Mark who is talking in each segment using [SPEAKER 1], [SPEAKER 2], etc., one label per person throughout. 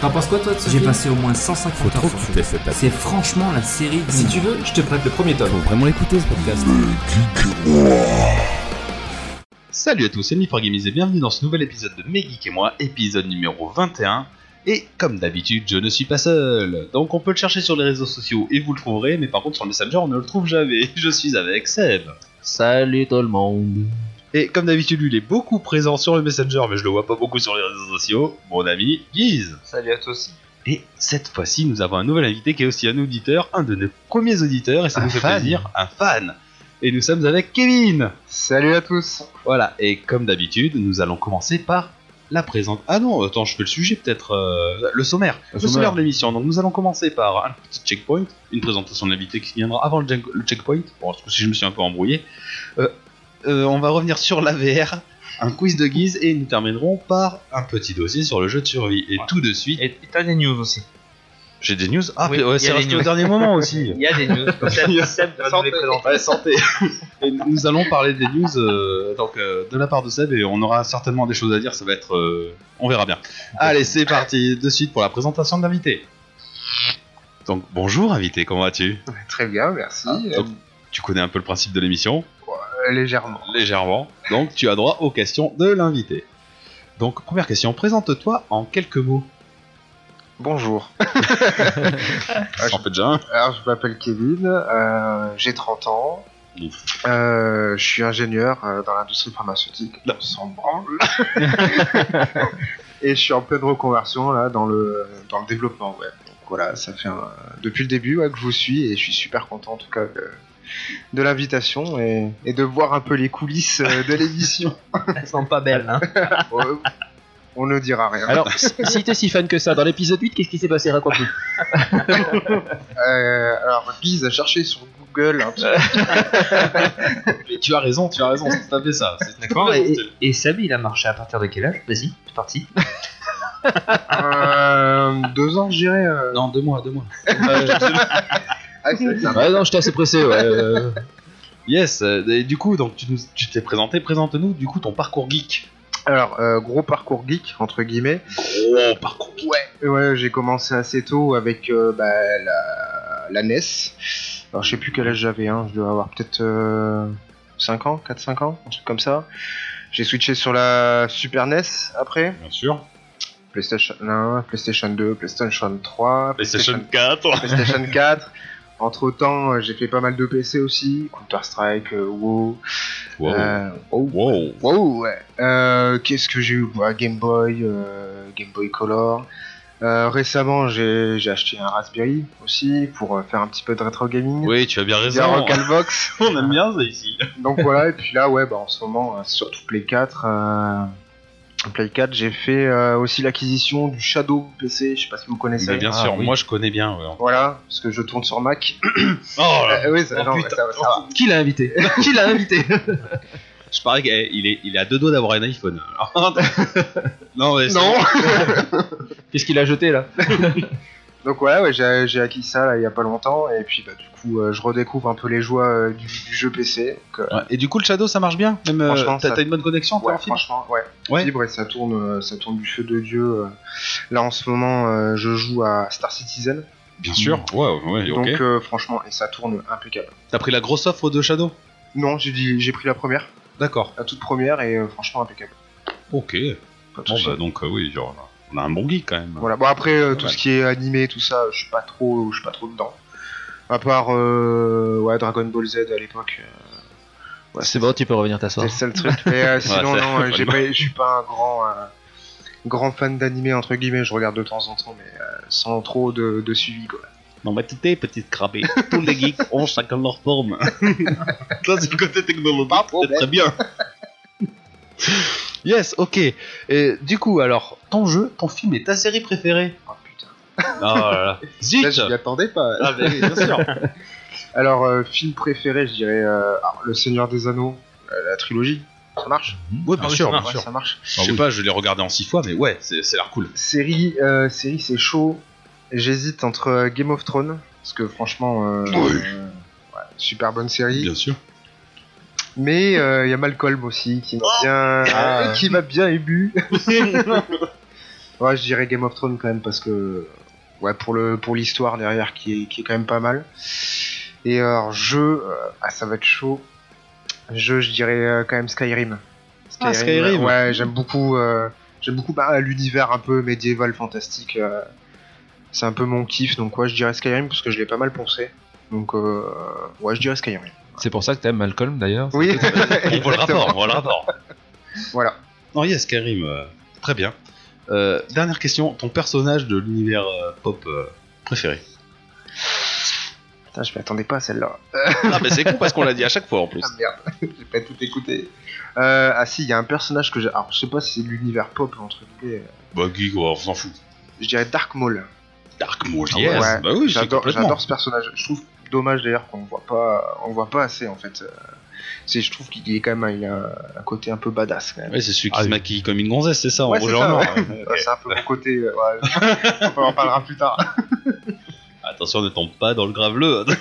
[SPEAKER 1] T'en penses quoi toi de ce
[SPEAKER 2] J'ai
[SPEAKER 1] film
[SPEAKER 2] passé au moins 150
[SPEAKER 3] Faut
[SPEAKER 2] heures
[SPEAKER 3] trop
[SPEAKER 2] sur
[SPEAKER 3] que
[SPEAKER 2] le
[SPEAKER 3] tu
[SPEAKER 2] film.
[SPEAKER 3] testes cette table.
[SPEAKER 2] C'est franchement la série.
[SPEAKER 1] Si tu veux, je te prête le premier tome.
[SPEAKER 3] Faut vraiment l'écouter ce podcast.
[SPEAKER 4] Salut à tous, c'est Miforgamies et bienvenue dans ce nouvel épisode de Megeek et moi, épisode numéro 21. Et comme d'habitude, je ne suis pas seul. Donc on peut le chercher sur les réseaux sociaux et vous le trouverez, mais par contre sur le Messenger on ne le trouve jamais. Je suis avec Seb.
[SPEAKER 5] Salut tout le monde.
[SPEAKER 4] Et comme d'habitude, lui il est beaucoup présent sur le Messenger, mais je le vois pas beaucoup sur les réseaux sociaux. Mon ami Guise.
[SPEAKER 5] Salut à toi aussi.
[SPEAKER 4] Et cette fois-ci, nous avons un nouvel invité qui est aussi un auditeur, un de nos premiers auditeurs, et ça
[SPEAKER 5] Un
[SPEAKER 4] nous fait
[SPEAKER 5] fan.
[SPEAKER 4] plaisir, un fan. Et nous sommes avec Kevin.
[SPEAKER 5] Salut à tous.
[SPEAKER 4] Voilà, et comme d'habitude, nous allons commencer par la présente. Ah non, attends, je fais le sujet peut-être. euh, le sommaire. Le, sommaire. de l'émission. Donc nous allons commencer par un petit checkpoint, une présentation de l'invité qui viendra avant le, check- le checkpoint. Bon, parce que si je me suis un peu embrouillé. Euh, euh, on va revenir sur la VR, un quiz de guise, et nous terminerons par un petit dossier sur le jeu de survie. Et tout de suite,
[SPEAKER 5] Et et t'as des news aussi.
[SPEAKER 4] j'ai des news. Ah,
[SPEAKER 5] Oui, il
[SPEAKER 4] ouais,
[SPEAKER 5] y
[SPEAKER 4] c'est
[SPEAKER 5] a des
[SPEAKER 4] resté au
[SPEAKER 5] news.
[SPEAKER 4] dernier moment aussi.
[SPEAKER 5] y a des news. Seb, Seb va nous les présenter.
[SPEAKER 4] santé. Et nous allons parler des news euh, donc, euh, de la part de Seb et on aura certainement des choses à dire. Ça va être. euh, on verra bien. Allez, c'est parti de suite pour la présentation de l'invité. Donc bonjour invité, comment vas-tu
[SPEAKER 6] Très bien, merci.
[SPEAKER 4] Ah, Donc, Tu connais un peu le principe de l'émission
[SPEAKER 6] Euh, légèrement.
[SPEAKER 4] légèrement. Donc tu as droit aux questions de l'invité. Donc première question, présente-toi en quelques mots.
[SPEAKER 6] Bonjour.
[SPEAKER 4] J'en fais déjà un.
[SPEAKER 6] Alors, je m'appelle Kevin, euh, j'ai 30 ans.
[SPEAKER 4] Ouf.
[SPEAKER 6] Euh, je suis ingénieur euh, dans l'industrie pharmaceutique. On s'en branle. Et je suis en pleine reconversion là dans le dans le développement. Ouais. Donc voilà, ça fait un- depuis le début ouais, que je vous suis et je suis super content en tout cas de, de l'invitation et, et de voir un peu les coulisses euh, de l'émission.
[SPEAKER 5] Elles sont pas belles. Hein.
[SPEAKER 6] Euh, on ne dira rien.
[SPEAKER 3] Alors, si t'es si fan que ça, dans l'épisode 8, qu'est-ce qui s'est passé Raconte-nous.
[SPEAKER 6] Euh, alors Guise a cherché sur Google un petit
[SPEAKER 4] Et tu as raison, tu as raison, c'est tout à fait ça. C'est tout à fait
[SPEAKER 5] et,
[SPEAKER 4] ça.
[SPEAKER 5] et Seb, il a marché à partir de quel âge Vas-y, c'est parti.
[SPEAKER 6] Euh, deux ans, je dirais. euh.
[SPEAKER 4] Non, deux mois, deux mois.
[SPEAKER 7] Euh,
[SPEAKER 6] Ah, c'est ça.
[SPEAKER 3] Ouais, non, j'étais assez pressé, ouais. euh.
[SPEAKER 4] Yes, euh, et du coup, donc tu nous- tu t'es présenté, présente-nous du coup ton parcours geek.
[SPEAKER 6] Alors, euh, gros parcours geek, entre guillemets.
[SPEAKER 4] Gros parcours geek.
[SPEAKER 6] Et ouais, j'ai commencé assez tôt avec euh, bah, la, la NES. Alors, je sais plus quel âge j'avais, hein. je devais avoir peut-être 5 ans, 4-5 ans, un truc comme ça. J'ai switché sur la Super NES après.
[SPEAKER 4] Bien sûr.
[SPEAKER 6] PlayStation 1, PlayStation 2, PlayStation 3,
[SPEAKER 4] PlayStation 4.
[SPEAKER 6] PlayStation 4. Entre temps, j'ai fait pas mal de PC aussi, Counter-Strike, euh, WoW.
[SPEAKER 4] Wow.
[SPEAKER 6] euh, oh,
[SPEAKER 4] Wow.
[SPEAKER 6] Wow, ouais. Euh, Qu'est-ce que j'ai eu Bah, Game Boy, euh, Game Boy Color. Euh, récemment, j'ai j'ai acheté un Raspberry aussi pour euh, faire un petit peu de rétro gaming.
[SPEAKER 4] Oui, tu as bien
[SPEAKER 6] Via
[SPEAKER 4] raison.
[SPEAKER 6] Rocalbox.
[SPEAKER 4] On aime bien ça ici.
[SPEAKER 6] Donc voilà, et puis là, ouais, bah, en ce moment, euh, surtout Play 4. euh, Play 4, j'ai fait euh, aussi l'acquisition du Shadow PC. Je sais pas si vous connaissez.
[SPEAKER 4] Mais bien
[SPEAKER 5] Ah,
[SPEAKER 4] sûr,
[SPEAKER 5] oui.
[SPEAKER 4] moi je connais bien. ouais.
[SPEAKER 6] Voilà, parce que je tourne sur Mac.
[SPEAKER 4] Oh là.
[SPEAKER 6] Euh, oui, ça,
[SPEAKER 4] Oh,
[SPEAKER 6] non, bah,
[SPEAKER 4] putain.
[SPEAKER 6] ça va, ça va.
[SPEAKER 5] Qui l'a invité Qui l'a invité
[SPEAKER 4] Je parie qu'il est, il est à deux doigts d'avoir un iPhone. non, mais c'est-
[SPEAKER 6] Non.
[SPEAKER 5] Qu'est-ce qu'il a jeté là
[SPEAKER 6] Donc ouais, ouais j'ai j'ai acquis ça là, il y a pas longtemps et puis bah, du coup euh, je redécouvre un peu les joies euh, du, du jeu PC. Donc, euh,
[SPEAKER 4] Ouais, Et du coup, le Shadow ça marche bien Même, euh,
[SPEAKER 6] Franchement,
[SPEAKER 4] T'as
[SPEAKER 6] ça-
[SPEAKER 4] t'as une bonne connexion, toi,
[SPEAKER 6] ouais,
[SPEAKER 4] en film
[SPEAKER 6] franchement, ouais.
[SPEAKER 4] Ouais.
[SPEAKER 6] Libre et ça tourne, euh, ça tourne du feu de dieu. euh. Là en ce moment, euh, je joue à Star Citizen.
[SPEAKER 4] Bien sûr, ouais, ouais,
[SPEAKER 6] donc
[SPEAKER 4] ok.
[SPEAKER 6] euh, franchement, et ça tourne impeccable.
[SPEAKER 4] Mm. T'as pris la grosse offre de Shadow
[SPEAKER 6] Non, j'ai dit, j'ai pris la première,
[SPEAKER 4] D'accord.
[SPEAKER 6] la toute première et euh, franchement impeccable.
[SPEAKER 4] Ok.
[SPEAKER 6] Pas de
[SPEAKER 4] Bon,
[SPEAKER 6] souci.
[SPEAKER 4] bah donc, euh, oui, genre, on a un bon geek quand même.
[SPEAKER 6] Voilà. Bon après euh, tout
[SPEAKER 4] Ouais.
[SPEAKER 6] ce qui est animé, tout ça, je suis pas trop, je suis pas trop dedans. À part euh, ouais, Dragon Ball Z à l'époque. euh, ouais,
[SPEAKER 5] C'est bon, tu peux revenir t'asseoir.
[SPEAKER 6] C'est ça le truc. Mais euh, sinon,
[SPEAKER 4] c'est-
[SPEAKER 6] non, euh, j'ai
[SPEAKER 4] vraiment.
[SPEAKER 6] pas- je suis pas un grand, euh, grand fan d'animé, entre guillemets. Je regarde de temps en temps, mais euh, sans trop de, de suivi, quoi.
[SPEAKER 4] Non, mais t'es petite crabée. Tous les geeks ont chacun leur forme. Ça, c'est le côté technologique. C'est très bien. yes, ok. Et du coup, alors, ton jeu, ton film et ta série préférée
[SPEAKER 6] Oh, putain.
[SPEAKER 4] Oh là là. Zut
[SPEAKER 6] Là, je m'y attendais pas.
[SPEAKER 4] Ah, mais oui, bien sûr.
[SPEAKER 6] Alors, euh, film préféré, je dirais euh, alors, Le Seigneur des Anneaux, euh, la trilogie. Ça marche
[SPEAKER 4] Ouais, bien
[SPEAKER 5] Ah oui,
[SPEAKER 4] sûr,
[SPEAKER 5] ça
[SPEAKER 4] bien
[SPEAKER 5] marche,
[SPEAKER 4] sûr. Ah,
[SPEAKER 6] Ça marche.
[SPEAKER 4] Je sais pas, je l'ai regardé en six fois, mais ouais, c'est c'est l'air cool.
[SPEAKER 6] Série, euh, série c'est chaud. J'hésite entre euh, Game of Thrones, parce que franchement, euh, euh, ouais, super bonne série.
[SPEAKER 4] sûr.
[SPEAKER 6] Mais
[SPEAKER 4] Oh. Ah.
[SPEAKER 6] euh, il y a Malcolm aussi qui m'a bien, qui m'a bien ébu. Ouais, je dirais Game of Thrones quand même parce que ouais pour le pour l'histoire derrière qui est, qui est quand même pas mal. Et alors jeu euh, ah ça va être chaud. Jeu je dirais euh, quand même Skyrim.
[SPEAKER 4] Ah, Skyrim.
[SPEAKER 6] Ouais j'aime beaucoup euh, j'aime beaucoup bah, l'univers un peu médiéval fantastique. euh, c'est un peu mon kiff donc ouais je dirais Skyrim parce que je l'ai pas mal poncé. Donc euh, ouais je dirais Skyrim.
[SPEAKER 7] C'est pour ça que t'aimes Malcolm d'ailleurs.
[SPEAKER 6] Oui.
[SPEAKER 4] On voit le
[SPEAKER 6] Exactement.
[SPEAKER 4] rapport, on voit le rapport.
[SPEAKER 6] Voilà.
[SPEAKER 4] Non, yes, Karim, euh, très bien. Euh, dernière question, ton personnage de l'univers euh, pop euh, préféré
[SPEAKER 6] Putain je m'attendais pas à celle-là.
[SPEAKER 4] Ah, mais c'est con parce qu'on l'a dit à chaque fois en plus.
[SPEAKER 6] Ah merde, j'ai pas tout écouté. Euh, ah si, il y a un personnage que j'ai. Alors, je sais pas si c'est l'univers pop, entre guillemets. euh,
[SPEAKER 4] Bah, Guy, quoi, on s'en fout.
[SPEAKER 6] Je dirais Dark Maul.
[SPEAKER 4] Dark Maul, yes.
[SPEAKER 6] Ouais,
[SPEAKER 4] Bah oui, je sais
[SPEAKER 6] j'adore,
[SPEAKER 4] complètement.
[SPEAKER 6] j'adore ce personnage. Je trouve dommage d'ailleurs qu'on le voit pas, on le voit pas assez en fait. Euh, C'est, je trouve qu'il est quand même, il a un- un côté un peu badass quand même.
[SPEAKER 4] Ouais, c'est celui qui
[SPEAKER 7] Ah
[SPEAKER 4] se
[SPEAKER 7] oui.
[SPEAKER 4] maquille comme une gonzesse, c'est ça, en
[SPEAKER 6] Ouais,
[SPEAKER 4] rouge
[SPEAKER 6] c'est
[SPEAKER 4] et en
[SPEAKER 6] ça,
[SPEAKER 4] noir.
[SPEAKER 6] Ouais, C'est un peu mon côté. euh, ouais. on en parlera plus tard.
[SPEAKER 4] Attention, ne tombe pas dans le graveleux. hein,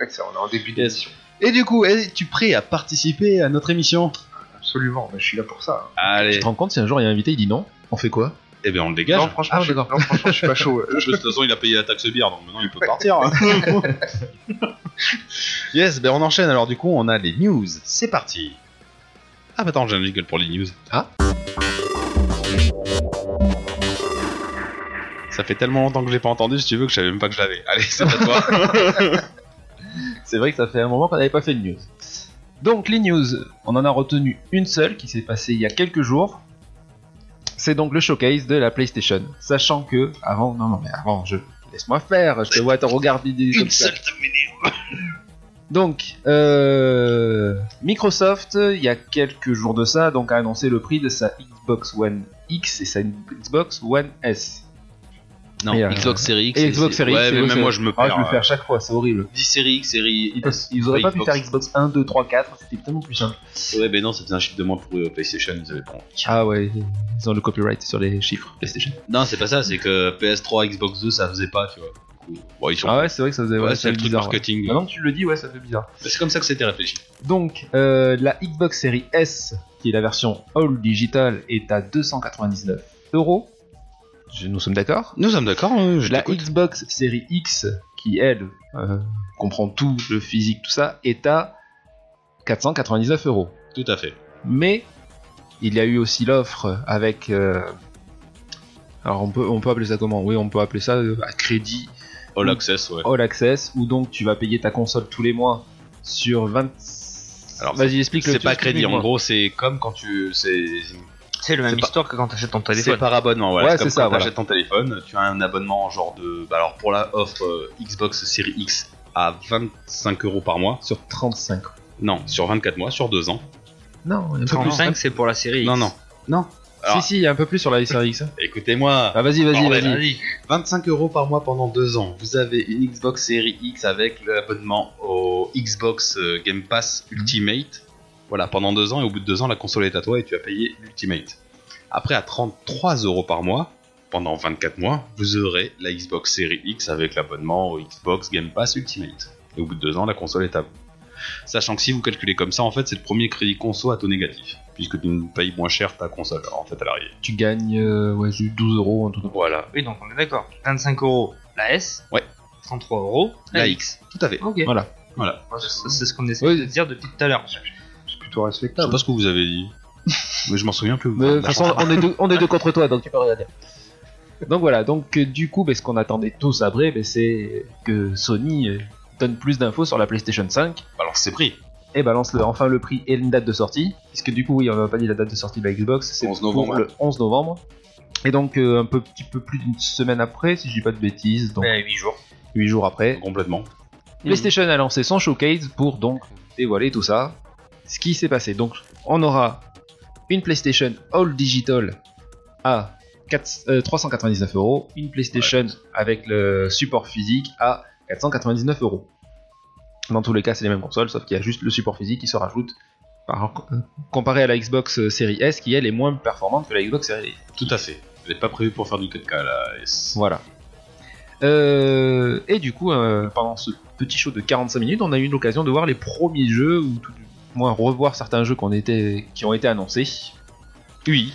[SPEAKER 6] Ouais, c'est- on est en début
[SPEAKER 4] Yes.
[SPEAKER 6] d'émission.
[SPEAKER 4] Et du coup, es-tu prêt à participer à notre émission
[SPEAKER 6] Absolument, mais je suis là pour ça.
[SPEAKER 7] Tu
[SPEAKER 4] Allez,
[SPEAKER 7] te rends compte si un jour il y a un invité, il dit non On fait quoi
[SPEAKER 4] eh bien on le dégage.
[SPEAKER 6] non, franchement, je, suis- non, franchement, je suis pas chaud.
[SPEAKER 4] De toute façon, il a payé la taxe bière, donc maintenant il peut partir. hein. yes, ben on enchaîne. Alors du coup, on a les news. C'est parti. Ah bah attends, j'ai un jingle pour les news. Ah Ça fait tellement longtemps que je l'ai pas entendu, si tu veux, que je savais même pas que je l'avais. Allez, c'est à toi.
[SPEAKER 7] C'est vrai que ça fait un moment qu'on n'avait pas fait de news. Donc les news, on en a retenu une seule qui s'est passée il y a quelques jours. C'est donc le showcase de la PlayStation. Sachant que avant, non non mais avant, je laisse-moi faire. Je te vois ton regard bidé comme ça. Donc euh, Microsoft, il y a quelques jours de ça, donc a annoncé le prix de sa Xbox One X et sa Xbox One S.
[SPEAKER 5] Non,
[SPEAKER 7] Et, euh,
[SPEAKER 5] Xbox Series X.
[SPEAKER 7] Et Xbox
[SPEAKER 5] c'est-
[SPEAKER 7] Series.
[SPEAKER 4] ouais,
[SPEAKER 7] X,
[SPEAKER 4] mais
[SPEAKER 7] Xbox
[SPEAKER 4] même moi
[SPEAKER 7] Series.
[SPEAKER 4] je me perds.
[SPEAKER 7] Ah,
[SPEAKER 4] euh.
[SPEAKER 7] je le fais à chaque fois, c'est horrible.
[SPEAKER 5] Dis Series X, Series.
[SPEAKER 7] Ils, peuvent- ils auraient
[SPEAKER 4] pas
[SPEAKER 7] pas pu
[SPEAKER 4] Xbox.
[SPEAKER 7] faire Euh, Xbox 1, 2, 3, 4, c'était tellement plus simple.
[SPEAKER 4] Ouais, mais non, c'était un chiffre de moins pour euh, PlayStation, ils avaient pas.
[SPEAKER 7] Ah ouais, ils ont le copyright sur les chiffres PlayStation.
[SPEAKER 4] Non, c'est pas ça, c'est que PS3, Xbox 2, ça faisait pas, tu vois. Du coup, bon, ils sont.
[SPEAKER 7] Ah ouais, c'est vrai que ça faisait
[SPEAKER 4] Ouais,
[SPEAKER 7] ouais,
[SPEAKER 4] c'est
[SPEAKER 7] ça
[SPEAKER 4] le
[SPEAKER 7] fait
[SPEAKER 4] truc
[SPEAKER 7] bizarre. ouais. Ah
[SPEAKER 4] marketing. Bah,
[SPEAKER 7] Maintenant que tu le dis, ouais, ça fait bizarre.
[SPEAKER 4] C'est comme ça que c'était réfléchi.
[SPEAKER 7] Donc, euh, la Xbox Series S, qui est la version All Digital, est à 299 euros. Je- Nous sommes d'accord
[SPEAKER 4] Nous sommes d'accord, hein, je
[SPEAKER 7] La
[SPEAKER 4] t'écoute.
[SPEAKER 7] Xbox Series X, qui elle euh, comprend tout, le physique, tout ça, est à 499 euros.
[SPEAKER 4] Tout à fait.
[SPEAKER 7] Mais il y a eu aussi l'offre avec. euh, alors on peut, on peut appeler ça comment Oui, on peut appeler ça euh, à crédit Mm.
[SPEAKER 4] All Access, ouais.
[SPEAKER 7] All Access, où donc tu vas payer ta console tous les mois sur 20.
[SPEAKER 4] Alors,
[SPEAKER 7] vas-y, explique le
[SPEAKER 4] C'est pas crédit, en gros, c'est comme quand tu. C'est
[SPEAKER 5] C'est le
[SPEAKER 4] même
[SPEAKER 5] même histoire que quand t'achètes ton
[SPEAKER 4] c'est
[SPEAKER 5] téléphone.
[SPEAKER 4] par abonnement, voilà.
[SPEAKER 7] Ouais,
[SPEAKER 4] c'est comme
[SPEAKER 7] c'est ça,
[SPEAKER 4] quand
[SPEAKER 7] voilà.
[SPEAKER 4] t'achètes ton téléphone, tu as un abonnement genre de. bah, alors pour la offre euh, Xbox Series X à 25 euros par mois.
[SPEAKER 7] Sur 35.
[SPEAKER 4] Non, sur 24 mois, sur 2 ans.
[SPEAKER 7] Non, un peu plus.
[SPEAKER 5] 35, c'est pour la série X.
[SPEAKER 4] Non, non. Non. Alors-
[SPEAKER 7] Si, si, un peu plus sur la Series X.
[SPEAKER 4] Écoutez-moi.
[SPEAKER 7] Ah, vas-y, vas-y,
[SPEAKER 4] Bordel,
[SPEAKER 7] vas-y.
[SPEAKER 4] vas-y. 25 euros par mois pendant 2 ans. Vous avez une Xbox Series X avec l'abonnement au Xbox euh, Game Pass
[SPEAKER 7] Mhm.
[SPEAKER 4] Ultimate. Voilà, pendant 2 ans, et au bout de 2 ans, la console est à toi et tu as payé l'Ultimate. Après, à 33 euros par mois, pendant 24 mois, vous aurez la Xbox Series X avec l'abonnement au Xbox Game Pass Ultimate. Et au bout de 2 ans, la console est à vous. Sachant que si vous calculez comme ça, en fait, c'est le premier crédit conso à taux négatif. Puisque tu nous payes moins cher ta console, en fait, à l'arrivée.
[SPEAKER 7] Tu gagnes euh, ouais, j'ai eu 12 euros en tout.
[SPEAKER 4] Voilà.
[SPEAKER 5] Oui, donc on est d'accord. 25 euros la S.
[SPEAKER 4] Ouais.
[SPEAKER 5] 33 euros
[SPEAKER 4] La X. Tout à fait.
[SPEAKER 5] Ok.
[SPEAKER 7] Voilà.
[SPEAKER 4] Voilà.
[SPEAKER 5] Moi, C'est c'est ce qu'on essaie de dire depuis tout à l'heure.
[SPEAKER 6] C'est plutôt
[SPEAKER 4] Je sais
[SPEAKER 6] respectable.
[SPEAKER 4] pas ce que vous avez dit. Mais je m'en souviens plus. Ah,
[SPEAKER 7] Mais de toute façon, on est, deux, on est deux contre toi, donc tu peux rien dire. Donc voilà, donc euh, du coup, ben, ce qu'on attendait tous après, ben, c'est que Sony euh, donne plus d'infos sur la PlayStation 5
[SPEAKER 4] Alors c'est pris.
[SPEAKER 7] et balance le- enfin le prix et une date de sortie. Puisque du coup, oui, on n'a pas dit la date de sortie de la Xbox, c'est
[SPEAKER 4] 11
[SPEAKER 7] pour
[SPEAKER 4] novembre.
[SPEAKER 7] le 11 novembre. Et donc, euh, un peu, petit peu plus d'une semaine après, si je dis pas de bêtises, donc
[SPEAKER 5] 8 jours.
[SPEAKER 7] 8 jours après,
[SPEAKER 4] Complètement.
[SPEAKER 7] PlayStation a lancé son showcase pour donc dévoiler tout ça. Ce qui s'est passé. Donc, on aura une PlayStation All Digital à 4 euh, 399 euros, une PlayStation avec le support physique à 499 euros. Dans tous les cas, c'est les mêmes consoles, sauf qu'il y a juste le support physique qui se rajoute par- comparé à la Xbox Series S qui elle est moins performante que la Xbox Series
[SPEAKER 4] Tout à fait. Je l'ai pas prévu pour faire du 4K là. Et c'est-
[SPEAKER 7] voilà. Euh, et du coup, euh, pendant ce petit show de 45 minutes, on a eu l'occasion de voir les premiers jeux, ou tout du moins revoir certains jeux qu'on était, qui ont été annoncés. Oui.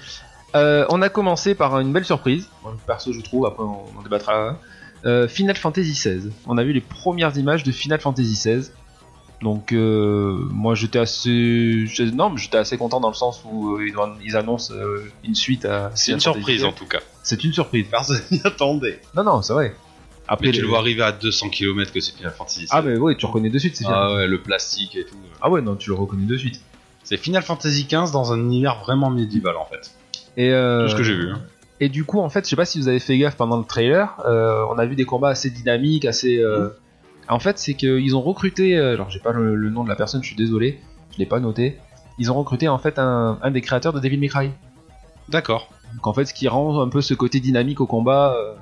[SPEAKER 7] Euh, on a commencé par une belle surprise. Moi, Perso, je trouve, après on en débattra. Euh, Final Fantasy XVI. On a vu les premières images de Final Fantasy XVI. Donc, euh, moi j'étais assez. je- Non, mais j'étais assez content dans le sens où euh, ils, an- ils annoncent euh, une suite à.
[SPEAKER 4] C'est une
[SPEAKER 7] Final Fantasy
[SPEAKER 4] surprise hein.
[SPEAKER 7] XVI.
[SPEAKER 4] en tout cas.
[SPEAKER 7] C'est une surprise.
[SPEAKER 4] Personne n'y attendait.
[SPEAKER 7] Non, non, c'est vrai. Après,
[SPEAKER 4] Mais tu
[SPEAKER 7] les-
[SPEAKER 4] le vois arriver à 200 km que c'est Final Fantasy.
[SPEAKER 7] Ah, mais ouais, tu reconnais de suite, c'est Final-
[SPEAKER 4] Ah ouais, le plastique et tout.
[SPEAKER 7] Ah ouais, non, tu le reconnais de suite.
[SPEAKER 4] C'est Final Fantasy XV dans un univers vraiment médiéval en fait.
[SPEAKER 7] Et, euh,
[SPEAKER 4] Tout ce que j'ai vu. hein.
[SPEAKER 7] Et du coup, en fait, je sais pas si vous avez fait gaffe pendant le trailer, euh, on a vu des combats assez dynamiques, assez. euh, En fait, c'est qu'ils ont recruté. euh, Alors, j'ai pas le, le nom de la personne, je suis désolé, je l'ai pas noté. Ils ont recruté en fait un, un des créateurs de Devil May Cry.
[SPEAKER 4] D'accord.
[SPEAKER 7] Donc, en fait, ce qui rend un peu ce côté dynamique au combat. euh,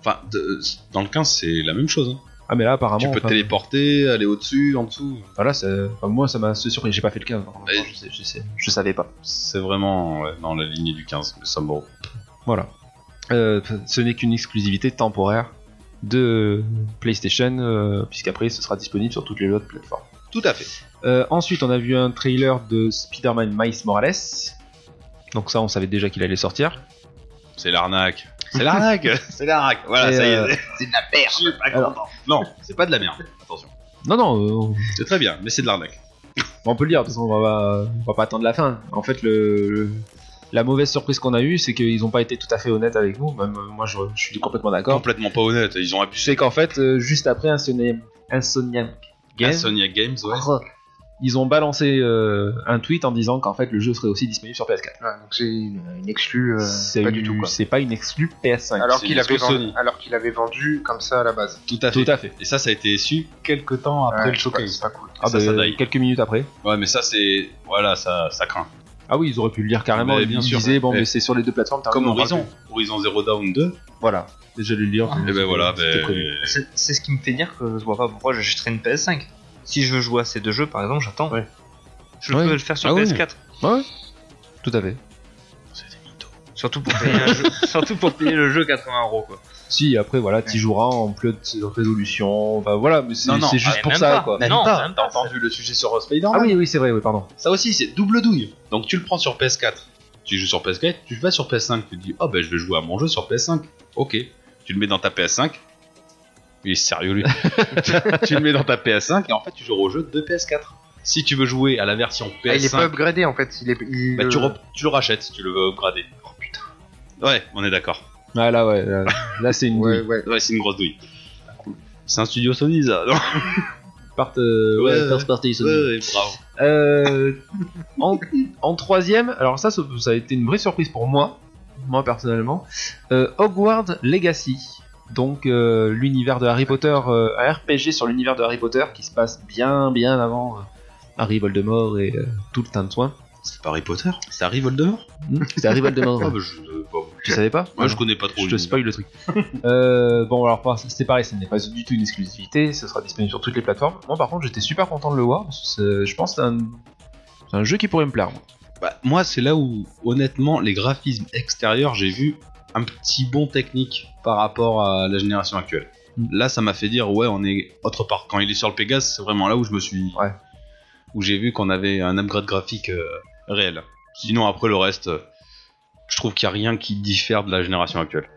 [SPEAKER 4] Enfin, de- dans le 15, c'est la même chose. hein.
[SPEAKER 7] Ah, mais là, apparemment.
[SPEAKER 4] tu peux te
[SPEAKER 7] enfin,
[SPEAKER 4] téléporter, aller au-dessus, en dessous.
[SPEAKER 7] Voilà, ça- enfin, moi, ça m'a surpris. J'ai pas fait le 15. donc,
[SPEAKER 4] Et-
[SPEAKER 7] je, sais- je sais- je savais pas.
[SPEAKER 4] C'est vraiment ouais, dans la lignée du 15, le Sambo.
[SPEAKER 7] Voilà. Euh, ce n'est qu'une exclusivité temporaire de PlayStation, euh, puisqu'après, ce sera disponible sur toutes les autres plateformes.
[SPEAKER 4] Tout à fait.
[SPEAKER 7] Euh, ensuite, on a vu un trailer de Spider-Man Miles Morales. Donc ça, on savait déjà qu'il allait sortir.
[SPEAKER 4] C'est l'arnaque. C'est l'arnaque C'est l'arnaque Voilà,
[SPEAKER 7] Et,
[SPEAKER 4] Ah, ça y est.
[SPEAKER 7] euh,
[SPEAKER 4] C'est de la merde Je suis pas content Non, c'est pas de la merde. Attention.
[SPEAKER 7] Non, non, euh,
[SPEAKER 4] C'est très bien, mais c'est de l'arnaque.
[SPEAKER 7] on peut le dire, parce qu'on va, pas- on va pas attendre la fin. En fait, le, le- la mauvaise surprise qu'on a eue, c'est qu'ils ont pas été tout à fait honnêtes avec nous. Même euh, moi, je, je suis complètement d'accord.
[SPEAKER 4] Complètement pas honnête, ils ont abusé.
[SPEAKER 7] C'est qu'en fait, euh, juste après Insomniac, Insomniac Games,
[SPEAKER 4] Sonia Games, ouais.
[SPEAKER 7] ils ont balancé euh, un tweet en disant qu'en fait, le jeu serait aussi disponible sur PS4.
[SPEAKER 6] Ouais, donc c'est une, une exclue, euh,
[SPEAKER 7] C'est
[SPEAKER 6] pas du tout quoi.
[SPEAKER 7] C'est pas une exclue PS5.
[SPEAKER 6] Alors
[SPEAKER 4] c'est
[SPEAKER 6] qu'il
[SPEAKER 4] une
[SPEAKER 6] avait,
[SPEAKER 4] exclue
[SPEAKER 6] vendu-
[SPEAKER 4] Sony.
[SPEAKER 6] alors qu'il avait vendu comme ça à la base.
[SPEAKER 4] Tout à fait.
[SPEAKER 7] Tout à fait.
[SPEAKER 4] Et ça, ça a été su quelques temps après
[SPEAKER 6] Ouais,
[SPEAKER 4] le
[SPEAKER 6] c'est pas-
[SPEAKER 4] showcase.
[SPEAKER 6] C'est pas cool.
[SPEAKER 7] Ah
[SPEAKER 4] ça,
[SPEAKER 7] bah,
[SPEAKER 4] ça daille.
[SPEAKER 7] quelques minutes après.
[SPEAKER 4] Ouais, mais ça, c'est. Voilà, ça, ça craint.
[SPEAKER 7] Ah oui, ils auraient pu le lire carrément.
[SPEAKER 4] Mais
[SPEAKER 7] Ils
[SPEAKER 4] bien sûr.
[SPEAKER 7] disaient, bon,
[SPEAKER 4] Mais-
[SPEAKER 7] mais c'est sur les deux plateformes. t'as
[SPEAKER 4] Comme
[SPEAKER 7] raison, on
[SPEAKER 4] Horizon.
[SPEAKER 7] parle
[SPEAKER 4] Horizon Zero Down 2.
[SPEAKER 7] plus. Voilà. Déjà le lire.
[SPEAKER 4] Et ben voilà,
[SPEAKER 7] c'était
[SPEAKER 4] ben.
[SPEAKER 7] prévu.
[SPEAKER 5] C'est c'est ce qui me fait dire que je vois pas pourquoi j'achèterais une PS5. Si je veux jouer à ces deux jeux, par exemple, j'attends.
[SPEAKER 6] Ouais.
[SPEAKER 5] Je
[SPEAKER 7] Ouais.
[SPEAKER 5] peux le faire sur
[SPEAKER 7] Ah oui.
[SPEAKER 5] PS4.
[SPEAKER 4] euh,
[SPEAKER 7] Tout à fait.
[SPEAKER 5] Surtout pour payer un jeu- surtout pour payer le jeu 80 euros quoi.
[SPEAKER 7] Si, après, voilà, t'y joueras en plus de résolution. Enfin, voilà, mais c'est
[SPEAKER 4] Non, non,
[SPEAKER 7] c'est juste
[SPEAKER 5] mais
[SPEAKER 7] pour
[SPEAKER 5] Ah, même
[SPEAKER 7] ça,
[SPEAKER 5] pas.
[SPEAKER 7] quoi.
[SPEAKER 5] Même Non, pas. même
[SPEAKER 4] t'as
[SPEAKER 5] pas.
[SPEAKER 4] entendu le sujet sur Spider-Man
[SPEAKER 7] Ah oui, oui, c'est vrai, oui, pardon.
[SPEAKER 4] Ça aussi, c'est double douille. Donc tu le prends sur PS4, tu joues sur PS4, tu vas sur PS5, tu te dis, oh ben je vais jouer à mon jeu sur PS5. Ok. Tu le mets dans ta PS5. Il est sérieux lui. tu le mets dans ta PS5 et en fait tu joues au jeu de PS4. Si tu veux jouer à la version PS5,
[SPEAKER 6] Ah, il est pas upgradé en fait. Il est, il,
[SPEAKER 4] bah, tu,
[SPEAKER 6] euh,
[SPEAKER 4] re- tu le rachètes si tu le veux upgrader. Oh putain. Ouais, on est d'accord.
[SPEAKER 7] Ah là, ouais, là, là, c'est une.
[SPEAKER 6] Ouais,
[SPEAKER 7] douille.
[SPEAKER 6] ouais.
[SPEAKER 4] Ouais, c'est une grosse douille. C'est un studio Sony ça. Non
[SPEAKER 7] Part, euh, ouais,
[SPEAKER 4] Ouais,
[SPEAKER 7] first party, Sony.
[SPEAKER 4] Ouais, bravo.
[SPEAKER 7] Euh, en, en troisième, alors ça, ça ça a été une vraie surprise pour moi, moi personnellement. Euh, Hogwarts Legacy, donc euh, l'univers de Harry Potter, euh, un RPG sur l'univers de Harry Potter qui se passe bien, bien avant euh, Harry Voldemort et euh, tout le teint de soin. Hmm,
[SPEAKER 4] C'est pas Harry Potter C'est Harry Voldemort
[SPEAKER 7] C'est Harry Voldemort,
[SPEAKER 4] Ah, bah, je, euh, bah,
[SPEAKER 7] tu savais pas
[SPEAKER 4] moi je connais pas trop.
[SPEAKER 7] je te
[SPEAKER 4] l'univers.
[SPEAKER 7] spoil le truc. Euh, bon, alors pas- c'est pareil, ce n'est pas du tout une exclusivité, ce sera disponible sur toutes les plateformes. Moi, par contre, j'étais super content de le voir, parce que c'est- je pense que c'est un, c'est un jeu qui pourrait me plaire. moi.
[SPEAKER 4] Bah, moi, c'est là où, honnêtement, les graphismes extérieurs, j'ai vu un petit bond technique par rapport à la génération actuelle.
[SPEAKER 7] Mm.
[SPEAKER 4] Là, ça m'a fait dire, ouais, on est autre part. Quand il est sur le Pégase, c'est vraiment là où je me suis.
[SPEAKER 7] Ouais.
[SPEAKER 4] Où j'ai vu qu'on avait un upgrade graphique euh, réel. Sinon, après le reste, euh, je trouve qu'il n'y a rien qui diffère de la génération actuelle.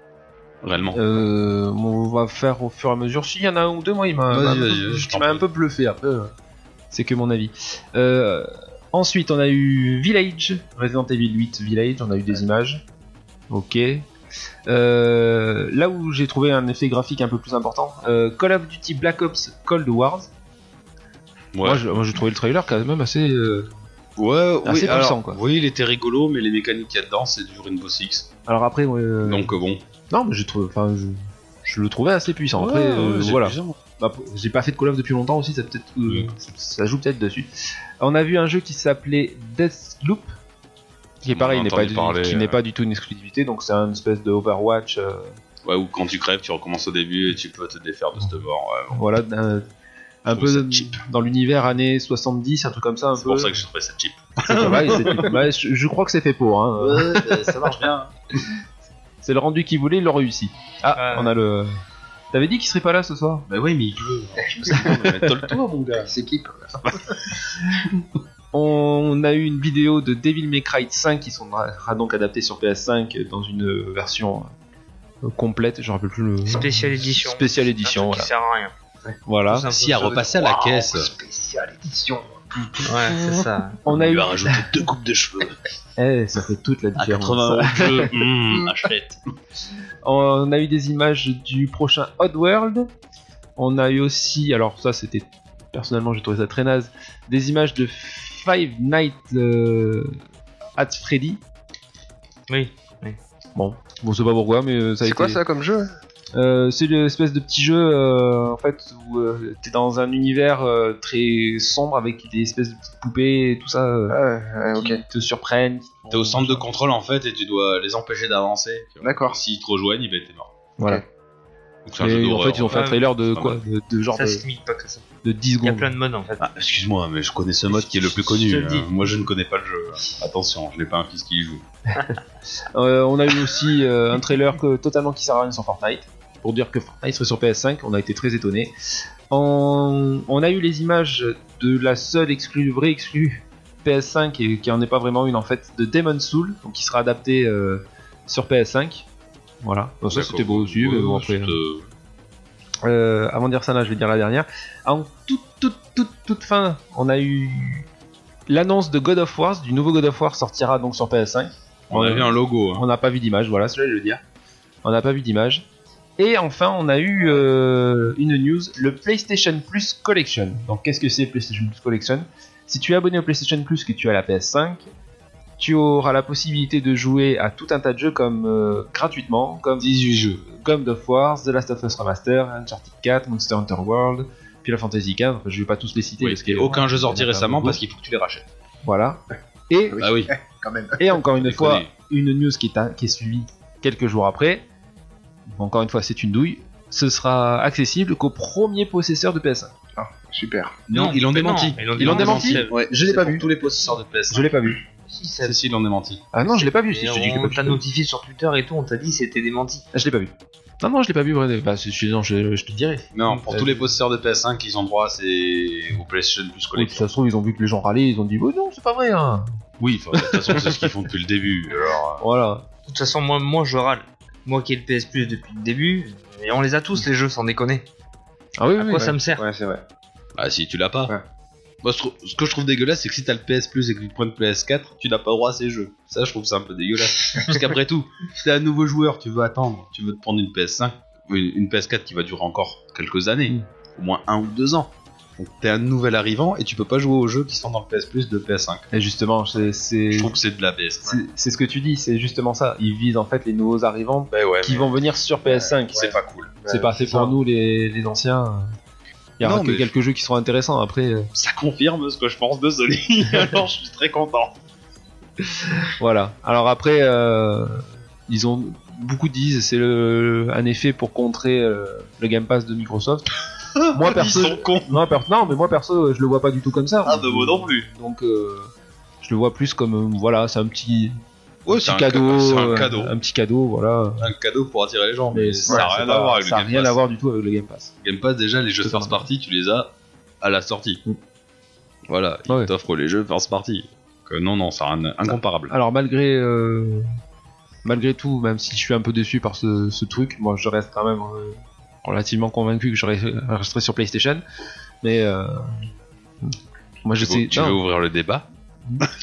[SPEAKER 4] Réellement.
[SPEAKER 7] Euh, on va faire au fur et à mesure. S'il y en a un ou deux, moi, il m'a
[SPEAKER 4] Vas-y,
[SPEAKER 7] m'a un,
[SPEAKER 4] vas-y,
[SPEAKER 7] peu-
[SPEAKER 4] vas-y, je
[SPEAKER 7] qui
[SPEAKER 4] t'en
[SPEAKER 7] m'a un
[SPEAKER 4] prie.
[SPEAKER 7] peu bluffé. Après, euh, c'est que mon avis. Euh, ensuite, on a eu Village, Resident Evil 8 Village. On a eu des images. Ok. Euh, là où j'ai trouvé un effet graphique un peu plus important, euh, Call of Duty Black Ops Cold Wars. Moi, je- Moi, j'ai trouvé le trailer quand même assez. euh,
[SPEAKER 4] ouais,
[SPEAKER 7] assez
[SPEAKER 4] oui,
[SPEAKER 7] puissant,
[SPEAKER 4] alors,
[SPEAKER 7] quoi.
[SPEAKER 4] Oui, il était rigolo, mais les mécaniques qu'il y a dedans, c'est du Rainbow Six.
[SPEAKER 7] Alors après, ouais, euh,
[SPEAKER 4] Donc, euh, bon.
[SPEAKER 7] non, mais j'ai trouvé. Enfin, je... je le trouvais assez puissant. Après,
[SPEAKER 4] Ouais,
[SPEAKER 7] euh,
[SPEAKER 4] ouais, c'est
[SPEAKER 7] voilà.
[SPEAKER 4] plaisant.
[SPEAKER 7] Bah, j'ai pas fait de Call of depuis longtemps aussi, ça peut-être euh,
[SPEAKER 4] Mm.
[SPEAKER 7] ça joue peut-être dessus. On a vu un jeu qui s'appelait Deathloop, qui est
[SPEAKER 4] On en
[SPEAKER 7] pareil,
[SPEAKER 4] a
[SPEAKER 7] n'est pas,
[SPEAKER 4] entendu
[SPEAKER 7] du,
[SPEAKER 4] parler,
[SPEAKER 7] qui
[SPEAKER 4] euh.
[SPEAKER 7] n'est pas du tout une exclusivité, donc c'est un espèce de Overwatch, euh,
[SPEAKER 4] Ouais, ou quand tu crèves, tu recommences au début et tu peux te défaire de ce mort. Ouais, bon.
[SPEAKER 7] voilà, un, un
[SPEAKER 4] trouve ça
[SPEAKER 7] peu
[SPEAKER 4] cheap.
[SPEAKER 7] dans l'univers années 70, un truc comme ça, un
[SPEAKER 4] C'est
[SPEAKER 7] peu.
[SPEAKER 4] pour ça que j'ai trouvé ça cheap.
[SPEAKER 7] C'est pas mal, c'est- ouais, je, je crois que c'est fait pour. hein.
[SPEAKER 1] ça marche bien.
[SPEAKER 7] C'est le rendu qu'il voulait, il l'a réussi. Ah,
[SPEAKER 5] Ouais.
[SPEAKER 7] on a le. T'avais dit qu'il serait pas là ce soir
[SPEAKER 6] euh,
[SPEAKER 4] Bah oui, mais il veut. Mais toi, mon gars.
[SPEAKER 6] Il s'équipe.
[SPEAKER 7] On a eu une vidéo de Devil May Cry 5 qui sera donc adaptée sur PS5 dans une version euh, complète, je ne rappelle plus le
[SPEAKER 5] Spécial édition. Ah,
[SPEAKER 7] Spéciale
[SPEAKER 5] Un
[SPEAKER 7] édition,
[SPEAKER 5] truc Qui
[SPEAKER 7] voilà.
[SPEAKER 5] sert à rien.
[SPEAKER 7] Voilà.
[SPEAKER 4] Si à repasser à la caisse,
[SPEAKER 5] Spécial édition. Ouais, c'est ça.
[SPEAKER 7] On
[SPEAKER 4] on
[SPEAKER 7] a
[SPEAKER 4] lui
[SPEAKER 7] eu.
[SPEAKER 4] a rajouté deux coupes de cheveux
[SPEAKER 7] Eh, ça fait toute la
[SPEAKER 4] à
[SPEAKER 7] différence.
[SPEAKER 4] 80 euros le jeu. Mmh, achète.
[SPEAKER 7] On a eu des images du prochain Oddworld. On a eu aussi, alors ça c'était personnellement j'ai trouvé ça très naze, des images de Five Nights euh, at Freddy.
[SPEAKER 5] Oui.
[SPEAKER 7] Bon, c'est pas pourquoi, mais euh, ça a
[SPEAKER 6] C'est quoi
[SPEAKER 7] été-
[SPEAKER 6] ça comme jeu
[SPEAKER 7] Euh, C'est l'espèce de petit jeu euh, en fait où euh, t'es dans un univers euh, très sombre avec des espèces de petites poupées et tout ça euh,
[SPEAKER 6] Ah ouais, ouais, ok.
[SPEAKER 7] qui te surprennent. qui te
[SPEAKER 4] T'es au centre de contrôle en fait et tu dois les empêcher d'avancer.
[SPEAKER 6] D'accord.
[SPEAKER 4] S'ils te rejoignent, eh ben, t'es mort.
[SPEAKER 7] Voilà.
[SPEAKER 4] Donc, c'est un jeu
[SPEAKER 7] Et en
[SPEAKER 4] d'horreur,
[SPEAKER 7] fait, ils ont fait un
[SPEAKER 5] Ouais,
[SPEAKER 7] trailer de
[SPEAKER 4] pas
[SPEAKER 7] quoi de, de genre
[SPEAKER 5] ça
[SPEAKER 7] de,
[SPEAKER 5] se limite pas que ça.
[SPEAKER 7] de 10
[SPEAKER 5] Il y a
[SPEAKER 7] secondes.
[SPEAKER 5] plein de modes en fait.
[SPEAKER 4] Ah, excuse-moi, mais je connais ce mode qui est le plus
[SPEAKER 5] Je
[SPEAKER 4] connu.
[SPEAKER 5] te le dis.
[SPEAKER 4] hein. Moi, je ne connais pas le jeu. hein. Attention, je n'ai pas un fils qui y joue.
[SPEAKER 7] Euh, on a eu aussi euh, un trailer que, totalement qui sert à rien sans Fortnite. Pour dire que Fortnite serait sur PS5, on a été très étonnés. On, on a eu les images de la seule exclue, vraie exclue PS5 et qui en est pas vraiment une en fait, de Demon's Soul, donc qui sera adapté euh, sur PS5. Voilà, Bon, ça
[SPEAKER 4] D'accord.
[SPEAKER 7] c'était beau aussi,
[SPEAKER 4] Ouais,
[SPEAKER 7] mais bon,
[SPEAKER 4] ouais,
[SPEAKER 7] après, hein.
[SPEAKER 4] c'est, euh,
[SPEAKER 7] euh, avant de dire ça là, je vais dire la dernière. En toute, toute, toute, toute fin, on a eu l'annonce de God of War, du nouveau God of War sortira donc sur PS5.
[SPEAKER 4] On a vu un logo. hein.
[SPEAKER 7] On n'a pas vu d'image, voilà, cela je veux dire. On n'a pas vu d'image. Et enfin, on a eu euh, une news, le PlayStation Plus Collection. Donc, qu'est-ce que c'est PlayStation Plus Collection Si tu es abonné au PlayStation Plus que tu as la PS5, tu auras la possibilité de jouer à tout un tas de jeux comme euh, gratuitement, comme 18 jeux, comme God of War, The Last of Us Remaster, Uncharted 4, Monster Hunter World, puis la Fantasy 15. Enfin, je vais pas tous les citer
[SPEAKER 4] Oui,
[SPEAKER 7] parce
[SPEAKER 4] et
[SPEAKER 7] que
[SPEAKER 4] aucun jeu sorti
[SPEAKER 7] il y en a
[SPEAKER 4] récemment
[SPEAKER 7] beaucoup.
[SPEAKER 4] parce qu'il faut que tu les rachètes.
[SPEAKER 7] voilà. Et,
[SPEAKER 4] Ah oui,
[SPEAKER 6] Quand même.
[SPEAKER 7] et encore une fois,
[SPEAKER 4] déconner.
[SPEAKER 7] une news qui est, un- qui est suivie quelques jours après, encore une fois c'est une douille, ce sera accessible qu'aux premiers possesseurs de PS1.
[SPEAKER 6] Ah, super.
[SPEAKER 4] Non, ils l'ont
[SPEAKER 5] mais non,
[SPEAKER 4] démenti.
[SPEAKER 5] ils l'ont
[SPEAKER 4] démenti.
[SPEAKER 5] démenti.
[SPEAKER 4] Ouais,
[SPEAKER 7] Je l'ai
[SPEAKER 4] c'est
[SPEAKER 7] pas
[SPEAKER 4] pour
[SPEAKER 7] vu.
[SPEAKER 4] Tous les possesseurs de PS.
[SPEAKER 7] Je l'ai pas vu.
[SPEAKER 5] Si, ça-
[SPEAKER 4] Si, si, ils l'ont démenti.
[SPEAKER 7] Ah non, je l'ai pas vu, si
[SPEAKER 5] Mais
[SPEAKER 7] je te dis que
[SPEAKER 5] on
[SPEAKER 7] pas
[SPEAKER 5] t'a
[SPEAKER 7] vu.
[SPEAKER 5] notifié sur Twitter et tout, on t'a dit c'était démenti.
[SPEAKER 7] Ah, Je l'ai pas vu. Non, non, je l'ai pas vu, ouais, bah, c'est- je, non, je, je te dirai.
[SPEAKER 4] Non, pour
[SPEAKER 7] Euh,
[SPEAKER 4] tous les possesseurs de PS5, ils ont droit à ces... au PlayStation Plus
[SPEAKER 7] Oui, puis
[SPEAKER 4] Collection.
[SPEAKER 7] ça se trouve, ils ont vu que les gens râlaient, ils ont dit, oh non, c'est pas vrai, hein.
[SPEAKER 4] Oui, enfin, de toute façon, c'est ce qu'ils font depuis le début. Alors, euh,
[SPEAKER 7] Voilà.
[SPEAKER 5] De toute façon, moi, moi je râle. Moi qui ai le PS Plus depuis le début, euh, et on les a tous les jeux sans déconner.
[SPEAKER 7] Ah oui,
[SPEAKER 5] À
[SPEAKER 7] oui,
[SPEAKER 5] quoi
[SPEAKER 7] oui.
[SPEAKER 5] ça me sert
[SPEAKER 6] Ouais, c'est vrai.
[SPEAKER 4] euh, ah si, tu l'as pas.
[SPEAKER 6] Ouais.
[SPEAKER 4] Moi, je trouve- ce que je trouve dégueulasse, c'est que si t'as le PS Plus et que tu te prends le PS4, tu n'as pas droit à ces jeux. Ça, je trouve ça un peu dégueulasse. Parce qu'après tout, si t'es un nouveau joueur, tu veux attendre, tu veux te prendre une PS5, une, une PS4 qui va durer encore quelques années,
[SPEAKER 7] Mm.
[SPEAKER 4] au moins un ou deux ans. Donc t'es un nouvel arrivant et tu peux pas jouer aux jeux qui sont dans le PS Plus de PS5.
[SPEAKER 7] Et justement, c'est c'est-
[SPEAKER 4] Je trouve que c'est de la PS.
[SPEAKER 7] c'est- c'est ce que tu dis, c'est justement ça. Ils visent en fait les nouveaux arrivants
[SPEAKER 4] Ben ouais,
[SPEAKER 7] qui vont venir sur PS5.
[SPEAKER 4] c'est pas cool.
[SPEAKER 7] C'est pas fait pour nous les, les anciens. Il y aura
[SPEAKER 4] Non,
[SPEAKER 7] que
[SPEAKER 4] mais-
[SPEAKER 7] quelques jeux qui seront intéressants après. euh,
[SPEAKER 4] Ça confirme ce que je pense de Sony, alors je suis très content.
[SPEAKER 7] voilà. Alors après, euh, ils ont beaucoup disent c'est le, un effet pour contrer euh, le Game Pass de Microsoft. moi perso,
[SPEAKER 4] Ils sont cons.
[SPEAKER 7] non, per- non, mais moi perso, je le vois pas du tout comme ça.
[SPEAKER 4] Ah, de moi non plus.
[SPEAKER 7] Donc, euh, je le vois plus comme euh, voilà, c'est un petit,
[SPEAKER 4] Ouais,
[SPEAKER 7] petit
[SPEAKER 4] c'est un
[SPEAKER 7] cadeau,
[SPEAKER 4] ca- c'est un
[SPEAKER 7] euh,
[SPEAKER 4] cadeau.
[SPEAKER 7] un petit cadeau, voilà.
[SPEAKER 4] un cadeau pour attirer les gens, mais
[SPEAKER 7] Ouais,
[SPEAKER 4] ça n'a
[SPEAKER 7] c'est
[SPEAKER 4] rien
[SPEAKER 7] pas-
[SPEAKER 4] à voir avec
[SPEAKER 7] ça a
[SPEAKER 4] le Game
[SPEAKER 7] rien
[SPEAKER 4] Pass.
[SPEAKER 7] à voir du tout avec le Game Pass.
[SPEAKER 4] Game Pass, déjà, les jeux first party, tu les as à la sortie.
[SPEAKER 7] Mm.
[SPEAKER 4] Voilà, ils
[SPEAKER 7] Ouais.
[SPEAKER 4] t'offrent les jeux first party. Que non, non, c'est un- incomparable.
[SPEAKER 7] Alors malgré euh, malgré tout, même si je suis un peu déçu par ce, ce truc, moi je reste quand même euh, relativement convaincu que je re- resterai sur PlayStation. Mais euh, moi je
[SPEAKER 4] Tu veux-
[SPEAKER 7] sais.
[SPEAKER 4] tu
[SPEAKER 7] non.
[SPEAKER 4] veux ouvrir le débat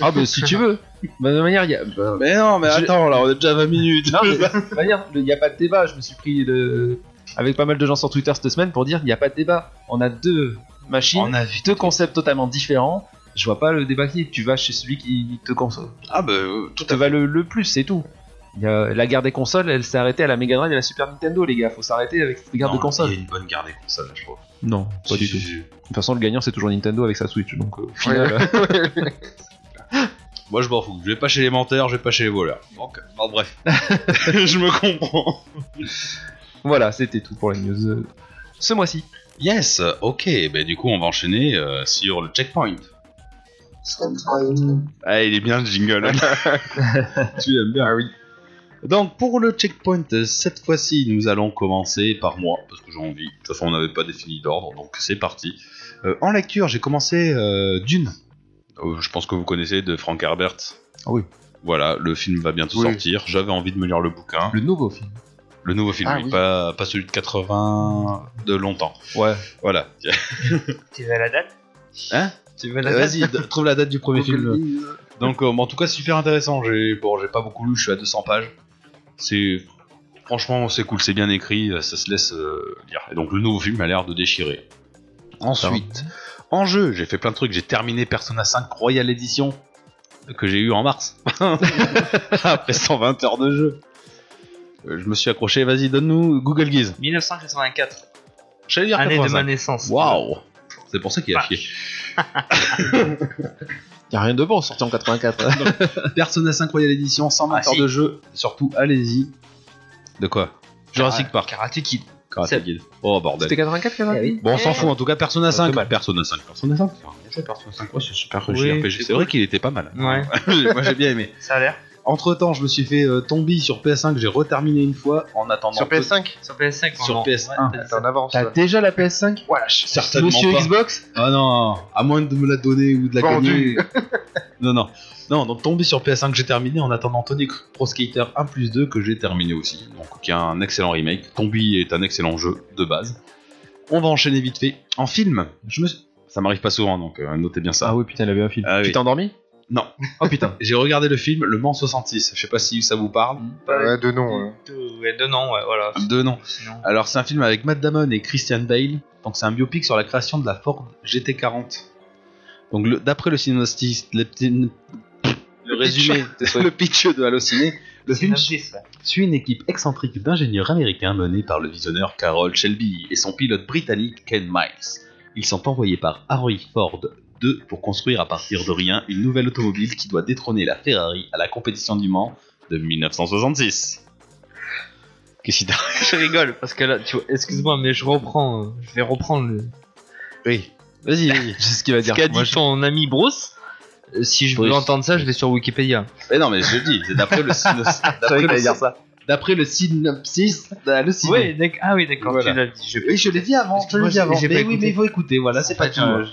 [SPEAKER 7] Ah bah si tu veux. Bah, de manière, il y a. bah,
[SPEAKER 4] Mais non, mais
[SPEAKER 7] Je-
[SPEAKER 4] attends, là, on est déjà à 20 minutes.
[SPEAKER 7] non, mais de manière, il n'y a pas de débat. Je me suis pris de- avec pas mal de gens sur Twitter cette semaine pour dire il n'y a pas de débat. On a deux machines,
[SPEAKER 4] On a vu.
[SPEAKER 7] deux concepts totalement différents. Je vois pas le débat qui. est. Tu vas chez celui qui te consomme.
[SPEAKER 4] Ah, bah, euh, tout
[SPEAKER 7] te
[SPEAKER 4] à fait.
[SPEAKER 7] va le, le plus, c'est tout. Il y a- la guerre des consoles, elle s'est arrêtée à la Mega Drive et à la Super Nintendo, les gars. Faut s'arrêter avec cette guerre
[SPEAKER 4] Non,
[SPEAKER 7] de consoles.
[SPEAKER 4] Il y a une bonne garde des consoles, je trouve.
[SPEAKER 7] Non, pas
[SPEAKER 4] Si,
[SPEAKER 7] du tout.
[SPEAKER 4] si,
[SPEAKER 7] De
[SPEAKER 4] si.
[SPEAKER 7] toute façon, le gagnant, c'est toujours Nintendo avec sa Switch. Donc, euh, au final, euh,
[SPEAKER 4] Moi, je m'en fous. Je vais pas chez les menteurs, je vais pas chez les voleurs. Donc, bon, bref. je me comprends.
[SPEAKER 7] voilà, c'était tout pour les news euh, ce mois-ci.
[SPEAKER 4] Yes, ok, bah du coup on va enchaîner euh, sur le checkpoint. Ah, il est bien le jingle. tu l'aimes bien, oui. Donc pour le checkpoint, euh, cette fois-ci nous allons commencer par moi, parce que j'ai envie. De toute façon on n'avait pas défini d'ordre, donc c'est parti. Euh, en lecture, j'ai commencé euh, Dune euh, je pense que vous connaissez, de Frank Herbert.
[SPEAKER 7] Ah oui.
[SPEAKER 4] Voilà, le film va bientôt
[SPEAKER 6] Oui.
[SPEAKER 4] sortir. J'avais envie de me lire le bouquin.
[SPEAKER 7] Le nouveau film.
[SPEAKER 4] Le nouveau film,
[SPEAKER 6] Ah
[SPEAKER 4] oui,
[SPEAKER 6] oui.
[SPEAKER 4] pas, pas celui de 80 de longtemps.
[SPEAKER 7] Ouais.
[SPEAKER 4] Voilà.
[SPEAKER 5] Tu veux la date
[SPEAKER 4] Hein
[SPEAKER 5] Tu veux la date
[SPEAKER 4] Vas-y, d- trouve la date du premier film. Donc, euh, en tout cas, super intéressant. J'ai bon, j'ai pas beaucoup lu, je suis à 200 pages. C'est franchement, c'est cool, c'est bien écrit, euh, ça se laisse euh, lire. Et donc, le nouveau film a l'air de déchirer. Ensuite, en jeu, j'ai fait plein de trucs. J'ai terminé Persona 5 Royal Edition que j'ai eu en mars après 120 heures de jeu. Euh, Je me suis accroché. Vas-y, donne-nous Google Guise.
[SPEAKER 5] 1984,
[SPEAKER 4] J'allais dire
[SPEAKER 5] année de ma
[SPEAKER 4] 85.
[SPEAKER 5] naissance.
[SPEAKER 4] Waouh, c'est pour ça qu'il a
[SPEAKER 5] Vache.
[SPEAKER 4] chié.
[SPEAKER 7] Y'a rien de bon sorti en 84.
[SPEAKER 4] Persona 5 Royal Edition, 120
[SPEAKER 5] Ah,
[SPEAKER 4] heures
[SPEAKER 5] si.
[SPEAKER 4] de jeu, surtout allez-y. De quoi Jurassic Park.
[SPEAKER 5] Karate Kid.
[SPEAKER 4] Karate
[SPEAKER 5] c'est-
[SPEAKER 4] Kid. Oh bordel.
[SPEAKER 7] C'était 84
[SPEAKER 5] Ah
[SPEAKER 7] 84
[SPEAKER 5] oui.
[SPEAKER 4] Bon, on s'en fout en tout cas, Persona 5.
[SPEAKER 7] dommage.
[SPEAKER 4] Persona 5. Persona 5. Persona 5, ouais, c'est super
[SPEAKER 5] Oui,
[SPEAKER 4] JRPG.
[SPEAKER 5] c'est
[SPEAKER 4] C'est vrai qu'il était pas mal.
[SPEAKER 5] Ouais,
[SPEAKER 4] Moi j'ai bien aimé.
[SPEAKER 5] ça a l'air.
[SPEAKER 4] Entre temps, je me suis fait euh, tomber sur PS5, j'ai reterminé une fois en attendant.
[SPEAKER 6] Sur
[SPEAKER 4] peu-
[SPEAKER 6] PS5
[SPEAKER 5] Sur PS5,
[SPEAKER 4] Sur
[SPEAKER 5] on en-
[SPEAKER 4] PS1.
[SPEAKER 5] ouais,
[SPEAKER 6] T'es en avance.
[SPEAKER 7] T'as
[SPEAKER 6] toi.
[SPEAKER 7] déjà la PS5
[SPEAKER 4] Certainement
[SPEAKER 7] Monsieur
[SPEAKER 4] pas.
[SPEAKER 7] Xbox
[SPEAKER 4] Ah non, à moins de me la donner ou de la
[SPEAKER 6] Vendu.
[SPEAKER 4] gagner. non, non. Non, donc tombé sur PS5 que j'ai terminé en attendant Tony Hawk Pro Skater 1 plus 2 que j'ai terminé aussi. Donc qui est un excellent remake. Tombi est un excellent jeu de base. On va enchaîner vite fait. En film, je me suis- ça m'arrive pas souvent donc euh, notez bien ça.
[SPEAKER 7] oui, putain, il avait un film.
[SPEAKER 4] Ah oui.
[SPEAKER 7] tu t'es endormi
[SPEAKER 4] Non.
[SPEAKER 7] Oh putain.
[SPEAKER 4] J'ai regardé le film Le Mans 66. Je sais pas si ça vous parle.
[SPEAKER 6] Ouais, de nom. hein. ouais.
[SPEAKER 5] Deux- Ouais, deux noms, ouais, voilà.
[SPEAKER 4] De nom.
[SPEAKER 5] Sinon,
[SPEAKER 4] Alors c'est un film avec Matt Damon et Christian Bale. Donc c'est un biopic sur la création de la Ford GT40. Donc le- d'après le cinéaste, le, petit- le résumé, le pitch de Allociné, le film
[SPEAKER 5] synopsis, ouais.
[SPEAKER 4] suit une équipe excentrique d'ingénieurs américains menée par le visionneur Carol Shelby et son pilote britannique Ken Miles. Ils sont envoyés par Harry Ford II pour construire à partir de rien une nouvelle automobile qui doit détrôner la Ferrari à la compétition du Mans de 1966. Qu'est-ce qu'il t'a-
[SPEAKER 5] Je rigole parce que là, tu vois, excuse-moi, mais je reprends, euh, je vais reprendre le,
[SPEAKER 4] Oui, vas-y, vas-y.
[SPEAKER 7] C'est ce qu'il va
[SPEAKER 5] ce
[SPEAKER 7] dire.
[SPEAKER 5] qu'a
[SPEAKER 7] Ah, Moi,
[SPEAKER 5] dit
[SPEAKER 7] je-
[SPEAKER 5] ton ami Bruce. Euh, Si je veux
[SPEAKER 4] Bruce.
[SPEAKER 5] entendre ça, je vais sur Wikipédia.
[SPEAKER 4] Mais Eh non, mais je le dis, c'est d'après le synopsis. D'après le, d'après le synopsis, Bah, le
[SPEAKER 5] Ouais, d'ac- ah oui, d'accord,
[SPEAKER 4] Voilà.
[SPEAKER 5] tu l'as dit. j'ai pas-
[SPEAKER 4] Oui, je l'ai dit avant, je l'ai dit avant.
[SPEAKER 5] j'ai pas
[SPEAKER 4] Mais oui,
[SPEAKER 5] écouté.
[SPEAKER 4] mais il faut écouter, voilà, c'est pas
[SPEAKER 5] fait,
[SPEAKER 4] tout.
[SPEAKER 5] euh,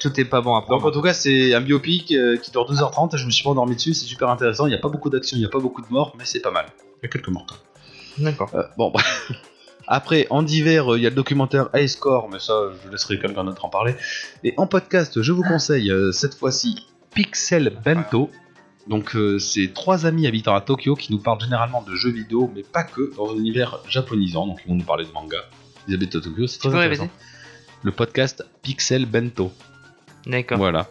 [SPEAKER 5] Tout est pas bon à
[SPEAKER 4] Donc
[SPEAKER 5] prendre.
[SPEAKER 4] en tout cas, c'est un biopic euh, qui dure 2h30, je me suis pas endormi dessus, c'est super intéressant, il n'y a pas beaucoup d'action, il n'y a pas beaucoup de morts, mais c'est pas mal. Il y a quelques morts. hein.
[SPEAKER 5] D'accord.
[SPEAKER 4] Euh, bon, bah. Après, en divers, euh, il y a le documentaire High Score, mais ça, je laisserai quelqu'un d'autre en parler. Et en podcast, je vous conseille euh, cette fois-ci Pixel Bento. Donc, euh, c'est trois amis habitant à Tokyo qui nous parlent généralement de jeux vidéo, mais pas que, dans un univers japonisant. Donc, ils vont nous parler de manga. Ils habitent à Tokyo, c'est
[SPEAKER 5] Tu
[SPEAKER 4] très
[SPEAKER 5] peux
[SPEAKER 4] intéressant.
[SPEAKER 5] répéter
[SPEAKER 4] Le podcast Pixel Bento.
[SPEAKER 5] D'accord.
[SPEAKER 4] Voilà.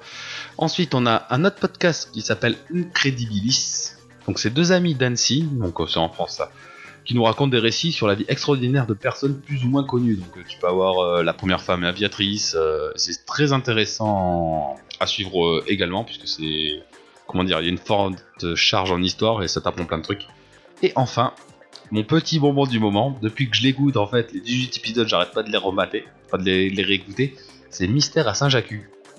[SPEAKER 4] Ensuite, on a un autre podcast qui s'appelle Incredibilis. Donc, c'est deux amis d'Annecy, donc euh, c'est en France ça, qui nous racontent des récits sur la vie extraordinaire de personnes plus ou moins connues. Donc, euh, tu peux avoir euh, la première femme aviatrice. euh, c'est très intéressant à suivre euh, également, puisque c'est. Comment dire Il y a une forte charge en histoire et ça t'apprend plein de trucs. Et enfin, mon petit bonbon du moment, depuis que je les goûte, en fait, les 18 épisodes, j'arrête pas de les remater, pas de les, les réécouter, c'est Mystère à Saint-Jacques.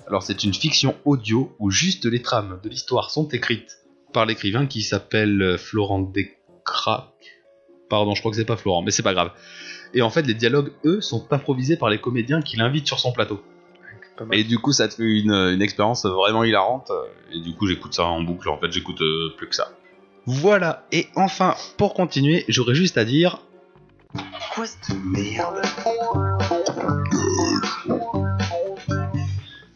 [SPEAKER 4] Alors c'est une fiction audio où juste les trames de l'histoire sont écrites par l'écrivain qui s'appelle euh, Florent Descraques. Pardon, je crois que c'est pas Florent, mais c'est pas grave. Et en fait, les dialogues, eux, sont improvisés par les comédiens qui l'invitent sur son plateau.
[SPEAKER 6] Pas mal.
[SPEAKER 4] Et du coup, ça te fait une, une expérience vraiment hilarante. Et du coup, j'écoute ça en boucle. En fait, j'écoute euh, plus que ça. Voilà. Et enfin, pour continuer, j'aurais juste à dire.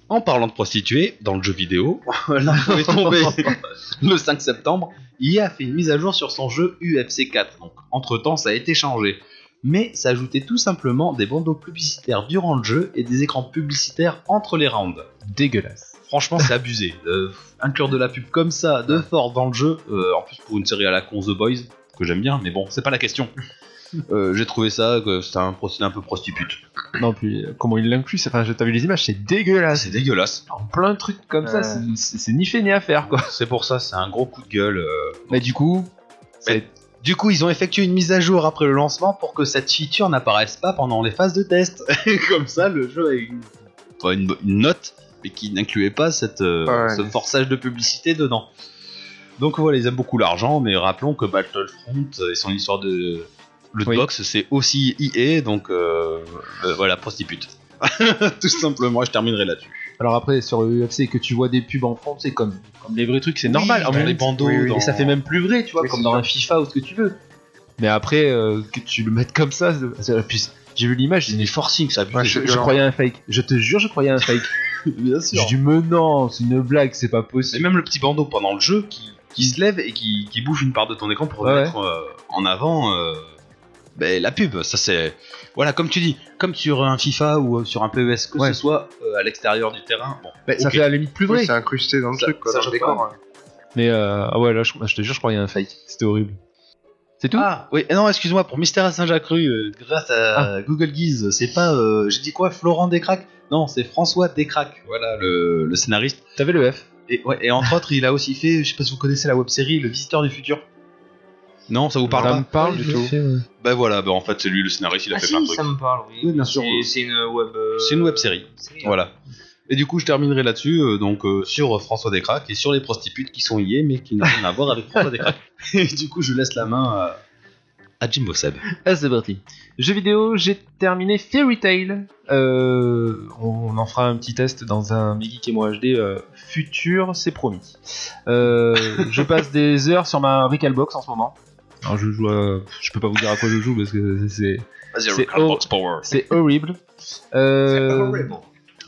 [SPEAKER 4] En parlant de prostituées, dans le jeu vidéo, là on est tombé le 5 septembre, EA a fait une mise à jour sur son jeu UFC 4. Donc, entre temps, ça a été changé. Mais ça ajoutait tout simplement des bandeaux publicitaires durant le jeu et des écrans publicitaires entre les rounds.
[SPEAKER 7] Dégueulasse.
[SPEAKER 4] Franchement, c'est abusé. Euh, inclure de la pub comme ça, de force dans le jeu, euh, en plus pour une série à la con The Boys, que j'aime bien, mais bon, c'est pas la question. Euh, J'ai trouvé ça, que c'était un procédé un peu prostitute.
[SPEAKER 7] Non, puis euh, comment il l'inclut c'est- Enfin, je- t'as vu les images, c'est
[SPEAKER 4] Ah,
[SPEAKER 7] dégueulasse.
[SPEAKER 4] c'est dégueulasse.
[SPEAKER 7] En plein de trucs comme ça,
[SPEAKER 6] Ouais.
[SPEAKER 7] c'est- c'est c'est ni fait ni à faire quoi.
[SPEAKER 4] C'est pour ça, c'est un gros coup de gueule. euh.
[SPEAKER 7] Mais du coup, ça a
[SPEAKER 4] Mais-
[SPEAKER 7] été-
[SPEAKER 4] Du coup, ils ont effectué une mise à jour après le lancement pour que cette feature n'apparaisse pas pendant les phases de test. Et comme ça, le jeu a une, pas une, une note, mais qui n'incluait pas cette, euh,
[SPEAKER 6] Ouais.
[SPEAKER 4] ce forçage de publicité dedans. Donc voilà, ils aiment beaucoup l'argent, mais rappelons que Battlefront et son histoire de
[SPEAKER 7] Oui.
[SPEAKER 4] lootbox, c'est E aussi EA, donc euh, euh, voilà, prostitute. Tout simplement, je terminerai là-dessus.
[SPEAKER 7] Alors après, sur le UFC, que tu vois des pubs en France, c'est comme, comme les vrais trucs, c'est normal. en
[SPEAKER 4] bah,
[SPEAKER 7] même
[SPEAKER 4] les
[SPEAKER 7] temps.
[SPEAKER 4] bandeaux
[SPEAKER 7] Oui, oui,
[SPEAKER 4] dans-
[SPEAKER 7] Et ça fait même plus vrai, tu vois,
[SPEAKER 6] Oui,
[SPEAKER 7] comme
[SPEAKER 6] c'est
[SPEAKER 7] dans
[SPEAKER 6] sûr.
[SPEAKER 7] un FIFA ou ce que tu veux. Mais après, euh, que tu le mettes comme ça, c'est- c'est la puce. J'ai vu l'image, j'ai dit, mais forcing, ça abusé.
[SPEAKER 6] Ouais,
[SPEAKER 7] je,
[SPEAKER 6] c'est
[SPEAKER 7] je
[SPEAKER 6] violent.
[SPEAKER 7] croyais à un fake. Je te jure, je croyais à un fake.
[SPEAKER 4] Bien
[SPEAKER 7] J'ai dit, mais non, c'est une blague, c'est pas possible.
[SPEAKER 4] Et même le petit bandeau pendant le jeu qui, qui se lève et qui, qui bouge une part de ton écran pour
[SPEAKER 7] Ouais,
[SPEAKER 4] mettre euh, en avant euh, ben, la pub. Ça c'est voilà comme tu dis, comme sur un FIFA ou euh, sur un PES que
[SPEAKER 7] Ouais.
[SPEAKER 4] ce soit euh, à l'extérieur du terrain. Bon,
[SPEAKER 7] Bah, Ça
[SPEAKER 4] ok.
[SPEAKER 7] fait à la limite plus
[SPEAKER 6] Oui,
[SPEAKER 7] vrai.
[SPEAKER 6] c'est incrusté dans le
[SPEAKER 4] Ça-
[SPEAKER 6] truc, quoi,
[SPEAKER 4] ça,
[SPEAKER 6] dans
[SPEAKER 4] je
[SPEAKER 6] le décor. hein.
[SPEAKER 7] Mais euh, ah ouais, là, je, je te jure, je croyais à un fake. C'était horrible. C'est tout
[SPEAKER 4] Ah oui, non excuse-moi pour Mystère à Saint-Jacques Rue, euh, grâce à
[SPEAKER 7] Ah.
[SPEAKER 4] Google Guise, c'est pas euh, j'ai dit quoi Florent Descraques Non, c'est François Descraques. Voilà le, le scénariste.
[SPEAKER 7] T'avais le F.
[SPEAKER 4] Et, ouais, et entre autres, il a aussi fait, je sais pas si vous connaissez la web série Le Visiteur du Futur. Non, ça vous parle
[SPEAKER 7] Ça
[SPEAKER 4] pas
[SPEAKER 7] me parle
[SPEAKER 6] Oui,
[SPEAKER 7] du
[SPEAKER 6] je
[SPEAKER 7] tout.
[SPEAKER 6] le
[SPEAKER 4] Ben voilà, ben en fait c'est lui le scénariste, il a
[SPEAKER 5] Ah
[SPEAKER 4] fait
[SPEAKER 5] si,
[SPEAKER 4] plein de
[SPEAKER 5] ça
[SPEAKER 4] trucs.
[SPEAKER 5] me parle, oui.
[SPEAKER 4] Oui, bien sûr.
[SPEAKER 5] C'est- C'est une web. euh,
[SPEAKER 4] C'est une web-série.
[SPEAKER 5] série, hein.
[SPEAKER 4] Voilà. Et du coup, je terminerai là-dessus, euh, donc euh, sur euh, François Descraques et sur les prostituées qui sont liées mais qui n'ont rien à voir avec François Descraques. Et du coup, je laisse la main à, à Jimbo Seb.
[SPEAKER 7] Ah, c'est parti. Jeux vidéo, j'ai terminé Fairy Tail. Euh, on en fera un petit test dans un Big Geek et moi HD euh, futur, c'est promis. Euh, je passe des heures sur ma Recalbox en ce moment. Alors, je joue à- Je peux pas vous dire à quoi je joue parce que c'est.
[SPEAKER 4] Vas-y,
[SPEAKER 7] C'est
[SPEAKER 4] Recall Box Power.
[SPEAKER 7] C'est horrible.
[SPEAKER 5] Ah,
[SPEAKER 7] Euh,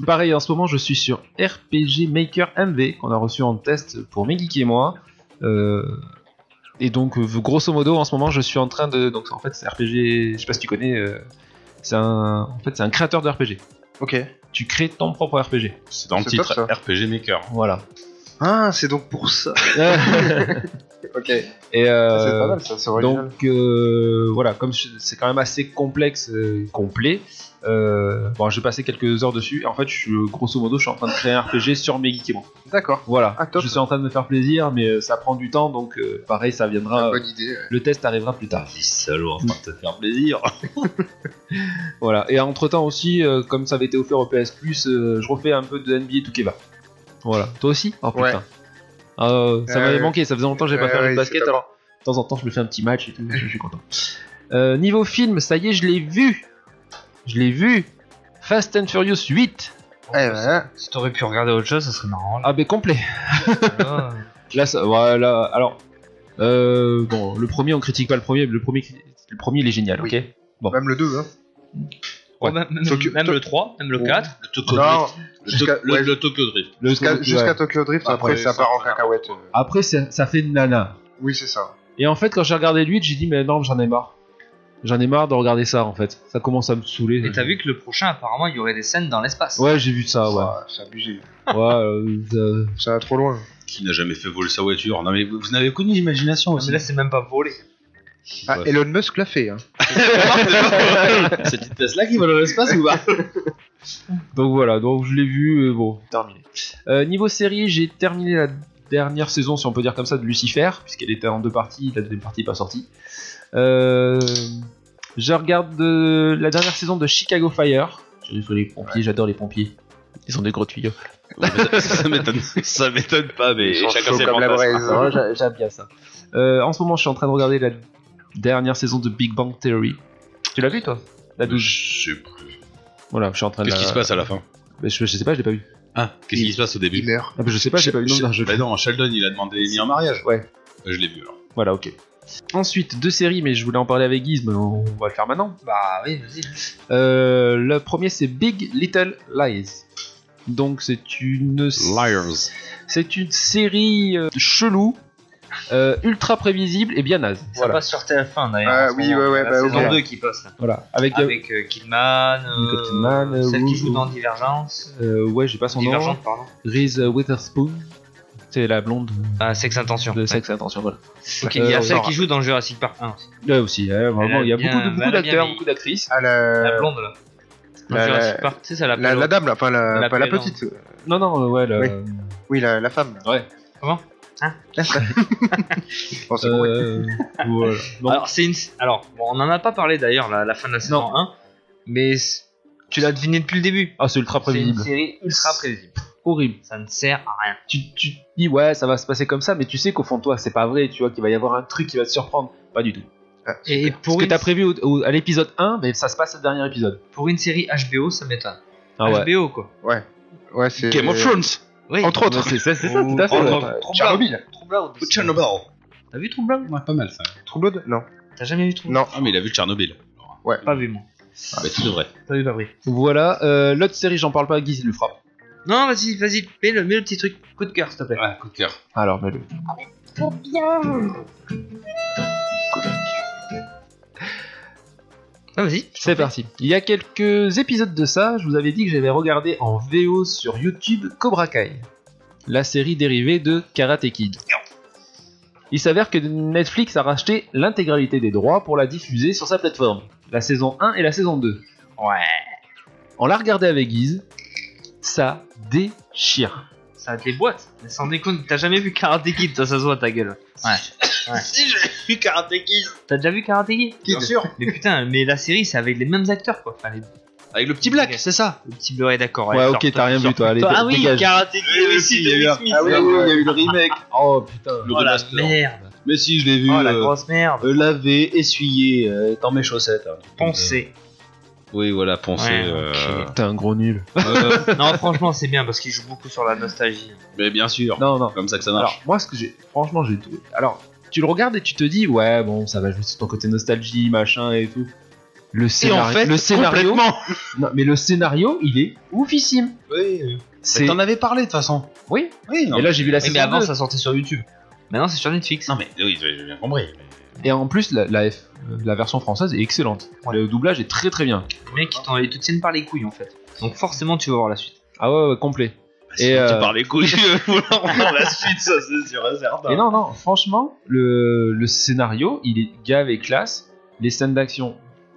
[SPEAKER 7] Pareil, en ce moment, je suis sur RPG Maker MV qu'on a reçu en test pour Megiki et moi. Euh, et donc, euh, grosso modo, en ce moment, je suis en train de. Donc, en fait, c'est RPG. Je sais pas si tu connais. euh, c'est un. En fait, c'est un créateur de RPG.
[SPEAKER 6] Ok.
[SPEAKER 7] Tu crées ton propre RPG.
[SPEAKER 4] C'est dans le
[SPEAKER 6] c'est
[SPEAKER 4] titre
[SPEAKER 6] top, ça.
[SPEAKER 4] RPG Maker.
[SPEAKER 7] Voilà.
[SPEAKER 6] Ah, c'est donc pour ça. Ok.
[SPEAKER 7] et euh,
[SPEAKER 6] Ça, c'est pas mal, ça, c'est original.
[SPEAKER 7] Donc euh, voilà, comme je- c'est quand même assez complexe, euh, complet. euh, bon, j'ai passé quelques heures dessus. Et en fait, je, suis- grosso modo, je suis en train de créer un RPG sur mes geeks et moi.
[SPEAKER 6] D'accord.
[SPEAKER 7] Voilà,
[SPEAKER 6] Ah, top.
[SPEAKER 7] je suis en train de me faire plaisir, mais euh, ça prend du temps, donc euh, pareil, ça viendra.
[SPEAKER 6] Bonne idée. ouais.
[SPEAKER 7] le test arrivera plus tard. Mm.
[SPEAKER 4] Vas-y, salaud, en train de te faire plaisir.
[SPEAKER 7] Voilà. Et entre temps aussi, euh, comme ça avait été offert au PS Plus, euh, je refais un peu de NBA 2K20. Voilà. Toi aussi Oh putain.
[SPEAKER 6] Ouais.
[SPEAKER 7] Euh, ça
[SPEAKER 6] Ouais,
[SPEAKER 7] m'avait
[SPEAKER 6] ouais.
[SPEAKER 7] manqué, ça faisait longtemps que j'ai pas
[SPEAKER 6] Ouais,
[SPEAKER 7] fait un jeu de
[SPEAKER 6] ouais,
[SPEAKER 7] basket.
[SPEAKER 6] c'est
[SPEAKER 7] Alors, de temps en temps, je me fais un petit match et tout, je suis content. Euh, niveau film, ça y est, je l'ai vu. Je l'ai vu. Fast and Furious 8.
[SPEAKER 6] Eh ben,
[SPEAKER 5] Si t'aurais pu regarder autre chose, ça serait marrant.
[SPEAKER 7] Ah, ben complet.
[SPEAKER 5] là.
[SPEAKER 7] Là, ça, voilà. Alors, euh, bon, le premier, on critique pas le premier, mais le premier, le premier, il est génial,
[SPEAKER 6] Oui.
[SPEAKER 7] ok
[SPEAKER 6] même le 2, hein.
[SPEAKER 7] Ouais.
[SPEAKER 5] Oh, même même-
[SPEAKER 6] Tokyo-
[SPEAKER 5] même le 3, même le
[SPEAKER 6] Oh.
[SPEAKER 5] 4.
[SPEAKER 4] Le Tokyo
[SPEAKER 6] Non,
[SPEAKER 4] Drift. Le,
[SPEAKER 6] jusqu'à
[SPEAKER 4] To- le-
[SPEAKER 6] ouais,
[SPEAKER 4] le Tokyo Drift.
[SPEAKER 7] Le-
[SPEAKER 6] jusqu'à-
[SPEAKER 7] ouais.
[SPEAKER 6] jusqu'à Tokyo Drift, après,
[SPEAKER 4] Après,
[SPEAKER 6] ça
[SPEAKER 4] ça
[SPEAKER 6] part en
[SPEAKER 4] part en
[SPEAKER 6] cacahuète.
[SPEAKER 7] Après, ça, ça fait nana.
[SPEAKER 6] Oui, c'est ça.
[SPEAKER 7] Et en fait, quand j'ai regardé lui, j'ai dit, mais non, j'en ai marre. J'en ai marre de regarder ça, en fait. Ça commence à me saouler.
[SPEAKER 5] Et t'as vu que le prochain, apparemment, il y aurait des scènes dans l'espace.
[SPEAKER 7] Ouais, j'ai vu ça, ouais.
[SPEAKER 6] C'est abusé.
[SPEAKER 7] ouais euh, euh,
[SPEAKER 6] Ah Ça va trop loin.
[SPEAKER 4] Qui n'a jamais fait voler sa voiture Non, mais vous, vous n'avez connu l'imagination
[SPEAKER 5] Mais
[SPEAKER 4] aussi.
[SPEAKER 5] là, c'est même pas volé.
[SPEAKER 6] Ah,
[SPEAKER 4] Ouais.
[SPEAKER 6] Elon Musk l'a fait. Hein.
[SPEAKER 7] euh.
[SPEAKER 4] C'est une Tesla qui va dans l'espace ou pas
[SPEAKER 7] donc voilà, donc je l'ai vu, et bon, terminé. Euh, niveau série, j'ai terminé la dernière saison, si on peut dire comme ça, de Lucifer, puisqu'elle était en deux parties, la deuxième partie n'est pas sortie. Euh, je regarde euh, la dernière saison de Chicago Fire. J'ai sur les pompiers, j'adore les pompiers. Ils sont des gros tuyaux.
[SPEAKER 4] Ouais, mais ça- ça m'étonne- Ça m'étonne pas, mais
[SPEAKER 6] Ils sont
[SPEAKER 4] chacun
[SPEAKER 6] chauds
[SPEAKER 4] ses
[SPEAKER 6] comme la
[SPEAKER 4] fantasmes.
[SPEAKER 6] braise.
[SPEAKER 7] Ouais, j'a- J'aime bien ça. Euh, en ce moment, je suis en train de regarder la dernière saison de Big Bang Theory. Tu l'as vu, toi La douche.
[SPEAKER 4] Ah, Je sais plus.
[SPEAKER 7] Voilà, je suis en train de.
[SPEAKER 4] Qu'est-ce
[SPEAKER 7] la-
[SPEAKER 4] qui se passe à la fin
[SPEAKER 7] Mais Je, je sais pas, je l'ai pas vu.
[SPEAKER 4] Ah, qu'est-ce qui se passe au début
[SPEAKER 6] Il meurt.
[SPEAKER 7] Ah, mais je sais pas, j'ai pas vu. Non, non, je-
[SPEAKER 4] Bah non, Sheldon il a demandé Amy en mariage.
[SPEAKER 7] Ouais.
[SPEAKER 4] Euh, Je l'ai vu alors.
[SPEAKER 7] Voilà, ok. Ensuite, deux séries, mais je voulais en parler avec Guise, mais on va le faire maintenant.
[SPEAKER 5] Bah oui, vas-y.
[SPEAKER 7] Euh, le premier, c'est Big Little Lies. Donc, c'est une. C'est une série euh, chelou, euh, ultra prévisible et bien naze.
[SPEAKER 5] Ça passe sur TF1 d'ailleurs.
[SPEAKER 6] Ah,
[SPEAKER 5] en ce
[SPEAKER 6] oui,
[SPEAKER 5] moment.
[SPEAKER 6] ouais, ouais,
[SPEAKER 5] La
[SPEAKER 6] bah,
[SPEAKER 5] saison
[SPEAKER 6] ok.
[SPEAKER 5] 2 qui passe là.
[SPEAKER 7] Voilà. Avec. euh,
[SPEAKER 5] Avec euh, Kidman, euh,
[SPEAKER 7] Nicole Kidman, euh,
[SPEAKER 5] celle
[SPEAKER 7] Wu-
[SPEAKER 5] qui joue
[SPEAKER 7] Wu-
[SPEAKER 5] dans Divergence.
[SPEAKER 7] euh, ouais, j'ai pas son nom.
[SPEAKER 5] Divergente, pardon.
[SPEAKER 7] Reese Witherspoon. C'est la blonde
[SPEAKER 5] Ah, Sex Intention.
[SPEAKER 7] de sexe intention, voilà.
[SPEAKER 5] Ok, il y
[SPEAKER 7] Euh,
[SPEAKER 5] a celle
[SPEAKER 7] sort.
[SPEAKER 5] qui joue dans Jurassic Park 1. aussi.
[SPEAKER 7] Là aussi, hein, vraiment,
[SPEAKER 5] Elle
[SPEAKER 7] il y a
[SPEAKER 5] a bien-
[SPEAKER 7] beaucoup de- beaucoup
[SPEAKER 5] elle a bien
[SPEAKER 7] d'acteurs,
[SPEAKER 5] vieilli.
[SPEAKER 7] beaucoup d'actrices.
[SPEAKER 6] Ah, la...
[SPEAKER 5] La blonde là. Dans
[SPEAKER 6] la-
[SPEAKER 5] Jurassic
[SPEAKER 6] la-
[SPEAKER 5] Park, tu sais, ça
[SPEAKER 6] La,
[SPEAKER 5] l'appelle.
[SPEAKER 6] la dame, là, pas la,
[SPEAKER 5] La
[SPEAKER 6] pas la
[SPEAKER 5] pelle,
[SPEAKER 6] petite.
[SPEAKER 7] Non, non, euh, ouais, là,
[SPEAKER 6] Oui.
[SPEAKER 7] euh,
[SPEAKER 6] Oui, la, la femme. là.
[SPEAKER 7] ouais.
[SPEAKER 6] Bon, c'est bon,
[SPEAKER 7] Euh, voilà. Bon,
[SPEAKER 5] Alors, c'est une... Alors, bon, on en a pas parlé d'ailleurs la, la fin de la saison 1, mais c'est- tu l'as deviné depuis le début.
[SPEAKER 7] ah, c'est ultra
[SPEAKER 5] C'est une
[SPEAKER 7] prévisible.
[SPEAKER 5] série ultra prévisible.
[SPEAKER 7] Horrible.
[SPEAKER 5] Ça ne sert à rien.
[SPEAKER 7] Tu, tu te dis, ouais, ça va se passer comme ça, mais tu sais qu'au fond de toi, c'est pas vrai, tu vois, qu'il va y avoir un truc qui va te surprendre. Pas du tout.
[SPEAKER 5] Et pour
[SPEAKER 7] Ah, Ce que
[SPEAKER 5] une,
[SPEAKER 7] t'as prévu au- au- à l'épisode 1, mais ça se passe au dernier épisode.
[SPEAKER 5] pour une série HBO, ça m'étonne.
[SPEAKER 7] Ah ouais.
[SPEAKER 5] HBO quoi.
[SPEAKER 6] Ouais. Ouais, c'est.
[SPEAKER 4] Game
[SPEAKER 8] Euh,
[SPEAKER 4] of Thrones
[SPEAKER 5] Oui.
[SPEAKER 4] Entre autres
[SPEAKER 7] C'est ça, c'est ça, tout à fait. ouais.
[SPEAKER 4] Entre-
[SPEAKER 6] Tchernobyl
[SPEAKER 5] Troublard.
[SPEAKER 4] Ou Tchernobyl
[SPEAKER 5] T'as vu Troublard
[SPEAKER 4] Ouais, pas mal ça.
[SPEAKER 6] Troubled Non.
[SPEAKER 5] T'as jamais vu Troublard
[SPEAKER 6] Non.
[SPEAKER 4] Ah, mais il a vu Tchernobyl.
[SPEAKER 5] Pas vu, moi.
[SPEAKER 4] Ah, bah, tu devrais.
[SPEAKER 5] Pas vu, pas vu.
[SPEAKER 7] Voilà, euh, l'autre série, j'en parle pas, Guy le frappe.
[SPEAKER 5] Non, vas-y, vas-y, mets le, mets le petit truc. Coup de cœur, s'il te plaît.
[SPEAKER 4] Ouais, coup de cœur.
[SPEAKER 7] Alors, mais le.
[SPEAKER 9] Trop bien
[SPEAKER 5] Ah, vas-y.
[SPEAKER 7] C'est parti. Il y a quelques épisodes de ça, je vous avais dit que j'avais regardé en VO sur YouTube Cobra Kai, la série dérivée de Karate Kid. Il s'avère que Netflix a racheté l'intégralité des droits pour la diffuser sur sa plateforme, la saison 1 et la saison 2.
[SPEAKER 5] Ouais.
[SPEAKER 7] On l'a regardé avec Guise, ça déchire.
[SPEAKER 5] Ça a des boîtes. Mais sans déconne, t'as jamais vu Karate Kid, toi, ça se voit ta gueule.
[SPEAKER 4] Si, j'ai vu Karate Kid
[SPEAKER 5] T'as déjà vu Karate Kid
[SPEAKER 4] Bien sûr
[SPEAKER 5] Mais putain, mais la série, c'est avec les mêmes acteurs, quoi. Enfin, les,
[SPEAKER 4] Avec le petit Black, c'est ça
[SPEAKER 5] le petit bleu est d'accord.
[SPEAKER 7] Ouais, ok, t'as rien vu toi, allez,
[SPEAKER 5] Ah oui,
[SPEAKER 7] dégage.
[SPEAKER 5] Karate Kid, oui,
[SPEAKER 4] si,
[SPEAKER 5] si,
[SPEAKER 4] il y a eu
[SPEAKER 5] Will
[SPEAKER 4] un-
[SPEAKER 5] Smith.
[SPEAKER 4] Ah oui, oui, il y a eu le remake.
[SPEAKER 7] Oh putain.
[SPEAKER 4] Le
[SPEAKER 5] Oh la
[SPEAKER 4] remaster.
[SPEAKER 5] merde.
[SPEAKER 4] Mais si, je l'ai vu.
[SPEAKER 5] Oh la
[SPEAKER 4] euh,
[SPEAKER 5] grosse merde.
[SPEAKER 4] euh, laver, essuyer, euh, dans mes chaussettes. hein.
[SPEAKER 5] Pensez.
[SPEAKER 4] Oui, voilà, poncer.
[SPEAKER 5] Ouais,
[SPEAKER 4] euh,
[SPEAKER 7] T'es un gros nul.
[SPEAKER 4] euh,
[SPEAKER 5] non, franchement, c'est bien parce qu'il joue beaucoup sur la nostalgie.
[SPEAKER 4] mais bien sûr,
[SPEAKER 7] Non, non.
[SPEAKER 4] comme ça que ça
[SPEAKER 7] Alors,
[SPEAKER 4] marche.
[SPEAKER 7] moi, ce que j'ai. Franchement, j'ai tout. Alors, tu le regardes et tu te dis, ouais, bon, ça va jouer sur ton côté nostalgie, machin et tout. Le scénario. le scénario. Non, mais le scénario, il est oufissime.
[SPEAKER 4] Oui,
[SPEAKER 7] C'est.
[SPEAKER 4] avais parlé de toute façon.
[SPEAKER 7] Oui.
[SPEAKER 4] Oui, non.
[SPEAKER 7] Et là, j'ai vu la
[SPEAKER 5] Oui,
[SPEAKER 7] saison
[SPEAKER 5] mais avant,
[SPEAKER 7] 2.
[SPEAKER 5] ça sortait sur YouTube. Maintenant, c'est sur Netflix.
[SPEAKER 4] Non, mais oui, j'ai j'ai bien compris.
[SPEAKER 7] Et en plus, la, la F- euh, la version française est excellente. Le doublage est très très bien.
[SPEAKER 5] Les mecs, ils t'en- ils te tiennent par les couilles en fait. Donc, forcément, tu vas voir la suite.
[SPEAKER 7] Ah ouais, ouais, complet.
[SPEAKER 4] Et
[SPEAKER 7] Et, euh,
[SPEAKER 4] tu parles les couilles, je vais entendre la suite, ça c'est sûr et certain.
[SPEAKER 7] Et non, non, franchement, le, le scénario, il est gave et classe. Les scènes d'action,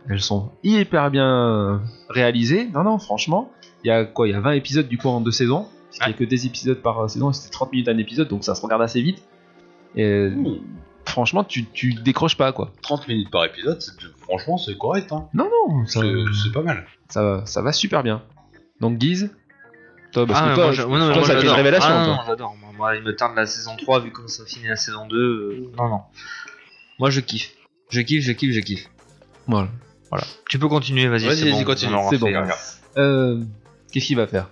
[SPEAKER 7] elles sont hyper bien réalisées. Non, non, franchement, il y a quoi Il y a 20 épisodes du coup en deux saisons. Il n'y a que des épisodes par euh, saison, et c'était 30 minutes un épisode, donc ça se regarde assez vite. Et
[SPEAKER 4] Mmh,
[SPEAKER 7] franchement, tu, tu décroches pas quoi.
[SPEAKER 4] 30 minutes par épisode, c'est- franchement, c'est correct. Hein.
[SPEAKER 7] Non, non, ça,
[SPEAKER 4] C'est c'est pas mal.
[SPEAKER 7] ça va, ça va super bien. Donc, Guise, toi, parce
[SPEAKER 5] Ah,
[SPEAKER 7] que
[SPEAKER 5] mais
[SPEAKER 7] toi,
[SPEAKER 5] moi, je- ouais, non, mais
[SPEAKER 7] toi,
[SPEAKER 5] moi,
[SPEAKER 7] ça a été une
[SPEAKER 5] j'adore.
[SPEAKER 7] révélation.
[SPEAKER 5] Ah, non,
[SPEAKER 7] toi.
[SPEAKER 5] non, j'adore. Moi, moi, il me tarde la saison 3 vu comment ça finit la saison 2. euh, non, non. Moi, je kiffe. Je kiffe, je kiffe, je kiffe.
[SPEAKER 7] Voilà.
[SPEAKER 5] Tu peux continuer, vas-y.
[SPEAKER 4] Vas-y,
[SPEAKER 5] c'est
[SPEAKER 4] vas-y,
[SPEAKER 5] bon,
[SPEAKER 4] continue,
[SPEAKER 5] on aura
[SPEAKER 7] c'est bon.
[SPEAKER 5] fait, regarde.
[SPEAKER 7] Euh, Qu'est-ce qu'il va faire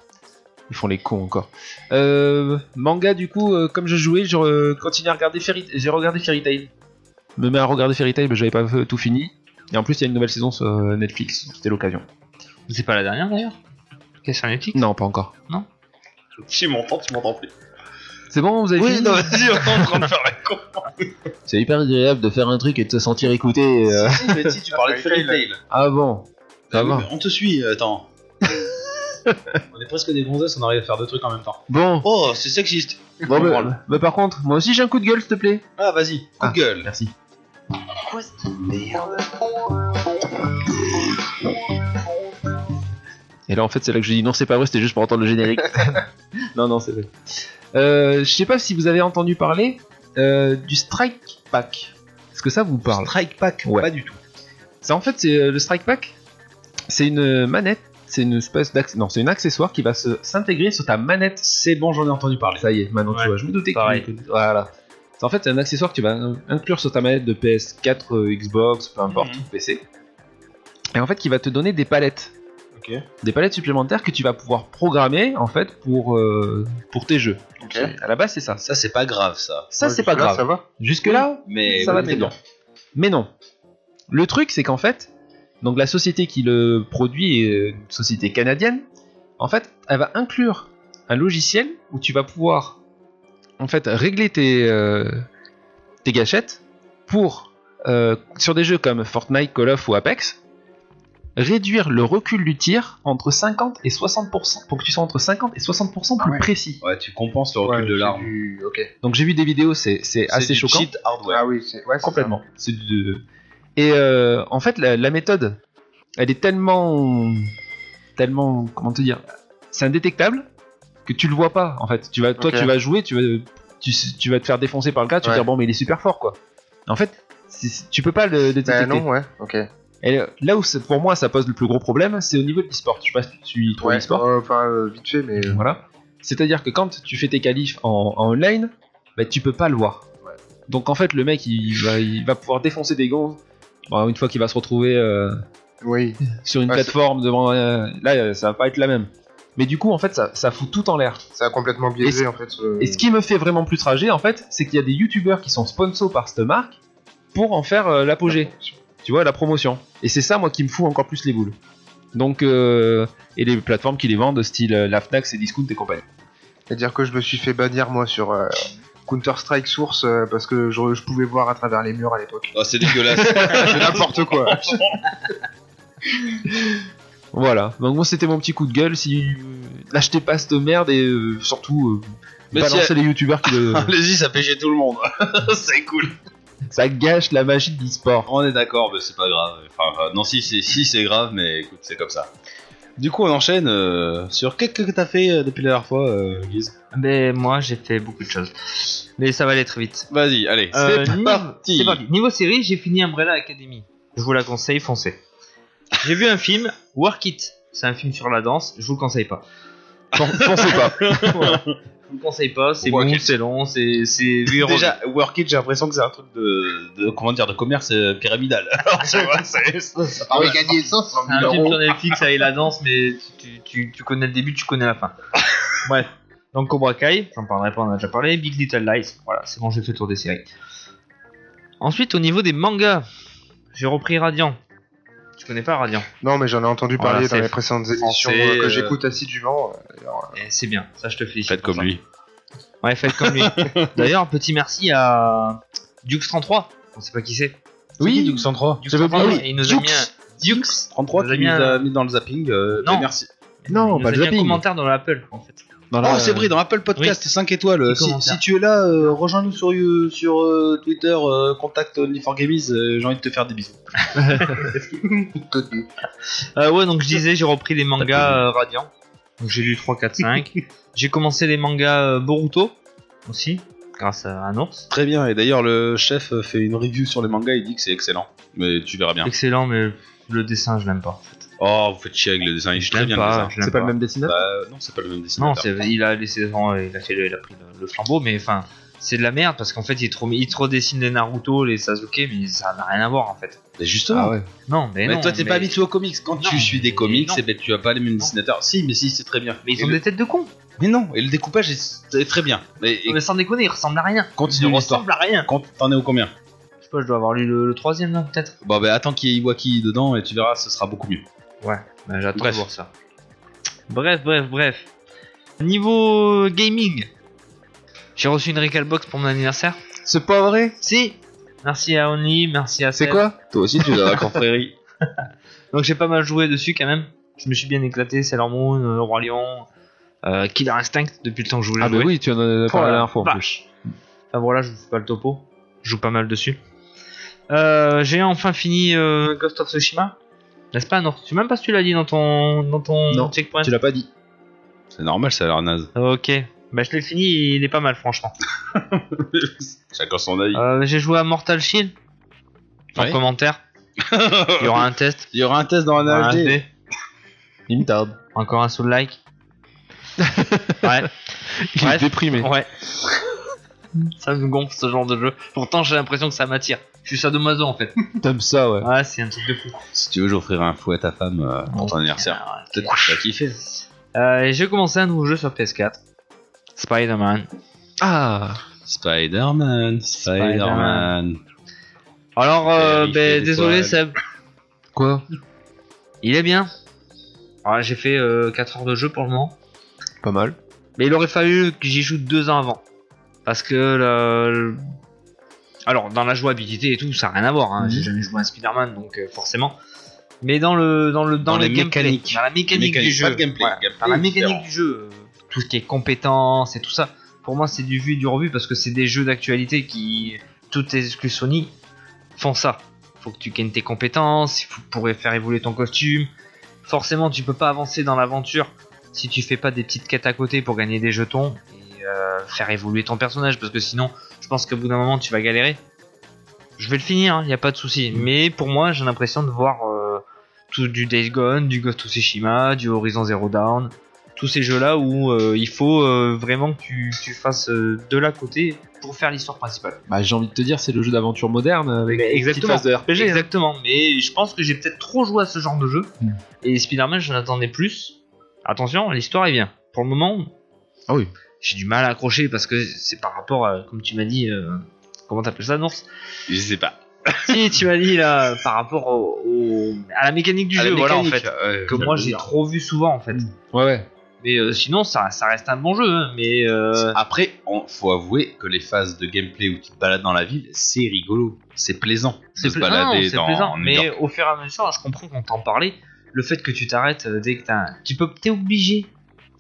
[SPEAKER 7] Ils font les cons encore. Euh, manga, du coup, euh, comme je jouais, je euh, continuais à regarder Fairy J'ai regardé Fairy Tail. Me mets à regarder Fairy Tail, mais j'avais pas euh, tout fini. Et en plus, il y a une nouvelle saison sur euh, Netflix. C'était l'occasion.
[SPEAKER 5] C'est pas la dernière d'ailleurs Qu'est-ce sur Netflix
[SPEAKER 7] Non, pas encore.
[SPEAKER 4] Tu m'entends, tu m'entends plus.
[SPEAKER 7] C'est bon, vous avez
[SPEAKER 4] Oui,
[SPEAKER 7] fini
[SPEAKER 4] non, vas-y, on est en train de faire la con.
[SPEAKER 7] C'est hyper agréable de faire un truc et de se sentir écouté. euh.
[SPEAKER 4] Si, mais si, tu parlais de Fairy Tail.
[SPEAKER 7] Ah bon Ça
[SPEAKER 4] Ah oui,
[SPEAKER 7] va.
[SPEAKER 4] mais On te suit, attends. on est presque des gonzesses, on arrive à faire deux trucs en même temps.
[SPEAKER 7] Bon,
[SPEAKER 4] Oh, c'est sexiste.
[SPEAKER 7] bon bah, bah, par contre, moi aussi j'ai un coup de gueule, s'il te plaît.
[SPEAKER 4] Ah, vas-y, coup
[SPEAKER 7] Ah.
[SPEAKER 4] de gueule.
[SPEAKER 7] Merci. Et là, en fait, c'est là que je dis non, c'est pas vrai, c'était juste pour entendre le générique. non, non, c'est vrai. Euh, je sais pas si vous avez entendu parler euh, du Strike Pack. Est-ce que ça vous parle
[SPEAKER 4] Strike Pack,
[SPEAKER 7] Ouais.
[SPEAKER 4] pas du tout.
[SPEAKER 7] C'est en fait c'est euh, le Strike Pack. C'est une manette, c'est une espèce d'acc- non, c'est une accessoire qui va se s'intégrer sur ta manette.
[SPEAKER 4] C'est bon, j'en ai entendu parler.
[SPEAKER 7] Ça y est, maintenant
[SPEAKER 5] Ouais,
[SPEAKER 7] tu vois, je me doutais que
[SPEAKER 5] pareil.
[SPEAKER 7] tu que- voilà. C'est- En fait, c'est un accessoire que tu vas in- inclure sur ta manette de PS4, euh, Xbox, peu importe,
[SPEAKER 4] Mhm.
[SPEAKER 7] ou PC. Et en fait, qui va te donner des palettes.
[SPEAKER 4] Ok.
[SPEAKER 7] Des palettes supplémentaires que tu vas pouvoir programmer en fait pour euh, pour tes jeux. Donc, c'est- À la base, c'est ça.
[SPEAKER 4] Ça, c'est pas grave, ça.
[SPEAKER 7] Ça, c'est pas grave.
[SPEAKER 6] Ça va
[SPEAKER 7] Jusque là,
[SPEAKER 4] Mais
[SPEAKER 7] ça va
[SPEAKER 4] oui,
[SPEAKER 7] très bien. Mais non. Le truc, c'est qu'en fait, donc la société qui le produit est une société canadienne. En fait, elle va inclure un logiciel où tu vas pouvoir en fait régler tes, euh, tes gâchettes pour euh, sur des jeux comme Fortnite, Call of ou Apex réduire le recul du tir entre 50 et 60% pour que tu sois entre 50 et 60% plus
[SPEAKER 6] ouais.
[SPEAKER 7] précis.
[SPEAKER 4] Ouais, tu compenses le recul
[SPEAKER 6] Ouais,
[SPEAKER 4] de
[SPEAKER 6] c'est
[SPEAKER 4] l'arme.
[SPEAKER 6] du- Ok.
[SPEAKER 7] Donc j'ai vu des vidéos, c'est c'est
[SPEAKER 4] C'est
[SPEAKER 7] assez
[SPEAKER 4] du
[SPEAKER 7] choquant.
[SPEAKER 4] cheat hardware.
[SPEAKER 6] Ah oui, c'est. Ouais, c'est
[SPEAKER 7] Complètement. C'est de... Et euh, en fait, la, la méthode, elle est tellement, tellement, comment te dire, c'est indétectable que tu le vois pas. En fait, tu vas, toi,
[SPEAKER 6] Ok.
[SPEAKER 7] tu vas jouer, tu vas, tu, tu vas te faire défoncer par le gars, tu vas
[SPEAKER 6] Ouais.
[SPEAKER 7] dire bon, mais il est super fort, quoi. En fait, c'est- c'est- tu peux pas le
[SPEAKER 6] ça. Bah
[SPEAKER 7] détecter.
[SPEAKER 6] non, ouais, ok.
[SPEAKER 7] Et euh, là où c'est- pour moi ça pose le plus gros problème, c'est au niveau de l'e-sport. Je sais pas si tu suis trop
[SPEAKER 6] Ouais,
[SPEAKER 7] l'e-sport.
[SPEAKER 6] euh, enfin, euh, vite fait, mais.
[SPEAKER 7] Voilà. C'est-à-dire que quand tu fais tes qualifs en, en online, bah, tu peux pas le voir. Donc en fait, le mec, il va, il va pouvoir défoncer des gants. Bon, une fois qu'il va se retrouver euh,
[SPEAKER 6] Oui.
[SPEAKER 7] sur une
[SPEAKER 6] Ouais,
[SPEAKER 7] plateforme devant. euh, là, euh, ça va pas être la même. Mais du coup, en fait, ça, ça fout tout en l'air.
[SPEAKER 6] Ça a complètement biaisé en fait. euh,
[SPEAKER 7] Et ce qui me fait vraiment plus rager, en fait, c'est qu'il y a des youtubeurs qui sont sponsors par cette marque pour en faire euh, l'apogée. Tu vois, la promotion. Et c'est ça, moi, qui me fout encore plus les boules. Donc, euh, et les plateformes qui les vendent, style euh, la Fnac, et Discount et compagnie.
[SPEAKER 6] C'est-à-dire que je me suis fait bannir moi sur euh, Counter-Strike Source euh, parce que je, je pouvais voir à travers les murs à l'époque.
[SPEAKER 4] Oh, c'est dégueulasse.
[SPEAKER 6] C'est n'importe quoi.
[SPEAKER 7] Voilà. Donc, moi, c'était mon petit coup de gueule. Si euh, n'achetez pas cette merde et euh, surtout euh,
[SPEAKER 4] Mais
[SPEAKER 7] balancez
[SPEAKER 4] si-
[SPEAKER 7] les youtubeurs qui le.
[SPEAKER 4] Allez-y, ça pêchait tout le monde. c'est cool.
[SPEAKER 7] ça gâche la magie de l'e-sport.
[SPEAKER 4] On est d'accord, mais c'est pas grave. Enfin, euh, non, si, c'est si, c'est grave, mais écoute, c'est comme ça. Du coup, on enchaîne euh, sur qu'est-ce que t'as fait euh, depuis la dernière fois, euh, Guise
[SPEAKER 5] Mais Ben, moi, j'ai fait beaucoup de choses. Mais ça va aller très vite.
[SPEAKER 4] Vas-y, allez,
[SPEAKER 5] Euh,
[SPEAKER 4] c'est
[SPEAKER 5] niveau-
[SPEAKER 4] parti.
[SPEAKER 5] c'est parti. Niveau série, j'ai fini Umbrella Academy. Je vous la conseille, foncez. J'ai vu un film, Work It. C'est un film sur la danse, je vous le conseille pas.
[SPEAKER 7] Pen- Pensez pas.
[SPEAKER 5] Voilà. Je vous le conseille pas, c'est
[SPEAKER 4] Work
[SPEAKER 5] mou,
[SPEAKER 4] It.
[SPEAKER 5] c'est long, c'est c'est vu et revu.
[SPEAKER 4] Déjà, Work It, j'ai l'impression que c'est un truc de, de- comment dire, de commerce euh, pyramidal. Tu vois, c'est-
[SPEAKER 6] Ça paraît gagner 500
[SPEAKER 5] C'est un film sur Netflix avec la danse, mais tu, tu- tu- tu connais le début, tu connais la fin. Bref. Donc Cobra Kai, j'en parlerai pas, on en a déjà parlé. Big Little Lies, voilà, c'est bon, j'ai fait le tour des séries. Ensuite, au niveau des mangas, j'ai repris Radiant. Tu connais pas Radiant
[SPEAKER 6] Non, mais j'en ai entendu
[SPEAKER 5] Voilà,
[SPEAKER 6] parler
[SPEAKER 5] c'est
[SPEAKER 6] dans les précédentes émissions
[SPEAKER 5] français,
[SPEAKER 6] euh, que
[SPEAKER 5] euh,
[SPEAKER 6] j'écoute assidûment. euh, alors,
[SPEAKER 5] Eh, C'est bien, ça je te félicite.
[SPEAKER 4] Faites
[SPEAKER 5] pour
[SPEAKER 4] comme
[SPEAKER 5] ça.
[SPEAKER 4] lui.
[SPEAKER 5] Ouais, faites comme lui. D'ailleurs, petit merci à Dux33, on sait pas qui c'est.
[SPEAKER 4] Oui, Dux 103.
[SPEAKER 5] Dux33,
[SPEAKER 4] oublié.
[SPEAKER 5] il nous a mis
[SPEAKER 4] Dux.
[SPEAKER 5] un... Dux
[SPEAKER 4] 33
[SPEAKER 5] Vous avez
[SPEAKER 4] qui nous
[SPEAKER 5] mis un-
[SPEAKER 4] a mis dans le zapping. euh,
[SPEAKER 5] Non.
[SPEAKER 4] mais merci.
[SPEAKER 7] Non,
[SPEAKER 5] il nous
[SPEAKER 7] pas
[SPEAKER 5] a
[SPEAKER 7] le
[SPEAKER 5] mis un
[SPEAKER 7] zapping.
[SPEAKER 5] commentaire dans l'Apple, en fait.
[SPEAKER 7] Dans la-
[SPEAKER 4] Oh, c'est vrai, dans Apple Podcast 5 étoiles.
[SPEAKER 5] Petit
[SPEAKER 4] Si,
[SPEAKER 5] commentaire.
[SPEAKER 4] si tu es là, euh, rejoins-nous sur, euh, sur euh, Twitter, euh, contact only for gamies euh, j'ai envie de te faire des bisous.
[SPEAKER 5] Euh, ouais, donc je disais, j'ai repris les mangas euh, Radiant. Donc j'ai lu 3, 4, 5. j'ai commencé les mangas euh, Boruto aussi, grâce à un ours.
[SPEAKER 4] Très bien, et d'ailleurs, le chef fait une review sur les mangas, il dit que c'est excellent. Mais tu verras bien.
[SPEAKER 5] Excellent, mais le dessin, je l'aime pas.
[SPEAKER 4] Oh, vous faites chier avec le dessin, il est très bien le dessin.
[SPEAKER 5] je l'aime
[SPEAKER 7] C'est pas le même dessinateur.
[SPEAKER 4] Bah, non, c'est pas le même dessin.
[SPEAKER 5] Non, c'est- il a laissé, non, il a, fait le- il a pris le, le flambeau, mais enfin, c'est de la merde parce qu'en fait, il trop, il trop dessine les Naruto, les Sasuke, mais ça n'a rien à voir en fait.
[SPEAKER 4] Mais justement,
[SPEAKER 7] ouais.
[SPEAKER 5] Non, mais,
[SPEAKER 4] mais
[SPEAKER 5] Ah non.
[SPEAKER 4] toi, t'es
[SPEAKER 5] mais-
[SPEAKER 4] pas habitué aux comics. Quand
[SPEAKER 5] Non,
[SPEAKER 4] tu suis
[SPEAKER 5] mais
[SPEAKER 4] des comics,
[SPEAKER 5] non.
[SPEAKER 4] eh ben, tu as pas les mêmes dessinateurs. Si, mais si, c'est très bien.
[SPEAKER 5] Mais ils
[SPEAKER 4] Et
[SPEAKER 5] ont
[SPEAKER 4] le-
[SPEAKER 5] des têtes de cons.
[SPEAKER 4] mais non, et le découpage est est très bien. Mais et
[SPEAKER 5] Mais sans déconner, ils ressemblent à rien. Ils
[SPEAKER 4] continue l'histoire.
[SPEAKER 5] ressemblent à rien.
[SPEAKER 4] Quand t'en es au combien
[SPEAKER 5] Je sais pas, je dois avoir lu le, le troisième, non, peut-être.
[SPEAKER 4] Bon, ben attends qu'il y ait Iwaki dedans et tu verras, ce sera beaucoup mieux.
[SPEAKER 5] Ben, j'attends
[SPEAKER 4] Bref.
[SPEAKER 5] de voir ça. Bref, bref, bref. Niveau euh, gaming, j'ai reçu une Recalbox pour mon anniversaire.
[SPEAKER 7] C'est pas vrai
[SPEAKER 5] Si Merci à Only, merci à
[SPEAKER 7] C'est
[SPEAKER 5] Seb.
[SPEAKER 7] quoi
[SPEAKER 4] Toi aussi, tu es dans la confrérie.
[SPEAKER 5] Donc j'ai pas mal joué dessus quand même. Je me suis bien éclaté, Sailor Moon, euh, Roi Lion, euh, Killer Instinct depuis le temps que je voulais
[SPEAKER 7] Ah bah
[SPEAKER 5] jouer.
[SPEAKER 7] oui, tu en
[SPEAKER 5] Oh
[SPEAKER 7] as parlé la
[SPEAKER 5] la
[SPEAKER 7] dernière fois en plus.
[SPEAKER 5] vache. Enfin voilà, je vous fais pas le topo. Je joue pas mal dessus. Euh, j'ai enfin fini euh, Ghost of Tsushima. N'est-ce pas Non, tu même pas si tu l'as dit dans ton, dans ton
[SPEAKER 7] Non,
[SPEAKER 5] checkpoint.
[SPEAKER 7] Tu l'as pas dit.
[SPEAKER 4] C'est normal, ça a l'air naze.
[SPEAKER 5] Ok, bah je l'ai fini, il est pas mal franchement.
[SPEAKER 4] Chacun son avis.
[SPEAKER 5] Euh, J'ai joué à Mortal Shield. En
[SPEAKER 4] Ouais.
[SPEAKER 5] commentaire, il y aura un test.
[SPEAKER 4] Il y aura un test dans
[SPEAKER 5] un
[SPEAKER 4] un HD.
[SPEAKER 5] dé, encore un soul like. ouais,
[SPEAKER 7] Il
[SPEAKER 5] Ouais.
[SPEAKER 7] est déprimé.
[SPEAKER 5] ouais. ça me gonfle ce genre de jeu. Pourtant j'ai l'impression que ça m'attire. Je suis sadomaso en fait.
[SPEAKER 7] T'aimes ça, ouais.
[SPEAKER 5] Ouais, c'est un truc de fou.
[SPEAKER 4] Si tu veux, j'offrirai un fouet à ta femme euh, pour ton anniversaire.
[SPEAKER 5] Ah, ouais,
[SPEAKER 4] Peut-être que tu vas kiffer.
[SPEAKER 5] Euh, et j'ai commencé un nouveau jeu sur PS4. Spider-Man.
[SPEAKER 7] Ah
[SPEAKER 5] Spider-Man.
[SPEAKER 4] Spider-Man, Spider-man.
[SPEAKER 5] Alors, euh,
[SPEAKER 4] Et il fait
[SPEAKER 5] ben,
[SPEAKER 4] des
[SPEAKER 5] désolé
[SPEAKER 4] toiles.
[SPEAKER 5] Seb,
[SPEAKER 7] Quoi
[SPEAKER 5] il est bien. Ouais, j'ai fait euh, 4 heures de jeu pour le moment.
[SPEAKER 7] Pas mal.
[SPEAKER 5] Mais il aurait fallu que j'y joue deux ans avant. Parce que le... le- Alors, dans la jouabilité et tout, ça n'a rien à voir. hein.
[SPEAKER 7] Mhm.
[SPEAKER 5] J'ai jamais joué à Spider-Man, donc euh, forcément. Mais dans le dans le dans,
[SPEAKER 4] Dans
[SPEAKER 5] le
[SPEAKER 4] les
[SPEAKER 5] gameplay,
[SPEAKER 4] mécaniques.
[SPEAKER 5] dans la mécanique, du
[SPEAKER 4] Mécanique,
[SPEAKER 5] jeu,
[SPEAKER 4] pas de gameplay,
[SPEAKER 5] Voilà,
[SPEAKER 4] gameplay
[SPEAKER 5] dans la
[SPEAKER 4] est
[SPEAKER 5] mécanique
[SPEAKER 4] différent.
[SPEAKER 5] du jeu, euh, tout ce qui est compétences et tout ça. Pour moi, c'est du vu et du revu parce que c'est des jeux d'actualité qui toutes les exclus Sony font ça. Faut que tu gagnes tes compétences, il faut pour faire évoluer ton costume. Forcément, tu peux pas avancer dans l'aventure si tu fais pas des petites quêtes à côté pour gagner des jetons et euh, faire évoluer ton personnage parce que sinon je pense qu'au bout d'un moment tu vas galérer. Je vais le finir, il n'y a pas de souci. Mais pour moi j'ai l'impression de voir euh, tout du Days Gone, du Ghost of Tsushima, du Horizon Zero Dawn, tous ces jeux là où euh, il faut euh, vraiment que tu, tu fasses euh, de l'à côté pour faire l'histoire principale.
[SPEAKER 7] Bah j'ai envie de te dire, c'est le jeu d'aventure moderne avec
[SPEAKER 5] Mais
[SPEAKER 7] une petite
[SPEAKER 5] exactement.
[SPEAKER 7] phase de RPG. hein.
[SPEAKER 4] Hmm.
[SPEAKER 5] Exactement, mais je pense que j'ai peut-être trop joué à ce genre de jeu
[SPEAKER 7] Mm.
[SPEAKER 5] et Spider-Man j'en attendais plus. Attention, l'histoire est bien. Pour le moment,
[SPEAKER 7] Ah oui.
[SPEAKER 5] j'ai du mal à accrocher parce que c'est par rapport à, comme tu m'as dit, euh, comment t'appelles ça, Nours
[SPEAKER 4] Je sais pas.
[SPEAKER 5] Si, tu m'as dit là, par rapport au, au- à la mécanique du
[SPEAKER 4] À la
[SPEAKER 5] jeu, voilà en
[SPEAKER 4] mécanique,
[SPEAKER 5] fait.
[SPEAKER 4] euh,
[SPEAKER 5] Que moi j'ai trop vu souvent en fait.
[SPEAKER 7] hein. Ouais, ouais.
[SPEAKER 5] Mais euh, sinon, ça, ça reste un bon jeu. hein, mais euh,
[SPEAKER 4] Après, on, faut avouer que les phases de gameplay où tu te balades dans la ville, c'est rigolo, c'est plaisant de se
[SPEAKER 5] pla- non,
[SPEAKER 4] balader
[SPEAKER 5] c'est
[SPEAKER 4] dans
[SPEAKER 5] plaisant,
[SPEAKER 4] en New
[SPEAKER 5] mais
[SPEAKER 4] York.
[SPEAKER 5] au fur et à mesure, je comprends qu'on t'en parlait. Le fait que tu t'arrêtes euh, dès que t'as, un- tu peux, t'es obligé.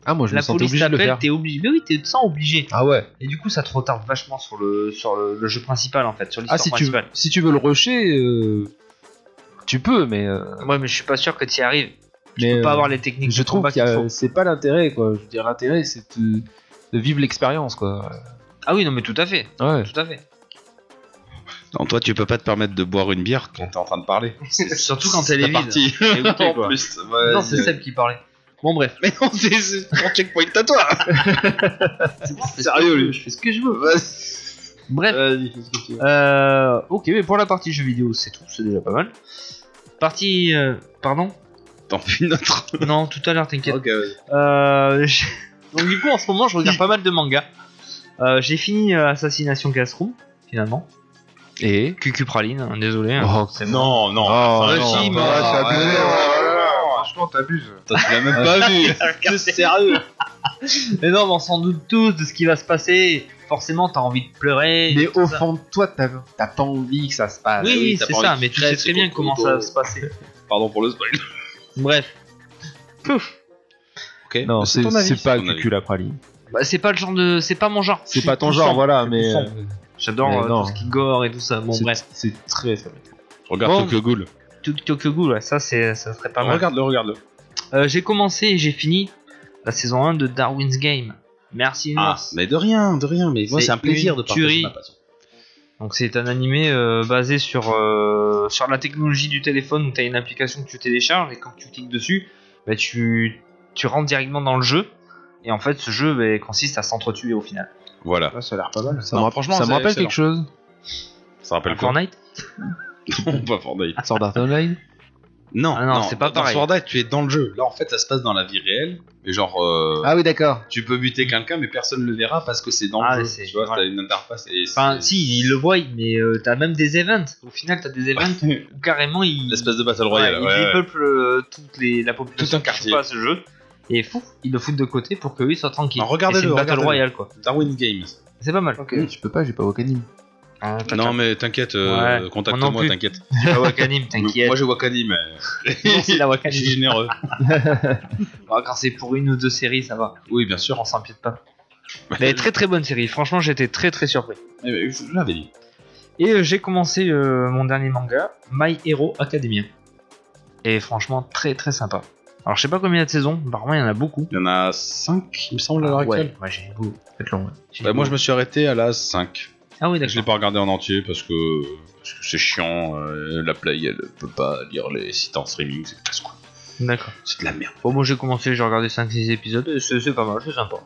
[SPEAKER 7] Ah, moi, je
[SPEAKER 5] la
[SPEAKER 7] me sentais
[SPEAKER 5] police
[SPEAKER 7] obligé de le
[SPEAKER 5] t'appelle,
[SPEAKER 7] faire.
[SPEAKER 5] t'es obligé. Mais oui, t'es te sens obligé.
[SPEAKER 7] Ah ouais.
[SPEAKER 5] Et du coup, ça te retarde vachement sur le sur le, le jeu principal en fait, sur l'histoire
[SPEAKER 7] Ah, si tu,
[SPEAKER 5] principale.
[SPEAKER 7] si tu veux le rusher, euh, tu peux, mais. euh,
[SPEAKER 5] Ouais, mais je suis pas sûr que t'y arrives. Tu
[SPEAKER 7] mais,
[SPEAKER 5] peux
[SPEAKER 7] euh,
[SPEAKER 5] pas avoir les techniques.
[SPEAKER 7] je
[SPEAKER 5] de
[SPEAKER 7] trouve
[SPEAKER 5] combat
[SPEAKER 7] que
[SPEAKER 5] qu'il faut.
[SPEAKER 7] c'est pas l'intérêt, quoi. Je veux dire, l'intérêt, c'est de, de vivre l'expérience, quoi.
[SPEAKER 5] Ah oui, non, mais tout à fait,
[SPEAKER 7] Ouais.
[SPEAKER 5] tout à fait.
[SPEAKER 4] Non, toi, tu peux pas te permettre de boire une bière quand t'es en train de parler.
[SPEAKER 5] C'est- Surtout quand elle est
[SPEAKER 4] C'est
[SPEAKER 5] vide.
[SPEAKER 4] parti.
[SPEAKER 5] Et ok,
[SPEAKER 4] En
[SPEAKER 5] quoi.
[SPEAKER 4] plus,
[SPEAKER 5] Non,
[SPEAKER 7] euh,
[SPEAKER 4] ouais,
[SPEAKER 5] c'est Seb qui parlait.
[SPEAKER 4] Bon, bref. Mais non, c'est c'est ton checkpoint à toi. Sérieux, lui.
[SPEAKER 5] Je fais ce que je veux.
[SPEAKER 4] Vas-y.
[SPEAKER 5] Bref.
[SPEAKER 4] Vas-y, fais ce que tu veux.
[SPEAKER 5] Euh, ok, mais pour la partie jeux vidéo, c'est tout, c'est déjà pas mal. Partie. euh, pardon
[SPEAKER 4] T'en fais une autre.
[SPEAKER 5] Non, tout à l'heure, t'inquiète.
[SPEAKER 4] Ok, vas-y.
[SPEAKER 5] Euh, je- Donc, du coup, en ce moment, je regarde pas mal de mangas. Euh, j'ai fini euh, Assassination Classroom, finalement.
[SPEAKER 7] Et.
[SPEAKER 5] Cucu Praline, hein, désolé. hein.
[SPEAKER 7] Oh,
[SPEAKER 4] Non, non.
[SPEAKER 7] Oh,
[SPEAKER 4] enfin,
[SPEAKER 7] non.
[SPEAKER 4] si, mais-
[SPEAKER 6] Ouais, c'est
[SPEAKER 4] Ah,
[SPEAKER 6] abusé,
[SPEAKER 4] ouais,
[SPEAKER 6] ouais,
[SPEAKER 4] ouais, ouais.
[SPEAKER 6] ouais, ouais, hein. Franchement, t'abuses.
[SPEAKER 4] Toi, tu l'as même pas vu. C'est sérieux.
[SPEAKER 5] Mais non, mais on s'en doute tous de ce qui va se passer. Forcément, t'as envie de pleurer.
[SPEAKER 7] Mais
[SPEAKER 5] et tout
[SPEAKER 7] au
[SPEAKER 5] ça.
[SPEAKER 7] fond de toi, t'as t'as pas envie que ça se passe.
[SPEAKER 5] Oui,
[SPEAKER 4] oui, t'as
[SPEAKER 5] c'est
[SPEAKER 4] pas envie
[SPEAKER 5] ça,
[SPEAKER 4] de
[SPEAKER 5] mais tu sais
[SPEAKER 4] stresser
[SPEAKER 5] très bien
[SPEAKER 4] contre
[SPEAKER 5] comment
[SPEAKER 4] ton-
[SPEAKER 5] ça va se passer.
[SPEAKER 4] Pardon pour le spoil.
[SPEAKER 5] Bref.
[SPEAKER 4] Ok.
[SPEAKER 7] Non, c'est
[SPEAKER 4] ton avis,
[SPEAKER 7] c'est pas
[SPEAKER 4] ton
[SPEAKER 7] du
[SPEAKER 4] avis.
[SPEAKER 7] cul la praline.
[SPEAKER 5] Bah, c'est pas le genre de. C'est pas mon genre.
[SPEAKER 7] C'est pas ton genre, voilà, mais.
[SPEAKER 5] poussant.
[SPEAKER 7] euh,
[SPEAKER 5] J'adore
[SPEAKER 7] Mais
[SPEAKER 5] euh,
[SPEAKER 7] non.
[SPEAKER 5] tout ce qui gore et tout ça. Bon,
[SPEAKER 7] c'est-
[SPEAKER 5] bref.
[SPEAKER 7] C'est très très bien.
[SPEAKER 4] Regarde
[SPEAKER 5] Bon.
[SPEAKER 4] Tokyo Ghoul.
[SPEAKER 5] Tok- Tokyo Ghoul, ouais, ça, c'est, ça serait pas mal.
[SPEAKER 4] Regarde-le, regarde-le.
[SPEAKER 5] Euh, j'ai commencé et j'ai fini la saison 1 de Darwin's Game. Merci.
[SPEAKER 4] Ah,
[SPEAKER 5] Nurse.
[SPEAKER 4] mais de rien, de rien. Mais moi,
[SPEAKER 5] C'est
[SPEAKER 4] c'est un plaisir
[SPEAKER 5] une
[SPEAKER 4] de partager
[SPEAKER 5] tuerie.
[SPEAKER 4] ma passion.
[SPEAKER 5] Donc c'est un animé euh, basé sur, euh, sur la technologie du téléphone où tu as une application que tu télécharges et quand tu cliques dessus, bah, tu, tu rentres directement dans le jeu. Et en fait, ce jeu bah, consiste à s'entretuer au final.
[SPEAKER 4] Voilà.
[SPEAKER 6] Ouais, ça a l'air pas mal.
[SPEAKER 7] Ça
[SPEAKER 4] Non,
[SPEAKER 7] me rappelle,
[SPEAKER 4] franchement,
[SPEAKER 7] ça me
[SPEAKER 4] c'est
[SPEAKER 7] rappelle
[SPEAKER 4] excellent.
[SPEAKER 7] quelque chose.
[SPEAKER 4] Ça rappelle quoi
[SPEAKER 5] Fortnite
[SPEAKER 4] Pas Fortnite.
[SPEAKER 7] Sword Art Online.
[SPEAKER 4] Non,
[SPEAKER 5] Ah non, c'est pas
[SPEAKER 4] dans
[SPEAKER 5] pareil.
[SPEAKER 4] Sword Art, tu es dans le jeu. Là, en fait, ça se passe dans la vie réelle. Et genre, euh,
[SPEAKER 7] Ah oui, d'accord.
[SPEAKER 4] tu peux buter quelqu'un, mais personne le verra parce que c'est dans
[SPEAKER 5] Ah,
[SPEAKER 4] le jeu.
[SPEAKER 5] c'est-
[SPEAKER 4] Tu vois,
[SPEAKER 5] voilà.
[SPEAKER 4] t'as une interface. Et c'est-
[SPEAKER 5] Enfin, si, ils le voient, mais euh, t'as même des events. Au final, t'as des events où carrément ils,
[SPEAKER 4] L'espèce de Battle
[SPEAKER 5] ouais,
[SPEAKER 4] Royale.
[SPEAKER 5] ils
[SPEAKER 4] ouais, ouais.
[SPEAKER 5] dépeuplent euh, toute les, la population
[SPEAKER 4] Tout un
[SPEAKER 5] qui
[SPEAKER 4] quartier.
[SPEAKER 5] joue pas à ce jeu. Et fou, ils le foutent de côté pour qu'eux ils soient tranquilles.
[SPEAKER 4] Non, Ah, regardez-le,
[SPEAKER 5] Et c'est une Battle
[SPEAKER 4] regardez-le.
[SPEAKER 5] Royale quoi.
[SPEAKER 4] Darwin Games.
[SPEAKER 5] C'est pas mal. Hein,
[SPEAKER 6] Ok.
[SPEAKER 7] Je peux pas, j'ai pas Wakanim.
[SPEAKER 4] Non, mais t'inquiète, euh,
[SPEAKER 5] Ouais, moi non
[SPEAKER 4] contacte-moi,
[SPEAKER 5] plus.
[SPEAKER 4] t'inquiète.
[SPEAKER 5] c'est pas Wakanim, t'inquiète.
[SPEAKER 4] Moi, j'ai Wakani, mais.
[SPEAKER 5] Non, c'est la
[SPEAKER 4] Je suis
[SPEAKER 5] Wakanim.
[SPEAKER 4] généreux.
[SPEAKER 5] Ah, quand c'est pour une ou deux séries, ça va.
[SPEAKER 4] Oui, bien sûr.
[SPEAKER 5] On s'empiète pas. Mais très très bonne série. Franchement, j'étais très très surpris.
[SPEAKER 4] Eh ben, Je l'avais dit.
[SPEAKER 5] Et euh, j'ai commencé euh, mon dernier manga, My Hero Academia. Et franchement, très très sympa. Alors, je sais pas combien il y a de saisons, apparemment il y en a beaucoup. Ah
[SPEAKER 4] Il y en a 5, il me semble, à l'heure actuelle.
[SPEAKER 5] ouais, ouais, j'ai beaucoup. Faites long, ouais. J'ai
[SPEAKER 4] Bah, moi,
[SPEAKER 5] beaucoup.
[SPEAKER 4] je me suis arrêté à la 5.
[SPEAKER 5] Ah oui,
[SPEAKER 4] Je l'ai
[SPEAKER 5] d'accord.
[SPEAKER 4] pas regardé en entier parce que parce que c'est chiant. euh, la Play, elle peut pas lire les sites en streaming, c'est casse quoi.
[SPEAKER 5] D'accord.
[SPEAKER 4] C'est de la merde.
[SPEAKER 5] Bon, moi j'ai commencé, j'ai regardé 5-6 épisodes, et c'est c'est pas mal, c'est sympa.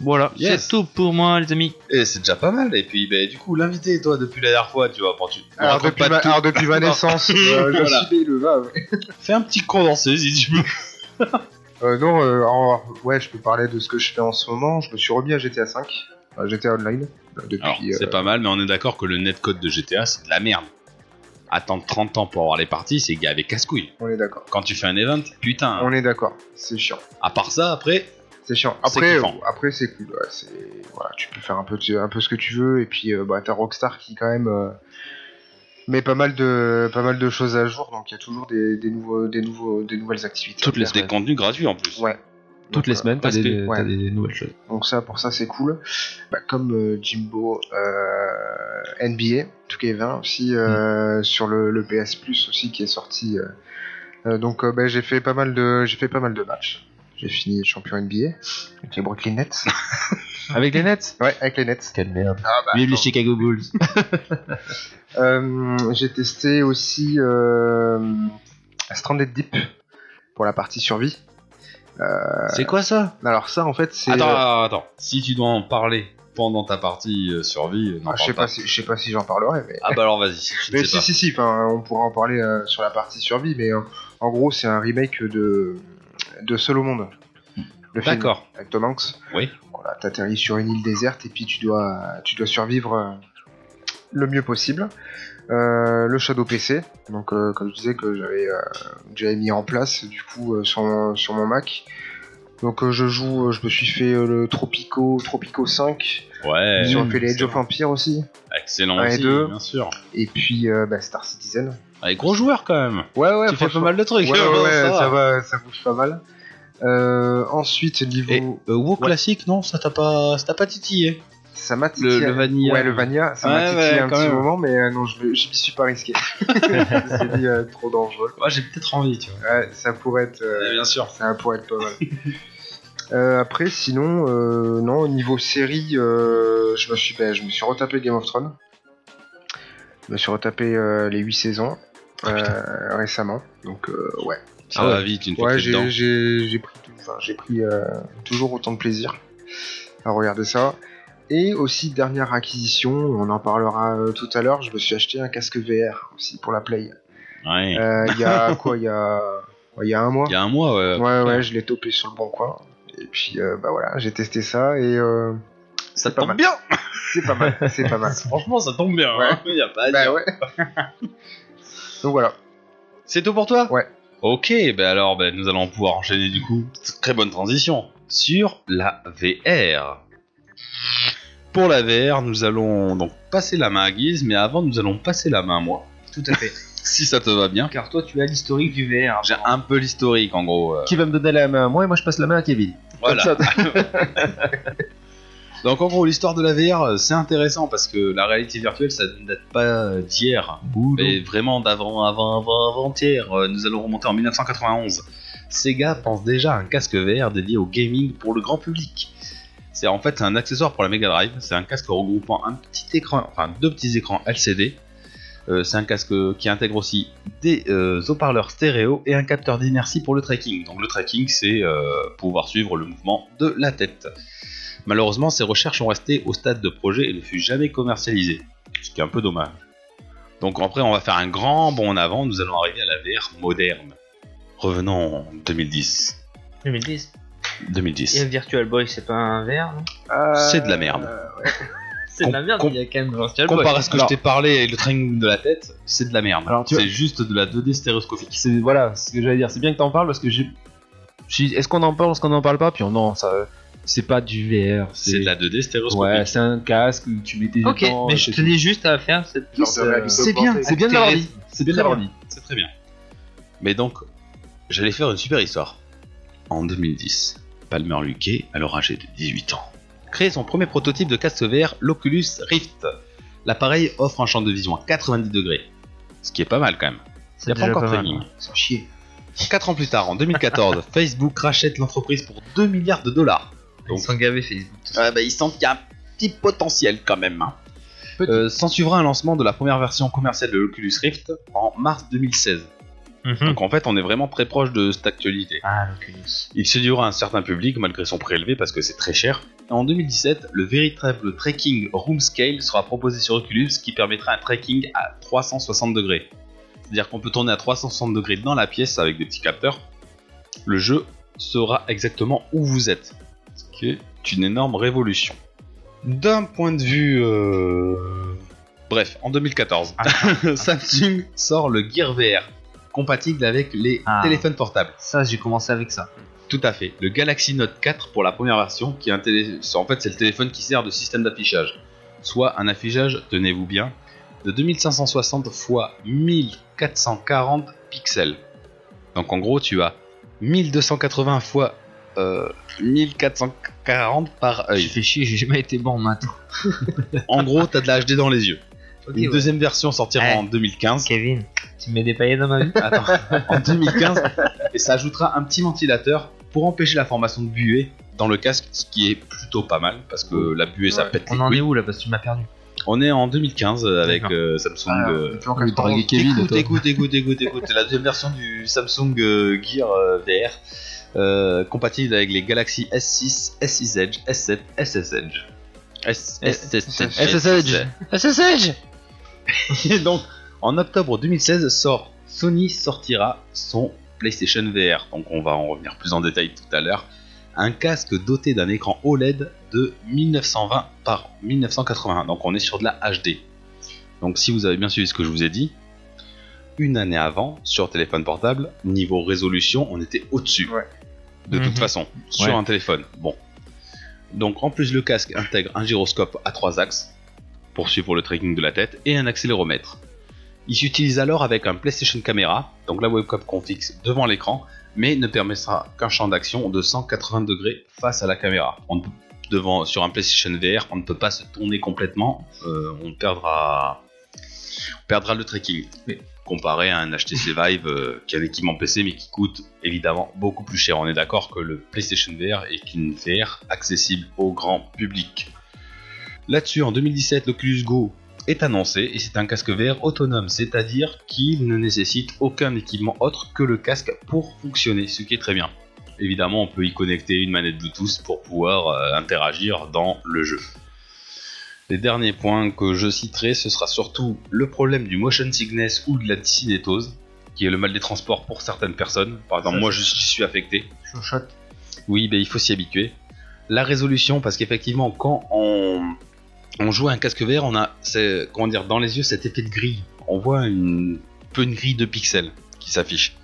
[SPEAKER 5] Voilà,
[SPEAKER 4] Yes.
[SPEAKER 5] c'est tout pour moi, les amis.
[SPEAKER 4] Et c'est déjà pas mal. Et puis, bah, du coup, l'invité, toi, depuis la dernière fois, tu vois, quand tu. on
[SPEAKER 6] Alors
[SPEAKER 4] raconte
[SPEAKER 6] Ah, depuis,
[SPEAKER 4] pas
[SPEAKER 6] ma,
[SPEAKER 4] tout.
[SPEAKER 6] alors, depuis ma naissance, euh, je
[SPEAKER 4] Voilà.
[SPEAKER 6] suis né le 20.
[SPEAKER 4] Fais un petit condensé si tu veux.
[SPEAKER 6] Euh, non, euh, alors, ouais, je peux parler de ce que je fais en ce moment. Je me suis remis à GTA 5, GTA Online, euh, depuis.
[SPEAKER 4] Alors,
[SPEAKER 6] euh,
[SPEAKER 4] c'est pas mal, mais on est d'accord que le netcode de GTA, c'est de la merde. Attendre 30 ans pour avoir les parties, c'est gavé casse-couille.
[SPEAKER 6] euh, On est d'accord.
[SPEAKER 4] Quand tu fais un event, putain.
[SPEAKER 6] On est d'accord. C'est chiant.
[SPEAKER 4] À part ça, après,
[SPEAKER 6] C'est chiant.
[SPEAKER 4] C'est
[SPEAKER 6] Après,
[SPEAKER 4] kiffant.
[SPEAKER 6] euh, après c'est cool. ouais, c'est- voilà, tu peux faire un peu, un peu ce que tu veux. Et puis, euh, bah, t'as Rockstar qui, quand même, euh, met pas mal, de, pas mal de choses à jour. Donc, il y a toujours des, des, nouveaux, des, nouveaux, des nouvelles activités.
[SPEAKER 7] Toutes les
[SPEAKER 4] des
[SPEAKER 7] semaines.
[SPEAKER 4] contenus gratuits en plus.
[SPEAKER 6] Ouais.
[SPEAKER 7] Toutes les
[SPEAKER 6] Donc,
[SPEAKER 7] semaines, t'as
[SPEAKER 4] parce
[SPEAKER 7] des,
[SPEAKER 4] que-
[SPEAKER 6] ouais.
[SPEAKER 7] t'as des nouvelles choses.
[SPEAKER 6] euh, Donc, ça, pour ça, c'est cool. Bah, comme euh, Jimbo, euh, NBA, 2K20 aussi, euh,
[SPEAKER 7] Mm.
[SPEAKER 6] sur le, le PS Plus aussi qui est sorti. euh. Euh, donc, euh, bah, j'ai fait, pas mal de- j'ai fait pas mal de matchs. J'ai fini champion NBA avec les Brooklyn Nets.
[SPEAKER 7] Avec les nets
[SPEAKER 6] Ouais, avec les Nets.
[SPEAKER 7] Quelle merde.
[SPEAKER 6] Ah, bah,
[SPEAKER 7] Vive les Chicago Bulls.
[SPEAKER 6] Euh, j'ai testé aussi euh, Stranded Deep pour la partie survie.
[SPEAKER 5] Euh,
[SPEAKER 4] C'est quoi ça
[SPEAKER 6] Alors ça, en fait, c'est...
[SPEAKER 4] Attends,
[SPEAKER 6] euh,
[SPEAKER 4] attends, Ah, attends. Si tu dois en parler pendant ta partie euh, survie, euh, n'en
[SPEAKER 6] ah, je
[SPEAKER 4] parle
[SPEAKER 6] sais pas, si, je sais pas si j'en parlerai, mais...
[SPEAKER 4] Ah bah alors vas-y. si tu ne
[SPEAKER 6] Mais
[SPEAKER 4] sais
[SPEAKER 6] si,
[SPEAKER 4] pas.
[SPEAKER 6] si, si, enfin, on pourra en parler euh, sur la partie survie, mais euh, en gros, c'est un remake de de Seul au monde. Le film
[SPEAKER 4] D'accord.
[SPEAKER 6] avec Tom Hanks.
[SPEAKER 4] Oui.
[SPEAKER 6] Voilà, t'atterris sur une île déserte et puis tu dois, tu dois survivre euh, le mieux possible. Euh, le Shadow PC, donc euh, comme je disais que j'avais euh, que j'avais mis en place du coup euh, sur, mon, sur mon Mac. Donc euh, je joue, euh, je me suis fait euh, le Tropico, Tropico 5.
[SPEAKER 4] Ouais.
[SPEAKER 6] J'ai fait les Age of Empire aussi.
[SPEAKER 4] Excellent
[SPEAKER 6] Un et
[SPEAKER 4] aussi,
[SPEAKER 6] deux.
[SPEAKER 4] bien sûr.
[SPEAKER 6] Et puis euh, bah, Star Citizen.
[SPEAKER 4] Ouais, gros joueur quand même.
[SPEAKER 6] Ouais ouais,
[SPEAKER 4] tu fais pas
[SPEAKER 6] franchement-
[SPEAKER 4] mal de trucs.
[SPEAKER 6] Ouais,
[SPEAKER 5] hein.
[SPEAKER 6] ouais,
[SPEAKER 4] Bon,
[SPEAKER 6] ouais,
[SPEAKER 4] ça
[SPEAKER 6] ça,
[SPEAKER 4] va.
[SPEAKER 6] va, ça bouge pas mal. Euh, ensuite niveau,
[SPEAKER 4] Et euh, WoW classique, non, ça t'a pas, ça t'a pas titillé.
[SPEAKER 6] ça m'a titillé.
[SPEAKER 4] Le, le vanilla.
[SPEAKER 6] euh,
[SPEAKER 7] euh,
[SPEAKER 6] Ouais, le Vania, ça m'a
[SPEAKER 4] Ouais,
[SPEAKER 6] titillé
[SPEAKER 4] ouais,
[SPEAKER 6] un
[SPEAKER 4] quand
[SPEAKER 6] petit
[SPEAKER 4] même.
[SPEAKER 6] moment, mais euh, non, je me- je m'y suis pas risqué. je me suis dit euh, trop dangereux.
[SPEAKER 5] Ah,
[SPEAKER 4] Ouais, j'ai peut-être envie, tu vois.
[SPEAKER 6] Ouais, ça pourrait être, euh,
[SPEAKER 4] Ouais, bien sûr.
[SPEAKER 6] ça pourrait être pas mal. Euh, après, sinon, euh, non, au niveau série, euh, je me suis, ben, je me suis retapé Game of Thrones. Je me suis retapé euh, les 8 saisons
[SPEAKER 4] Ah,
[SPEAKER 6] euh, récemment, donc euh, ouais.
[SPEAKER 4] Ça
[SPEAKER 6] Ah ouais.
[SPEAKER 4] va vite, une fois
[SPEAKER 6] Ouais,
[SPEAKER 4] que t'es dedans.
[SPEAKER 6] j'ai j'ai- j'ai pris, tout- enfin, j'ai pris euh, toujours autant de plaisir à regarder ça. Et aussi, dernière acquisition, on en parlera euh, tout à l'heure, je me suis acheté un casque VR aussi pour la Play.
[SPEAKER 4] Ouais.
[SPEAKER 6] Euh, Il y a quoi Il y a, ouais, il y a un mois
[SPEAKER 4] Il y a un mois, ouais.
[SPEAKER 6] Ouais, ouais, je l'ai topé sur le bon coin. Et puis, euh, bah voilà, j'ai testé ça et euh,
[SPEAKER 4] ça
[SPEAKER 6] pas
[SPEAKER 4] tombe
[SPEAKER 6] mal.
[SPEAKER 4] bien.
[SPEAKER 6] c'est pas mal, c'est pas mal.
[SPEAKER 4] Franchement, ça tombe bien.
[SPEAKER 6] Ouais.
[SPEAKER 4] hein. Y a pas à
[SPEAKER 6] bah
[SPEAKER 4] dire.
[SPEAKER 6] ouais. Donc voilà.
[SPEAKER 4] C'est tout pour toi
[SPEAKER 6] Ouais.
[SPEAKER 4] Ok, bah alors bah, nous allons pouvoir enchaîner du coup. Très bonne transition. Sur la VR. Pour la VR, nous allons donc passer la main à Guise, mais avant nous allons passer la main à moi.
[SPEAKER 5] Tout à fait.
[SPEAKER 4] Si ça te va bien.
[SPEAKER 5] Car toi, tu as l'historique du VR.
[SPEAKER 4] J'ai un peu l'historique en gros. euh,
[SPEAKER 7] Qui va me donner la main à moi et moi je passe la main à Kevin.
[SPEAKER 4] voilà.
[SPEAKER 7] Comme ça.
[SPEAKER 4] Donc en gros, l'histoire de la VR, euh, c'est intéressant parce que la réalité virtuelle, ça ne date pas euh, d'hier, mais vraiment d'avant, avant, avant, avant-hier. Euh, Nous allons remonter en 1991. Sega pense déjà à un casque VR dédié au gaming pour le grand public. C'est en fait un accessoire pour la Mega Drive. C'est un casque regroupant un petit écran, enfin deux petits écrans LCD. Euh, c'est un casque qui intègre aussi des euh, haut-parleurs stéréo et un capteur d'inertie pour le tracking. Donc le tracking, c'est euh, pouvoir suivre le mouvement de la tête. Malheureusement, ces recherches ont resté au stade de projet et ne fut jamais commercialisées, ce qui est un peu dommage. Donc après, on va faire un grand bond en avant, nous allons arriver à la VR moderne. Revenons en 2010.
[SPEAKER 5] 2010. Et
[SPEAKER 4] 2010.
[SPEAKER 5] Virtual Boy, c'est pas un VR, non
[SPEAKER 6] Euh,
[SPEAKER 4] C'est de la merde.
[SPEAKER 5] C'est
[SPEAKER 4] Com-
[SPEAKER 5] de la merde,
[SPEAKER 4] com-
[SPEAKER 5] il y a quand même Virtual Boy.
[SPEAKER 4] Comparé à ce que
[SPEAKER 7] Alors-
[SPEAKER 4] je t'ai parlé et le training de la tête, c'est de la merde.
[SPEAKER 7] Alors, tu vois-
[SPEAKER 4] C'est juste de la 2D stéréoscopique.
[SPEAKER 7] C'est voilà, ce que j'allais dire. C'est bien que t'en parles parce que j'ai. je suis- Est-ce qu'on en parle, est-ce qu'on en parle pas Puis on- non, ça, euh, c'est pas du VR.
[SPEAKER 4] C'est de la 2D stéréoscopique.
[SPEAKER 7] Ouais, c'est un casque où tu mets tes
[SPEAKER 5] Ok,
[SPEAKER 7] écrans,
[SPEAKER 5] mais
[SPEAKER 7] et
[SPEAKER 5] je
[SPEAKER 7] c'est
[SPEAKER 5] tenais juste à faire cette
[SPEAKER 6] Genre
[SPEAKER 5] petite,
[SPEAKER 6] de
[SPEAKER 5] euh,
[SPEAKER 6] réalité
[SPEAKER 7] C'est bien,
[SPEAKER 6] augmentée.
[SPEAKER 7] c'est bien de l'avoir dit. C'est bien de l'avoir dit.
[SPEAKER 4] C'est très bien. Mais donc, j'allais faire une super histoire. En 2010, Palmer Luquet, alors âgé de 18 ans, crée son premier prototype de casque VR, l'Oculus Rift. L'appareil offre un champ de vision à 90 degrés, ce qui est pas mal quand même. Il
[SPEAKER 5] c'est
[SPEAKER 4] n'y a pas
[SPEAKER 5] déjà
[SPEAKER 4] encore hein. de
[SPEAKER 5] mal.
[SPEAKER 4] training.
[SPEAKER 5] Ils sont chiés.
[SPEAKER 4] 4 ans plus tard, en 2014, Facebook rachète l'entreprise pour 2 milliards de dollars.
[SPEAKER 5] Ils sont gavés Facebook.
[SPEAKER 4] Ouais, bah, il sent qu'il y a un petit potentiel quand même. hein. Euh, S'en suivra un lancement de la première version commerciale de l'Oculus Rift en mars 2016.
[SPEAKER 5] Hmm. Mhm.
[SPEAKER 4] Donc en fait, on est vraiment très proche de cette actualité.
[SPEAKER 5] Ah, l'Oculus.
[SPEAKER 4] Il séduira un certain public malgré son prélevé parce que c'est très cher. En 2017, le véritable tracking Room Scale sera proposé sur Oculus qui permettra un tracking à 360 degrés. C'est-à-dire qu'on peut tourner à 360 degrés dans la pièce avec des petits capteurs. Le jeu saura exactement où vous êtes. Ce qui est une énorme révolution. D'un point de vue... euh, Bref, en 2014, Samsung sort le Gear VR, compatible avec les
[SPEAKER 5] Ah.
[SPEAKER 4] téléphones portables.
[SPEAKER 5] Ça, j'ai commencé avec ça.
[SPEAKER 4] Tout à fait. Le Galaxy Note 4 pour la première version, qui est un télé... c'est- en fait c'est le téléphone qui sert de système d'affichage. Soit un affichage, tenez-vous bien, de 2560 x 1440 pixels. Donc en gros tu as 1280 x euh, 1440 par
[SPEAKER 5] J'ai
[SPEAKER 4] œil.
[SPEAKER 5] fait chier, j'ai jamais été bon en maths.
[SPEAKER 4] En gros t'as de la HD dans les yeux.
[SPEAKER 5] Ok,
[SPEAKER 4] Une
[SPEAKER 5] ouais.
[SPEAKER 4] deuxième version sortira
[SPEAKER 5] Eh.
[SPEAKER 4] en 2015.
[SPEAKER 5] Kevin, tu mets des paillettes dans ma vie
[SPEAKER 4] Attends, en 2015 et ça ajoutera un petit ventilateur pour empêcher la formation de buée dans le casque, ce qui est plutôt pas mal parce que la buée ça
[SPEAKER 6] Ouais.
[SPEAKER 4] pète. les
[SPEAKER 5] On en
[SPEAKER 4] couilles.
[SPEAKER 5] est où là Parce que tu m'as perdu.
[SPEAKER 4] On est en 2015 avec
[SPEAKER 5] D'accord.
[SPEAKER 4] euh, Samsung.
[SPEAKER 6] Ah,
[SPEAKER 4] euh,
[SPEAKER 6] toujours qu'à se
[SPEAKER 7] draguer
[SPEAKER 6] prendre.
[SPEAKER 7] Kevin,
[SPEAKER 4] écoute,
[SPEAKER 7] toi.
[SPEAKER 4] écoute, écoute, écoute, écoute, c'est la deuxième version du Samsung euh, Gear euh, VR euh, compatible avec les Galaxy S6, S6 Edge, S7, SS Edge. S-
[SPEAKER 7] SS Edge.
[SPEAKER 4] Ah,
[SPEAKER 5] SSH
[SPEAKER 4] Et donc, en octobre 2016 sort Sony sortira son PlayStation VR. Donc on va en revenir plus en détail tout à l'heure. Un casque doté d'un écran OLED de 1920 par 1981. Donc on est sur de la HD. Donc si vous avez bien suivi ce que je vous ai dit, une année avant, sur téléphone portable, niveau résolution, on était au-dessus. De toute
[SPEAKER 5] Mhm.
[SPEAKER 4] façon, sur
[SPEAKER 7] Ouais.
[SPEAKER 4] un téléphone. Bon. Donc en plus, le casque intègre un gyroscope à trois axes pour suivre le tracking de la tête et un accéléromètre. Il s'utilise alors avec un PlayStation Camera, donc la webcam qu'on fixe devant l'écran, mais ne permettra qu'un champ d'action de 180 degrés face à la caméra. On ne peut- devant, sur un PlayStation VR, on ne peut pas se tourner complètement, euh, on, perdra, on perdra le tracking. Comparé à un HTC Vive euh, qui est un équipement PC mais qui coûte évidemment beaucoup plus cher. On est d'accord que le PlayStation VR est une VR accessible au grand public. Là-dessus, en 2017, l'Oculus Go est annoncé et c'est un casque VR autonome, c'est-à-dire qu'il ne nécessite aucun équipement autre que le casque pour fonctionner, ce qui est très bien. Évidemment, on peut y connecter une manette Bluetooth pour pouvoir euh, interagir dans le jeu. Les derniers points que je citerai, ce sera surtout le problème du motion sickness ou de la cinétose, qui est le mal des transports pour certaines personnes. Par exemple, moi, je suis affecté. Oui, ben, il faut s'y habituer. La résolution, parce qu'effectivement, quand on, on joue à un casque vert, on a c'est- comment dire, dans les yeux cet effet de grille. On voit une, peu une grille de pixels qui s'affiche.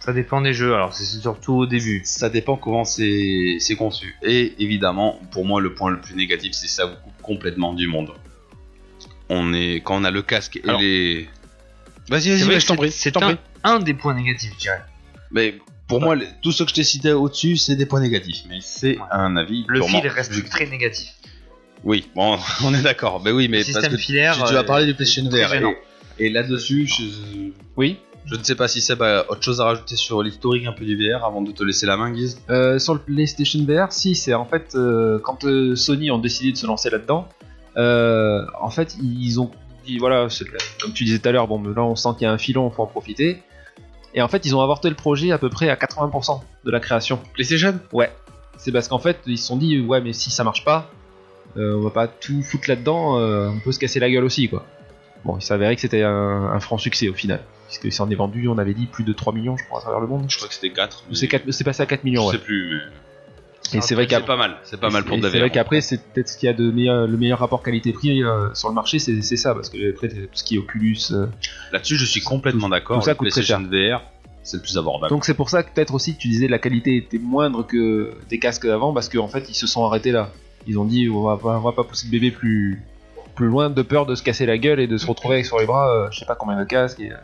[SPEAKER 5] Ça dépend des jeux, alors c'est surtout au début.
[SPEAKER 4] Ça dépend comment c'est c'est conçu. Et évidemment, pour moi, le point le plus négatif, c'est que ça vous coupe complètement du monde. On est, quand on a le casque et
[SPEAKER 5] Alors,
[SPEAKER 4] les. Vas-y, vas-y,
[SPEAKER 5] C'est vrai
[SPEAKER 4] vas-y,
[SPEAKER 5] que
[SPEAKER 4] je t'en prie. je
[SPEAKER 5] C'est
[SPEAKER 4] t'en
[SPEAKER 5] un,
[SPEAKER 4] prie.
[SPEAKER 5] un des points négatifs, je dirais.
[SPEAKER 4] Mais pour moi, les- tout ce que je t'ai cité au-dessus, c'est des points négatifs. Mais c'est
[SPEAKER 5] Ouais.
[SPEAKER 4] un avis.
[SPEAKER 5] Le
[SPEAKER 4] purement
[SPEAKER 5] fil reste
[SPEAKER 4] subjectif.
[SPEAKER 5] très négatif.
[SPEAKER 4] Oui, bon, on est d'accord. Mais oui, mais
[SPEAKER 5] le
[SPEAKER 4] parce
[SPEAKER 5] système
[SPEAKER 4] que
[SPEAKER 5] filaire.
[SPEAKER 4] tu, tu as
[SPEAKER 5] euh,
[SPEAKER 4] parlé du PlayStation
[SPEAKER 5] très
[SPEAKER 4] VR.
[SPEAKER 5] gênant.
[SPEAKER 4] Et, et là-dessus, je,
[SPEAKER 7] Oui.
[SPEAKER 4] je ne sais pas si Seb a autre chose à rajouter sur l'historique un peu du VR avant de te laisser la main, Guise.
[SPEAKER 7] Euh, sur le PlayStation VR, si, c'est en fait euh, quand euh, Sony ont décidé de se lancer là-dedans, euh, en fait ils ont dit voilà, c'est- comme tu disais tout à l'heure, bon, mais là on sent qu'il y a un filon, faut en profiter. Et en fait, ils ont avorté le projet à peu près à 80% de la création.
[SPEAKER 4] PlayStation
[SPEAKER 7] Ouais. C'est parce qu'en fait, ils se sont dit ouais, mais si ça marche pas, euh, on va pas tout foutre là-dedans, euh, on peut se casser la gueule aussi, quoi. Bon, il s'avérait que c'était un, un franc succès au final, puisqu'il s'en est vendu, on avait dit plus de 3 millions, je crois, à travers le monde.
[SPEAKER 4] Je crois que c'était 4.
[SPEAKER 7] Ou c'est quatre- c'est passé à 4 millions,
[SPEAKER 4] Je
[SPEAKER 7] ouais.
[SPEAKER 4] sais plus, mais.
[SPEAKER 7] Et c'est vrai
[SPEAKER 4] C'est
[SPEAKER 7] qu'après.
[SPEAKER 4] pas mal, c'est pas mal pour
[SPEAKER 7] Et
[SPEAKER 4] de la
[SPEAKER 7] C'est
[SPEAKER 4] VR.
[SPEAKER 7] vrai qu'après, c'est peut-être ce qu'il y a de meilleur, le meilleur rapport qualité-prix euh, sur le marché, c'est c'est ça, parce que après, tout ce qui est Oculus. euh.
[SPEAKER 4] Là-dessus, je suis complètement d'accord.
[SPEAKER 7] tout ça
[SPEAKER 4] le
[SPEAKER 7] coûte très
[SPEAKER 4] PlayStation VR, c'est le plus abordable.
[SPEAKER 7] Donc c'est pour ça que peut-être aussi que tu disais la qualité était moindre que des casques d'avant, parce qu'en fait, ils se sont arrêtés là. Ils ont dit, on va, pas- on va pas pousser le bébé plus, plus loin, de peur de se casser la gueule et de se retrouver avec sur les bras, euh, je sais pas combien de casques. et, euh,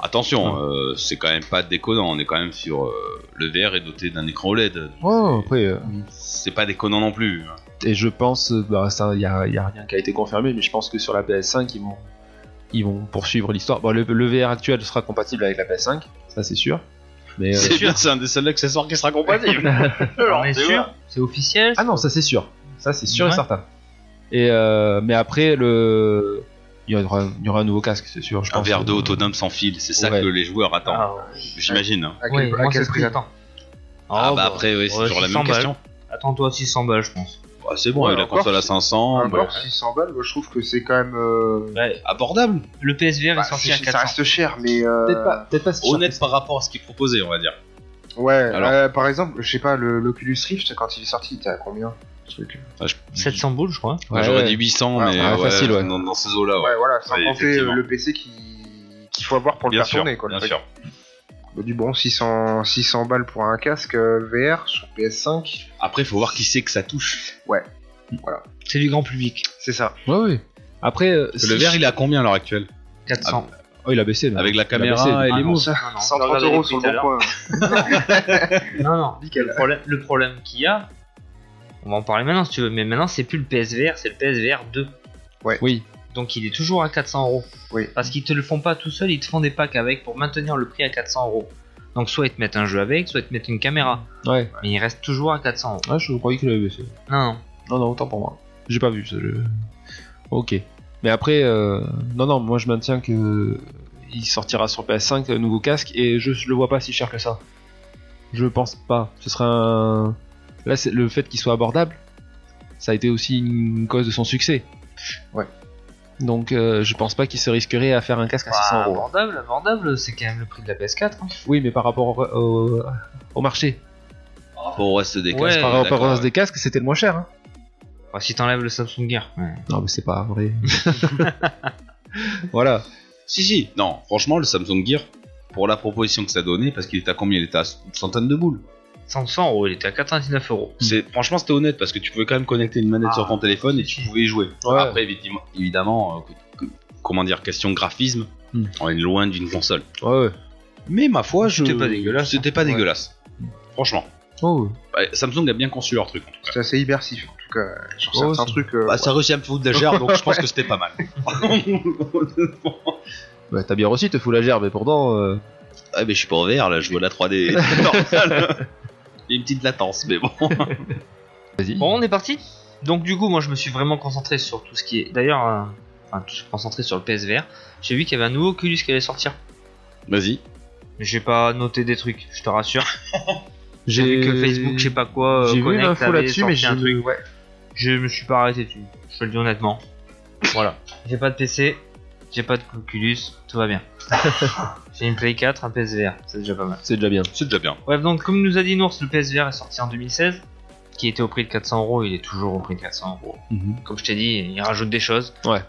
[SPEAKER 4] Attention, euh, c'est quand même pas déconnant. On est quand même sur. euh, le VR est doté d'un écran OLED.
[SPEAKER 7] Oh, après, euh,
[SPEAKER 4] C'est pas déconnant non plus.
[SPEAKER 7] et je pense, euh, bah, ça, il y a, y a rien qui a été confirmé, mais je pense que sur la PS5, ils vont, ils vont poursuivre l'histoire. Bon, le, le VR actuel sera compatible avec la PS5, ça c'est sûr. Mais, euh,
[SPEAKER 4] C'est sûr, c'est un des seuls accessoires qui sera compatible.
[SPEAKER 5] On est sûr C'est officiel
[SPEAKER 7] Ah non, ça c'est sûr. Ça c'est sûr
[SPEAKER 5] Ouais.
[SPEAKER 7] et certain. Et euh, mais après le, il y aura, il y aura un nouveau casque, c'est sûr. Je
[SPEAKER 4] un
[SPEAKER 7] pense.
[SPEAKER 4] verre d'eau autonome sans fil, c'est ça
[SPEAKER 7] Ouais.
[SPEAKER 4] que les joueurs attendent.
[SPEAKER 5] Ah, ouais.
[SPEAKER 4] J'imagine. hein.
[SPEAKER 6] À quel,
[SPEAKER 5] Ouais,
[SPEAKER 6] à
[SPEAKER 5] moi,
[SPEAKER 6] quel
[SPEAKER 5] c'est ce que
[SPEAKER 6] prix
[SPEAKER 5] j'attends.
[SPEAKER 4] Ah,
[SPEAKER 5] Oh,
[SPEAKER 4] bah après, oui, c'est
[SPEAKER 5] ouais,
[SPEAKER 4] toujours la
[SPEAKER 5] 600
[SPEAKER 4] même question.
[SPEAKER 5] Attends-toi 600 balles, je pense.
[SPEAKER 4] Bah, c'est bon,
[SPEAKER 6] Ouais,
[SPEAKER 4] avec la
[SPEAKER 6] encore,
[SPEAKER 4] console à
[SPEAKER 6] c'est-
[SPEAKER 4] 500, bah,
[SPEAKER 6] Encore 600 balles, moi, je trouve que c'est quand même. euh,
[SPEAKER 4] abordable.
[SPEAKER 5] Le PSVR
[SPEAKER 6] bah,
[SPEAKER 5] est sorti
[SPEAKER 6] c'est-
[SPEAKER 5] à
[SPEAKER 6] ça
[SPEAKER 5] 400.
[SPEAKER 6] reste cher, mais. euh,
[SPEAKER 7] Peut-être pas, peut-être pas si cher que
[SPEAKER 4] Honnête
[SPEAKER 7] ça.
[SPEAKER 4] par rapport à ce qui est proposé, on va dire.
[SPEAKER 6] Ouais,
[SPEAKER 4] Alors.
[SPEAKER 6] euh, par exemple, je sais pas, le- l'Oculus Rift, quand il est sorti, il était à combien ce truc
[SPEAKER 4] Ah, je-
[SPEAKER 5] 700 boules, je crois.
[SPEAKER 4] Ouais,
[SPEAKER 7] Ouais,
[SPEAKER 4] J'aurais
[SPEAKER 7] ouais.
[SPEAKER 4] dit 800, mais
[SPEAKER 7] ouais,
[SPEAKER 4] ouais,
[SPEAKER 7] facile, ouais.
[SPEAKER 4] Dans, dans ces eaux-là. ouais.
[SPEAKER 6] Ouais, voilà, sans
[SPEAKER 4] Ouais,
[SPEAKER 6] compter
[SPEAKER 4] effectivement.
[SPEAKER 6] euh, le PC qui- qu'il faut avoir pour le
[SPEAKER 4] Bien
[SPEAKER 6] faire
[SPEAKER 4] sûr,
[SPEAKER 6] tourner, quoi. le
[SPEAKER 4] bien
[SPEAKER 6] truc.
[SPEAKER 4] sûr.
[SPEAKER 6] Bah, Du bon, 600, 600 balles pour un casque euh, VR sur PS5,
[SPEAKER 4] Après, il faut voir qui c'est que ça touche.
[SPEAKER 5] C'est du grand public.
[SPEAKER 6] c'est ça.
[SPEAKER 7] Ouais, ouais. Après, euh, si-
[SPEAKER 4] Le verre, il est à combien à l'heure actuelle
[SPEAKER 5] 400.
[SPEAKER 7] oh, il a baissé. là.
[SPEAKER 4] Avec la
[SPEAKER 7] Il a baissé. Ah.
[SPEAKER 4] caméra et les
[SPEAKER 5] non,
[SPEAKER 4] mots.
[SPEAKER 5] ça- non, Ah, non.
[SPEAKER 6] 130 euros sur le bon coin.
[SPEAKER 5] Non, non.
[SPEAKER 6] Nickel.
[SPEAKER 5] Le problème, le problème qu'il y a, on va en parler maintenant si tu veux, mais maintenant c'est plus le PSVR, c'est le PSVR 2.
[SPEAKER 7] Oui.
[SPEAKER 5] Donc il est toujours à 400 euros.
[SPEAKER 6] Oui.
[SPEAKER 5] Parce qu'ils te le font pas tout seul, ils te font des packs avec pour maintenir le prix à 400 euros. Donc soit ils te mettent un jeu avec, soit ils te mettent une caméra.
[SPEAKER 7] Ouais.
[SPEAKER 5] Mais il reste toujours à 400 euros.
[SPEAKER 7] Ah, je croyais qu'il avait baissé.
[SPEAKER 5] Non, non.
[SPEAKER 7] Non, non, autant pour moi. J'ai pas vu ça. je- Ok. Mais après, euh, non, non, moi je maintiens que il sortira sur PS5 euh, nouveau casque et je, je le vois pas si cher que ça. Je pense pas. Ce sera un. Là, c'est le fait qu'il soit abordable. Ça a été aussi une cause de son succès.
[SPEAKER 6] Ouais.
[SPEAKER 7] Donc euh, je pense pas qu'ils se risqueraient à faire un casque à 600 euros.
[SPEAKER 5] Bah, vendable, vendable, c'est quand même le prix de la PS4. hein.
[SPEAKER 7] Oui, mais par rapport au, au- au marché,
[SPEAKER 4] Pour reste des
[SPEAKER 5] Eh, Ouais,
[SPEAKER 4] casques.
[SPEAKER 7] par rapport au
[SPEAKER 4] d'accord,
[SPEAKER 7] reste des casques, c'était le moins cher. hein.
[SPEAKER 5] Enfin, si t'enlèves le Samsung Gear.
[SPEAKER 7] Non, mais c'est pas vrai. voilà.
[SPEAKER 4] Si, si, non, franchement, le Samsung Gear, pour la proposition que ça donnait, parce qu'il était à combien Il était à une centaine de boules.
[SPEAKER 5] 500 euros, il était à 99 euros.
[SPEAKER 4] C'est Franchement, c'était honnête, parce que tu pouvais quand même connecter une manette
[SPEAKER 5] Ah,
[SPEAKER 4] sur ton téléphone et
[SPEAKER 5] si,
[SPEAKER 4] tu
[SPEAKER 5] si.
[SPEAKER 4] pouvais y jouer.
[SPEAKER 7] Ouais.
[SPEAKER 4] Après, évidemment, évidemment euh, que- que- comment dire, question graphisme,
[SPEAKER 7] Hmm.
[SPEAKER 4] on est loin d'une console.
[SPEAKER 7] Ouais, ouais.
[SPEAKER 4] Mm. Mais ma foi, je.
[SPEAKER 5] C'était pas dégueulasse,
[SPEAKER 4] C'était pas
[SPEAKER 6] Ouais.
[SPEAKER 4] dégueulasse. Franchement.
[SPEAKER 7] Oh,
[SPEAKER 4] Bah, Samsung a bien conçu leur truc, en tout cas.
[SPEAKER 6] C'est assez immersif en tout cas. euh, Sur
[SPEAKER 7] Oh,
[SPEAKER 6] certains
[SPEAKER 7] c'est-
[SPEAKER 6] trucs. euh,
[SPEAKER 4] Bah, ça a réussi à me foutre de la gerbe, donc je pense que c'était pas mal.
[SPEAKER 7] bah, t'as bien reçu, te fous la gerbe, et pourtant. euh,
[SPEAKER 4] Ah mais je suis pas en VR là, je vois la 3D normale. Il y a une petite latence, mais bon.
[SPEAKER 7] Vas-y.
[SPEAKER 5] Bon, on est parti. Donc du coup, moi, je me suis vraiment concentré sur tout ce qui est. D'ailleurs, euh, enfin, tout- concentré sur le PSVR. J'ai vu qu'il y avait un nouveau Oculus qui allait sortir.
[SPEAKER 4] Vas-y.
[SPEAKER 5] Mais j'ai pas noté des trucs, je te rassure. J'ai
[SPEAKER 7] J'ai
[SPEAKER 5] vu que Facebook, je sais pas quoi, euh,
[SPEAKER 7] J'ai vu une
[SPEAKER 5] Connect
[SPEAKER 7] info
[SPEAKER 5] avait
[SPEAKER 7] là-dessus, mais
[SPEAKER 5] sorti
[SPEAKER 7] j'ai.
[SPEAKER 5] un truc.
[SPEAKER 7] Ouais.
[SPEAKER 5] Je me suis pas arrêté dessus. Je te le dis honnêtement. voilà. J'ai pas de PC, j'ai pas de Oculus, tout va bien. j'ai une Play 4, un PSVR, c'est déjà pas mal.
[SPEAKER 7] C'est déjà bien.
[SPEAKER 4] C'est déjà bien.
[SPEAKER 5] Bref, donc comme nous a dit Nours, le PSVR est sorti en 2016, qui était au prix de 400 euros, il est toujours au prix de 400 euros. Comme je t'ai dit, ils rajoutent des choses.
[SPEAKER 7] Ouais.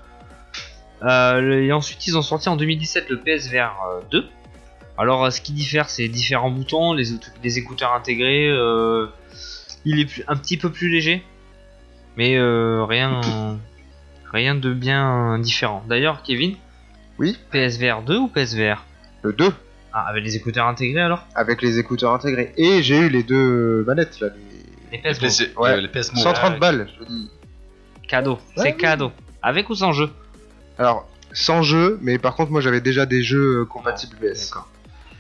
[SPEAKER 5] Euh, le- et ensuite, ils ont sorti en 2017 le PSVR euh, 2. Alors, euh, ce qui diffère, c'est les différents boutons, les, écou- les écouteurs intégrés. euh, il est plus- un petit peu plus léger, mais euh, rien, rien de bien différent. D'ailleurs, Kevin,
[SPEAKER 6] Oui
[SPEAKER 5] PSVR 2 ou PSVR
[SPEAKER 6] Le 2
[SPEAKER 5] Ah, avec les écouteurs intégrés alors
[SPEAKER 6] avec les écouteurs intégrés. Et j'ai eu les deux manettes là. les-
[SPEAKER 5] euh, Les PS Move.
[SPEAKER 6] Ouais.
[SPEAKER 4] les PS Move.
[SPEAKER 6] 130
[SPEAKER 5] ouais.
[SPEAKER 6] balles, je dis.
[SPEAKER 5] Cadeau,
[SPEAKER 6] Ouais,
[SPEAKER 5] c'est
[SPEAKER 6] oui.
[SPEAKER 5] cadeau. Avec ou sans jeu
[SPEAKER 6] Alors, sans jeu, mais par contre, moi j'avais déjà des jeux euh, compatibles VS.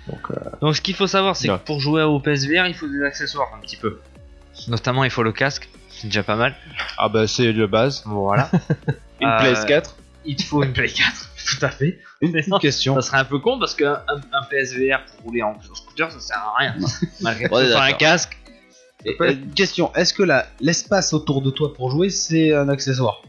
[SPEAKER 6] Donc, euh,
[SPEAKER 5] Donc ce qu'il faut savoir, c'est que
[SPEAKER 7] Ouais.
[SPEAKER 5] pour jouer au PSVR, il faut des accessoires un petit peu. Notamment, il faut le casque, c'est déjà pas mal.
[SPEAKER 7] Ah, bah, c'est le base.
[SPEAKER 5] Voilà.
[SPEAKER 7] Une
[SPEAKER 5] Euh,
[SPEAKER 7] PS4.
[SPEAKER 5] Il te faut une Play 4, tout à fait.
[SPEAKER 7] Une
[SPEAKER 5] Mais non,
[SPEAKER 7] petite question.
[SPEAKER 5] Ça serait un peu con parce qu'un un PSVR pour rouler en en scooter, ça sert à rien. Malgré tout,
[SPEAKER 4] Ouais,
[SPEAKER 5] sans un
[SPEAKER 4] d'accord.
[SPEAKER 5] casque.
[SPEAKER 4] question, est-ce que la- l'espace autour de toi pour jouer c'est un accessoire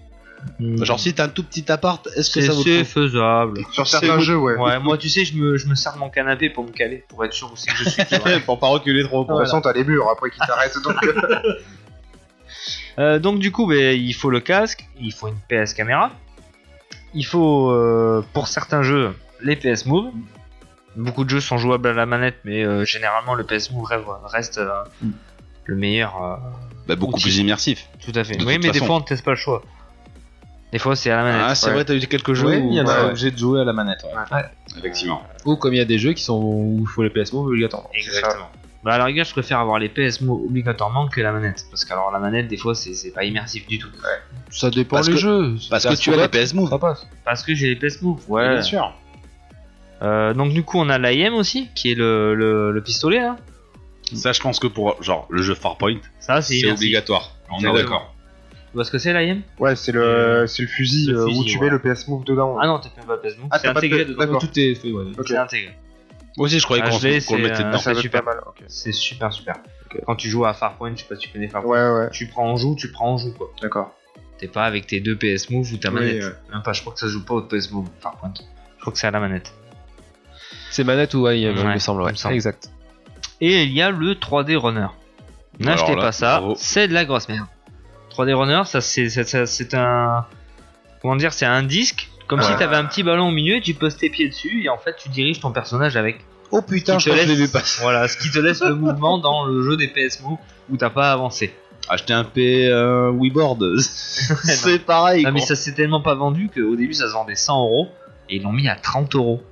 [SPEAKER 4] Genre si t'as un tout petit appart, est-ce que
[SPEAKER 5] Hmm. C'est
[SPEAKER 4] ça vaut
[SPEAKER 5] c'est
[SPEAKER 4] le coup
[SPEAKER 5] faisable.
[SPEAKER 6] sur certains jeux, ouais.
[SPEAKER 5] Ouais, moi, tu sais, je me, je me sers de mon canapé pour me caler, pour être sûr où c'est que je suis. tu vois.
[SPEAKER 4] Pour pas reculer trop.
[SPEAKER 6] De toute façon, t'as les murs après qui t'arrêtent. Donc, euh,
[SPEAKER 5] Euh, donc du coup, ben, il faut le casque, il faut une PS caméra, il faut euh, pour certains jeux les PS Move. Beaucoup de jeux sont jouables à la manette, mais euh, généralement le PS Move rêve- reste euh, le meilleur. euh,
[SPEAKER 4] Bah beaucoup
[SPEAKER 5] Outil.
[SPEAKER 4] plus immersif.
[SPEAKER 5] tout à fait.
[SPEAKER 4] De
[SPEAKER 5] oui,
[SPEAKER 4] toute
[SPEAKER 5] mais des
[SPEAKER 4] façon.
[SPEAKER 5] fois on ne teste pas le choix. Des fois c'est à la manette.
[SPEAKER 4] Ah c'est
[SPEAKER 6] ouais.
[SPEAKER 4] vrai, t'as eu quelques jeux
[SPEAKER 7] Ouais,
[SPEAKER 4] où
[SPEAKER 7] il y en a,
[SPEAKER 4] t'es
[SPEAKER 7] ouais.
[SPEAKER 4] obligé de jouer à la manette. ouais.
[SPEAKER 6] Ouais.
[SPEAKER 4] Effectivement.
[SPEAKER 7] Ou comme il y a des jeux qui sont où il faut les PS Move obligatoirement.
[SPEAKER 5] Exactement. Bah à la rigueur, je préfère avoir les PS Move obligatoirement que la manette, parce qu'alors la manette des fois c'est c'est pas immersif du tout.
[SPEAKER 7] Ça dépend
[SPEAKER 4] Parce
[SPEAKER 7] les
[SPEAKER 4] que-
[SPEAKER 7] jeux.
[SPEAKER 4] Parce
[SPEAKER 7] Ça
[SPEAKER 4] que
[SPEAKER 7] se
[SPEAKER 4] tu as
[SPEAKER 7] voit,
[SPEAKER 4] les PS Move.
[SPEAKER 7] Ça passe.
[SPEAKER 5] Parce que j'ai les PS Move. Ouais.
[SPEAKER 4] Bien sûr.
[SPEAKER 5] Euh, donc du coup on a l'AIM aussi, qui est le, le, le pistolet là.
[SPEAKER 4] Ça je pense que pour genre le jeu Farpoint,
[SPEAKER 5] Ça
[SPEAKER 4] c'est obligatoire. On est
[SPEAKER 5] Exactement.
[SPEAKER 4] d'accord.
[SPEAKER 5] Tu vois ce que c'est l'AIM
[SPEAKER 6] ouais, c'est le, c'est le fusil
[SPEAKER 5] Le
[SPEAKER 6] euh, où
[SPEAKER 5] fusil,
[SPEAKER 6] tu
[SPEAKER 5] ouais.
[SPEAKER 6] mets le PS Move dedans.
[SPEAKER 5] Ah non, t'as pas de PSMO.
[SPEAKER 6] Oh. Ah,
[SPEAKER 5] c'est
[SPEAKER 6] t'as pas
[SPEAKER 5] intégré
[SPEAKER 6] de-
[SPEAKER 5] dedans.
[SPEAKER 6] D'accord.
[SPEAKER 7] Tout est fait, ouais.
[SPEAKER 5] C'est intégré.
[SPEAKER 4] Moi aussi je croyais
[SPEAKER 5] Ah,
[SPEAKER 4] qu'on
[SPEAKER 5] je l'ai,
[SPEAKER 4] qu'on le
[SPEAKER 5] c'est,
[SPEAKER 4] mettait
[SPEAKER 5] euh,
[SPEAKER 4] dedans.
[SPEAKER 6] ça
[SPEAKER 5] c'est
[SPEAKER 6] va
[SPEAKER 5] super.
[SPEAKER 6] pas mal. ok.
[SPEAKER 5] C'est super, super. Quand tu joues à Farpoint, je sais pas si tu connais Farpoint.
[SPEAKER 6] Ouais, ouais,
[SPEAKER 5] Tu prends en joue, tu prends en joue quoi.
[SPEAKER 6] d'accord.
[SPEAKER 5] T'es pas avec tes deux PS Move ou ta
[SPEAKER 6] Oui,
[SPEAKER 5] manette. euh,
[SPEAKER 6] ouais.
[SPEAKER 5] Même pas, je crois que ça se joue pas au PS Move Farpoint. Je crois que c'est à la manette.
[SPEAKER 7] C'est manette ou ouais, il
[SPEAKER 5] Ouais,
[SPEAKER 7] me semble, ouais.
[SPEAKER 5] il me semble.
[SPEAKER 7] Exact.
[SPEAKER 5] Et il y a le 3D Runner. N'achetez
[SPEAKER 4] Alors là,
[SPEAKER 5] pas ça,
[SPEAKER 4] bravo.
[SPEAKER 5] c'est de la grosse merde. 3D Runner, ça c'est, ça- ça- c'est un. Comment dire, c'est un disque. Comme si t'avais un petit ballon au milieu et tu poses tes pieds dessus et en fait tu diriges ton personnage avec.
[SPEAKER 4] Oh putain,
[SPEAKER 5] Qui te laisse- Voilà, ce qui te laisse le mouvement dans le jeu des PS Move où t'as pas avancé.
[SPEAKER 4] Acheter un P euh, Wiiboard, c'est pareil.
[SPEAKER 5] Non Ah, mais
[SPEAKER 4] quoi.
[SPEAKER 5] ça s'est tellement pas vendu qu'au début ça se vendait 100 euros et ils l'ont mis à 30 euros.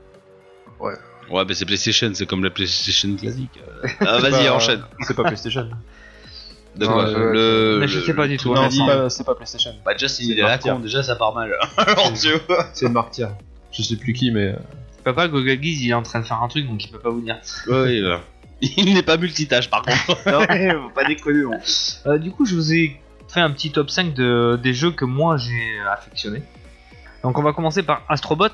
[SPEAKER 4] Ouais, mais c'est PlayStation, c'est comme la PlayStation classique. Ah,
[SPEAKER 7] C'est
[SPEAKER 4] vas-y,
[SPEAKER 7] pas-
[SPEAKER 4] enchaîne.
[SPEAKER 7] C'est pas PlayStation.
[SPEAKER 4] De
[SPEAKER 6] Non,
[SPEAKER 4] quoi
[SPEAKER 6] je-
[SPEAKER 4] le,
[SPEAKER 5] mais Bah, je
[SPEAKER 4] le-
[SPEAKER 5] sais pas
[SPEAKER 4] le
[SPEAKER 5] du tout,
[SPEAKER 4] truc
[SPEAKER 5] non,
[SPEAKER 4] dit-
[SPEAKER 5] c'est
[SPEAKER 7] pas, PlayStation.
[SPEAKER 4] Bah, déjà, c'est une
[SPEAKER 7] C'est
[SPEAKER 4] idée à la
[SPEAKER 7] marquant.
[SPEAKER 4] con, déjà, ça part mal. Alors, tu vois.
[SPEAKER 7] C'est une martyr. Je sais plus qui, mais. euh.
[SPEAKER 5] Papa Google Geese il est en train de faire un truc donc il peut pas vous dire.
[SPEAKER 4] Ouais, bah. ouais. Il n'est pas multitâche, par contre. non, faut pas déconner, non.
[SPEAKER 5] Euh, du coup je vous ai fait un petit top 5 de, des jeux que moi j'ai affectionné. Donc on va commencer par Astrobot.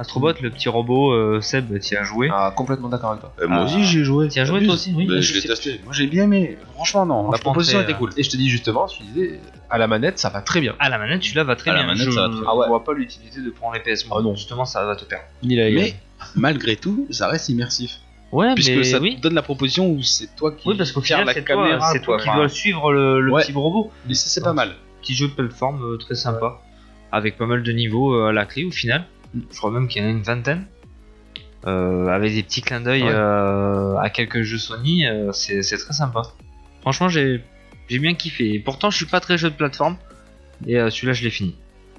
[SPEAKER 5] Astrobot, le petit robot, euh, Seb, t'y as joué.
[SPEAKER 7] Ah, complètement d'accord avec toi.
[SPEAKER 4] Euh, moi
[SPEAKER 5] Ah.
[SPEAKER 4] aussi j'ai joué.
[SPEAKER 5] T'y as joué, toi aussi Oui,
[SPEAKER 4] Mais
[SPEAKER 5] je
[SPEAKER 4] je l'ai
[SPEAKER 5] sais.
[SPEAKER 4] testé. Moi j'ai bien aimé. Franchement, non. la
[SPEAKER 5] Franchement,
[SPEAKER 4] proposition
[SPEAKER 5] c'est,
[SPEAKER 4] était
[SPEAKER 5] euh,
[SPEAKER 4] cool.
[SPEAKER 7] Et je te dis justement, je te disais, à la manette, ça va très bien.
[SPEAKER 5] À la manette, tu là va très
[SPEAKER 4] À la
[SPEAKER 5] bien.
[SPEAKER 4] manette,
[SPEAKER 5] je
[SPEAKER 4] ça va très bien.
[SPEAKER 5] ne
[SPEAKER 7] Ah ouais.
[SPEAKER 5] vois pas l'utilité de prendre les PS.
[SPEAKER 7] Ah non.
[SPEAKER 5] Justement, ça va te perdre.
[SPEAKER 7] Ni la
[SPEAKER 4] Mais malgré tout, ça reste immersif.
[SPEAKER 5] Ouais,
[SPEAKER 4] Puisque
[SPEAKER 5] mais
[SPEAKER 4] ça
[SPEAKER 5] oui.
[SPEAKER 4] te donne la proposition où c'est toi qui.
[SPEAKER 5] Oui, parce qu'au
[SPEAKER 4] tiens
[SPEAKER 5] final, c'est toi, c'est toi qui
[SPEAKER 4] enfin,
[SPEAKER 5] dois suivre le, le
[SPEAKER 4] Ouais.
[SPEAKER 5] petit robot.
[SPEAKER 4] Mais ça, c'est pas mal.
[SPEAKER 5] Petit jeu de plateforme euh, très sympa. Avec pas mal de niveaux euh, à la clé au final. Je crois même qu'il y en a une vingtaine. Euh, avec des petits clins d'œil
[SPEAKER 7] Ouais.
[SPEAKER 5] euh, à quelques jeux Sony, euh, c'est c'est très sympa. Franchement, j'ai j'ai bien kiffé. Et pourtant, je suis pas très jeu de plateforme. Et euh, celui-là, je l'ai fini.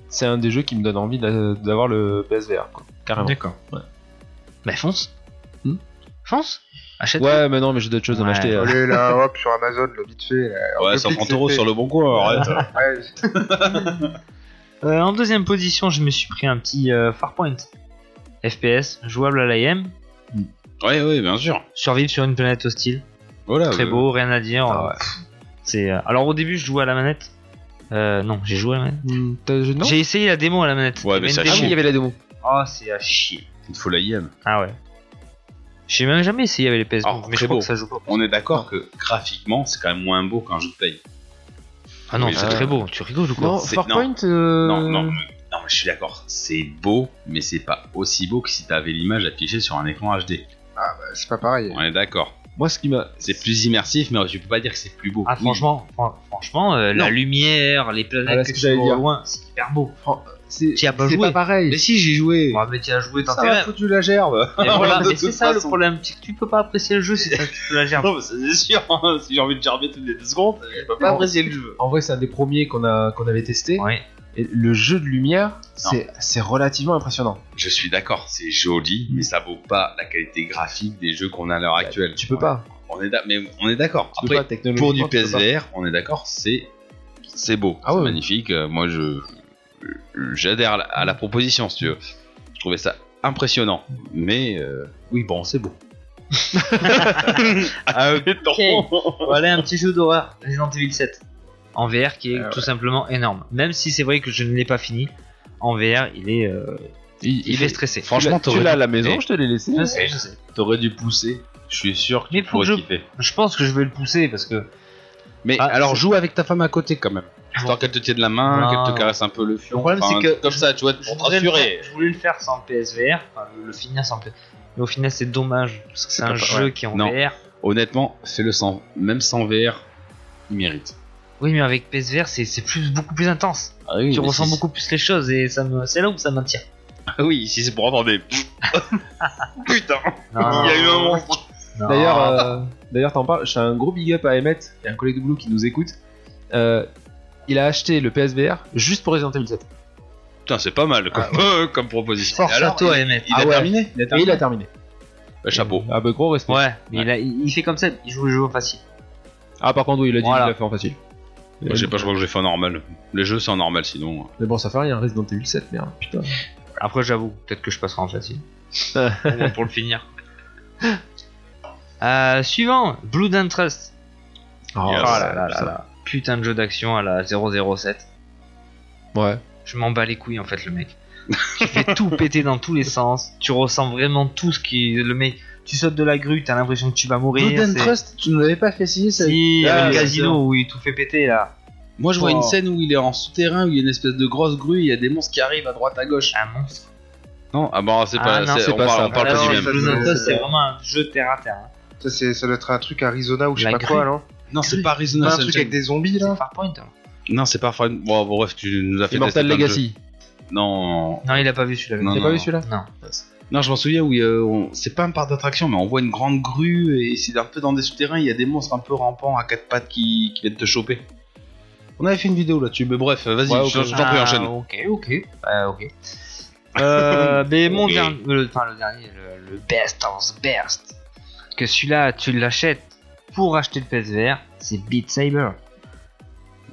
[SPEAKER 7] C'est un des jeux qui me donne envie d'a- d'avoir le PSVR, quoi. Carrément.
[SPEAKER 5] D'accord. Ah Mais fonce.
[SPEAKER 7] Hmm.
[SPEAKER 5] Fonce. Achète.
[SPEAKER 7] Ouais, mais non, mais j'ai d'autres choses à
[SPEAKER 5] Ouais.
[SPEAKER 7] m'acheter. euh.
[SPEAKER 6] Allez là, hop, sur Amazon, là, vite fait. là.
[SPEAKER 4] Ouais,
[SPEAKER 6] Le
[SPEAKER 4] 130
[SPEAKER 6] pixel
[SPEAKER 4] euros
[SPEAKER 6] fait.
[SPEAKER 4] sur le bon coin, arrête.
[SPEAKER 6] Ouais,
[SPEAKER 5] Euh, en deuxième position, je me suis pris un petit euh, Farpoint. FPS, jouable à l'AM,
[SPEAKER 4] ouais, ouais, bien sûr.
[SPEAKER 5] survivre sur une planète hostile.
[SPEAKER 4] Ah Voilà.
[SPEAKER 5] Très
[SPEAKER 4] ouais.
[SPEAKER 5] beau, rien à dire.
[SPEAKER 7] Ah
[SPEAKER 5] Euh, pff, C'est euh, alors au début, je jouais à la manette. Euh, non, j'ai joué à la manette.
[SPEAKER 7] Hmm, t'as- je- non
[SPEAKER 5] J'ai essayé la démo à la manette. Il
[SPEAKER 4] Ouais,
[SPEAKER 5] y
[SPEAKER 4] mais
[SPEAKER 5] avait
[SPEAKER 4] ça
[SPEAKER 5] une
[SPEAKER 7] Ah oui,
[SPEAKER 4] chier.
[SPEAKER 7] il y
[SPEAKER 5] démo.
[SPEAKER 7] avait la démo.
[SPEAKER 5] Ah, c'est à chier.
[SPEAKER 4] Il te faut la IM.
[SPEAKER 5] Ah ouais. J'ai même jamais essayé avec les PS.
[SPEAKER 4] Alors,
[SPEAKER 5] mais
[SPEAKER 4] Ah, très
[SPEAKER 5] je crois
[SPEAKER 4] beau.
[SPEAKER 5] que ça joue pas.
[SPEAKER 4] On est d'accord que graphiquement, c'est quand même moins beau qu'un jeu de play.
[SPEAKER 5] Ah non,
[SPEAKER 4] Mais
[SPEAKER 5] c'est
[SPEAKER 4] ça-
[SPEAKER 5] très beau. Tu rigoles ou quoi
[SPEAKER 7] Non,
[SPEAKER 4] c'est-
[SPEAKER 7] Farpoint. euh,
[SPEAKER 4] Non, non, non, non, mais je suis d'accord. C'est beau, mais c'est pas aussi beau que si t'avais l'image affichée sur un écran HD.
[SPEAKER 6] bah, c'est pas pareil.
[SPEAKER 4] On est d'accord.
[SPEAKER 7] Moi, ce qui m'a.
[SPEAKER 4] C'est plus immersif, mais tu peux pas dire que c'est plus beau.
[SPEAKER 5] Ah
[SPEAKER 4] Oui.
[SPEAKER 5] franchement, fran- franchement, euh, la
[SPEAKER 4] Non.
[SPEAKER 5] lumière, les planètes
[SPEAKER 7] Voilà ce
[SPEAKER 5] que
[SPEAKER 7] que
[SPEAKER 5] tu
[SPEAKER 7] j'allais
[SPEAKER 5] vois au
[SPEAKER 7] dire.
[SPEAKER 5] loin, c'est hyper beau.
[SPEAKER 7] C'est
[SPEAKER 5] T'y as pas
[SPEAKER 7] c'est
[SPEAKER 5] joué.
[SPEAKER 7] pas pareil.
[SPEAKER 4] Mais si, j'ai joué.
[SPEAKER 5] Bon, mais t'y as joué, t'en
[SPEAKER 4] Ça
[SPEAKER 5] fais rien.
[SPEAKER 4] m'a foutu la gerbe.
[SPEAKER 5] Mais voilà,
[SPEAKER 4] De
[SPEAKER 5] Ah, mais c'est
[SPEAKER 4] toute
[SPEAKER 5] ça le
[SPEAKER 4] façon.
[SPEAKER 5] problème, c'est que tu peux pas apprécier le jeu si t'as- tu peux la gères.
[SPEAKER 4] Non, mais c'est sûr, hein, si j'ai envie de gerber toutes les deux secondes, je peux pas
[SPEAKER 7] Non.
[SPEAKER 4] apprécier le jeu.
[SPEAKER 7] En vrai, c'est un des premiers qu'on a qu'on avait testé.
[SPEAKER 5] Ouais.
[SPEAKER 7] Et le jeu de lumière, c'est c'est relativement impressionnant.
[SPEAKER 4] Je suis d'accord, c'est joli, mais ça vaut pas la qualité graphique des jeux qu'on a à l'heure
[SPEAKER 5] Bah,
[SPEAKER 4] actuelle.
[SPEAKER 7] Tu peux pas.
[SPEAKER 4] On est d'a- mais on est d'accord.
[SPEAKER 7] Tu peux
[SPEAKER 4] Après,
[SPEAKER 7] pas, technologiquement,
[SPEAKER 4] pour du
[SPEAKER 7] tu peux pas.
[SPEAKER 4] PSVR, on est d'accord, c'est c'est beau,
[SPEAKER 7] Ah
[SPEAKER 4] c'est
[SPEAKER 7] ouais.
[SPEAKER 4] magnifique. Euh, Moi, je je- j'adhère à la- à la proposition, si tu veux. Je trouvais ça impressionnant, mais euh, oui, bon, c'est beau. ah, mais non.
[SPEAKER 5] Voilà un petit jeu d'horreur, Resident Evil 7. En VR qui
[SPEAKER 4] Ah,
[SPEAKER 5] est tout simplement énorme. Même si c'est vrai que je ne l'ai pas fini, en VR il est, euh,
[SPEAKER 7] Il,
[SPEAKER 5] il,
[SPEAKER 7] il
[SPEAKER 5] fait
[SPEAKER 7] est-
[SPEAKER 5] stresser.
[SPEAKER 4] Franchement,
[SPEAKER 7] tu l'as- tu l'as à la maison,
[SPEAKER 4] Eh.
[SPEAKER 7] je te l'ai laissé.
[SPEAKER 5] Je sais, je sais.
[SPEAKER 4] t'aurais dû pousser. Je suis sûr que
[SPEAKER 5] Mais
[SPEAKER 4] tu
[SPEAKER 5] faut que
[SPEAKER 4] pourrais
[SPEAKER 5] je-
[SPEAKER 4] kiffer.
[SPEAKER 5] Je pense que je vais le pousser parce que
[SPEAKER 4] Mais
[SPEAKER 5] Ah,
[SPEAKER 4] alors,
[SPEAKER 5] c'est-
[SPEAKER 4] joue avec ta femme à côté quand même. Histoire qu'elle te tienne la main,
[SPEAKER 5] Non.
[SPEAKER 4] qu'elle te caresse un peu le fion.
[SPEAKER 5] Le problème,
[SPEAKER 4] Enfin,
[SPEAKER 5] c'est que-
[SPEAKER 4] Comme ça, tu vois, pour te
[SPEAKER 5] voulais le
[SPEAKER 4] rassurer.
[SPEAKER 5] faire- je voulais le faire sans PSVR, enfin le, le finir sans PSVR. Mais au final c'est dommage parce que c'est un
[SPEAKER 4] pas-
[SPEAKER 5] jeu qui est en
[SPEAKER 4] Non.
[SPEAKER 5] VR.
[SPEAKER 4] Honnêtement, fais-le sans. Même sans VR, il mérite.
[SPEAKER 5] Oui mais avec PSVR c'est c'est plus beaucoup plus intense.
[SPEAKER 7] Ah
[SPEAKER 5] tu ressens beaucoup plus les choses et ça me c'est là où ça m'attire.
[SPEAKER 4] oui, si c'est pour entendre des. Putain,
[SPEAKER 5] Non.
[SPEAKER 4] il y a eu un monstre.
[SPEAKER 5] Non.
[SPEAKER 7] D'ailleurs, euh, d'ailleurs, t'en parles. Je fais un gros big up à Emmet et un collègue de boulot qui nous écoute. Euh, il a acheté le PSVR juste pour Resident Evil 7.
[SPEAKER 4] Putain, c'est pas mal comme, euh, comme proposition.
[SPEAKER 5] Force
[SPEAKER 4] Et alors,
[SPEAKER 5] à toi,
[SPEAKER 4] il-
[SPEAKER 5] Emmett.
[SPEAKER 4] Il,
[SPEAKER 7] Ah
[SPEAKER 4] a
[SPEAKER 7] ouais.
[SPEAKER 4] terminé.
[SPEAKER 7] Et il a terminé.
[SPEAKER 4] Bah, chapeau.
[SPEAKER 7] Ah bah gros respect.
[SPEAKER 5] Ouais, mais il, a- il- il fait comme ça, il joue le jeu au facile.
[SPEAKER 7] Ah par contre oui, il a dit
[SPEAKER 5] Voilà.
[SPEAKER 7] qu'il l'a fait en facile.
[SPEAKER 4] Moi, j'ai pas, je crois que j'ai fait en normal. Les jeux, c'est en normal sinon.
[SPEAKER 7] Mais bon, ça fait rien, Resident Evil 7, merde. Putain.
[SPEAKER 5] Après, j'avoue, peut-être que je passerai en facile. Au moins pour le finir. Euh, suivant, Blood and Trust.
[SPEAKER 7] Oh,
[SPEAKER 4] Yes.
[SPEAKER 5] Oh là là là là. Putain de jeu d'action à la 007.
[SPEAKER 7] Ouais.
[SPEAKER 5] Je m'en bats les couilles en fait, le mec. tu fais tout péter dans tous les sens. Tu ressens vraiment tout ce qui. Le mec, tu sautes de la grue, t'as l'impression que tu vas mourir. c'est-
[SPEAKER 7] Trust, tu nous l'avais pas fait signer ça.
[SPEAKER 5] Si, il y avait
[SPEAKER 7] Ah,
[SPEAKER 5] le
[SPEAKER 7] oui,
[SPEAKER 5] casino où il tout fait péter là.
[SPEAKER 4] Moi, je vois
[SPEAKER 5] Oh.
[SPEAKER 4] une scène où il est en souterrain, où il y a une espèce de grosse grue, il y a des monstres qui arrivent à droite, à gauche.
[SPEAKER 5] Un monstre.
[SPEAKER 4] Non, ah bah c'est
[SPEAKER 5] Ah,
[SPEAKER 4] pas,
[SPEAKER 5] non,
[SPEAKER 4] c'est-
[SPEAKER 7] c'est
[SPEAKER 4] on,
[SPEAKER 7] pas
[SPEAKER 4] parle,
[SPEAKER 7] ça.
[SPEAKER 4] on parle
[SPEAKER 5] Ah
[SPEAKER 4] pas
[SPEAKER 5] non,
[SPEAKER 4] du
[SPEAKER 6] c'est
[SPEAKER 4] même.
[SPEAKER 5] Blood and
[SPEAKER 6] Ouais,
[SPEAKER 5] Trust,
[SPEAKER 6] c'est
[SPEAKER 5] c'est
[SPEAKER 6] ça.
[SPEAKER 5] vraiment un jeu terre à terre. hein.
[SPEAKER 6] Ça, c'est- ça doit être un truc Arizona ou je sais
[SPEAKER 5] La
[SPEAKER 6] pas quoi, non
[SPEAKER 4] Non, c'est pas Reason
[SPEAKER 6] Pas un truc avec des zombies,
[SPEAKER 5] C'est
[SPEAKER 6] là
[SPEAKER 5] Farpoint. hein.
[SPEAKER 4] Non, c'est pas Fine. Bon, bon, bref, tu nous as fait
[SPEAKER 7] Immortal
[SPEAKER 4] tester plein de
[SPEAKER 7] Legacy.
[SPEAKER 4] jeux. Non.
[SPEAKER 5] Non, il a pas vu celui-là.
[SPEAKER 4] Non,
[SPEAKER 7] T'as
[SPEAKER 4] non,
[SPEAKER 7] pas vu
[SPEAKER 4] non.
[SPEAKER 7] celui-là
[SPEAKER 5] Non.
[SPEAKER 4] Non, je m'en souviens où euh, on- c'est pas un parc d'attraction, mais on voit une grande grue et c'est un peu dans des souterrains. Il y a des monstres un peu rampants à quatre pattes qui, qui viennent te choper. On avait fait une vidéo là-dessus, mais bref, vas-y,
[SPEAKER 7] Ouais,
[SPEAKER 4] je
[SPEAKER 7] ok.
[SPEAKER 4] je t'en prie,
[SPEAKER 5] Ah,
[SPEAKER 4] enchaîne.
[SPEAKER 5] Ok, ok. Euh, ok. Euh, mais mon
[SPEAKER 4] Ok.
[SPEAKER 5] dernier, le- enfin le dernier, le, le best of the best, que celui-là tu l'achètes pour acheter le PSVR, c'est Beat Saber.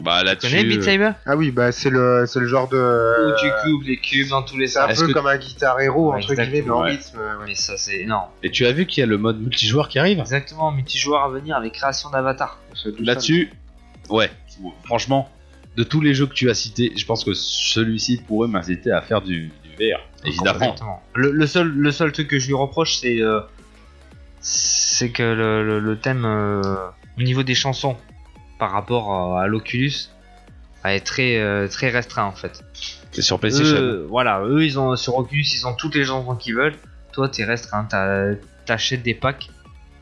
[SPEAKER 4] Bah
[SPEAKER 5] Tu connais
[SPEAKER 4] là-dessus.
[SPEAKER 5] Beat Saber
[SPEAKER 6] Ah oui, bah c'est le, c'est le genre de.
[SPEAKER 5] Où tu coupes les cubes dans tous les
[SPEAKER 6] C'est un
[SPEAKER 5] sens.
[SPEAKER 4] Est-ce
[SPEAKER 6] peu
[SPEAKER 4] que-
[SPEAKER 6] comme un guitar héros,
[SPEAKER 5] Ouais,
[SPEAKER 6] entre guillemets, mais en
[SPEAKER 4] ouais.
[SPEAKER 6] rythme. ouais.
[SPEAKER 5] Mais ça c'est énorme.
[SPEAKER 4] euh, Et tu as vu qu'il y a le mode multijoueur qui arrive
[SPEAKER 5] Exactement, multijoueur à venir avec création d'avatar.
[SPEAKER 4] Là-dessus, ouais, franchement, de tous les jeux que tu as cités, je pense que celui-ci pourrait m'inciter à faire du, du- l'univers. Évidemment.
[SPEAKER 5] Complètement. Le, le seul, le seul truc que je lui reproche, c'est euh, c'est que le, le- le thème euh, au niveau des chansons par rapport à, à l'Oculus bah, est très, euh, très restreint en fait.
[SPEAKER 4] C'est sur
[SPEAKER 5] Eux,
[SPEAKER 4] PlayStation.
[SPEAKER 5] euh, voilà, eux ils ont sur Oculus ils ont toutes les chansons qu'ils veulent. Toi t'es restreint, t'as- t'achètes des packs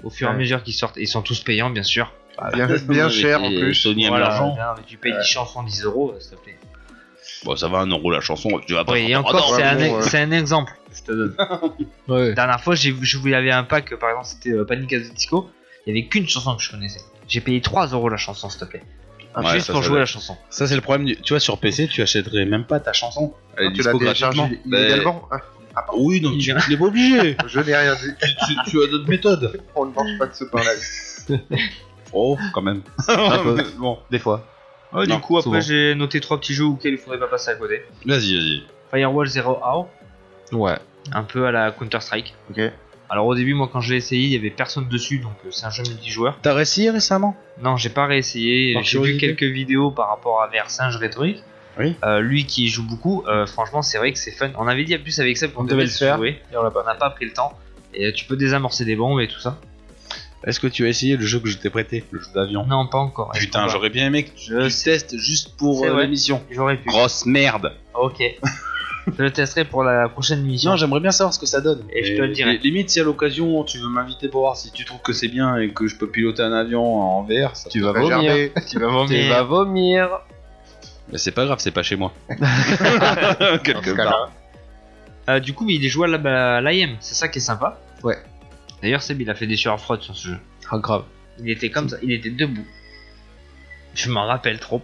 [SPEAKER 5] au fur et à
[SPEAKER 6] Ouais.
[SPEAKER 5] mesure qu'ils sortent. Ils sont tous payants bien sûr.
[SPEAKER 6] Ah, Bien, bien
[SPEAKER 4] Et
[SPEAKER 6] cher en plus.
[SPEAKER 4] Sony aime
[SPEAKER 5] Voilà,
[SPEAKER 4] l'argent.
[SPEAKER 5] bien, mais tu payes 10 chansons 10 euros, s'il te plaît.
[SPEAKER 4] Bon, ça va, un euro la chanson. Tu vas pas.
[SPEAKER 5] Oui, et
[SPEAKER 4] t'entendre.
[SPEAKER 5] encore,
[SPEAKER 6] non,
[SPEAKER 5] c'est
[SPEAKER 6] ouais,
[SPEAKER 5] un,
[SPEAKER 6] bon,
[SPEAKER 5] e-
[SPEAKER 6] ouais.
[SPEAKER 5] c'est un exemple. Je te donne.
[SPEAKER 7] Ouais.
[SPEAKER 5] dernière fois, j'ai, je voulais avoir un pack, par exemple, c'était euh, Panic at the Disco. Il y avait qu'une chanson que je connaissais. J'ai payé 3 euros la chanson, s'il te plaît.
[SPEAKER 4] Ouais,
[SPEAKER 5] Juste
[SPEAKER 4] ça,
[SPEAKER 5] pour
[SPEAKER 4] ça
[SPEAKER 5] jouer
[SPEAKER 4] doit-
[SPEAKER 5] la chanson.
[SPEAKER 4] Ça, c'est le problème. du- Tu vois, sur PC, tu achèterais même pas ta chanson. Elle est
[SPEAKER 6] Ah, Tu l'as
[SPEAKER 4] dispo
[SPEAKER 6] téléchargé
[SPEAKER 4] gratuitement.
[SPEAKER 6] illégalement Ah,
[SPEAKER 4] Bah, Oui, donc tu tu n'es pas obligé.
[SPEAKER 6] Je n'ai rien dit.
[SPEAKER 4] tu, tu- tu as d'autres méthodes.
[SPEAKER 6] On ne mange pas de ce pain-là.
[SPEAKER 4] Oh, quand même. bon, des fois.
[SPEAKER 5] Ouais,
[SPEAKER 4] Non,
[SPEAKER 5] du coup,
[SPEAKER 4] souvent.
[SPEAKER 5] après, j'ai noté trois petits jeux auxquels il faudrait pas passer à côté.
[SPEAKER 4] Vas-y, vas-y.
[SPEAKER 5] Firewall Zero Hour,
[SPEAKER 7] Ouais.
[SPEAKER 5] un peu à la Counter-Strike.
[SPEAKER 6] Ok.
[SPEAKER 5] Alors, au début, moi, quand je l'ai essayé, il y avait personne dessus, donc euh, c'est un jeu multijoueur.
[SPEAKER 4] T'as réussi récemment
[SPEAKER 5] Non, j'ai pas réessayé.
[SPEAKER 4] Par
[SPEAKER 5] J'ai vu
[SPEAKER 4] curiosité.
[SPEAKER 5] quelques vidéos par rapport à Versinge Rhétorique.
[SPEAKER 4] Oui.
[SPEAKER 5] Euh, lui qui joue beaucoup, euh, franchement, c'est vrai que c'est fun. On avait dit à plus avec ça qu'on
[SPEAKER 7] devait
[SPEAKER 5] devait
[SPEAKER 7] le
[SPEAKER 5] se
[SPEAKER 7] faire.
[SPEAKER 5] jouer.
[SPEAKER 7] Et on l'a
[SPEAKER 5] On n'a pas pris le temps. Et euh, tu peux désamorcer des bombes et tout ça.
[SPEAKER 4] Est-ce que tu as essayé le jeu que je t'ai prêté Le jeu d'avion.
[SPEAKER 5] Non, pas encore.
[SPEAKER 4] Putain, j'aurais bien aimé que tu
[SPEAKER 5] Je
[SPEAKER 4] le testes juste pour
[SPEAKER 5] C'est
[SPEAKER 4] euh,
[SPEAKER 5] vrai.
[SPEAKER 4] l'émission.
[SPEAKER 5] J'aurais pu.
[SPEAKER 4] Grosse merde.
[SPEAKER 5] Ok. je le testerai pour la prochaine mission.
[SPEAKER 4] Non, j'aimerais bien savoir ce que ça donne.
[SPEAKER 5] Et je te le dirai.
[SPEAKER 4] Limite, si à l'occasion tu veux m'inviter pour voir si tu trouves que c'est bien et que je peux piloter un avion en VR, ça
[SPEAKER 7] Tu vas
[SPEAKER 6] Pas
[SPEAKER 7] vomir.
[SPEAKER 6] gerber.
[SPEAKER 7] Tu vas vomir.
[SPEAKER 5] Tu vas
[SPEAKER 7] vomir.
[SPEAKER 4] Mais c'est pas grave, c'est pas chez moi.
[SPEAKER 6] Dans
[SPEAKER 4] Quelque part.
[SPEAKER 6] ce cas-là.
[SPEAKER 5] Euh, du coup, il est jouable à la- à l'IM. C'est ça qui est sympa.
[SPEAKER 7] Ouais.
[SPEAKER 5] D'ailleurs, Seb, il a fait des sueurs froides sur ce jeu.
[SPEAKER 7] Ah, grave.
[SPEAKER 5] Il était comme ça. Il était debout. Je m'en rappelle trop.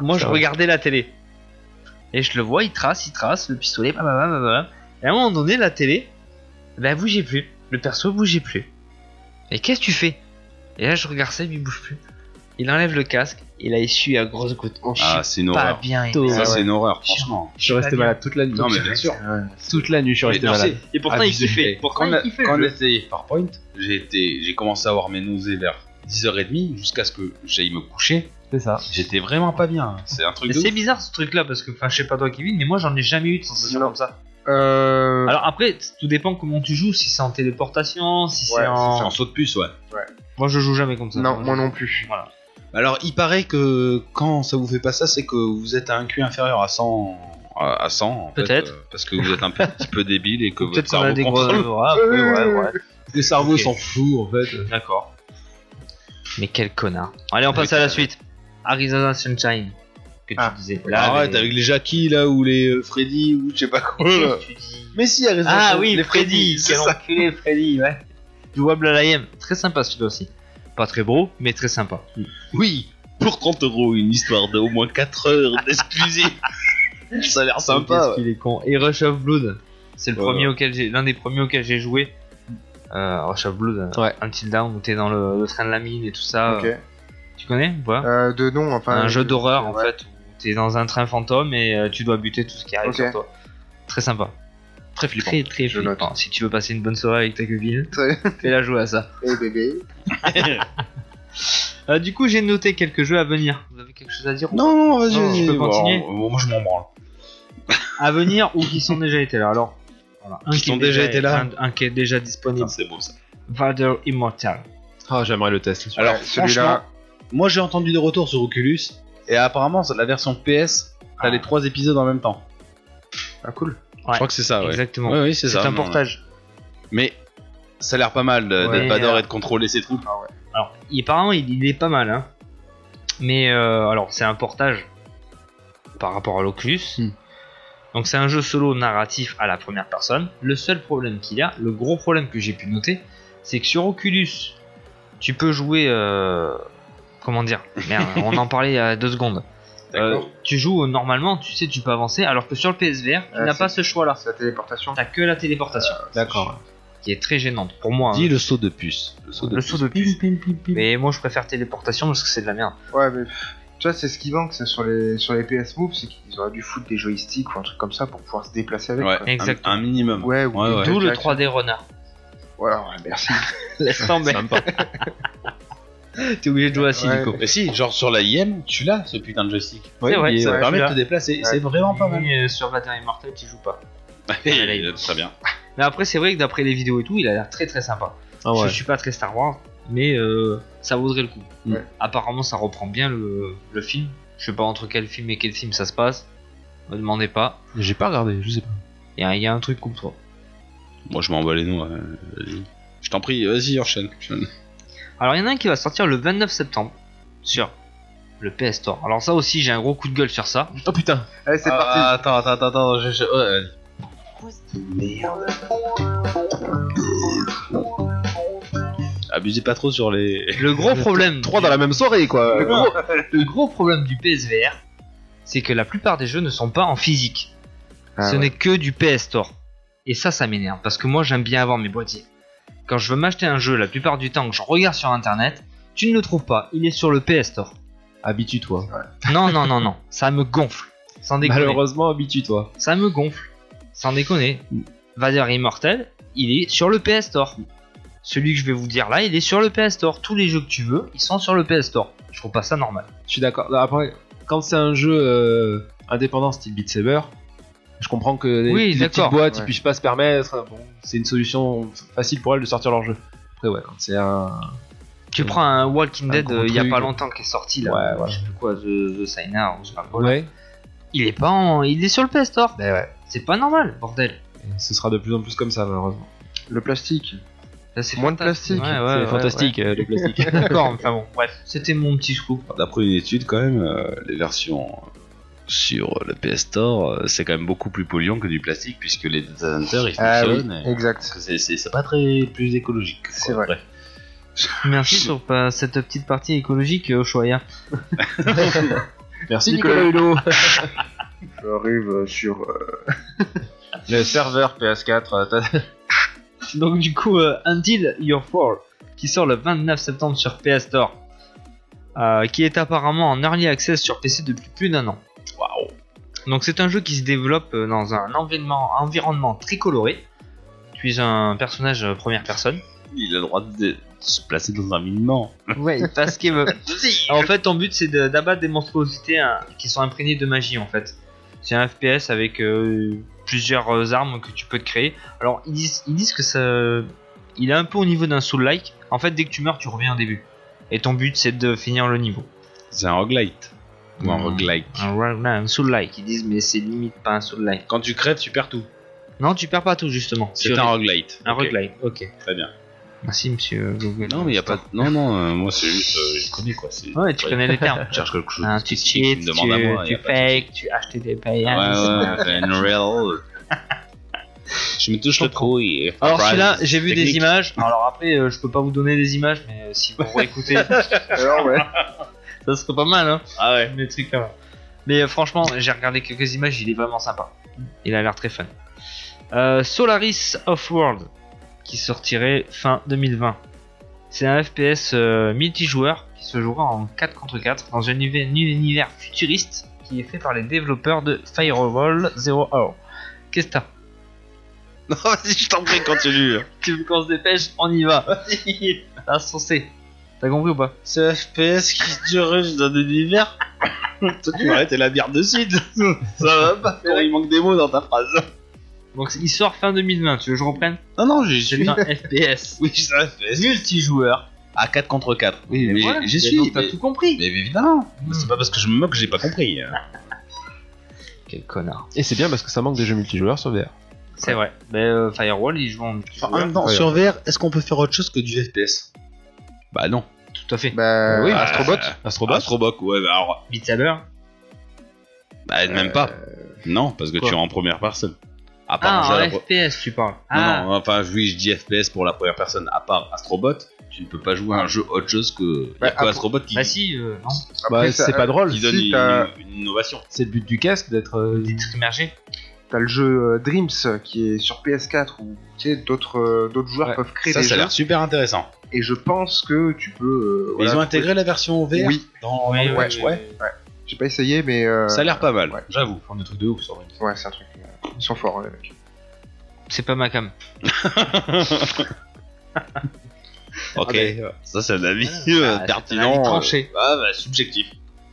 [SPEAKER 5] Moi, je
[SPEAKER 7] Ah, Ça va.
[SPEAKER 5] regardais la télé. Et je le vois, il trace, il trace, le pistolet, bah, bam, bam, bam, bam. Et à un moment donné, la télé, ben, elle bougeait plus. Le perso bougeait plus. Et qu'est-ce que tu fais Et là, je regarde Seb, il bouge plus. Il enlève le casque, il a essuyé à grosses gouttes. Oh, Je suis
[SPEAKER 4] Ah, c'est une
[SPEAKER 5] pas
[SPEAKER 4] horreur.
[SPEAKER 5] bien. aimé.
[SPEAKER 7] Tôt.
[SPEAKER 4] Ça,
[SPEAKER 7] Ah
[SPEAKER 4] c'est
[SPEAKER 7] ouais.
[SPEAKER 4] une horreur, franchement.
[SPEAKER 7] Je suis resté
[SPEAKER 5] bien.
[SPEAKER 7] malade toute la nuit.
[SPEAKER 4] Non, mais bien sûr.
[SPEAKER 7] Toute la nuit, je suis resté
[SPEAKER 4] Mais non,
[SPEAKER 7] malade.
[SPEAKER 5] Et pourtant, il
[SPEAKER 7] Abusé.
[SPEAKER 5] kiffait. Pourtant,
[SPEAKER 4] Quand on
[SPEAKER 5] il
[SPEAKER 4] a,
[SPEAKER 5] kiffait.
[SPEAKER 4] quand on a essayé PowerPoint, j'ai été- j'ai commencé à avoir mes nausées vers 10h30 jusqu'à ce que j'aille me coucher.
[SPEAKER 7] C'est ça.
[SPEAKER 4] J'étais vraiment pas bien. C'est un truc
[SPEAKER 5] Mais
[SPEAKER 4] de
[SPEAKER 5] c'est
[SPEAKER 4] ouf.
[SPEAKER 5] bizarre ce truc là parce que enfin je sais pas toi Kevin mais moi j'en ai jamais eu de sensation
[SPEAKER 6] Non.
[SPEAKER 5] comme ça.
[SPEAKER 6] Euh,
[SPEAKER 5] Alors après t- tout dépend comment tu joues si c'est en téléportation si
[SPEAKER 6] Ouais,
[SPEAKER 5] c'est en
[SPEAKER 4] C'est un saut de puce, ouais.
[SPEAKER 5] moi je joue jamais comme ça.
[SPEAKER 6] Non, moi non plus.
[SPEAKER 5] Voilà.
[SPEAKER 4] Alors, il paraît que quand ça vous fait pas ça, c'est que vous êtes à un Q inférieur à 100. À à 100, en fait,
[SPEAKER 5] Peut-être.
[SPEAKER 4] euh, parce que vous êtes un petit peu débile et que votre
[SPEAKER 5] Peut-être qu'on a
[SPEAKER 4] cerveau
[SPEAKER 5] des gros
[SPEAKER 4] contrôle.
[SPEAKER 5] bras, ouais, ouais, ouais.
[SPEAKER 7] Les cerveaux
[SPEAKER 5] Ok.
[SPEAKER 7] s'en fout en fait.
[SPEAKER 5] D'accord. Mais quel connard. Allez on passe
[SPEAKER 4] Oui,
[SPEAKER 5] à la
[SPEAKER 4] euh,
[SPEAKER 5] suite. Arizona Sunshine que tu
[SPEAKER 6] Ah.
[SPEAKER 5] disais.
[SPEAKER 4] Bah, Arrête
[SPEAKER 5] mais-
[SPEAKER 4] avec les Jackie là ou les euh, Freddy ou je sais pas quoi. là.
[SPEAKER 5] Tu dis-
[SPEAKER 4] Mais si, Arizona
[SPEAKER 5] Ah
[SPEAKER 4] Sunshine,
[SPEAKER 5] oui,
[SPEAKER 4] les
[SPEAKER 5] Freddy,
[SPEAKER 4] c'est
[SPEAKER 5] quel
[SPEAKER 4] ça.
[SPEAKER 5] enculé Freddy, ouais. Jouable à la IM, très sympa celui-là aussi. Pas très beau, mais très sympa.
[SPEAKER 4] Oui, pour 30 euros, une histoire d'au moins 4 heures d'exclusif. ça a l'air sympa.
[SPEAKER 5] Qu'est-ce qu'il est con. Et Rush of Blood, c'est le
[SPEAKER 4] Voilà.
[SPEAKER 5] premier auquel j'ai, l'un des premiers auquel j'ai joué. Euh, Rush of Blood, euh,
[SPEAKER 7] Ouais.
[SPEAKER 5] Until Down, où t'es dans le, le train de la mine et tout ça.
[SPEAKER 6] Ok.
[SPEAKER 5] euh, Tu connais ou pas
[SPEAKER 6] Euh, de nom, enfin.
[SPEAKER 5] Un jeu
[SPEAKER 6] je-
[SPEAKER 5] d'horreur en
[SPEAKER 6] ouais.
[SPEAKER 5] fait, où t'es dans un train fantôme et euh, tu dois buter tout ce qui arrive
[SPEAKER 6] Ok.
[SPEAKER 5] sur toi. Très sympa.
[SPEAKER 4] Très flippant.
[SPEAKER 5] Très très
[SPEAKER 6] Je
[SPEAKER 5] flippant. Si tu veux passer une bonne soirée avec ta copine,
[SPEAKER 6] Très-
[SPEAKER 5] fais-la jouer à ça.
[SPEAKER 6] Eh, bébé.
[SPEAKER 5] Euh, du coup, j'ai noté quelques jeux à venir. Vous avez quelque chose à dire ou-
[SPEAKER 4] Non, non, vas-y,
[SPEAKER 5] Non,
[SPEAKER 4] vas-y.
[SPEAKER 5] tu peux
[SPEAKER 4] Bon,
[SPEAKER 5] continuer.
[SPEAKER 4] alors, bon, moi, je m'en branle.
[SPEAKER 5] À venir ou qui sont déjà été là Alors, voilà. un
[SPEAKER 4] Qui
[SPEAKER 5] est
[SPEAKER 4] sont déjà été là.
[SPEAKER 5] un- un qui est déjà
[SPEAKER 4] Putain,
[SPEAKER 5] disponible.
[SPEAKER 4] c'est beau ça.
[SPEAKER 5] Vader Immortal.
[SPEAKER 7] Ah, j'aimerais le test.
[SPEAKER 4] Alors,
[SPEAKER 6] celui-là.
[SPEAKER 4] Moi, j'ai entendu des retours sur Oculus et apparemment, c'est la version PS, t'as
[SPEAKER 5] Ah.
[SPEAKER 4] les trois épisodes en même temps.
[SPEAKER 6] Ah, cool.
[SPEAKER 4] Je crois que c'est ça, Ah ouais.
[SPEAKER 5] Exactement.
[SPEAKER 4] Ouais, oui, c'est
[SPEAKER 5] C'est
[SPEAKER 4] ça.
[SPEAKER 5] un
[SPEAKER 4] non,
[SPEAKER 5] portage.
[SPEAKER 4] Mais ça a l'air pas mal de-
[SPEAKER 5] Ouais.
[SPEAKER 4] d'être badeur et de contrôler ses troupes.
[SPEAKER 5] Alors, il, apparemment, il, il est pas mal, hein. Mais euh, alors, c'est un portage par rapport à l'Oculus.
[SPEAKER 7] Hmm.
[SPEAKER 5] Donc, c'est un jeu solo narratif à la première personne. Le seul problème qu'il y a, le gros problème que j'ai pu noter, c'est que sur Oculus, tu peux jouer. euh, comment dire Merde, on en parlait il y a deux secondes.
[SPEAKER 4] D'accord.
[SPEAKER 5] Euh, tu joues euh, normalement, tu sais, tu peux avancer, alors que sur le PSVR, tu
[SPEAKER 6] Ah,
[SPEAKER 5] n'as
[SPEAKER 6] c'est-
[SPEAKER 5] pas ce choix-là.
[SPEAKER 6] C'est la téléportation.
[SPEAKER 5] T'as que la téléportation,
[SPEAKER 7] D'accord.
[SPEAKER 5] qui est très gênante pour moi. hein.
[SPEAKER 4] Euh. Dis le saut de puce. Le saut de
[SPEAKER 5] Le
[SPEAKER 4] puce.
[SPEAKER 5] saut de puce. Mais moi je préfère téléportation parce que c'est de la merde.
[SPEAKER 6] Ouais, mais pff, tu vois, c'est ce qui manque ça, sur les sur les PS Move, c'est qu'ils auraient dû foutre des joysticks ou un truc comme ça pour pouvoir se déplacer avec.
[SPEAKER 4] Ouais,
[SPEAKER 6] quoi.
[SPEAKER 4] un-
[SPEAKER 5] Exactement.
[SPEAKER 4] Un, minimum.
[SPEAKER 6] Ouais, ou
[SPEAKER 4] Ouais,
[SPEAKER 6] des
[SPEAKER 4] ouais.
[SPEAKER 5] D'où le
[SPEAKER 6] directions.
[SPEAKER 5] 3D renard.
[SPEAKER 6] Ouais, ouais, merci.
[SPEAKER 5] Laisse tomber.
[SPEAKER 7] Sympa.
[SPEAKER 5] T'es obligé de jouer assis
[SPEAKER 6] Ouais.
[SPEAKER 5] du coup.
[SPEAKER 4] Mais si, genre sur la IM, tu l'as ce putain de joystick.
[SPEAKER 5] C'est vrai,
[SPEAKER 4] il-
[SPEAKER 5] c'est
[SPEAKER 4] ça
[SPEAKER 5] vrai, tu
[SPEAKER 4] permet de
[SPEAKER 5] l'as.
[SPEAKER 4] te déplacer.
[SPEAKER 6] Ouais.
[SPEAKER 4] C'est vraiment pas mal.
[SPEAKER 5] Mais, euh, sur Batman Immortal, tu joues pas.
[SPEAKER 4] Et, euh, Très bien.
[SPEAKER 5] Mais après, c'est vrai que d'après les vidéos et tout, il a l'air très très sympa.
[SPEAKER 7] Ah
[SPEAKER 5] Je suis pas très Star Wars, mais euh, ça vaudrait le coup.
[SPEAKER 4] Mm.
[SPEAKER 5] Apparemment, ça reprend bien le, le film. Je sais pas entre quel film et quel film ça se passe. Me demandez pas.
[SPEAKER 7] J'ai pas regardé, je sais pas.
[SPEAKER 5] Il y, a- il y a un truc comme toi.
[SPEAKER 4] Moi, je m'en bats les noix. euh, vas-y. Je t'en prie, vas-y, enchaîne. enchaîne.
[SPEAKER 5] Alors, il y en a un qui va sortir le 29 septembre sur le PS Store. Alors, ça aussi, j'ai un gros coup de gueule sur ça.
[SPEAKER 7] Oh putain
[SPEAKER 6] Allez, c'est parti.
[SPEAKER 4] Ah, attends, attends, attends, attends. Je, je- ouais, vas-y. Abusez pas trop sur les.
[SPEAKER 5] Le gros problème.
[SPEAKER 7] Trois dans la même soirée, quoi
[SPEAKER 5] le, gros, le gros problème du PSVR, c'est que la plupart des jeux ne sont pas en physique.
[SPEAKER 6] Ah
[SPEAKER 5] Ce
[SPEAKER 6] ouais.
[SPEAKER 5] n'est que du PS Store. Et ça, ça m'énerve, parce que moi j'aime bien avoir mes boîtiers. Quand je veux m'acheter un jeu, la plupart du temps que je regarde sur internet, tu ne le trouves pas, il est sur le PS Store.
[SPEAKER 7] Habitue-toi.
[SPEAKER 5] Non, non, non, non, ça me gonfle. Sans déconner.
[SPEAKER 7] Malheureusement, habitue-toi.
[SPEAKER 5] Ça me gonfle. Sans déconner. Vader Immortal, il est sur le PS Store. Celui que je vais vous dire là, il est sur le PS Store. Tous les jeux que tu veux, ils sont sur le PS Store. Je trouve pas ça normal.
[SPEAKER 7] Je suis d'accord. Bah, Après, quand c'est un jeu euh, indépendant style Beat Saber, je comprends que les,
[SPEAKER 5] Oui,
[SPEAKER 7] les petites
[SPEAKER 5] d'accord.
[SPEAKER 7] boîtes ils
[SPEAKER 6] Ouais.
[SPEAKER 7] puissent pas se permettre. Bon, c'est une solution facile pour elles de sortir leur jeu. Après, ouais, quand c'est un.
[SPEAKER 5] Tu prends un Walking
[SPEAKER 7] Un
[SPEAKER 5] Dead
[SPEAKER 7] gros
[SPEAKER 5] euh, il y a
[SPEAKER 7] truc.
[SPEAKER 5] pas longtemps qui est sorti là.
[SPEAKER 7] Ouais, ouais.
[SPEAKER 5] Je sais plus quoi, The, The Signer, ou je sais pas quoi.
[SPEAKER 7] Ouais,
[SPEAKER 5] Il est pas en... Il est sur le PS Store.
[SPEAKER 7] bah ouais.
[SPEAKER 5] C'est pas normal, bordel.
[SPEAKER 7] Et ce sera de plus en plus comme ça, malheureusement.
[SPEAKER 6] Le plastique.
[SPEAKER 5] Là, c'est
[SPEAKER 6] Moins de
[SPEAKER 5] fantastique.
[SPEAKER 6] plastique.
[SPEAKER 5] Ouais, ouais,
[SPEAKER 7] c'est
[SPEAKER 5] ouais,
[SPEAKER 7] fantastique, euh, le plastique.
[SPEAKER 5] ouais. D'accord, enfin bon, bref. C'était mon petit scoop.
[SPEAKER 4] D'après une étude, quand même, euh, les versions sur le PS Store, euh, c'est quand même beaucoup plus polluant que du plastique, puisque les data centers, ils
[SPEAKER 6] Ah oui,
[SPEAKER 4] fonctionnent. et-
[SPEAKER 6] exact.
[SPEAKER 4] C'est- C'est c'est pas très plus écologique. quoi.
[SPEAKER 6] C'est vrai.
[SPEAKER 4] Bref.
[SPEAKER 5] Merci sur euh, cette petite partie écologique, euh, Ushuaïa.
[SPEAKER 7] Merci
[SPEAKER 6] Nicolas
[SPEAKER 7] Nicolas Hulot.
[SPEAKER 6] J'arrive sur. euh,
[SPEAKER 7] Le serveur PS4, euh, t'as-
[SPEAKER 5] Donc du coup, euh, Until Your Fall, qui sort le 29 septembre sur PS Store, euh, qui est apparemment en early access sur PC depuis plus d'un an.
[SPEAKER 4] Waouh.
[SPEAKER 5] Donc c'est un jeu qui se développe euh, dans un environnement, environnement très coloré. Tu es un personnage euh, première personne.
[SPEAKER 4] Il a le droit de se placer dans un minement.
[SPEAKER 5] Ouais, parce qu'il veut. en fait, ton but c'est de- d'abattre des monstruosités hein, qui sont imprégnées de magie en fait. C'est un FPS avec euh, plusieurs euh, armes que tu peux te créer. Alors ils disent, ils disent que ça, il est un peu au niveau d'un soul-like. En fait, dès que tu meurs, tu reviens au début. Et ton but c'est de finir le niveau.
[SPEAKER 4] C'est un roguelite. Ou un
[SPEAKER 5] Mm.
[SPEAKER 4] roguelike.
[SPEAKER 5] Un, run- un soul-like. Ils disent mais c'est limite pas un soul-like.
[SPEAKER 4] Quand tu crèves, tu perds tout.
[SPEAKER 5] Non, tu perds pas tout justement.
[SPEAKER 4] C'est
[SPEAKER 5] Tu-
[SPEAKER 4] un roguelite.
[SPEAKER 5] un
[SPEAKER 4] Ok,
[SPEAKER 5] roguelike. Ok.
[SPEAKER 4] Très bien.
[SPEAKER 5] Merci Monsieur Google.
[SPEAKER 4] Non, mais il a pas. Non, non, euh, moi c'est juste. euh, je connais Ah, quoi. c'est-
[SPEAKER 5] Ouais, tu connais les termes.
[SPEAKER 4] Je cherche quelque chose.
[SPEAKER 5] Hein,
[SPEAKER 4] de
[SPEAKER 5] tu
[SPEAKER 4] spécifique,
[SPEAKER 5] cheats,
[SPEAKER 4] me
[SPEAKER 5] tu,
[SPEAKER 4] demandes à moi,
[SPEAKER 5] tu
[SPEAKER 4] y a pas de
[SPEAKER 5] fakes, tu achètes des
[SPEAKER 4] Ouais,
[SPEAKER 5] payages.
[SPEAKER 4] ouais, c'est une real. Je me touche le trou et.
[SPEAKER 5] Alors celui-là, j'ai vu des
[SPEAKER 4] Technique.
[SPEAKER 5] images. Alors après, euh, je peux pas vous donner des images, mais euh, si vous réécoutez,
[SPEAKER 6] Alors, ouais.
[SPEAKER 5] ça serait pas mal, hein.
[SPEAKER 4] Ah ouais.
[SPEAKER 5] Mais trucs là. Mais euh, franchement, j'ai regardé quelques images, il est vraiment sympa. Il a l'air très fun. Euh, Solaris Offworld, qui sortirait fin 2020. C'est un FPS euh, multijoueur qui se jouera en 4 contre 4 dans un univers, un univers futuriste qui est fait par les développeurs de Firewall Zero Hour. Qu'est-ce que t'as
[SPEAKER 4] Non, vas-y, je t'en prie, continue.
[SPEAKER 5] Tu veux qu'on se dépêche On y va. Insensé. T'as compris ou pas
[SPEAKER 4] Ce FPS qui se dirige dans l'univers. Toi, tu m'arrêtes et la bière de suite. Ça va pas. Il manque des mots dans ta phrase.
[SPEAKER 5] Donc il sort fin 2020, tu veux que je reprenne
[SPEAKER 4] Non, non, j'y suis.
[SPEAKER 5] C'est un FPS.
[SPEAKER 4] Oui, c'est un FPS.
[SPEAKER 5] Multijoueur.
[SPEAKER 4] À 4 contre 4. Oui, mais
[SPEAKER 5] voilà.
[SPEAKER 4] j'y
[SPEAKER 5] Et
[SPEAKER 4] suis.
[SPEAKER 5] donc, T'as
[SPEAKER 4] mais-
[SPEAKER 5] tout compris.
[SPEAKER 4] Mais évidemment,
[SPEAKER 5] Hmm.
[SPEAKER 4] c'est pas parce que je me moque que j'ai pas compris. hein.
[SPEAKER 5] Quel connard.
[SPEAKER 7] Et c'est bien parce que ça manque de jeux multijoueurs sur VR.
[SPEAKER 5] C'est vrai. Mais euh, Firewall, ils jouent en multijoueur.
[SPEAKER 4] temps,
[SPEAKER 7] sur
[SPEAKER 4] VR, est-ce qu'on peut faire autre chose que du FPS Bah non.
[SPEAKER 5] Tout à fait.
[SPEAKER 6] Bah,
[SPEAKER 7] oui,
[SPEAKER 4] euh,
[SPEAKER 7] Astrobot.
[SPEAKER 4] euh,
[SPEAKER 7] Astrobot.
[SPEAKER 4] Astrobot, ouais, bah alors.
[SPEAKER 5] Beat Saber.
[SPEAKER 4] Bah
[SPEAKER 6] euh,
[SPEAKER 4] même pas. Non, parce que
[SPEAKER 5] quoi
[SPEAKER 4] tu es en première personne. À part
[SPEAKER 5] Ah,
[SPEAKER 4] jouer à
[SPEAKER 5] en
[SPEAKER 4] la pro-
[SPEAKER 5] FPS, tu parles.
[SPEAKER 4] Non, euh,
[SPEAKER 5] Ah,
[SPEAKER 4] non, enfin, oui, je dis FPS pour la première personne. À part Astrobot, tu ne peux pas jouer à un jeu autre chose que.
[SPEAKER 6] Bah,
[SPEAKER 4] Y'a quoi
[SPEAKER 6] après-
[SPEAKER 4] Astrobot qui,
[SPEAKER 5] bah si, euh, non.
[SPEAKER 7] Bah,
[SPEAKER 6] Après, ça- euh,
[SPEAKER 7] c'est pas drôle.
[SPEAKER 4] qui donne
[SPEAKER 6] si, t'as-
[SPEAKER 4] une, une innovation
[SPEAKER 7] C'est le but du casque d'être. euh,
[SPEAKER 5] D'être immergé.
[SPEAKER 6] T'as le jeu euh, Dreams euh, qui est sur PS4 où tu sais, d'autres euh, d'autres joueurs
[SPEAKER 7] Ouais,
[SPEAKER 6] peuvent créer
[SPEAKER 4] Ça,
[SPEAKER 6] des
[SPEAKER 4] ça a
[SPEAKER 6] jeux.
[SPEAKER 4] l'air super intéressant.
[SPEAKER 6] Et je pense que tu peux. euh,
[SPEAKER 4] Mais
[SPEAKER 6] voilà,
[SPEAKER 4] ils ont
[SPEAKER 6] tu
[SPEAKER 4] intégré la version VR
[SPEAKER 6] Oui.
[SPEAKER 4] dans
[SPEAKER 5] Ouais,
[SPEAKER 4] dans
[SPEAKER 6] ouais,
[SPEAKER 4] patch,
[SPEAKER 6] peux- J'ai pas essayé, mais. euh,
[SPEAKER 4] Ça a l'air pas mal,
[SPEAKER 6] ouais.
[SPEAKER 4] j'avoue.
[SPEAKER 7] Enfin, des trucs de ouf sur Dreams.
[SPEAKER 6] Ouais, c'est un truc. euh, Ils sont forts, les mecs.
[SPEAKER 5] C'est pas ma cam.
[SPEAKER 4] Ok, ça c'est un avis
[SPEAKER 5] euh, Ah,
[SPEAKER 4] euh,
[SPEAKER 5] c'est un
[SPEAKER 4] pertinent.
[SPEAKER 5] avis
[SPEAKER 4] euh,
[SPEAKER 5] tranché.
[SPEAKER 4] ah, bah, subjectif.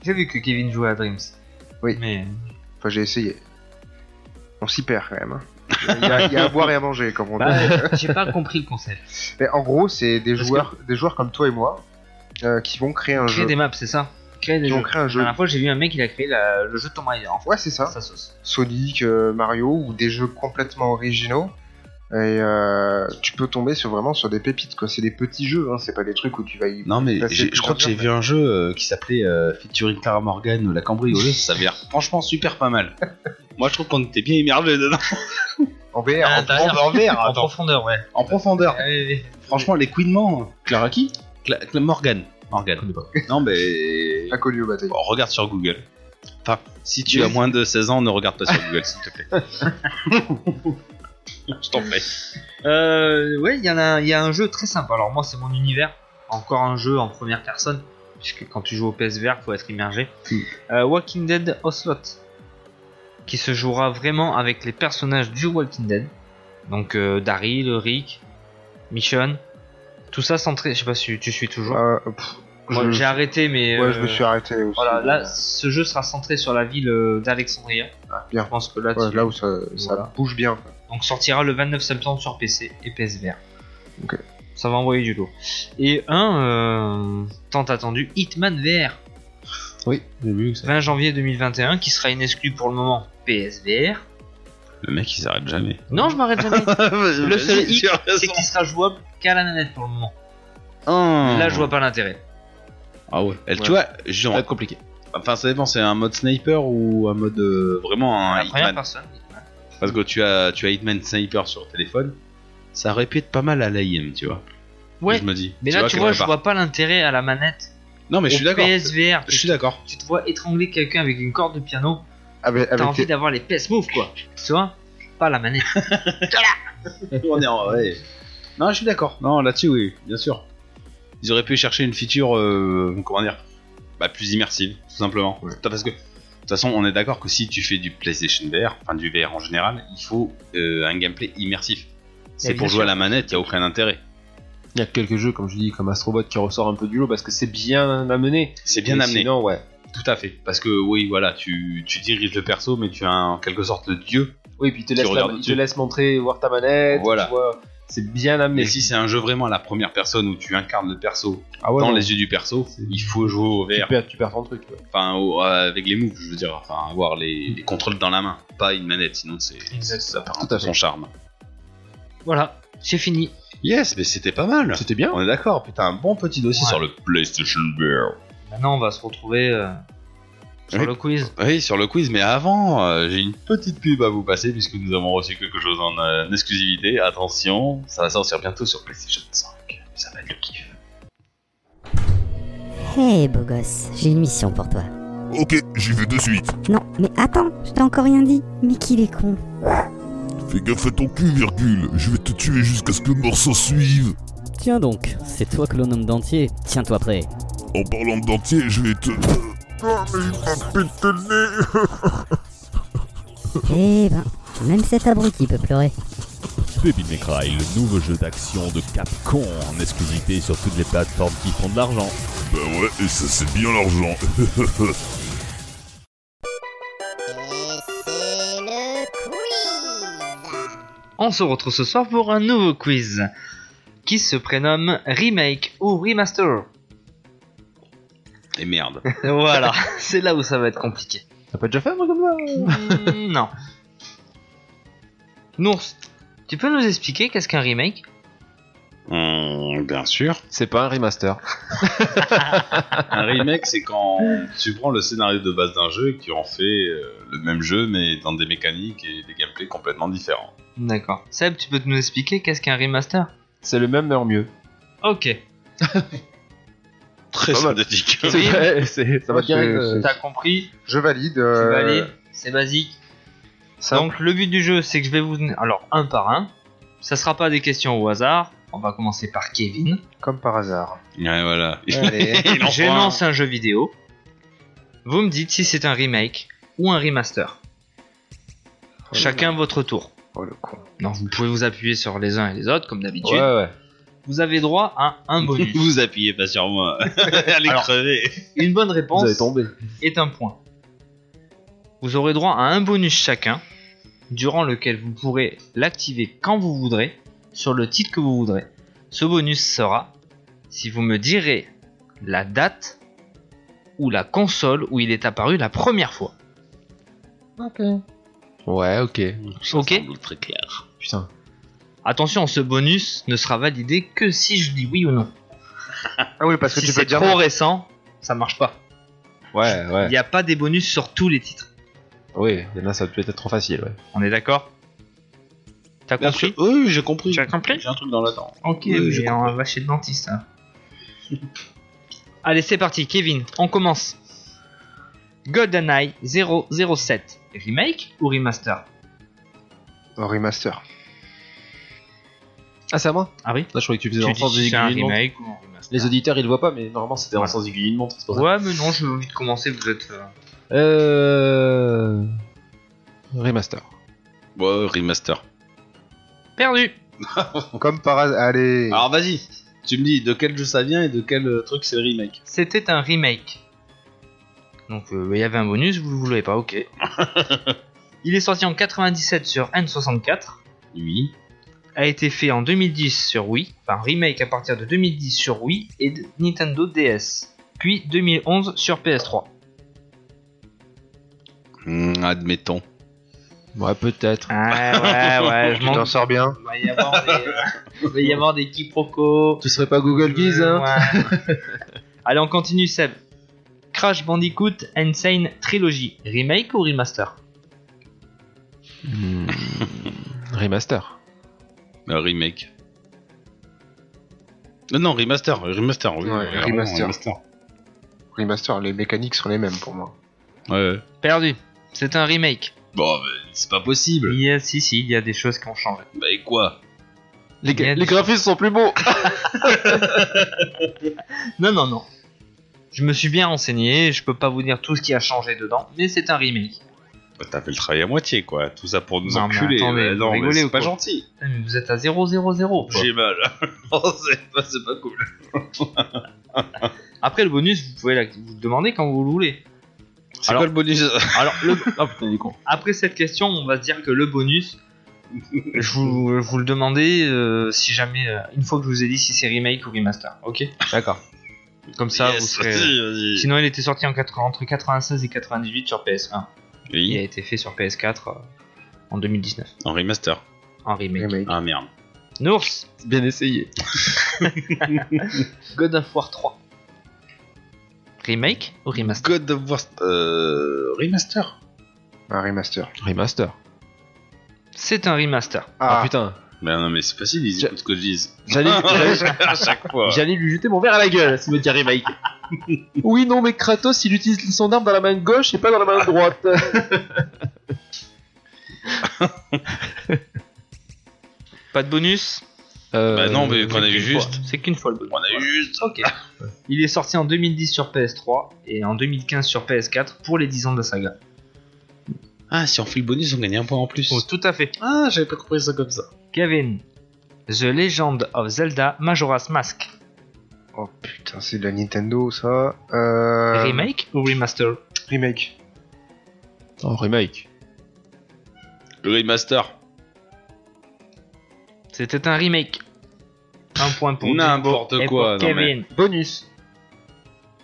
[SPEAKER 5] J'ai vu que Kevin jouait à Dreams.
[SPEAKER 6] Oui.
[SPEAKER 5] Mais
[SPEAKER 6] Enfin, j'ai essayé. On s'y perd quand même. hein. Il y, a, il y a à boire et à manger, comme on
[SPEAKER 5] Bah
[SPEAKER 6] dit.
[SPEAKER 5] J'ai pas compris le concept.
[SPEAKER 6] Mais en gros, c'est des joueurs, des joueurs comme toi et moi euh, qui vont créer un
[SPEAKER 5] Créer
[SPEAKER 6] jeu.
[SPEAKER 5] des maps, c'est ça Créer des
[SPEAKER 6] Qui vont
[SPEAKER 5] jeux. Ah.
[SPEAKER 6] créer un
[SPEAKER 5] La
[SPEAKER 6] jeu.
[SPEAKER 5] dernière fois, j'ai vu un mec, il a créé la- le jeu de Tomb Raider en fait.
[SPEAKER 6] Ouais, c'est ça.
[SPEAKER 5] Sa sauce.
[SPEAKER 6] Sonic, euh, Mario ou des jeux complètement originaux. Et euh, tu peux tomber sur vraiment sur des pépites quoi. C'est des petits jeux, hein. c'est pas des trucs où tu vas y.
[SPEAKER 4] Non, mais
[SPEAKER 6] Bah,
[SPEAKER 4] j'ai-
[SPEAKER 6] c'est
[SPEAKER 4] je crois que j'ai vu un jeu euh, qui s'appelait euh, Featuring Clara Morgan, la cambrioleuse. ça avait l'air franchement super pas mal. Moi, je trouve qu'on était bien immergé dedans.
[SPEAKER 6] En VR,
[SPEAKER 5] Ah,
[SPEAKER 6] en-
[SPEAKER 5] t'as rien.
[SPEAKER 4] en vert,
[SPEAKER 5] En
[SPEAKER 4] attends.
[SPEAKER 5] profondeur, ouais.
[SPEAKER 4] En profondeur.
[SPEAKER 5] Allez,
[SPEAKER 4] Franchement, les couinements. Clara qui Cla- Cla- Morgan. Morgan. Non, mais.
[SPEAKER 5] Ah,
[SPEAKER 6] pas connu aux batailles.
[SPEAKER 4] Bon, regarde sur Google. Enfin, si tu as moins de 16 ans, ne regarde pas sur Google, s'il te plaît. je t'en prie.
[SPEAKER 5] Euh, ouais, il y en a, il y a un jeu très sympa. Alors moi, c'est mon univers. Encore un jeu en première personne, puisque quand tu joues au PSVR, faut être immergé.
[SPEAKER 6] Hmm.
[SPEAKER 5] Euh, Walking Dead Ocelot, qui se jouera vraiment avec les personnages du Walking Dead. Donc euh, Daryl, Rick, Michonne, tout ça centré. Je sais pas si tu suis toujours.
[SPEAKER 6] Euh, pff,
[SPEAKER 5] Moi,
[SPEAKER 6] je-
[SPEAKER 5] j'ai arrêté, mais
[SPEAKER 6] ouais,
[SPEAKER 5] euh,
[SPEAKER 6] je me suis arrêté aussi. euh,
[SPEAKER 5] Voilà, là, ce jeu sera centré sur la ville euh, d'Alexandria.
[SPEAKER 6] Ah, bien.
[SPEAKER 5] Je pense que là,
[SPEAKER 6] Ouais,
[SPEAKER 5] tu-
[SPEAKER 6] là où ça, ça
[SPEAKER 5] Voilà.
[SPEAKER 6] bouge bien. quoi.
[SPEAKER 5] donc sortira le 29 septembre sur PC et PSVR.
[SPEAKER 6] Ok.
[SPEAKER 5] Ça va envoyer du lot. Et un euh, tant attendu Hitman VR,
[SPEAKER 7] Oui, j'ai vu
[SPEAKER 5] 20 janvier 2021, qui sera inexclu pour le moment PSVR.
[SPEAKER 4] Le mec, il s'arrête jamais.
[SPEAKER 5] Non, je m'arrête jamais.
[SPEAKER 4] le
[SPEAKER 5] le seul hic, c'est qu'il sera jouable qu'à la manette pour le moment.
[SPEAKER 4] Hmm.
[SPEAKER 5] Là, je vois pas l'intérêt.
[SPEAKER 4] Ah ouais. Elle,
[SPEAKER 6] Ouais.
[SPEAKER 4] Tu vois,
[SPEAKER 7] Ça va
[SPEAKER 4] genre,
[SPEAKER 7] être compliqué.
[SPEAKER 4] enfin, ça dépend, c'est un mode sniper ou un mode euh, vraiment un
[SPEAKER 5] la première
[SPEAKER 4] Hitman.
[SPEAKER 5] personne.
[SPEAKER 4] Parce que tu as, tu as Hitman Sniper sur téléphone, ça répète pas mal à l'AIM, tu vois.
[SPEAKER 5] Ouais,
[SPEAKER 4] Je me dis.
[SPEAKER 5] Mais là, tu
[SPEAKER 4] quelque
[SPEAKER 5] vois, je
[SPEAKER 4] part.
[SPEAKER 5] vois pas l'intérêt à la manette.
[SPEAKER 4] Non, mais je
[SPEAKER 5] Au
[SPEAKER 4] suis d'accord.
[SPEAKER 5] PSVR,
[SPEAKER 4] Je
[SPEAKER 5] tu,
[SPEAKER 4] suis d'accord.
[SPEAKER 5] tu te vois étrangler quelqu'un avec une corde de piano.
[SPEAKER 6] Avec,
[SPEAKER 5] T'as
[SPEAKER 6] avec
[SPEAKER 5] envie d'avoir les PS Move, quoi. Tu vois Pas la manette.
[SPEAKER 4] On est en- ouais. Non, je suis d'accord. Non, là-dessus, oui, bien sûr. Ils auraient pu chercher une feature, euh, comment dire, bah, plus immersive, tout simplement. T'as- Parce que, de toute façon, on est d'accord que si tu fais du PlayStation VR, enfin du VR en général, il faut euh, un gameplay immersif. C'est
[SPEAKER 5] bien
[SPEAKER 4] pour
[SPEAKER 5] sûr.
[SPEAKER 4] jouer à la manette, il a aucun intérêt.
[SPEAKER 7] Il y a quelques jeux, comme je dis, comme Astrobot qui ressort un peu du lot parce que c'est bien amené.
[SPEAKER 4] C'est bien
[SPEAKER 7] Mais
[SPEAKER 4] amené.
[SPEAKER 7] Sinon, ouais.
[SPEAKER 4] Tout à fait. Parce que, oui, voilà, tu, tu diriges le perso, mais tu as en quelque sorte le dieu.
[SPEAKER 7] Oui, puis il te
[SPEAKER 4] Tu
[SPEAKER 7] laisse, la-
[SPEAKER 4] regardes
[SPEAKER 7] il te
[SPEAKER 4] dessus.
[SPEAKER 7] laisse montrer, voir ta manette.
[SPEAKER 4] Voilà.
[SPEAKER 7] tu vois. C'est bien
[SPEAKER 4] Mais
[SPEAKER 7] amené.
[SPEAKER 4] si c'est un jeu vraiment à la première personne où tu incarnes le perso
[SPEAKER 7] ah ouais,
[SPEAKER 4] dans
[SPEAKER 7] non,
[SPEAKER 4] les yeux du perso, il faut jouer au
[SPEAKER 7] tu
[SPEAKER 4] VR.
[SPEAKER 7] perds, tu perds ton truc. ouais.
[SPEAKER 4] enfin au- euh, avec les moves, je veux dire, enfin avoir les, les contrôles dans la main, pas une manette, sinon c'est ça perd un peu son charme.
[SPEAKER 5] Voilà, c'est fini.
[SPEAKER 4] Yes, mais c'était pas mal.
[SPEAKER 7] C'était bien.
[SPEAKER 4] On est d'accord, putain, un bon petit dossier
[SPEAKER 5] Ouais.
[SPEAKER 4] sur le PlayStation Bear.
[SPEAKER 5] Maintenant, on va se retrouver euh, sur
[SPEAKER 4] Oui.
[SPEAKER 5] le quiz.
[SPEAKER 4] Oui, sur le quiz, mais avant, euh, j'ai une petite pub à vous passer puisque nous avons reçu quelque chose en euh, en exclusivité. Attention, ça va sortir bientôt sur PlayStation 5. Ça va être le kiff.
[SPEAKER 9] Hé beau gosse, j'ai une mission pour toi.
[SPEAKER 10] Ok, j'y vais de suite.
[SPEAKER 9] Non, mais attends, je t'ai encore rien dit. Mais qu'il est con.
[SPEAKER 10] Fais gaffe à ton cul, virgule. Je vais te tuer jusqu'à ce que mort s'en suive.
[SPEAKER 8] Tiens donc, c'est toi que l'on nomme d'entier. Tiens-toi prêt.
[SPEAKER 10] En parlant de dentier, je vais te... Oh, mais il m'a pété le nez
[SPEAKER 9] Eh ben, même cet abruti peut pleurer.
[SPEAKER 11] Baby May Cry, le nouveau jeu d'action de Capcom en exclusivité sur toutes les plateformes qui font de l'argent.
[SPEAKER 10] Bah ouais, et ça c'est bien l'argent.
[SPEAKER 5] On se retrouve ce soir pour un nouveau quiz qui se prénomme Remake ou Remaster.
[SPEAKER 4] Et merde.
[SPEAKER 5] voilà, c'est là où ça va être compliqué.
[SPEAKER 7] T'as pas déjà fait un truc comme ça
[SPEAKER 5] Mm, non. Nours, tu peux nous expliquer qu'est-ce qu'un remake
[SPEAKER 4] Hum, bien sûr.
[SPEAKER 7] C'est pas un remaster.
[SPEAKER 4] Un remake, c'est quand tu prends le scénario de base d'un jeu et que tu en fais euh, le même jeu, mais dans des mécaniques et des gameplays complètement différents.
[SPEAKER 5] D'accord. Seb, tu peux nous expliquer qu'est-ce qu'un remaster
[SPEAKER 7] C'est le même mais en mieux.
[SPEAKER 5] Ok.
[SPEAKER 4] Très
[SPEAKER 6] Pas mal.
[SPEAKER 4] sympathique.
[SPEAKER 5] Oui.
[SPEAKER 7] C'est- c'est- ça va
[SPEAKER 6] C'est-
[SPEAKER 7] bien. avec,
[SPEAKER 6] c'est-
[SPEAKER 7] euh,
[SPEAKER 5] T'as compris
[SPEAKER 6] Je valide.
[SPEAKER 5] Tu
[SPEAKER 6] euh,
[SPEAKER 5] valides C'est basique.
[SPEAKER 6] simple.
[SPEAKER 5] Donc le but du jeu, c'est que je vais vous... Alors, un par un. Ça sera pas des questions au hasard. On va commencer par Kevin.
[SPEAKER 6] comme par hasard.
[SPEAKER 4] Ouais, voilà.
[SPEAKER 6] Allez.
[SPEAKER 4] Il en
[SPEAKER 5] J'ai
[SPEAKER 4] prend un.
[SPEAKER 5] lancé un jeu vidéo. Vous me dites si c'est un remake ou un remaster. Chacun votre tour.
[SPEAKER 6] Oh le con.
[SPEAKER 5] Donc vous pouvez vous appuyer sur les uns et les autres comme d'habitude.
[SPEAKER 7] Ouais, ouais.
[SPEAKER 5] Vous avez droit à un bonus.
[SPEAKER 4] Vous appuyez pas sur moi. Allez
[SPEAKER 5] Alors,
[SPEAKER 4] crever.
[SPEAKER 5] Une bonne
[SPEAKER 7] Vous
[SPEAKER 5] réponse
[SPEAKER 7] avez tombé.
[SPEAKER 5] est un point. Vous aurez droit à un bonus chacun. durant lequel vous pourrez l'activer quand vous voudrez, sur le titre que vous voudrez. Ce bonus sera si vous me direz la date ou la console où il est apparu la première fois.
[SPEAKER 6] Ok.
[SPEAKER 7] Ouais, ok.
[SPEAKER 5] Ok
[SPEAKER 4] Très clair.
[SPEAKER 7] Putain.
[SPEAKER 5] Attention, ce bonus ne sera validé que si je dis oui ou non.
[SPEAKER 6] Ah oui, parce que
[SPEAKER 5] si
[SPEAKER 6] tu peux
[SPEAKER 5] c'est
[SPEAKER 6] dire.
[SPEAKER 5] trop récent, ça marche pas.
[SPEAKER 7] Ouais,
[SPEAKER 5] Il
[SPEAKER 7] ouais.
[SPEAKER 5] n'y a pas des bonus sur tous les titres.
[SPEAKER 7] Oui, il y en a, ça peut être trop facile, ouais.
[SPEAKER 5] On est d'accord T'as
[SPEAKER 4] Bien
[SPEAKER 5] compris
[SPEAKER 4] sûr. Oui, j'ai compris.
[SPEAKER 5] Tu as compris
[SPEAKER 4] J'ai un truc dans la dent.
[SPEAKER 5] Ok,
[SPEAKER 4] Oui,
[SPEAKER 5] mais
[SPEAKER 4] je
[SPEAKER 5] on va chez le dentiste. hein. Allez, c'est parti, Kevin, on commence. GoldenEye 007, remake ou remaster
[SPEAKER 6] Oh, remaster.
[SPEAKER 7] Ah, c'est à moi
[SPEAKER 5] Ah oui
[SPEAKER 7] Là, je croyais que tu faisais
[SPEAKER 5] Tu
[SPEAKER 7] dans le
[SPEAKER 5] dis
[SPEAKER 7] sens des
[SPEAKER 5] si c'est un
[SPEAKER 7] aiguilles d'une montre.
[SPEAKER 5] remake ou un remaster
[SPEAKER 7] Les auditeurs, ils le voient pas, mais normalement, c'était dans le sens aiguille d'une montre. c'est pour ça.
[SPEAKER 5] Ouais, mais non, j'ai envie de commencer, vous êtes... euh,
[SPEAKER 7] Euh. Remaster.
[SPEAKER 4] Ouais, remaster.
[SPEAKER 5] Perdu
[SPEAKER 6] Comme par hasard. Allez.
[SPEAKER 4] Alors vas-y, tu me dis de quel jeu ça vient et de quel euh, truc c'est le remake.
[SPEAKER 5] C'était un remake. Donc euh, il y avait un bonus, vous ne l'avez pas, ok. il est sorti en 97 sur N64,
[SPEAKER 4] Oui.
[SPEAKER 5] a été fait en 2010 sur Wii, enfin remake à partir de 2010 sur Wii et de Nintendo DS, puis 2011 sur PS3.
[SPEAKER 4] Hmm, admettons.
[SPEAKER 7] Ouais, peut-être.
[SPEAKER 5] Ah ouais, ouais, je
[SPEAKER 6] Tu t'en
[SPEAKER 5] m'en
[SPEAKER 6] sors bien.
[SPEAKER 5] Il va y avoir des, il va y avoir des quiproquos.
[SPEAKER 7] Tu serais pas Google Guise, hein
[SPEAKER 5] Ouais. Allez, on continue, Seb. Crash Bandicoot Insane Trilogy, remake ou remaster
[SPEAKER 7] Hmm. Remaster.
[SPEAKER 4] Euh, remake. Euh, Non, remaster, remaster, oui.
[SPEAKER 6] Ouais,
[SPEAKER 4] oui, vraiment,
[SPEAKER 6] remaster.
[SPEAKER 4] remaster.
[SPEAKER 6] Remaster, les mécaniques sont les mêmes pour moi.
[SPEAKER 4] Ouais. ouais.
[SPEAKER 5] Perdu. C'est un remake.
[SPEAKER 4] Bon, mais c'est pas possible.
[SPEAKER 5] Il y a, si, si, il y a des choses qui ont changé.
[SPEAKER 4] Bah et quoi
[SPEAKER 7] Les,
[SPEAKER 5] Il y a
[SPEAKER 7] gra-
[SPEAKER 5] des-
[SPEAKER 7] les graphismes sont plus beaux
[SPEAKER 5] Non, non, non. Je me suis bien renseigné, je peux pas vous dire tout ce qui a changé dedans, mais c'est un remake.
[SPEAKER 4] bah, T'as fait le travail à moitié, quoi. Tout ça pour nous
[SPEAKER 5] Non, mais
[SPEAKER 4] enculer.
[SPEAKER 5] attendez,
[SPEAKER 4] bah,
[SPEAKER 5] vous
[SPEAKER 4] non, mais
[SPEAKER 5] rigolez
[SPEAKER 4] c'est
[SPEAKER 5] ou
[SPEAKER 4] pas
[SPEAKER 5] quoi
[SPEAKER 4] gentil.
[SPEAKER 5] Putain, Mais vous êtes à 000. quoi.
[SPEAKER 4] J'ai mal. non, c'est pas, c'est pas cool.
[SPEAKER 5] Après le bonus, vous pouvez la- vous le demander quand vous le voulez.
[SPEAKER 4] C'est
[SPEAKER 5] Alors-
[SPEAKER 4] quoi le bonus
[SPEAKER 5] Alors, le-
[SPEAKER 7] Ah putain, il est con.
[SPEAKER 5] après cette question, on va se dire que le bonus, je vous, je vous le demandais euh, si jamais, euh, une fois que je vous ai dit si c'est remake ou remaster, ok
[SPEAKER 7] D'accord.
[SPEAKER 5] Comme ça,
[SPEAKER 4] Yes,
[SPEAKER 5] vous serez. euh,
[SPEAKER 4] vas-y, vas-y.
[SPEAKER 5] Sinon, il était sorti en 80 entre 96 et 98 sur PS1. Il a
[SPEAKER 4] Oui,
[SPEAKER 5] été fait sur PS4 euh, en 2019
[SPEAKER 4] en remaster.
[SPEAKER 5] en remake.
[SPEAKER 6] Remake.
[SPEAKER 4] Ah merde.
[SPEAKER 5] Nours,
[SPEAKER 7] Bien essayé.
[SPEAKER 5] God of War 3. Remake ou remaster
[SPEAKER 4] God of War. Euh, remaster
[SPEAKER 6] Un remaster.
[SPEAKER 7] Remaster.
[SPEAKER 5] C'est un remaster.
[SPEAKER 7] Ah,
[SPEAKER 6] Ah,
[SPEAKER 7] putain.
[SPEAKER 4] Mais Bah, non, mais c'est facile, ils
[SPEAKER 7] J'ai-
[SPEAKER 4] écoutent ce que je dis.
[SPEAKER 7] J'allais, j'allais-
[SPEAKER 4] à chaque fois.
[SPEAKER 7] j'allais lui jeter mon verre à la gueule s'il me dit remake. oui, non, mais Kratos, il utilise son arme dans la main gauche et pas dans la main droite.
[SPEAKER 5] Pas de bonus
[SPEAKER 7] Euh,
[SPEAKER 4] Bah non, mais qu'on a
[SPEAKER 5] C'est
[SPEAKER 4] eu
[SPEAKER 5] qu'une
[SPEAKER 4] juste.
[SPEAKER 5] fois. C'est qu'une fois le bonus.
[SPEAKER 4] On a eu juste.
[SPEAKER 5] Ok. Il est sorti en 2010 sur PS3 et en 2015 sur PS4 pour les 10 ans de la saga.
[SPEAKER 4] Ah, si on fait le bonus, on gagne un point en plus.
[SPEAKER 5] Oh, tout à fait.
[SPEAKER 4] Ah, j'avais pas compris ça comme ça.
[SPEAKER 5] Kevin, The Legend of Zelda Majora's Mask.
[SPEAKER 6] oh putain, c'est de la Nintendo ça. Euh...
[SPEAKER 5] Remake ou remaster
[SPEAKER 6] Remake.
[SPEAKER 7] Oh, remake.
[SPEAKER 4] Le remaster.
[SPEAKER 5] C'était un remake. Un point pour
[SPEAKER 4] N'importe
[SPEAKER 5] Jimbo et
[SPEAKER 4] quoi,
[SPEAKER 5] pour
[SPEAKER 4] non, mais-
[SPEAKER 5] Kevin. Bonus.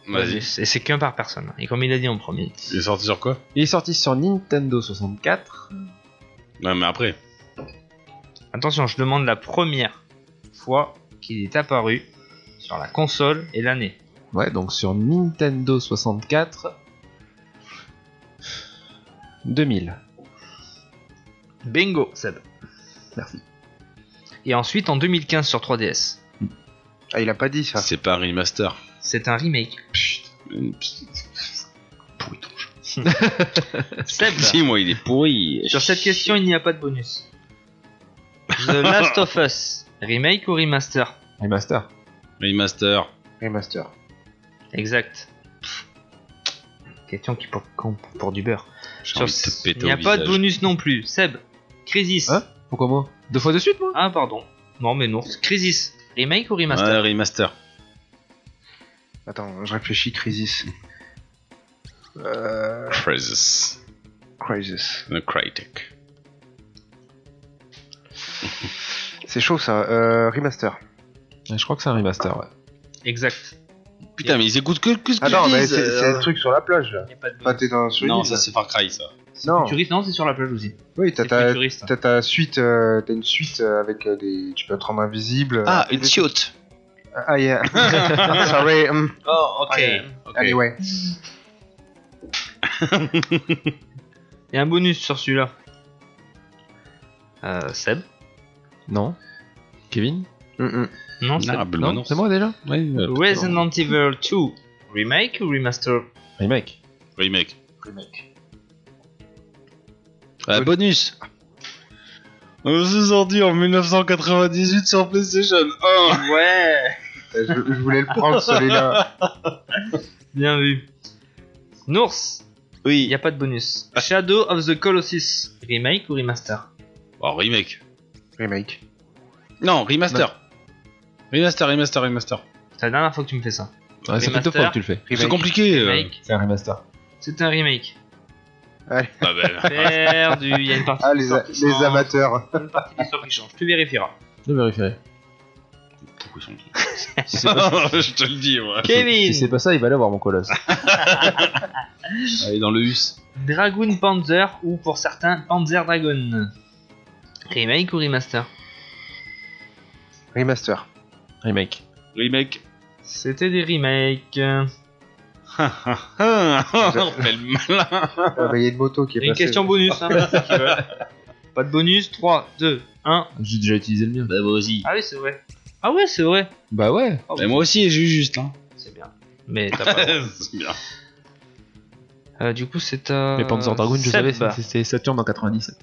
[SPEAKER 4] Vas-y.
[SPEAKER 5] Et c'est qu'un par personne. Et comme il a dit en premier.
[SPEAKER 4] Il est sorti sur quoi
[SPEAKER 7] Il est sorti sur Nintendo 64.
[SPEAKER 4] Non, mais après.
[SPEAKER 5] Attention, je demande la première fois qu'il est apparu sur la console et l'année.
[SPEAKER 7] Ouais, donc sur Nintendo 64. 2000.
[SPEAKER 5] Bingo, Seb.
[SPEAKER 7] Merci.
[SPEAKER 5] Et ensuite en 2015 sur 3DS.
[SPEAKER 6] Ah, il a pas dit ça.
[SPEAKER 4] C'est pas un remaster.
[SPEAKER 5] C'est un remake. Euh,
[SPEAKER 4] Pourri ton jeu.
[SPEAKER 5] Seb,
[SPEAKER 4] Si, moi, il est pourri.
[SPEAKER 5] sur cette question, il n'y a pas de bonus. The Last of Us, remake ou remaster
[SPEAKER 7] Remaster.
[SPEAKER 4] Remaster.
[SPEAKER 6] Remaster.
[SPEAKER 5] Exact. Question qui pour, con- pour du beurre.
[SPEAKER 4] J'ai
[SPEAKER 5] Sur
[SPEAKER 4] envie de te
[SPEAKER 5] ce-
[SPEAKER 4] péter
[SPEAKER 5] il n'y a
[SPEAKER 4] au
[SPEAKER 5] pas de
[SPEAKER 4] visage.
[SPEAKER 5] bonus non plus. Seb, Crisis.
[SPEAKER 7] Hein Pourquoi moi Deux fois de suite, moi
[SPEAKER 5] ah, pardon. Non, mais non. Crisis, remake ou remaster
[SPEAKER 4] Ouais, remaster.
[SPEAKER 6] Attends, je réfléchis, Crisis. Euh...
[SPEAKER 4] Crisis.
[SPEAKER 6] Crisis.
[SPEAKER 4] The Crytek.
[SPEAKER 6] C'est chaud ça. Euh, remaster.
[SPEAKER 7] Je crois que c'est un remaster, ouais.
[SPEAKER 5] Exact.
[SPEAKER 4] Putain, mais ils écoutent que, que ce que
[SPEAKER 6] Ah non,
[SPEAKER 4] je
[SPEAKER 6] mais
[SPEAKER 4] dis,
[SPEAKER 6] c'est
[SPEAKER 4] euh,
[SPEAKER 6] c'est le truc sur la plage là.
[SPEAKER 5] Y a pas de
[SPEAKER 6] Pas t'es dans sur une
[SPEAKER 4] Non,
[SPEAKER 6] île,
[SPEAKER 4] ça
[SPEAKER 6] là.
[SPEAKER 4] c'est Far Cry ça.
[SPEAKER 6] Non,
[SPEAKER 5] Futuriste, non, c'est sur la plage aussi.
[SPEAKER 6] oui, t'as
[SPEAKER 5] C'est
[SPEAKER 6] ta,
[SPEAKER 5] futuriste.
[SPEAKER 6] t'as ta suite, euh, t'as une suite euh, avec euh, des. Tu peux te rendre invisible. euh,
[SPEAKER 4] Ah, une
[SPEAKER 6] des-
[SPEAKER 4] chiotte.
[SPEAKER 6] Ah, yeah. Sorry. hum.
[SPEAKER 4] Oh,
[SPEAKER 5] Ah,
[SPEAKER 4] ok.
[SPEAKER 6] Ouais.
[SPEAKER 4] Ok.
[SPEAKER 6] Allez, ouais.
[SPEAKER 5] Il y a un bonus sur celui-là. Euh, Seb
[SPEAKER 7] Non. Kevin
[SPEAKER 6] Hum, hum.
[SPEAKER 5] Non, Seb
[SPEAKER 4] Ah, Bull
[SPEAKER 5] non.
[SPEAKER 4] Manor.
[SPEAKER 7] C'est moi déjà
[SPEAKER 4] Ouais, euh,
[SPEAKER 5] Resident Evil 2 Remake ou Remaster
[SPEAKER 7] Remake.
[SPEAKER 4] remake. Ah, bonus. Euh, C'est sorti en 1998 sur PlayStation 1.
[SPEAKER 5] Ouais
[SPEAKER 6] Euh, Je, je voulais le prendre celui-là.
[SPEAKER 5] Bien vu. Nours Il n'y
[SPEAKER 4] Oui.
[SPEAKER 5] a pas de bonus.
[SPEAKER 6] Ah.
[SPEAKER 5] Shadow of the Colossus Remake ou Remaster
[SPEAKER 4] Oh, remake.
[SPEAKER 6] Remake.
[SPEAKER 4] Non, remaster. Remaster, remaster, remaster.
[SPEAKER 5] C'est la dernière fois que tu me fais ça.
[SPEAKER 7] Ouais, c'est plutôt
[SPEAKER 5] Remaster.
[SPEAKER 7] fort que tu le fais.
[SPEAKER 4] C'est compliqué. euh.
[SPEAKER 5] Remake
[SPEAKER 7] C'est un remaster.
[SPEAKER 5] C'est un remake.
[SPEAKER 4] Ah, ben.
[SPEAKER 5] Perdu, il y a une partie
[SPEAKER 6] Ah,
[SPEAKER 5] qui
[SPEAKER 6] les,
[SPEAKER 5] sort
[SPEAKER 6] a-
[SPEAKER 5] qui
[SPEAKER 6] les
[SPEAKER 5] change.
[SPEAKER 6] amateurs.
[SPEAKER 5] une partie qui sort qui change. Tu vérifieras.
[SPEAKER 7] Je vérifierai.
[SPEAKER 4] Pourquoi ils sont-
[SPEAKER 7] Si c'est pas,
[SPEAKER 4] Je te le dis, moi.
[SPEAKER 7] si
[SPEAKER 5] Kevin
[SPEAKER 7] c'est pas ça, il va l'avoir mon colosse.
[SPEAKER 4] Allez, dans le hus.
[SPEAKER 5] Dragoon Panzer ou pour certains Panzer Dragon. Remake ou remaster
[SPEAKER 6] Remaster.
[SPEAKER 7] Remake.
[SPEAKER 4] Remake.
[SPEAKER 5] C'était des remakes.
[SPEAKER 4] On fait le malin.
[SPEAKER 6] Ah, bah, Il y a une moto qui est
[SPEAKER 5] Une
[SPEAKER 6] passée.
[SPEAKER 5] question bonus, hein, pour ceux qui veulent. Pas de bonus, 3, 2, 1.
[SPEAKER 7] J'ai déjà utilisé le mien.
[SPEAKER 4] Bah, moi aussi.
[SPEAKER 5] Ah oui, c'est vrai. Ah ouais, c'est vrai.
[SPEAKER 7] Bah ouais.
[SPEAKER 5] Ah oui,
[SPEAKER 4] moi aussi, j'ai eu juste. Hein.
[SPEAKER 5] C'est bien. Mais t'as pas.
[SPEAKER 4] C'est bien.
[SPEAKER 5] Euh, du coup, c'est à.
[SPEAKER 7] Mais Panzer Dragoon, je
[SPEAKER 5] Seb.
[SPEAKER 7] savais, c'est- c'était Saturn en 97.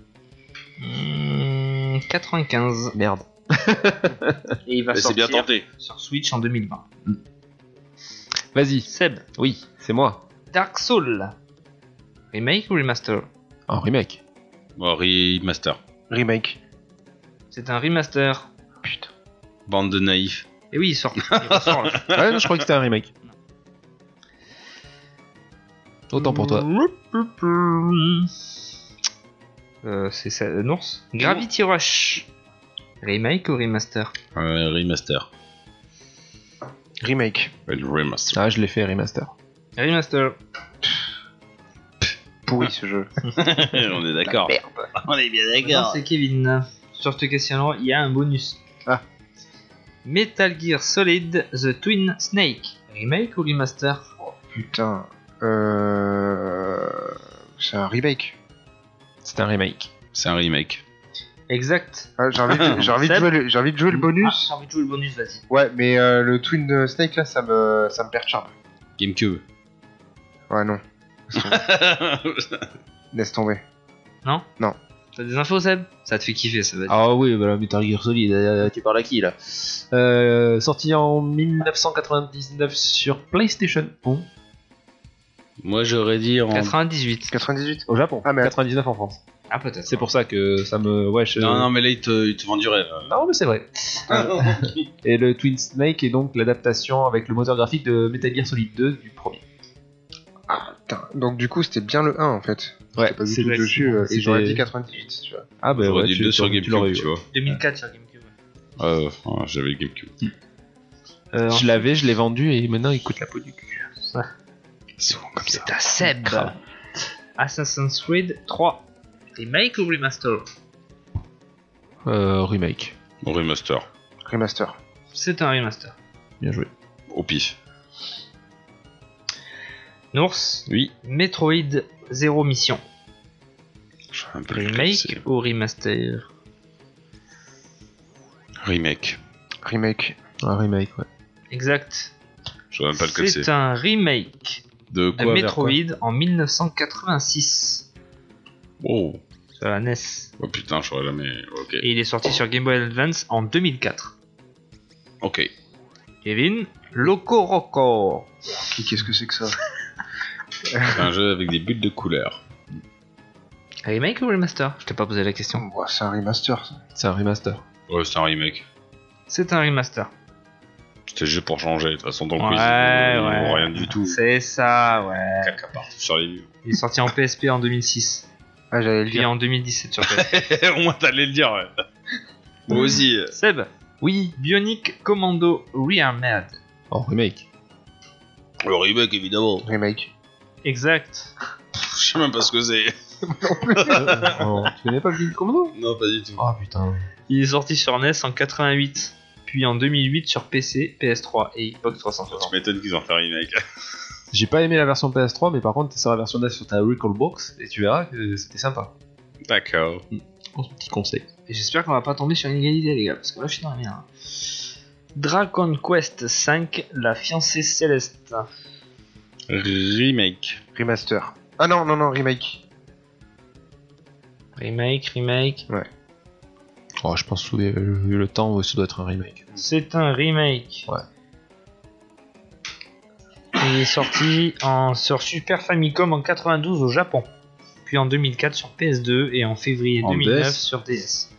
[SPEAKER 5] Hmm, 95.
[SPEAKER 7] Merde.
[SPEAKER 5] Et il va
[SPEAKER 4] Mais C'est
[SPEAKER 5] sortir
[SPEAKER 4] bien tenté.
[SPEAKER 5] sur Switch en 2020.
[SPEAKER 7] Vas-y.
[SPEAKER 5] Seb,
[SPEAKER 7] Oui, c'est moi.
[SPEAKER 5] Dark Soul. Remake ou remaster
[SPEAKER 7] En Ah, remake.
[SPEAKER 4] Bon, remaster.
[SPEAKER 6] Remake.
[SPEAKER 5] C'est un remaster.
[SPEAKER 4] Bande de naïfs.
[SPEAKER 5] Et oui, il sort. Il ressort, là.
[SPEAKER 7] Ah non, je crois que c'était un remake. Autant pour toi.
[SPEAKER 5] Euh, c'est ça, euh, Nours Gravity Rush. Remake ou remaster
[SPEAKER 4] Euh, remaster.
[SPEAKER 6] Remake.
[SPEAKER 4] Le remaster.
[SPEAKER 7] Ah, je l'ai fait remaster.
[SPEAKER 5] Remaster.
[SPEAKER 6] Pourri ce jeu.
[SPEAKER 4] On est d'accord. On est bien
[SPEAKER 5] Non, c'est Kevin. Sur te questionnement, il y a un bonus.
[SPEAKER 6] Ah.
[SPEAKER 5] Metal Gear Solid The Twin Snake. Remake ou remaster
[SPEAKER 6] Putain. Euh... C'est un remake.
[SPEAKER 7] C'est un remake.
[SPEAKER 4] C'est un remake.
[SPEAKER 5] Exact.
[SPEAKER 6] Ah, j'ai envie, de- j'ai envie de
[SPEAKER 5] Seb
[SPEAKER 6] jouer le- j'ai envie de jouer le bonus.
[SPEAKER 5] Ah, J'ai envie de jouer le bonus, vas-y.
[SPEAKER 6] Ouais, mais euh, le Twin euh, Snake là, ça me, ça me perturbe.
[SPEAKER 4] Gamecube.
[SPEAKER 6] Ouais, non. Laisse tomber.
[SPEAKER 5] T'as des infos, Seb Ça te fait kiffer, ça va être.
[SPEAKER 7] Ah oui, voilà, Metal Gear Solid, euh, tu parles à qui là Euh, Sorti en 1999 sur PlayStation 1
[SPEAKER 4] Moi, j'aurais dit en.
[SPEAKER 5] 98.
[SPEAKER 6] 98
[SPEAKER 7] au Japon,
[SPEAKER 6] Ah, mais-
[SPEAKER 7] 99 en France.
[SPEAKER 5] Ah, peut-être.
[SPEAKER 7] C'est pour ça que ça me. Ouais, je-
[SPEAKER 4] Non, non, mais là, il te, il te vend du rêve. Ah.
[SPEAKER 7] Non, mais c'est vrai. Et le Twin Snake est donc l'adaptation avec le moteur graphique de Metal Gear Solid 2 du premier.
[SPEAKER 6] Putain. Donc, du coup, c'était bien le 1 en fait.
[SPEAKER 7] Ouais,
[SPEAKER 6] Pas du tout dessus. euh, et j'aurais dit 98, tu vois.
[SPEAKER 7] Ah bah
[SPEAKER 4] J'aurais
[SPEAKER 7] ouais,
[SPEAKER 4] dit
[SPEAKER 7] tu,
[SPEAKER 4] deux
[SPEAKER 7] tu-
[SPEAKER 4] sur
[SPEAKER 7] tu l'aurais
[SPEAKER 4] Gamecube,
[SPEAKER 7] eu.
[SPEAKER 4] tu vois.
[SPEAKER 5] 2004 sur Gamecube.
[SPEAKER 4] Euh, ouais, J'avais le Gamecube.
[SPEAKER 5] Euh,
[SPEAKER 7] Je l'avais, je l'ai vendu et maintenant il coûte la peau du cul.
[SPEAKER 4] Souvent comme ça.
[SPEAKER 5] C'est à Seb.
[SPEAKER 7] Crame.
[SPEAKER 5] Assassin's Creed 3. Remake ou remaster
[SPEAKER 7] Euh, remake.
[SPEAKER 4] Remaster.
[SPEAKER 6] Remaster.
[SPEAKER 5] C'est un remaster.
[SPEAKER 7] Bien joué.
[SPEAKER 4] Au pif.
[SPEAKER 5] Nours,
[SPEAKER 4] Oui.
[SPEAKER 5] Metroid Zero Mission.
[SPEAKER 4] J'ai un peu le
[SPEAKER 5] Remake
[SPEAKER 4] classé.
[SPEAKER 5] ou remaster
[SPEAKER 4] Remake.
[SPEAKER 6] Remake.
[SPEAKER 7] Un remake, ouais.
[SPEAKER 5] Exact.
[SPEAKER 4] J'aurais même pas le classé.
[SPEAKER 5] C'est un remake de
[SPEAKER 4] De quoi vers quoi
[SPEAKER 5] Metroid en 1986
[SPEAKER 4] Oh.
[SPEAKER 5] sur la NES.
[SPEAKER 4] oh putain, j'aurais jamais. Ok.
[SPEAKER 5] Et il est sorti sur Game Boy Advance en 2004.
[SPEAKER 4] Ok.
[SPEAKER 5] Kevin, Loco Roco.
[SPEAKER 6] Qui- Qu'est-ce que c'est que ça
[SPEAKER 4] C'est un jeu avec des bulles de couleur.
[SPEAKER 5] Remake ou remaster Je t'ai pas posé la question.
[SPEAKER 6] Ouah, C'est un remaster ça.
[SPEAKER 7] C'est un remaster.
[SPEAKER 4] Ouais, c'est un remake.
[SPEAKER 5] C'est un remaster.
[SPEAKER 4] C'était juste pour changer. De toute façon, dans le
[SPEAKER 5] Ouais,
[SPEAKER 4] quiz, ils ont- ils
[SPEAKER 5] ouais.
[SPEAKER 4] ont rien du tout.
[SPEAKER 5] C'est ça, ouais.
[SPEAKER 4] Caca partout sur les murs.
[SPEAKER 5] Il est sorti en PSP en 2006.
[SPEAKER 6] Ah, j'allais le
[SPEAKER 5] Puis
[SPEAKER 6] dire.
[SPEAKER 5] en 2017 sur PSP.
[SPEAKER 4] Au moins, t'allais le dire, ouais. Moi aussi.
[SPEAKER 5] Seb
[SPEAKER 7] Oui.
[SPEAKER 5] Bionic Commando Rearmed.
[SPEAKER 7] En Oh, remake.
[SPEAKER 4] Le remake, évidemment.
[SPEAKER 6] Remake.
[SPEAKER 5] Exact.
[SPEAKER 4] Je sais même pas ce que c'est.
[SPEAKER 6] Oh, tu connais pas le Bill Commando
[SPEAKER 4] Non, pas du tout.
[SPEAKER 6] Oh putain.
[SPEAKER 5] Il est sorti sur NES en 88, puis en 2008 sur PC, PS3 et Xbox 360.
[SPEAKER 4] Tu m'étonnes qu'ils en fassent un remake.
[SPEAKER 7] J'ai pas aimé la version PS3, mais par contre, tu la version NES sur ta Recall Box et tu verras que c'était sympa.
[SPEAKER 4] D'accord.
[SPEAKER 7] Petit conseil.
[SPEAKER 5] Et j'espère qu'on va pas tomber sur une égalité, les gars, parce que là, je suis dans la merde. hein. Dragon Quest V, la fiancée céleste.
[SPEAKER 4] Remake.
[SPEAKER 6] Remaster. Ah non, non, non, remake.
[SPEAKER 5] Remake, remake.
[SPEAKER 7] Oh, je pense que vu, vu le temps, ça doit être un remake.
[SPEAKER 5] Mm. C'est un remake.
[SPEAKER 7] Ouais.
[SPEAKER 5] Il est sorti en, sur Super Famicom en 92 au Japon, puis en 2004 sur PS2 et en février
[SPEAKER 4] En
[SPEAKER 5] 2009
[SPEAKER 4] DS.
[SPEAKER 5] sur DS.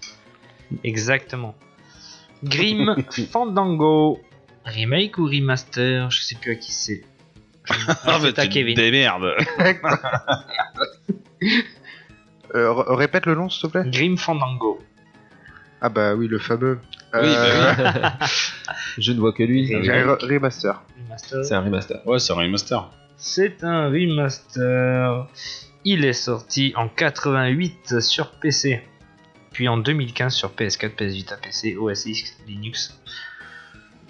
[SPEAKER 5] Exactement. Grim Fandango. Remake ou remaster Je sais plus à qui c'est.
[SPEAKER 4] Ah, mais
[SPEAKER 5] C'est à
[SPEAKER 4] tu te
[SPEAKER 5] Kevin.
[SPEAKER 4] démerdes.
[SPEAKER 6] Euh, r- répète le nom, s'il te plaît.
[SPEAKER 5] Grim Fandango.
[SPEAKER 6] Ah bah oui, le fameux.
[SPEAKER 4] Oui, bah
[SPEAKER 7] Je ne vois que lui.
[SPEAKER 5] oui.
[SPEAKER 6] Euh, J'ai re- Remaster.
[SPEAKER 5] Remaster.
[SPEAKER 7] C'est un remaster.
[SPEAKER 4] oui. Ouais, c'est un remaster.
[SPEAKER 5] C'est un remaster. Il est sorti en 88 sur PC, puis en 2015 sur PS4, PS Vita, PC, OS X, Linux.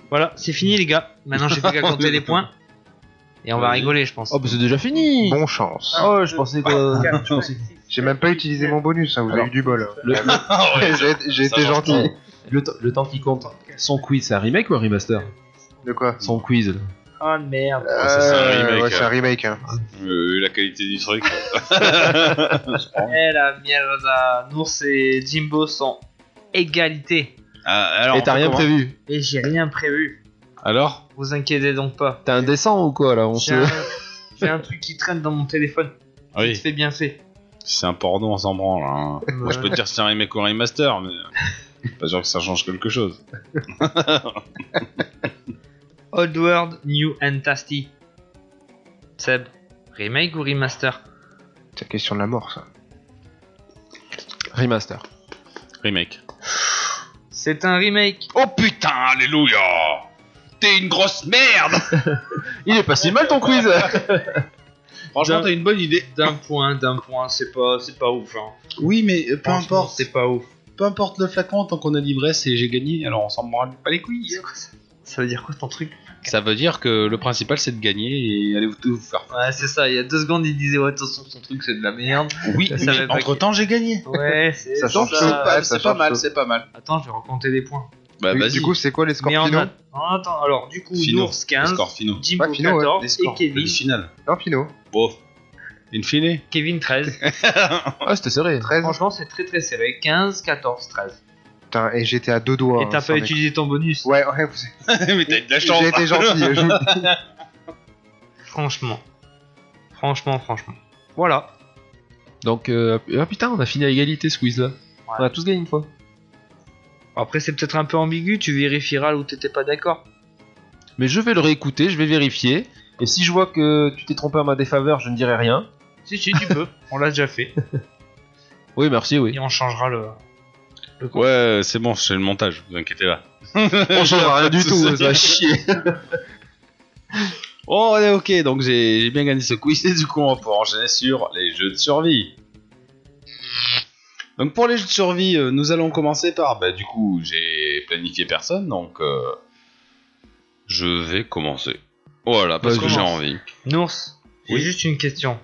[SPEAKER 5] Voilà, c'est fini les gars. Maintenant j'ai plus qu'à compter les points. Et on va
[SPEAKER 4] Vas-y.
[SPEAKER 5] rigoler, je pense.
[SPEAKER 7] Oh, bah c'est déjà fini
[SPEAKER 6] Bon chance.
[SPEAKER 7] Oh, je pensais
[SPEAKER 4] Ah,
[SPEAKER 7] que.
[SPEAKER 6] J'ai même pas utilisé mon bonus, hein, vous
[SPEAKER 7] Alors,
[SPEAKER 6] avez eu du bol.
[SPEAKER 7] le-
[SPEAKER 6] J'ai j'ai
[SPEAKER 4] Ah, ça
[SPEAKER 6] été
[SPEAKER 4] change
[SPEAKER 6] gentil.
[SPEAKER 7] le, temps- le temps qui compte. Son quiz, c'est un remake ou un remaster
[SPEAKER 6] De quoi
[SPEAKER 7] Son quiz. là.
[SPEAKER 5] Oh merde.
[SPEAKER 4] Ah, ça, c'est un
[SPEAKER 6] Euh,
[SPEAKER 4] remake,
[SPEAKER 6] ouais, c'est
[SPEAKER 4] hein.
[SPEAKER 6] un remake. hein.
[SPEAKER 4] Euh, la qualité du truc.
[SPEAKER 5] Eh la merde. Nours et Jimbo sont égalité.
[SPEAKER 4] Ah, alors,
[SPEAKER 7] et t'as
[SPEAKER 4] on fait
[SPEAKER 7] rien
[SPEAKER 4] comment
[SPEAKER 7] prévu
[SPEAKER 5] Et j'ai rien prévu.
[SPEAKER 4] Alors
[SPEAKER 5] Vous inquiétez donc pas.
[SPEAKER 7] T'as un dessin ou quoi là On
[SPEAKER 5] J'ai
[SPEAKER 7] se.
[SPEAKER 5] un, j'ai un truc qui traîne dans mon téléphone. Vite
[SPEAKER 4] Oui,
[SPEAKER 5] fait, bien fait.
[SPEAKER 4] c'est un porno, on s'en branle. hein. Moi, je peux te dire si c'est un remake ou un remaster, mais. Pas sûr que ça change quelque chose.
[SPEAKER 5] Old World, New and Tasty. Seb, remake ou remaster
[SPEAKER 6] C'est la question de la mort, ça.
[SPEAKER 7] Remaster.
[SPEAKER 4] Remake.
[SPEAKER 5] C'est un remake.
[SPEAKER 4] Oh putain, alléluia T'es une grosse merde
[SPEAKER 7] Il est pas si mal ton quiz
[SPEAKER 4] Franchement,
[SPEAKER 5] D'un-
[SPEAKER 4] t'as une bonne idée.
[SPEAKER 5] D'un point, d'un point, c'est pas, c'est pas ouf. Hein.
[SPEAKER 4] Oui, mais euh, peu
[SPEAKER 5] Franchement,
[SPEAKER 4] importe.
[SPEAKER 5] c'est pas ouf.
[SPEAKER 4] Peu importe le flacon, tant qu'on a l'ivresse et j'ai gagné, alors on s'en branle pas les couilles.
[SPEAKER 5] Ça veut dire quoi ton truc
[SPEAKER 4] Ça veut dire que le principal, c'est de gagner et allez vous tout vous faire.
[SPEAKER 5] Ouais, c'est ça. Il y a deux secondes, il disait ouais, attention, son truc c'est de la merde.
[SPEAKER 4] Oui,
[SPEAKER 5] Ça veut
[SPEAKER 4] mais
[SPEAKER 5] pas
[SPEAKER 4] entre temps, j'ai gagné.
[SPEAKER 5] Ouais, c'est
[SPEAKER 6] Ça change
[SPEAKER 4] C'est
[SPEAKER 6] tout.
[SPEAKER 4] pas, c'est
[SPEAKER 6] Ouais, ça
[SPEAKER 4] pas
[SPEAKER 6] change
[SPEAKER 4] mal,
[SPEAKER 6] tout.
[SPEAKER 4] c'est pas mal.
[SPEAKER 5] Attends, je vais recompter des points.
[SPEAKER 4] Bah
[SPEAKER 6] Du-
[SPEAKER 4] vas-y.
[SPEAKER 6] du coup, c'est quoi les scorpions
[SPEAKER 5] en attends, alors du coup,
[SPEAKER 4] Fino.
[SPEAKER 5] Nours 15,
[SPEAKER 4] Scorpino.
[SPEAKER 5] Jimbo
[SPEAKER 6] Ouais, Fino, ouais.
[SPEAKER 5] 14 et Kevin,
[SPEAKER 4] finale.
[SPEAKER 6] Scorpino.
[SPEAKER 4] Bon. Une fine.
[SPEAKER 5] Kevin 13.
[SPEAKER 7] Ah, c'était serré.
[SPEAKER 6] 13.
[SPEAKER 5] Franchement, c'est très très serré. 15, 14, 13.
[SPEAKER 6] Putain, et j'étais à deux doigts.
[SPEAKER 5] et
[SPEAKER 6] hein,
[SPEAKER 5] t'as
[SPEAKER 6] sans
[SPEAKER 5] pas
[SPEAKER 6] déconner.
[SPEAKER 5] utilisé ton bonus.
[SPEAKER 6] Ouais, ouais, vous-
[SPEAKER 4] Mais t'as eu de la chance.
[SPEAKER 6] J'ai été gentil. je vous le dis.
[SPEAKER 5] Franchement. Franchement, franchement. Voilà.
[SPEAKER 7] Donc, euh, ah putain, on a fini à égalité ce quiz là. On a tous gagné une fois.
[SPEAKER 5] Après, c'est peut-être un peu ambigu, tu vérifieras là où t'étais pas d'accord.
[SPEAKER 7] Mais je vais le réécouter, je vais vérifier. Et si je vois que tu t'es trompé à ma défaveur, je ne dirai rien.
[SPEAKER 5] Si, si, tu peux. on l'a déjà fait.
[SPEAKER 7] Oui, merci, oui.
[SPEAKER 5] Et on changera le.
[SPEAKER 4] Ouais, c'est bon, c'est le montage, vous inquiétez pas.
[SPEAKER 7] On changera rien du tout, ça va chier.
[SPEAKER 4] Oh, ouais, ok, donc j'ai j'ai bien gagné ce quiz et du coup, on peut enchaîner sur les jeux de survie. Donc, pour les jeux de survie, euh, nous allons commencer par. Bah, du coup, j'ai planifié personne, donc. euh, je vais commencer. Voilà, parce
[SPEAKER 7] Vas-y.
[SPEAKER 4] que j'ai
[SPEAKER 5] Bah, Commence.
[SPEAKER 4] envie.
[SPEAKER 5] Nours, j'ai
[SPEAKER 4] Oui.
[SPEAKER 5] juste une question.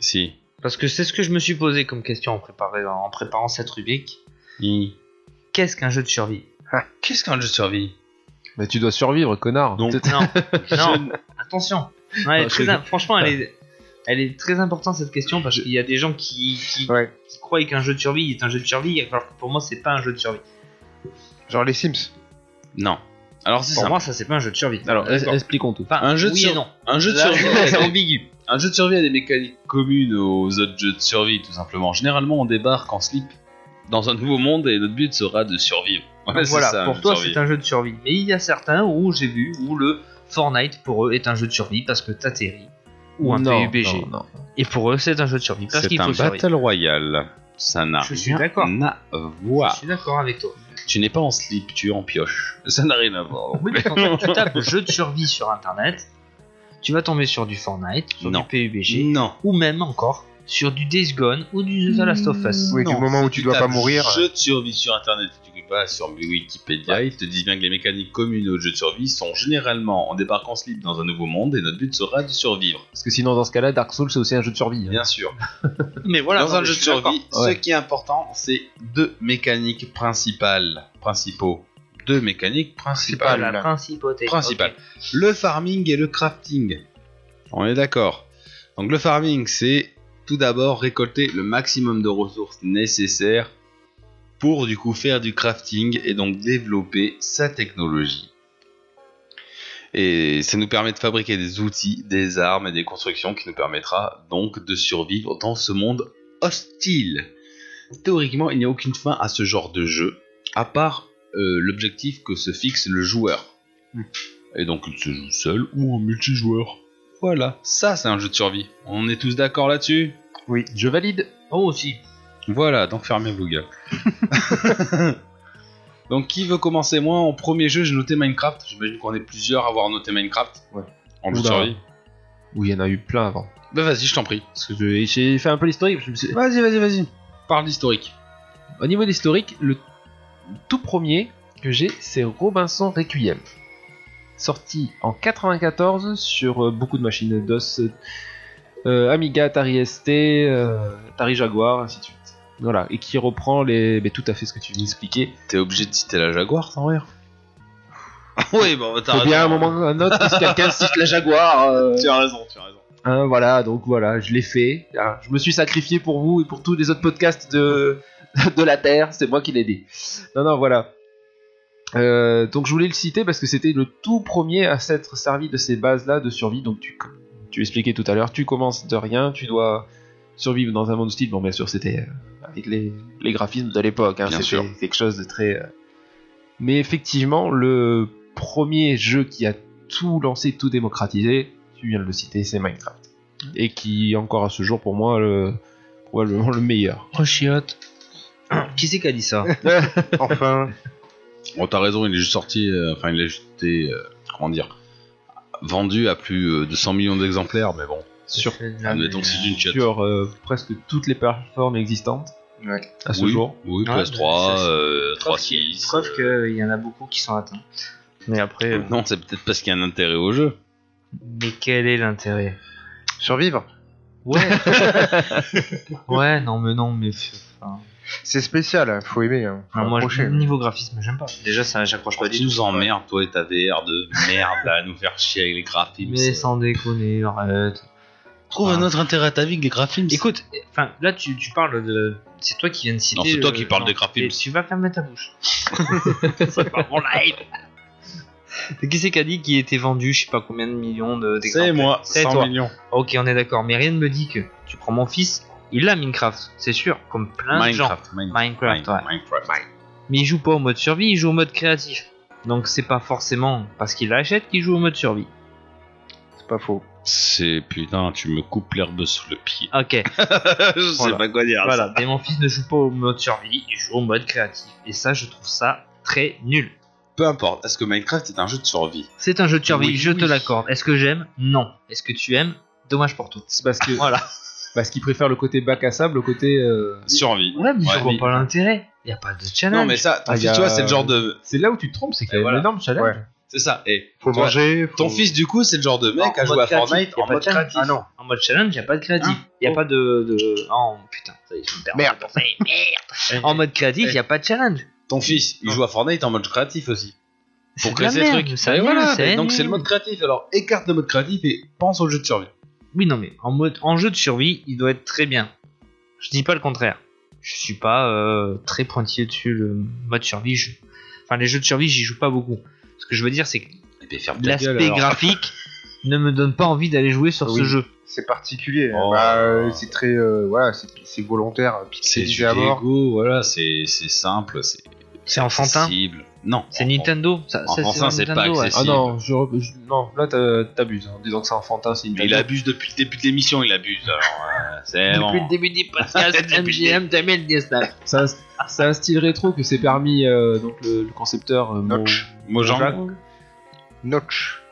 [SPEAKER 4] Si.
[SPEAKER 5] Parce que c'est ce que je me suis posé comme question en, préparé- en préparant cette rubrique. Qu'est-ce qu'un jeu de survie
[SPEAKER 4] Qu'est-ce qu'un jeu de survie
[SPEAKER 7] Mais tu dois survivre, connard.
[SPEAKER 4] Donc,
[SPEAKER 7] Peut-être-
[SPEAKER 5] Non, non, attention. Non, elle est
[SPEAKER 7] Ah,
[SPEAKER 5] très
[SPEAKER 7] je-
[SPEAKER 5] im- Franchement, elle est... elle est très importante cette question parce qu'il y a des gens qui, qui...
[SPEAKER 6] Ouais.
[SPEAKER 5] qui croient qu'un jeu de survie est un jeu de survie, alors que pour moi, c'est pas un jeu de survie.
[SPEAKER 6] Genre les Sims.
[SPEAKER 4] Non. Alors, c'est
[SPEAKER 5] Pour
[SPEAKER 4] ça.
[SPEAKER 5] moi, ça, c'est pas un jeu de survie.
[SPEAKER 4] Alors,
[SPEAKER 7] Es- Expliquons tout.
[SPEAKER 5] Enfin,
[SPEAKER 4] un jeu de
[SPEAKER 5] oui et
[SPEAKER 4] sur-
[SPEAKER 5] non.
[SPEAKER 4] Un jeu de
[SPEAKER 5] Là,
[SPEAKER 4] survie.
[SPEAKER 5] c'est ambigu.
[SPEAKER 4] Un jeu de survie a des mécaniques communes aux autres jeux de survie, tout simplement. Généralement, on débarque en slip dans un nouveau monde et notre but sera de survivre.
[SPEAKER 5] Donc
[SPEAKER 4] Ah ben, c'est
[SPEAKER 5] voilà,
[SPEAKER 4] ça,
[SPEAKER 5] pour
[SPEAKER 4] jeu de
[SPEAKER 5] toi
[SPEAKER 4] survie.
[SPEAKER 5] c'est un jeu de survie. Mais il y a certains où j'ai vu où le Fortnite pour eux est un jeu de survie parce que t'atterris ou un
[SPEAKER 7] Non,
[SPEAKER 5] PUBG.
[SPEAKER 7] non, non.
[SPEAKER 5] Et pour eux c'est un jeu de survie parce
[SPEAKER 4] C'est
[SPEAKER 5] qu'il
[SPEAKER 4] un
[SPEAKER 5] faut
[SPEAKER 4] battle
[SPEAKER 5] survivre.
[SPEAKER 4] royale. Ça n'a
[SPEAKER 5] Je suis
[SPEAKER 4] rien
[SPEAKER 5] d'accord.
[SPEAKER 4] à
[SPEAKER 5] Je
[SPEAKER 4] voir.
[SPEAKER 5] suis d'accord avec toi.
[SPEAKER 4] Tu n'es pas en slip, tu es en pioche. Ça n'a rien à voir.
[SPEAKER 5] Oui, parce qu'en fait, tu tapes jeu de survie sur internet, tu vas tomber sur du Fortnite, sur
[SPEAKER 4] Non.
[SPEAKER 5] du PUBG,
[SPEAKER 4] Non.
[SPEAKER 5] ou même encore sur du Days Gone ou du The Last of Us.
[SPEAKER 6] Oui, du
[SPEAKER 4] Non,
[SPEAKER 6] moment où
[SPEAKER 4] si
[SPEAKER 6] tu dois
[SPEAKER 4] tapes
[SPEAKER 6] pas mourir. euh,
[SPEAKER 4] Jeu de survie sur internet, tu ne pas sur Wikipédia. Ils te disent bien que les mécaniques communes aux jeux de survie sont généralement en débarquant slip dans un nouveau monde et notre but sera de survivre.
[SPEAKER 7] Parce que sinon, dans ce cas-là, Dark Souls, c'est aussi un jeu de survie. hein.
[SPEAKER 4] Bien sûr.
[SPEAKER 5] Mais voilà,
[SPEAKER 4] dans
[SPEAKER 5] non,
[SPEAKER 4] un
[SPEAKER 5] mais
[SPEAKER 4] jeu
[SPEAKER 5] je
[SPEAKER 4] de
[SPEAKER 5] suis d'accord.
[SPEAKER 4] survie,
[SPEAKER 7] Ouais.
[SPEAKER 4] ce qui est important, c'est deux mécaniques principales, principaux, deux mécaniques
[SPEAKER 5] Ah,
[SPEAKER 4] principales,
[SPEAKER 5] la principauté.
[SPEAKER 4] principales. Le farming et le crafting. On est d'accord. Donc le farming, c'est tout d'abord récolter le maximum de ressources nécessaires pour du coup faire du crafting et donc développer sa technologie. Et ça nous permet de fabriquer des outils, des armes et des constructions qui nous permettra donc de survivre dans ce monde hostile. Théoriquement, il n'y a aucune fin à ce genre de jeu, à part euh, l'objectif que se fixe le joueur.
[SPEAKER 7] Hmm.
[SPEAKER 4] Et donc il se joue seul ou en multijoueur. Voilà, ça c'est un jeu de survie. On est tous d'accord là-dessus
[SPEAKER 7] Oui, je valide.
[SPEAKER 5] Oh, aussi.
[SPEAKER 4] Voilà, donc fermez vos gueules. donc qui veut commencer Moi en premier jeu j'ai noté Minecraft. J'imagine qu'on est plusieurs à avoir noté Minecraft.
[SPEAKER 7] Ouais.
[SPEAKER 4] En jeu de
[SPEAKER 7] Oula.
[SPEAKER 4] survie.
[SPEAKER 7] Oui, il y en a eu plein avant.
[SPEAKER 4] Bah vas-y, je t'en prie.
[SPEAKER 7] Parce que je- j'ai fait un peu l'historique. parce que je me suis-
[SPEAKER 4] Vas-y, vas-y, vas-y. Parle d'historique.
[SPEAKER 7] Au niveau de l'historique, le tout premier que j'ai, c'est Robinson Requiem. Sorti en 94 sur euh, beaucoup de machines DOS, euh, Amiga, Atari ST, euh, Atari Jaguar, ainsi de suite. Voilà, et qui reprend les, mais tout à fait ce que tu viens d'expliquer.
[SPEAKER 4] T'es obligé de citer la Jaguar sans rire Oui, bon, bah, t'as
[SPEAKER 7] Faut
[SPEAKER 4] raison.
[SPEAKER 7] bien à un moment ou à un autre que quelqu'un cite la Jaguar. euh,
[SPEAKER 4] Tu as raison, tu as raison.
[SPEAKER 7] Hein, voilà, donc voilà, je l'ai fait. Hein, je me suis sacrifié pour vous et pour tous les autres podcasts de, de la Terre. C'est moi qui l'ai dit. Non, non, voilà. Euh, donc je voulais le citer parce que c'était le tout premier à s'être servi de ces bases-là de survie. Donc tu, tu expliquais tout à l'heure, tu commences de rien, tu dois survivre dans un monde hostile. Bon, bien sûr, c'était euh, avec les, les graphismes de l'époque. Hein,
[SPEAKER 4] Bien
[SPEAKER 7] c'était
[SPEAKER 4] sûr.
[SPEAKER 7] quelque chose de très. euh, Mais effectivement, le premier jeu qui a tout lancé, tout démocratisé, tu viens de le citer, c'est Minecraft et qui est encore à ce jour pour moi le probablement le meilleur.
[SPEAKER 5] Oh, chiotte. Qui c'est qui a dit ça
[SPEAKER 6] Enfin,
[SPEAKER 4] Bon, t'as raison, il est juste sorti, euh, enfin, il est juste été, euh, comment dire, vendu à plus euh, de 100 millions d'exemplaires, mais bon.
[SPEAKER 7] Sur,
[SPEAKER 4] Admettons que Ah, c'est une chatte.
[SPEAKER 7] sur, euh, presque toutes les plateformes existantes
[SPEAKER 6] Ouais.
[SPEAKER 7] à ce
[SPEAKER 4] oui,
[SPEAKER 7] jour.
[SPEAKER 4] Oui,
[SPEAKER 5] Ouais,
[SPEAKER 4] PS3,
[SPEAKER 5] c'est- c'est-
[SPEAKER 4] euh,
[SPEAKER 5] Preuve qu'il
[SPEAKER 4] 3.6.
[SPEAKER 5] preuve qu'il y en a beaucoup qui sont atteints. Mais après,
[SPEAKER 4] euh,
[SPEAKER 5] euh,
[SPEAKER 4] Non, c'est peut-être parce qu'il y a un intérêt au jeu.
[SPEAKER 5] mais quel est l'intérêt
[SPEAKER 6] survivre.
[SPEAKER 5] Ouais. ouais, non, mais non, mais. enfin,
[SPEAKER 6] C'est spécial, hein, faut aimer. hein, faut
[SPEAKER 5] non, Ah, moi,
[SPEAKER 6] accrocher.
[SPEAKER 5] je- niveau graphisme, j'aime pas. Déjà, ça, j'accroche pas
[SPEAKER 4] Pourquoi
[SPEAKER 5] du
[SPEAKER 4] tu
[SPEAKER 5] tout.
[SPEAKER 4] nous emmerdes, toi et ta VR de merde, là, à nous faire chier avec les graphismes
[SPEAKER 5] Mais sans déconner, arrête.
[SPEAKER 4] Trouve
[SPEAKER 5] un
[SPEAKER 4] autre intérêt à ta vie que les graphismes. Écoute,
[SPEAKER 5] Écoute, enfin, là, tu, tu parles de. C'est toi qui viens de citer. euh,
[SPEAKER 4] Non, c'est toi qui parles
[SPEAKER 5] non,
[SPEAKER 4] des graphismes.
[SPEAKER 5] et Tu vas fermer ta bouche. c'est pas mon live. Qui c'est qui a dit qu'il était vendu, je sais pas combien de millions de
[SPEAKER 4] c'est
[SPEAKER 5] d'exemplaires
[SPEAKER 4] moi,
[SPEAKER 5] C'est
[SPEAKER 4] 100
[SPEAKER 5] toi.
[SPEAKER 4] millions.
[SPEAKER 5] Ok, on est d'accord, mais rien ne me dit que tu prends mon fils, il a Minecraft, c'est sûr, comme plein de gens.
[SPEAKER 4] Minecraft, Minecraft,
[SPEAKER 5] Minecraft, ouais.
[SPEAKER 4] Minecraft.
[SPEAKER 5] Mais il joue pas au mode survie, il joue au mode créatif. Donc c'est pas forcément parce qu'il l'achète qu'il joue au mode survie.
[SPEAKER 6] C'est pas faux.
[SPEAKER 4] C'est putain, tu me coupes l'herbe sous le pied.
[SPEAKER 5] Ok,
[SPEAKER 4] Je sais
[SPEAKER 5] Voilà.
[SPEAKER 4] pas quoi dire. à
[SPEAKER 5] voilà. Mais mon fils ne joue pas au mode survie, il joue au mode créatif. Et ça, je trouve ça très nul.
[SPEAKER 4] Peu importe, est-ce que Minecraft est un jeu de survie
[SPEAKER 5] C'est un jeu de survie,
[SPEAKER 4] Oui,
[SPEAKER 5] je te
[SPEAKER 4] oui.
[SPEAKER 5] l'accorde. Est-ce que j'aime Non. Est-ce que tu aimes Dommage pour toi.
[SPEAKER 7] C'est parce que
[SPEAKER 5] Voilà.
[SPEAKER 7] parce qu'ils préfèrent le côté bac à sable au côté. euh,
[SPEAKER 4] Survie.
[SPEAKER 5] Ouais, mais je
[SPEAKER 4] Ouais,
[SPEAKER 5] vois
[SPEAKER 4] mais-
[SPEAKER 5] pas l'intérêt. Y a pas de challenge.
[SPEAKER 4] Non, mais ça, ton
[SPEAKER 7] Ah, y
[SPEAKER 4] fils,
[SPEAKER 7] a-
[SPEAKER 4] tu vois, c'est
[SPEAKER 5] euh,
[SPEAKER 4] le genre de.
[SPEAKER 7] C'est là où tu te trompes, c'est qu'il y a
[SPEAKER 4] Et voilà.
[SPEAKER 7] un énorme challenge.
[SPEAKER 4] C'est ça. Et
[SPEAKER 6] Faut
[SPEAKER 4] toi,
[SPEAKER 6] manger. faut-
[SPEAKER 4] Ton fils, du coup, c'est le genre de mec à
[SPEAKER 5] En
[SPEAKER 4] jouer
[SPEAKER 5] mode
[SPEAKER 4] à Fortnite
[SPEAKER 5] créatif, y a
[SPEAKER 4] en
[SPEAKER 5] pas
[SPEAKER 4] mode Hein
[SPEAKER 5] de challenge.
[SPEAKER 4] créatif.
[SPEAKER 5] Ah non. En mode challenge, y a pas de créatif.
[SPEAKER 4] Oh.
[SPEAKER 5] y a pas de, de- Oh putain, ça y est, je me perds.
[SPEAKER 6] Merde.
[SPEAKER 5] Merde. En mode créatif, y a pas de challenge.
[SPEAKER 4] Ton fils, il joue à Fortnite en mode créatif aussi.
[SPEAKER 5] C'est
[SPEAKER 4] Pour
[SPEAKER 5] de la
[SPEAKER 4] créer ses
[SPEAKER 5] merde,
[SPEAKER 4] trucs.
[SPEAKER 5] ça
[SPEAKER 4] Et
[SPEAKER 5] vient,
[SPEAKER 4] voilà,
[SPEAKER 5] ça
[SPEAKER 4] mais
[SPEAKER 5] vient.
[SPEAKER 4] donc c'est le mode créatif. Alors écarte le mode créatif et pense au jeu de survie.
[SPEAKER 5] Oui, non, mais en, mode, en jeu de survie, il doit être très bien. Je dis pas le contraire. Je suis pas euh, très pointilleux dessus, le mode survie. je- Enfin, les jeux de survie, j'y joue pas beaucoup. Ce que je veux dire, c'est que
[SPEAKER 4] Et puis ferme ta gueule.
[SPEAKER 5] l'aspect
[SPEAKER 4] alors.
[SPEAKER 5] graphique ne me donne pas envie d'aller jouer sur
[SPEAKER 6] Oui.
[SPEAKER 5] ce jeu.
[SPEAKER 6] C'est particulier. hein.
[SPEAKER 4] Oh.
[SPEAKER 6] Bah, euh, c'est très. euh, voilà, c'est c'est volontaire,
[SPEAKER 4] C'est du
[SPEAKER 6] pixelisé à mort.
[SPEAKER 4] Lego, voilà, c'est c'est simple, c'est
[SPEAKER 5] C'est enfantin.
[SPEAKER 4] accessible. Non.
[SPEAKER 5] C'est Nintendo. Ça,
[SPEAKER 4] En
[SPEAKER 5] ça,
[SPEAKER 4] français, c'est pas
[SPEAKER 5] Nintendo, ouais.
[SPEAKER 4] accessible.
[SPEAKER 7] Ah non, je, re- je- non, là t'as- t'abuses en disant que c'est enfantin, c'est une
[SPEAKER 4] Mais il abuse depuis le début de l'émission, il abuse. Alors, euh, c'est
[SPEAKER 5] Eh Depuis
[SPEAKER 4] bon.
[SPEAKER 5] le début du podcast,
[SPEAKER 4] Depuis
[SPEAKER 5] MGM 2019.
[SPEAKER 7] C'est un, c'est un style rétro que s'est permis euh, donc le, le concepteur euh, Mo-
[SPEAKER 6] Notch.
[SPEAKER 4] Mojang.
[SPEAKER 7] Mojang.
[SPEAKER 6] Notch,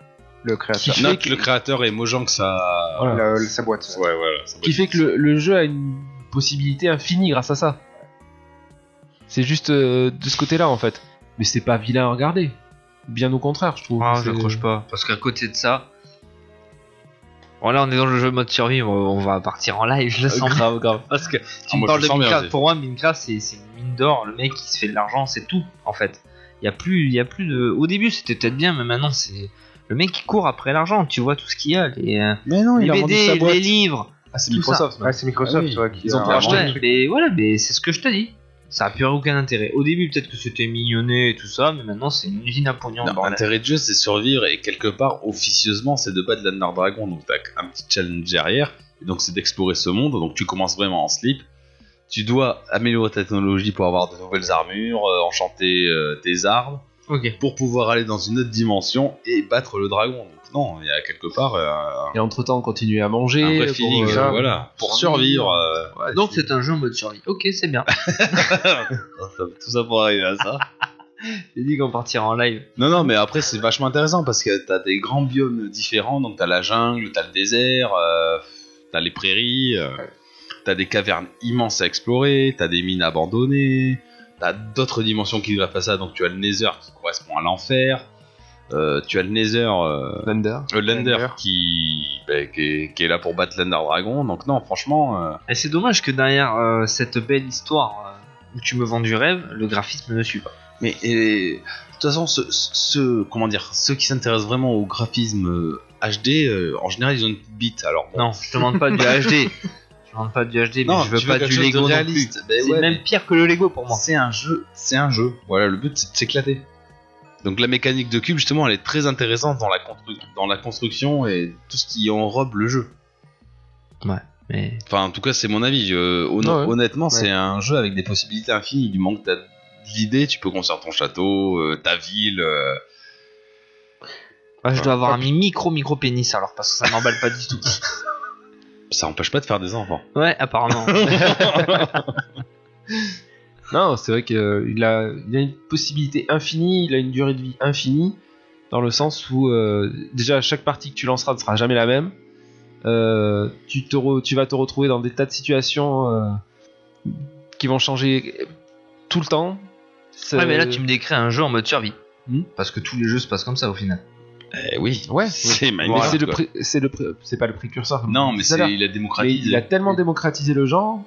[SPEAKER 6] le
[SPEAKER 4] Qui
[SPEAKER 6] créateur.
[SPEAKER 7] fait
[SPEAKER 4] note
[SPEAKER 7] que-
[SPEAKER 4] le créateur et Mojang, ça.
[SPEAKER 7] Voilà.
[SPEAKER 6] La- la- sa boîte.
[SPEAKER 4] Ouais, voilà. ça
[SPEAKER 7] qui
[SPEAKER 4] doit
[SPEAKER 7] fait
[SPEAKER 4] être-
[SPEAKER 7] que le, le jeu a une possibilité infinie grâce à ça. C'est juste euh, de ce côté-là en fait. Mais c'est pas vilain à regarder. Bien au contraire, je trouve.
[SPEAKER 5] Ah,
[SPEAKER 7] C'est-
[SPEAKER 5] j'accroche pas. Parce qu'à côté de ça. Bon, là, on est dans le jeu mode survie, on- on va partir en live, je le sens.
[SPEAKER 7] grave, grave.
[SPEAKER 5] Parce que tu
[SPEAKER 4] Euh, Ah,
[SPEAKER 5] me
[SPEAKER 4] moi, je
[SPEAKER 5] parles de
[SPEAKER 4] le sens bien,
[SPEAKER 5] Minecraft.
[SPEAKER 4] c'est-
[SPEAKER 5] Pour moi, Minecraft, c'est c'est une mine d'or. Le mec, il se fait de l'argent, c'est tout, en fait. Il y a plus, il y a plus de. Au début, c'était peut-être bien, mais maintenant, c'est le mec qui court après l'argent. Tu vois tout ce qu'il y a, les, euh,
[SPEAKER 7] Mais non,
[SPEAKER 5] les BD, les livres.
[SPEAKER 7] Ah, c'est
[SPEAKER 5] tout
[SPEAKER 7] Microsoft.
[SPEAKER 6] Ouais, c'est Microsoft,
[SPEAKER 7] Ah oui,
[SPEAKER 6] toi, qui
[SPEAKER 7] ils ont
[SPEAKER 6] a
[SPEAKER 7] tout
[SPEAKER 6] inventé
[SPEAKER 7] racheté.
[SPEAKER 5] Ouais,
[SPEAKER 6] le truc.
[SPEAKER 5] mais voilà, mais c'est ce que je te dis. Ça a plus aucun intérêt. Au début, peut-être que c'était mignonné et tout ça, mais maintenant, c'est une usine à pognon.
[SPEAKER 4] Non,
[SPEAKER 5] bordel.
[SPEAKER 4] L'intérêt de jeu, c'est survivre et quelque part, officieusement, c'est de battre l'Anner Dragon. Donc, t'as un petit challenge derrière. Et donc, c'est d'explorer ce monde. Donc, tu commences vraiment en slip. Tu dois améliorer ta technologie pour avoir de nouvelles armures, euh, enchanter euh, tes armes,
[SPEAKER 5] Ok.
[SPEAKER 4] pour pouvoir aller dans une autre dimension et battre le dragon. Donc, non, il y a quelque part euh,
[SPEAKER 7] Et entre temps, continuer à manger.
[SPEAKER 4] un vrai
[SPEAKER 7] pour,
[SPEAKER 4] feeling.
[SPEAKER 7] euh,
[SPEAKER 4] euh, voilà, pour survivre. euh,
[SPEAKER 5] Donc, c'est un jeu en mode survie. Ok, c'est bien.
[SPEAKER 4] tout ça pour arriver à ça.
[SPEAKER 5] J'ai dit qu'on partira en live.
[SPEAKER 4] Non, non, mais après, c'est vachement intéressant parce que t'as des grands biomes différents. Donc, t'as la jungle, t'as le désert, euh, t'as les prairies, euh, t'as des cavernes immenses à explorer, t'as des mines abandonnées, t'as d'autres dimensions qui greffent à ça. Donc, tu as le Nether qui correspond à l'enfer, euh, tu as le Nether, euh,
[SPEAKER 7] Thunder.
[SPEAKER 4] euh, l'Ender
[SPEAKER 6] L'Ender.
[SPEAKER 4] qui, bah, qui, est, qui est là pour battre l'Ender Dragon. Donc, non, franchement, euh,
[SPEAKER 5] Et c'est dommage que derrière euh, cette belle histoire euh, où tu me vends du rêve, le graphisme ne suit pas.
[SPEAKER 4] Mais et, de toute façon, ce, ce- ce- comment dire, ceux qui s'intéressent vraiment au graphisme euh, HD, euh, en général, ils ont une petite bite. Alors bon.
[SPEAKER 5] Non, je te demande pas du HD. Je demande pas du HD, mais je veux
[SPEAKER 4] tu
[SPEAKER 5] pas
[SPEAKER 4] quelque
[SPEAKER 5] du
[SPEAKER 4] chose de
[SPEAKER 5] Lego non plus.
[SPEAKER 4] réaliste. Ben
[SPEAKER 5] C'est
[SPEAKER 4] ouais,
[SPEAKER 5] même pire que le Lego pour
[SPEAKER 4] mais
[SPEAKER 5] moi.
[SPEAKER 4] C'est un jeu, c'est un jeu. Voilà, le but c'est de s'éclater. Donc la mécanique de cube justement, elle est très intéressante dans la, constru- dans la construction et tout ce qui enrobe le jeu.
[SPEAKER 5] Mais
[SPEAKER 4] Enfin, en tout cas, c'est mon avis. Euh, honn-
[SPEAKER 7] Ouais, ouais.
[SPEAKER 4] Honnêtement, c'est un jeu avec des possibilités infinies. Du moment que t'as de l'idée, tu peux construire ton château, euh, ta ville. euh,
[SPEAKER 5] je dois avoir un micro micro pénis alors parce que ça m'emballe pas du tout.
[SPEAKER 4] Ça empêche pas de faire des enfants.
[SPEAKER 5] Ouais, apparemment.
[SPEAKER 7] Non, c'est vrai qu'il a, il a une possibilité infinie, il a une durée de vie infinie, dans le sens où euh, déjà chaque partie que tu lanceras ne sera jamais la même. Euh, tu, te re- tu vas te retrouver dans des tas de situations euh, qui vont changer tout le temps. C'est-
[SPEAKER 5] ouais, mais là tu me décris un jeu en mode survie.
[SPEAKER 7] Hmm.
[SPEAKER 5] Parce que tous les jeux se passent comme ça au final.
[SPEAKER 4] Eh oui.
[SPEAKER 7] Ouais,
[SPEAKER 4] C'est
[SPEAKER 7] mais
[SPEAKER 4] magnifique,
[SPEAKER 7] c'est le,
[SPEAKER 4] quoi.
[SPEAKER 7] pré- c'est le pré- c'est pas le précurseur. comme on
[SPEAKER 4] Non, mais
[SPEAKER 7] disait tout à l'heure.
[SPEAKER 4] c'est, il a
[SPEAKER 7] Mais
[SPEAKER 4] démocratisé.
[SPEAKER 7] il a tellement démocratisé le genre,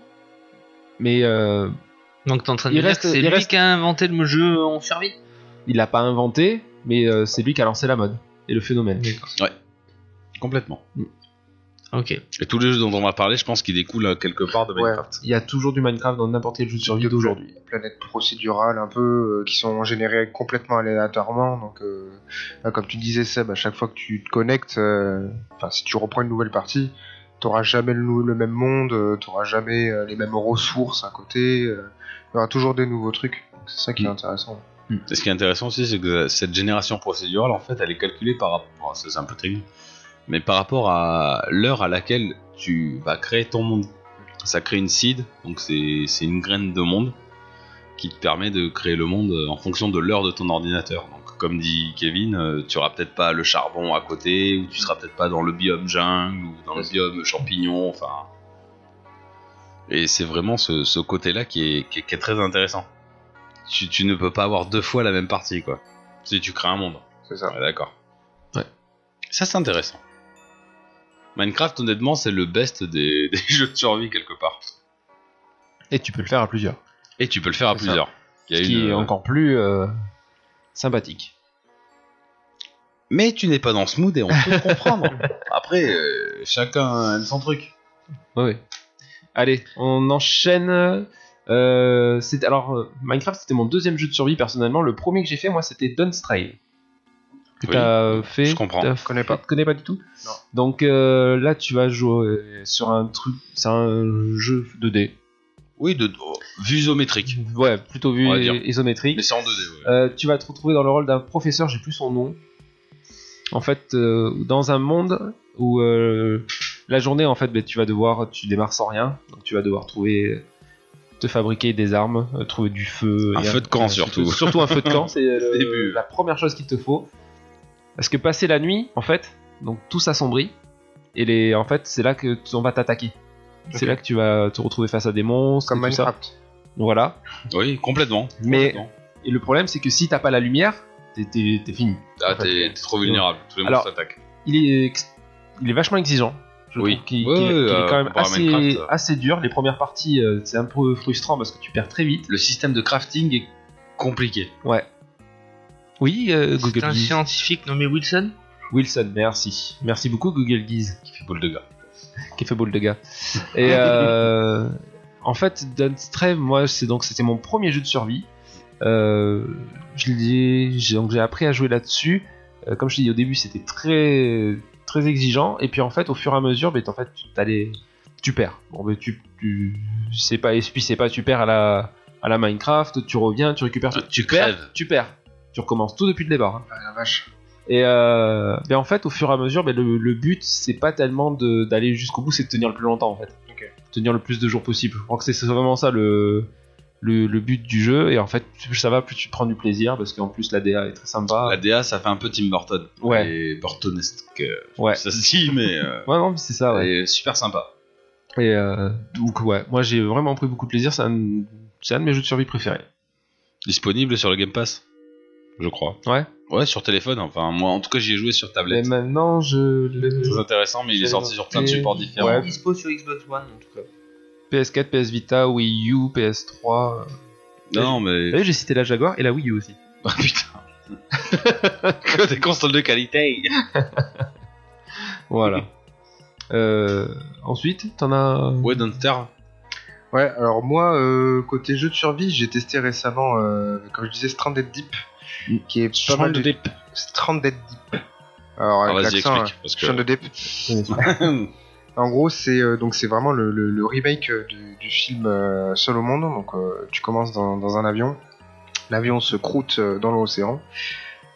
[SPEAKER 7] mais euh,
[SPEAKER 5] Donc t'es en train de
[SPEAKER 7] Il
[SPEAKER 5] me dire
[SPEAKER 7] reste-
[SPEAKER 5] que c'est
[SPEAKER 7] il
[SPEAKER 5] lui
[SPEAKER 7] reste-
[SPEAKER 5] qui a inventé le jeu en survie
[SPEAKER 7] il l'a pas inventé, mais euh, c'est lui qui a lancé la mode et le phénomène.
[SPEAKER 4] Complètement.
[SPEAKER 5] Ok.
[SPEAKER 4] Et tous les jeux dont on va parler, je pense qu'ils découlent euh, quelque part de
[SPEAKER 6] Ouais.
[SPEAKER 4] Minecraft.
[SPEAKER 7] Il y a toujours du Minecraft dans n'importe quel jeu de survie d'aujourd'hui.
[SPEAKER 6] planètes procédurales un peu euh, qui sont générées complètement aléatoirement. Donc, euh, là, comme tu disais, Seb, à chaque fois que tu te connectes, euh, enfin, si tu reprends une nouvelle partie, t'auras jamais le, nou- le même monde, euh, t'auras jamais euh, les mêmes ressources à côté, euh, il y aura toujours des nouveaux trucs. Donc, C'est ça qui est
[SPEAKER 4] Mm.
[SPEAKER 6] intéressant.
[SPEAKER 4] Et ce qui est intéressant aussi, c'est que cette génération procédurale, en fait, elle est calculée par rapport. ça, C'est un peu triste. Mais par rapport à l'heure à laquelle tu vas créer ton monde. Ça crée une seed, donc c'est, c'est une graine de monde qui te permet de créer le monde euh, en fonction de l'heure de ton ordinateur. Donc, comme dit Kevin, euh, tu auras peut-être pas le charbon à côté, ou tu seras peut-être pas dans le biome jungle, ou dans le biome champignon, enfin. Et c'est vraiment ce, ce côté-là qui est, qui est- qui est très intéressant. Tu, tu ne peux pas avoir deux fois la même partie, quoi. Si tu crées un monde.
[SPEAKER 6] C'est ça.
[SPEAKER 4] Ouais, d'accord.
[SPEAKER 7] Ouais.
[SPEAKER 4] Ça, c'est intéressant. Minecraft, honnêtement, c'est le best des, des jeux de survie, quelque part.
[SPEAKER 7] Et tu peux le faire à plusieurs.
[SPEAKER 4] Et tu peux le faire à
[SPEAKER 7] C'est ça.
[SPEAKER 4] plusieurs. Il y
[SPEAKER 7] Ce
[SPEAKER 4] a
[SPEAKER 7] qui
[SPEAKER 4] une-
[SPEAKER 7] est encore plus euh, sympathique.
[SPEAKER 4] Mais tu n'es pas dans ce mood et on peut le comprendre. Après, euh, chacun a son truc.
[SPEAKER 7] Ouais, ouais. Allez, on enchaîne. Euh, c'est- alors, euh, Minecraft, c'était mon deuxième jeu de survie personnellement. Le premier que j'ai fait, moi, c'était Don't Stray. Que
[SPEAKER 4] Oui,
[SPEAKER 7] t'as fait.
[SPEAKER 4] je comprends.
[SPEAKER 7] t'as
[SPEAKER 6] connais
[SPEAKER 7] fait-
[SPEAKER 6] pas.
[SPEAKER 7] connais pas du tout.
[SPEAKER 6] Non.
[SPEAKER 7] Donc euh, là, tu vas jouer sur un truc. C'est un jeu 2D.
[SPEAKER 4] Oui, de, oh, vue isométrique.
[SPEAKER 7] Ouais, plutôt
[SPEAKER 4] On va
[SPEAKER 7] vue
[SPEAKER 4] dire.
[SPEAKER 7] isométrique.
[SPEAKER 4] Mais c'est en 2D, ouais.
[SPEAKER 7] Euh, tu vas te retrouver dans le rôle d'un professeur, j'ai plus son nom. En fait, euh, dans un monde où euh, la journée, en fait, ben, tu vas devoir, tu démarres sans rien, donc tu vas devoir trouver, euh, te fabriquer des armes, euh, trouver du feu.
[SPEAKER 4] Un
[SPEAKER 7] et
[SPEAKER 4] feu de camp,
[SPEAKER 7] euh,
[SPEAKER 4] surtout.
[SPEAKER 7] Surtout un feu de camp, c'est le-
[SPEAKER 4] Début.
[SPEAKER 7] la première chose qu'il te faut. Parce que passer la nuit, en fait, donc tout s'assombrit, et les, en fait, c'est là que t- on va t'attaquer. C'est là que tu vas te retrouver face à des monstres,
[SPEAKER 6] Comme
[SPEAKER 7] et tout ça.
[SPEAKER 6] Minecraft.
[SPEAKER 7] Voilà.
[SPEAKER 4] Euh, Oui, complètement.
[SPEAKER 7] Mais-
[SPEAKER 4] Complètement.
[SPEAKER 7] Et le problème, c'est que si t'as pas la lumière, t'es- t'es t'es fini.
[SPEAKER 4] Ah,
[SPEAKER 7] en fait,
[SPEAKER 4] t'es t'es trop vulnérable. Tous les
[SPEAKER 7] Alors,
[SPEAKER 4] monstres t'attaquent.
[SPEAKER 7] Il est, ex- il est vachement exigeant. Je
[SPEAKER 4] Oui.
[SPEAKER 7] trouve qu'il
[SPEAKER 4] Ouais,
[SPEAKER 7] qu'il-
[SPEAKER 4] ouais,
[SPEAKER 7] qu'il
[SPEAKER 4] euh,
[SPEAKER 7] est quand même
[SPEAKER 4] comparé à
[SPEAKER 7] assez,
[SPEAKER 4] Minecraft. euh.
[SPEAKER 7] assez dur. Les premières parties, euh, c'est un peu frustrant parce que tu perds très vite.
[SPEAKER 4] Le système de crafting est compliqué.
[SPEAKER 7] Ouais. Oui, euh,
[SPEAKER 5] C'est
[SPEAKER 7] Google
[SPEAKER 5] un
[SPEAKER 7] Geese.
[SPEAKER 5] scientifique nommé Wilson
[SPEAKER 7] Wilson, merci. Merci beaucoup, Google Geese,
[SPEAKER 4] Qui fait boule de gars.
[SPEAKER 7] qui fait boule de gars. Et euh, en fait, Don't Stray, moi, c'est donc c'était mon premier jeu de survie. Euh, je l'ai- j'ai donc j'ai appris à jouer là-dessus. Euh, comme je te dis au début, c'était très très exigeant. Et puis en fait, au fur et à mesure, ben, en fait, tu t'as les- tu perds. Bon, ben, tu, tu c'est pas, et puis c'est pas, tu perds à la à la Minecraft. Tu reviens, tu récupères,
[SPEAKER 4] Ah,
[SPEAKER 7] tout,
[SPEAKER 4] tu
[SPEAKER 7] perds,
[SPEAKER 4] crèves.
[SPEAKER 7] tu perds, tu recommences tout depuis le départ. hein.
[SPEAKER 6] Ah, la vache.
[SPEAKER 7] Et euh, ben en fait, au fur et à mesure, ben le, le but, c'est pas tellement de- d'aller jusqu'au bout, c'est de tenir le plus longtemps en fait. Tenir le plus de jours possible. Je crois que c'est c'est vraiment ça le, le, le but du jeu. Et en fait, plus ça va, plus tu prends du plaisir parce qu'en plus, la DA est très
[SPEAKER 6] Ah.
[SPEAKER 7] sympa.
[SPEAKER 4] La DA, ça fait un peu Tim Burton.
[SPEAKER 7] Ouais.
[SPEAKER 4] Et Burtonesque. euh,
[SPEAKER 7] Ouais.
[SPEAKER 4] Ça se dit, mais. euh,
[SPEAKER 7] Ouais, non, mais c'est
[SPEAKER 6] Ah
[SPEAKER 7] ça, ouais.
[SPEAKER 4] elle est super sympa.
[SPEAKER 7] Et euh, donc, ouais, moi j'ai vraiment pris beaucoup de plaisir. C'est un, c'est un de mes jeux de survie préférés.
[SPEAKER 4] Disponible sur le Game Pass. Je crois.
[SPEAKER 7] Ouais.
[SPEAKER 4] Ouais, sur téléphone. Enfin, moi, en tout cas, j'y ai joué sur
[SPEAKER 7] Mais
[SPEAKER 4] tablette.
[SPEAKER 7] maintenant, je. le-
[SPEAKER 4] Très intéressant, mais il est
[SPEAKER 7] J'avais
[SPEAKER 4] sorti sur plein de
[SPEAKER 7] noté.
[SPEAKER 4] supports différents.
[SPEAKER 7] Ouais.
[SPEAKER 5] Dispo sur Xbox One en tout cas.
[SPEAKER 7] PS4, PS Vita, Wii U, PS3.
[SPEAKER 4] Non, mais.
[SPEAKER 7] Vous j'ai cité la Jaguar et la Wii U aussi.
[SPEAKER 4] Ah putain. que des consoles de qualité.
[SPEAKER 7] Voilà. Euh, ensuite, t'en as.
[SPEAKER 4] Ouais, Don't Starve.
[SPEAKER 6] Ouais, alors moi, euh, côté jeu de survie, j'ai testé récemment, euh, comme je disais, Stranded Deep,
[SPEAKER 7] Mm.
[SPEAKER 6] qui est pas mal de... Stranded Deep. Alors,
[SPEAKER 4] Ah,
[SPEAKER 6] avec
[SPEAKER 4] vas-y,
[SPEAKER 6] l'accent,
[SPEAKER 4] explique. Parce
[SPEAKER 6] euh, Stranded Deep.
[SPEAKER 4] que...
[SPEAKER 6] En gros, c'est euh, donc c'est vraiment le, le- le remake euh, du, du film euh, Seul au monde. Donc, euh, tu commences dans, dans un avion, l'avion se croûte euh, dans l'océan,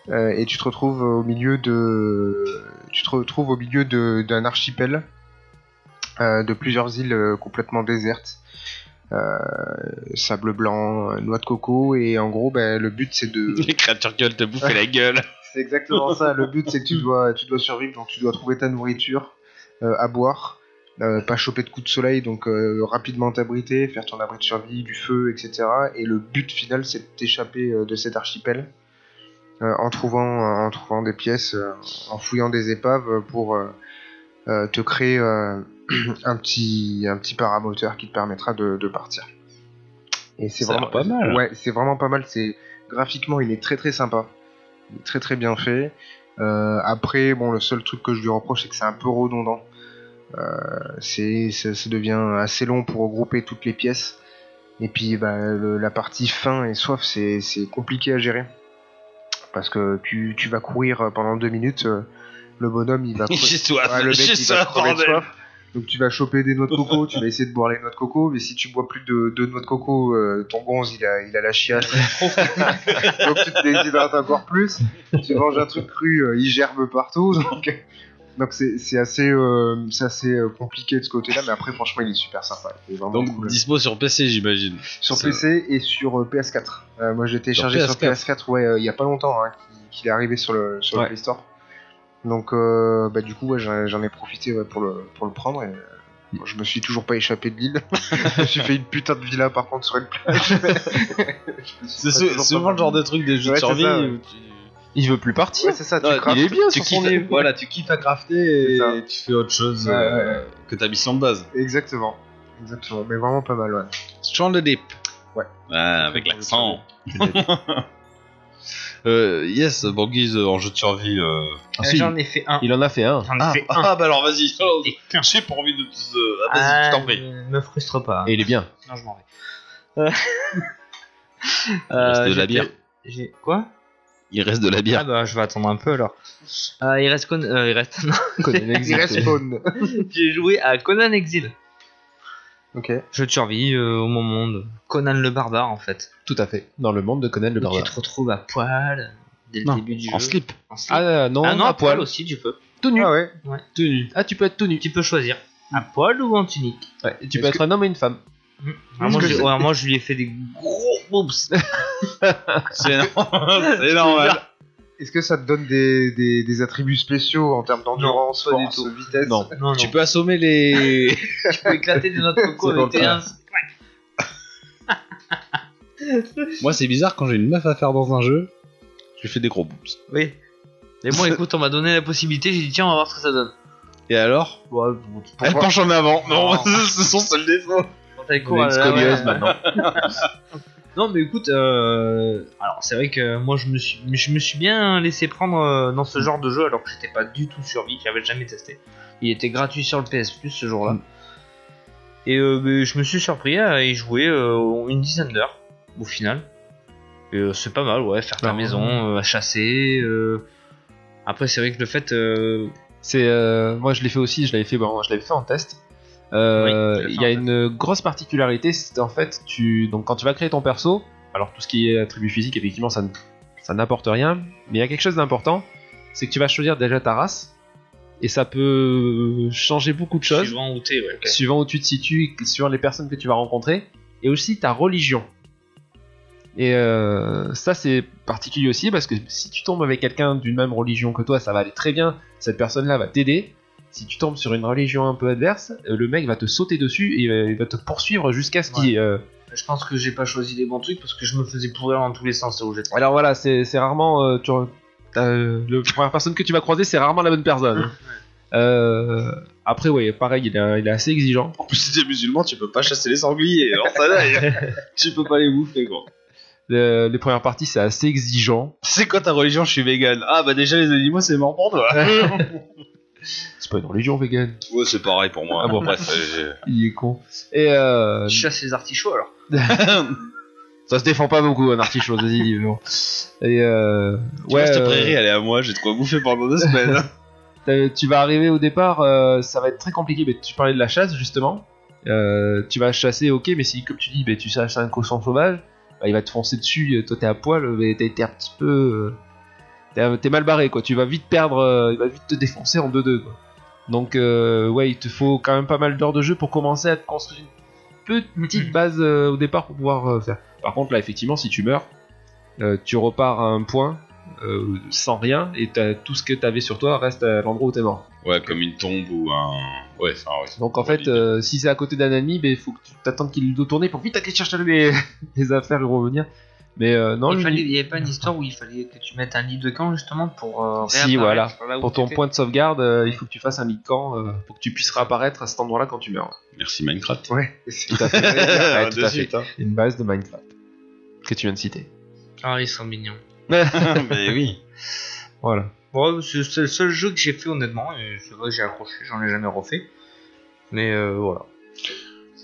[SPEAKER 6] euh, et tu te retrouves au milieu de, tu te retrouves au milieu de- d'un archipel euh, de plusieurs îles euh, complètement désertes, Euh, sable blanc, euh, noix de coco, et en gros, ben, le but c'est de
[SPEAKER 4] Les créatures qui veulent te bouffer la gueule.
[SPEAKER 6] c'est exactement ça. Le but, c'est que tu dois, tu dois survivre, donc tu dois trouver ta nourriture, euh, à boire, euh, pas choper de coups de soleil, donc euh, rapidement t'abriter, faire ton abri de survie, du feu, etc. Et le but final, c'est de t'échapper euh, de cet archipel euh, en, trouvant, en trouvant des pièces, euh, en fouillant des épaves euh, pour euh, euh, te créer euh, un, petit, un petit paramoteur qui te permettra de, de partir. Et c'est
[SPEAKER 4] Ça a
[SPEAKER 6] vraiment
[SPEAKER 4] l'air pas mal.
[SPEAKER 6] Ouais, c'est vraiment pas mal. C'est graphiquement, il est très très sympa. Il est très très bien fait. Euh, après, bon, le seul truc que je lui reproche, c'est que c'est un peu redondant. Euh, c'est, ça, ça devient assez long pour regrouper toutes les pièces. Et puis, bah, le- la partie faim et soif, c'est, c'est compliqué à gérer. Parce que tu, tu vas courir pendant deux minutes, euh, le bonhomme, il va... cou-
[SPEAKER 4] J'ai soif.
[SPEAKER 6] Ouais, le mec,
[SPEAKER 4] J'ai
[SPEAKER 6] il va
[SPEAKER 4] soif,
[SPEAKER 6] crever de
[SPEAKER 4] bordel.
[SPEAKER 6] soif. Donc tu vas choper des noix de coco, tu vas essayer de boire les noix de coco, mais si tu bois plus de deux noix de coco, euh, ton bronze il a, il a la chiasse. donc tu te déshydrates encore plus. Tu manges un truc cru, euh, il gerbe partout. Donc donc c'est c'est assez, euh, c'est assez euh, compliqué de ce côté-là, mais après franchement il est super sympa. Il est vraiment
[SPEAKER 4] Donc,
[SPEAKER 6] cool.
[SPEAKER 4] dispo sur PC, j'imagine.
[SPEAKER 6] Sur
[SPEAKER 4] ça-
[SPEAKER 6] PC et sur euh, PS4. Euh, moi j'ai téléchargé sur
[SPEAKER 4] PS4.
[SPEAKER 6] PS4, ouais, euh, il y a pas longtemps hein, qu'il- qu'il est arrivé sur le, sur
[SPEAKER 7] Ouais.
[SPEAKER 6] le Play Store. Donc euh, bah, du coup ouais, j'en j'en ai profité ouais, pour, le, pour le prendre et euh, bon, je me suis toujours pas échappé de l'île. je me suis fait une putain de villa par contre sur une plage.
[SPEAKER 4] C'est sou- souvent le genre de truc des jeux
[SPEAKER 6] Ouais,
[SPEAKER 4] de
[SPEAKER 6] c'est
[SPEAKER 4] survie
[SPEAKER 6] ça, ouais.
[SPEAKER 4] où tu.
[SPEAKER 7] Il veut plus partir.
[SPEAKER 6] Ouais, c'est ça, tu
[SPEAKER 4] Ouais,
[SPEAKER 6] craftes.
[SPEAKER 4] il est bien
[SPEAKER 6] tu
[SPEAKER 4] sur son
[SPEAKER 6] kiffes.
[SPEAKER 4] île. Voilà, tu kiffes à crafter
[SPEAKER 6] C'est ça.
[SPEAKER 4] et tu fais autre chose
[SPEAKER 6] Ouais,
[SPEAKER 4] euh, que ta mission de base.
[SPEAKER 6] Exactement. Exactement, mais vraiment pas mal, ouais.
[SPEAKER 4] Strand the Deep.
[SPEAKER 6] Ouais.
[SPEAKER 4] Ah, avec l'accent. Euh, yes, Borghese euh, en jeu de survie. euh,
[SPEAKER 7] Ah, si,
[SPEAKER 5] J'en ai fait un.
[SPEAKER 7] Il en a fait un.
[SPEAKER 5] J'en ai
[SPEAKER 4] Ah,
[SPEAKER 5] fait un.
[SPEAKER 4] ah, bah alors vas-y. Oh,
[SPEAKER 5] Putain.
[SPEAKER 4] J'ai pas envie de. te- euh, ah, vas-y,
[SPEAKER 5] Ah,
[SPEAKER 4] je t'en prie.
[SPEAKER 5] ne Me frustre
[SPEAKER 4] Ah.
[SPEAKER 5] pas.
[SPEAKER 7] Et il est bien.
[SPEAKER 5] Non, je m'en vais. Euh,
[SPEAKER 4] reste de la
[SPEAKER 5] j'ai-
[SPEAKER 4] bière.
[SPEAKER 5] J'ai quoi
[SPEAKER 4] Il reste de la bière.
[SPEAKER 5] Ah bah je vais attendre un peu alors. Euh, il reste Con- euh, il reste. non,
[SPEAKER 7] Conan
[SPEAKER 6] Il
[SPEAKER 7] Exil.
[SPEAKER 6] respawn.
[SPEAKER 5] J'ai joué à Conan Exil.
[SPEAKER 6] Ok.
[SPEAKER 5] Jeu de survie euh, au mon monde. Conan le barbare en fait.
[SPEAKER 7] Tout à fait. Dans le monde de Conan
[SPEAKER 5] Où
[SPEAKER 7] le
[SPEAKER 5] tu
[SPEAKER 7] Barbare.
[SPEAKER 5] te retrouves à poil dès le
[SPEAKER 4] euh, Non,
[SPEAKER 5] début du jeu.
[SPEAKER 4] En slip.
[SPEAKER 5] En slip.
[SPEAKER 7] Ah non,
[SPEAKER 5] Ah non,
[SPEAKER 7] à poil.
[SPEAKER 5] aussi tu peux.
[SPEAKER 7] Tout nu.
[SPEAKER 6] Ah ouais.
[SPEAKER 7] Tout nu. Ah, tu peux être tout nu.
[SPEAKER 5] Tu peux choisir.
[SPEAKER 4] Mm.
[SPEAKER 5] À poil ou en tunique.
[SPEAKER 7] Ouais, et tu peux
[SPEAKER 6] Est-ce
[SPEAKER 7] être un homme et une femme.
[SPEAKER 5] Ah, moi,
[SPEAKER 6] que
[SPEAKER 5] j'ai-
[SPEAKER 6] c'est-
[SPEAKER 5] ouais, moi je lui ai fait des gros boobs.
[SPEAKER 4] C'est c'est normal.
[SPEAKER 6] Est-ce que ça te donne des, des, des attributs spéciaux en termes d'endurance,
[SPEAKER 5] Non, pas du
[SPEAKER 6] force,
[SPEAKER 5] tout.
[SPEAKER 6] vitesse
[SPEAKER 7] Non.
[SPEAKER 5] Non,
[SPEAKER 4] Tu peux assommer les.
[SPEAKER 5] tu peux éclater de notre coco
[SPEAKER 6] C'est pas
[SPEAKER 5] avec tes
[SPEAKER 6] vrai.
[SPEAKER 5] uns.
[SPEAKER 4] Moi, c'est bizarre quand j'ai une meuf à faire dans un jeu, je lui fais des gros boobs.
[SPEAKER 5] Oui. Mais bon, écoute, on m'a donné la possibilité, j'ai dit tiens, on va voir ce que ça donne.
[SPEAKER 4] Et alors Ah. Elle penche en avant. Non,
[SPEAKER 5] Non.
[SPEAKER 4] c'est son seul défaut.
[SPEAKER 5] Quand t'as le
[SPEAKER 7] On
[SPEAKER 5] cours,
[SPEAKER 7] a une
[SPEAKER 5] ah, ouais.
[SPEAKER 7] scoliose maintenant.
[SPEAKER 5] Non, mais écoute, euh, alors c'est vrai que moi je me suis, je me suis bien laissé prendre euh, dans ce genre de jeu alors que j'étais pas du tout survie, j'avais jamais testé. Il était gratuit sur le PS Plus ce jour-là. Et euh, mais je me suis surpris à y jouer euh, une dizaine d'heures au final. Et, euh, c'est pas mal, ouais, faire ta
[SPEAKER 7] Ah,
[SPEAKER 5] maison, euh, à chasser. euh. Après, c'est vrai que le fait. euh,
[SPEAKER 7] C'est euh, moi je l'ai fait aussi, je l'avais fait, bon, je l'avais fait en test. Euh,
[SPEAKER 5] Oui, tu l'as fait
[SPEAKER 7] il
[SPEAKER 5] en
[SPEAKER 7] y a une grosse particularité, c'est en fait tu donc quand tu vas créer ton perso, alors tout ce qui est attribut physique effectivement ça ne- ça n'apporte rien, mais il y a quelque chose d'important, c'est que tu vas choisir déjà ta race et ça peut changer beaucoup de choses
[SPEAKER 5] Suivant où t'es, ouais. ok.
[SPEAKER 7] suivant où tu te situes, suivant les personnes que tu vas rencontrer, et aussi ta religion. Et euh, ça c'est particulier aussi parce que si tu tombes avec quelqu'un d'une même religion que toi, ça va aller très bien, cette personne-là va t'aider. Si tu tombes sur une religion un peu adverse, euh, le mec va te sauter dessus et euh, il va te poursuivre jusqu'à ce qu'il... euh,
[SPEAKER 5] Je pense que j'ai pas choisi les bons trucs parce que je me faisais pourrir dans tous les sens là où j'étais.
[SPEAKER 7] Alors voilà, c'est c'est rarement... euh, tu, re- t'as, euh, le- la première personne que tu vas croiser, c'est rarement la bonne personne. Euh, après, ouais, pareil, il est- il est assez exigeant.
[SPEAKER 4] En plus, si t'es musulman, tu peux pas chasser les sangliers. Alors ça d'ailleurs, tu peux pas les bouffer quoi.
[SPEAKER 7] Le- les premières parties, c'est assez exigeant.
[SPEAKER 4] C'est quoi ta religion Je suis vegan. Ah bah déjà les animaux c'est mort pour toi.
[SPEAKER 7] C'est pas une religion vegan.
[SPEAKER 4] Ouais, c'est pareil pour moi.
[SPEAKER 7] Ah bon.
[SPEAKER 4] bref, euh,
[SPEAKER 7] Il est con. Et euh,
[SPEAKER 5] Je chasse les artichauts alors.
[SPEAKER 7] ça se défend pas beaucoup, un artichaut, vas-y. bon. Et euh,
[SPEAKER 4] tu vois,
[SPEAKER 7] ouais,
[SPEAKER 4] cette
[SPEAKER 7] euh,
[SPEAKER 4] prairie, elle est à moi. J'ai de quoi bouffer pendant deux semaines.
[SPEAKER 7] t'as- tu vas arriver au départ, euh, ça va être très compliqué. Mais tu parlais de la chasse justement. Euh, tu vas chasser, ok, mais si comme tu dis, ben, tu chasses un cochon sauvage, bah, il va te foncer dessus. euh, Toi, t'es à poil, mais t'es t'es un petit peu, euh, t'es un- t'es mal barré, quoi. Tu vas vite perdre, euh, il va vite te défoncer en 2-2, quoi. Donc euh, ouais, il te faut quand même pas mal d'heures de jeu pour commencer à te construire une petite base euh, au départ pour pouvoir euh, faire. Par contre, là, effectivement, si tu meurs, euh, tu repars à un point euh, sans rien et t'as- tout ce que t'avais sur toi reste à l'endroit où t'es mort.
[SPEAKER 4] ouais, comme une tombe ou un. Ouais, enfin ouais.
[SPEAKER 7] Donc en fait, euh, si c'est à côté d'un ennemi, il faut que tu t'attendes qu'il le dos tourné pour vite aller chercher les, les affaires et revenir. Mais euh, non,
[SPEAKER 5] il,
[SPEAKER 7] lui-
[SPEAKER 5] fallait, il y avait pas une histoire où il fallait que tu mettes un lit de camp justement pour. euh,
[SPEAKER 7] Si,
[SPEAKER 5] réapparaître
[SPEAKER 7] voilà.
[SPEAKER 5] là où
[SPEAKER 7] pour ton
[SPEAKER 5] t'étais.
[SPEAKER 7] point de sauvegarde, euh, il faut que tu fasses un lit de camp euh, pour que tu puisses réapparaître à cet endroit-là quand tu meurs.
[SPEAKER 4] Merci Minecraft.
[SPEAKER 6] Ouais. c'est-
[SPEAKER 7] Tout à fait. Ouais, tout
[SPEAKER 4] De
[SPEAKER 7] à
[SPEAKER 4] suite,
[SPEAKER 7] fait. Une base de Minecraft que tu viens de citer.
[SPEAKER 5] Ah, ils sont mignons.
[SPEAKER 4] hein. Mais oui.
[SPEAKER 7] Voilà.
[SPEAKER 5] Bon, c'est c'est le seul jeu que j'ai fait honnêtement. et C'est vrai que j'ai accroché, j'en ai jamais refait. Mais euh, voilà.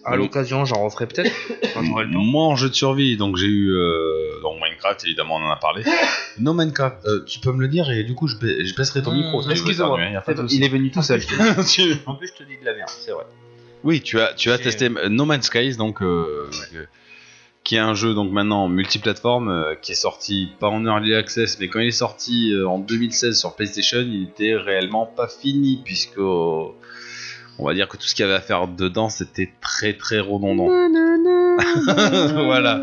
[SPEAKER 5] À
[SPEAKER 4] Oui.
[SPEAKER 5] l'occasion, j'en referai peut-être. quand j'aurai le temps.
[SPEAKER 4] Moi en jeu de survie, donc j'ai eu euh, dans Minecraft évidemment on en a parlé. non Minecraft, euh, tu peux me le dire et du coup je, ba- je baisserai ton
[SPEAKER 5] Mmh,
[SPEAKER 4] micro. si tu veux
[SPEAKER 7] excuse-moi.
[SPEAKER 4] éternuer, y a pas de
[SPEAKER 7] Il est venu tout seul.
[SPEAKER 4] souci. Tu-
[SPEAKER 5] En plus, je te dis de la merde, c'est vrai.
[SPEAKER 4] Oui, tu as, tu as
[SPEAKER 5] J'ai-
[SPEAKER 4] testé euh, No Man's Skies, donc, euh, euh, qui est un jeu donc maintenant multiplateforme, euh, qui est sorti pas en early access, mais quand il est sorti euh, en 2016 sur PlayStation, il était réellement pas fini, puisque euh, on va dire que tout ce qu'il y avait à faire dedans, c'était très très redondant. voilà.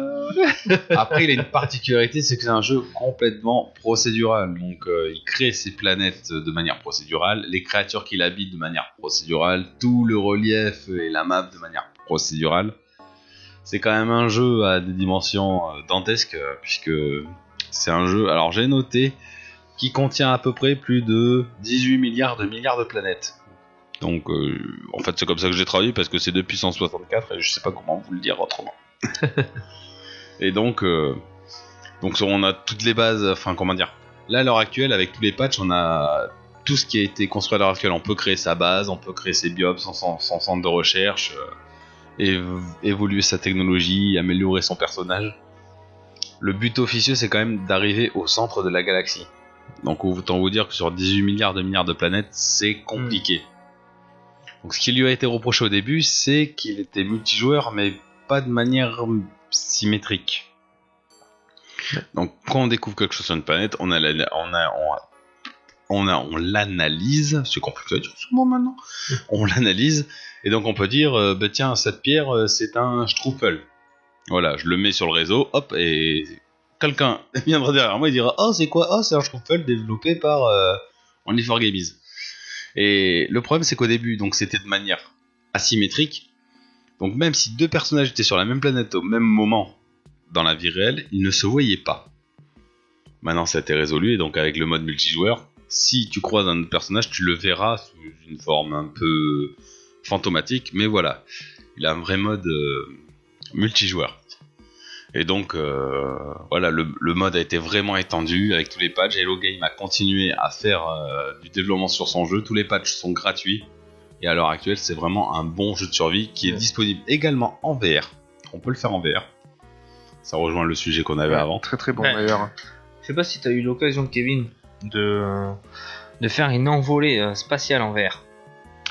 [SPEAKER 4] Après, il a une particularité, c'est que c'est un jeu complètement procédural. Donc, euh, il crée ses planètes euh, de manière procédurale, les créatures qu'il habite de manière procédurale, tout le relief et la map de manière procédurale. C'est quand même un jeu à des dimensions euh, dantesques, euh, puisque c'est un jeu. Alors, j'ai noté qui contient à peu près plus de 18 milliards de milliards de planètes. Donc, euh, en fait, c'est comme ça que j'ai traduit parce que c'est depuis 164 et je sais pas comment vous le dire autrement. Et donc, euh, donc on a toutes les bases, enfin comment dire. Là, à l'heure actuelle, avec tous les patchs, on a tout ce qui a été construit à l'heure actuelle. On peut créer sa base, on peut créer ses biomes, son, son- son centre de recherche, euh, et évoluer sa technologie, améliorer son personnage. Le but officieux, c'est quand même d'arriver au centre de la galaxie. Donc autant vous dire que sur 18 milliards de milliards de planètes, c'est compliqué. Donc ce qui lui a été reproché au début, c'est qu'il était multijoueur, mais pas de manière hum, symétrique. Donc quand on découvre quelque chose sur une planète, on a, la- on a, on a- on a- on l'analyse, c'est compliqué à dire souvent maintenant, on l'analyse, et donc on peut dire, euh, bah, tiens, cette pierre, euh, c'est un Struffel. Voilà, je le mets sur le réseau, hop, et quelqu'un viendra derrière moi et dira, oh c'est quoi Oh c'est un Struffel développé par euh, Only for Gamies. Et le problème, c'est qu'au début, donc c'était de manière asymétrique. Donc même si deux personnages étaient sur la même planète au même moment dans la vie réelle, ils ne se voyaient pas. Maintenant, ça a été résolu et donc avec le mode multijoueur, si tu croises un autre personnage, tu le verras sous une forme un peu fantomatique, mais voilà, il a un vrai mode euh, multijoueur. Et donc, euh, voilà, le, le mode a été vraiment étendu avec tous les patchs. Hello Game a continué à faire euh, du développement sur son jeu. Tous les patchs sont gratuits. Et à l'heure actuelle, c'est vraiment un bon jeu de survie qui est disponible également en VR. On peut le faire en VR. Ça rejoint le sujet qu'on avait avant.
[SPEAKER 6] Très très bon
[SPEAKER 5] Ouais.
[SPEAKER 6] d'ailleurs.
[SPEAKER 5] Je sais pas si t'as eu l'occasion, Kevin, de, de faire une envolée euh, spatiale en verre.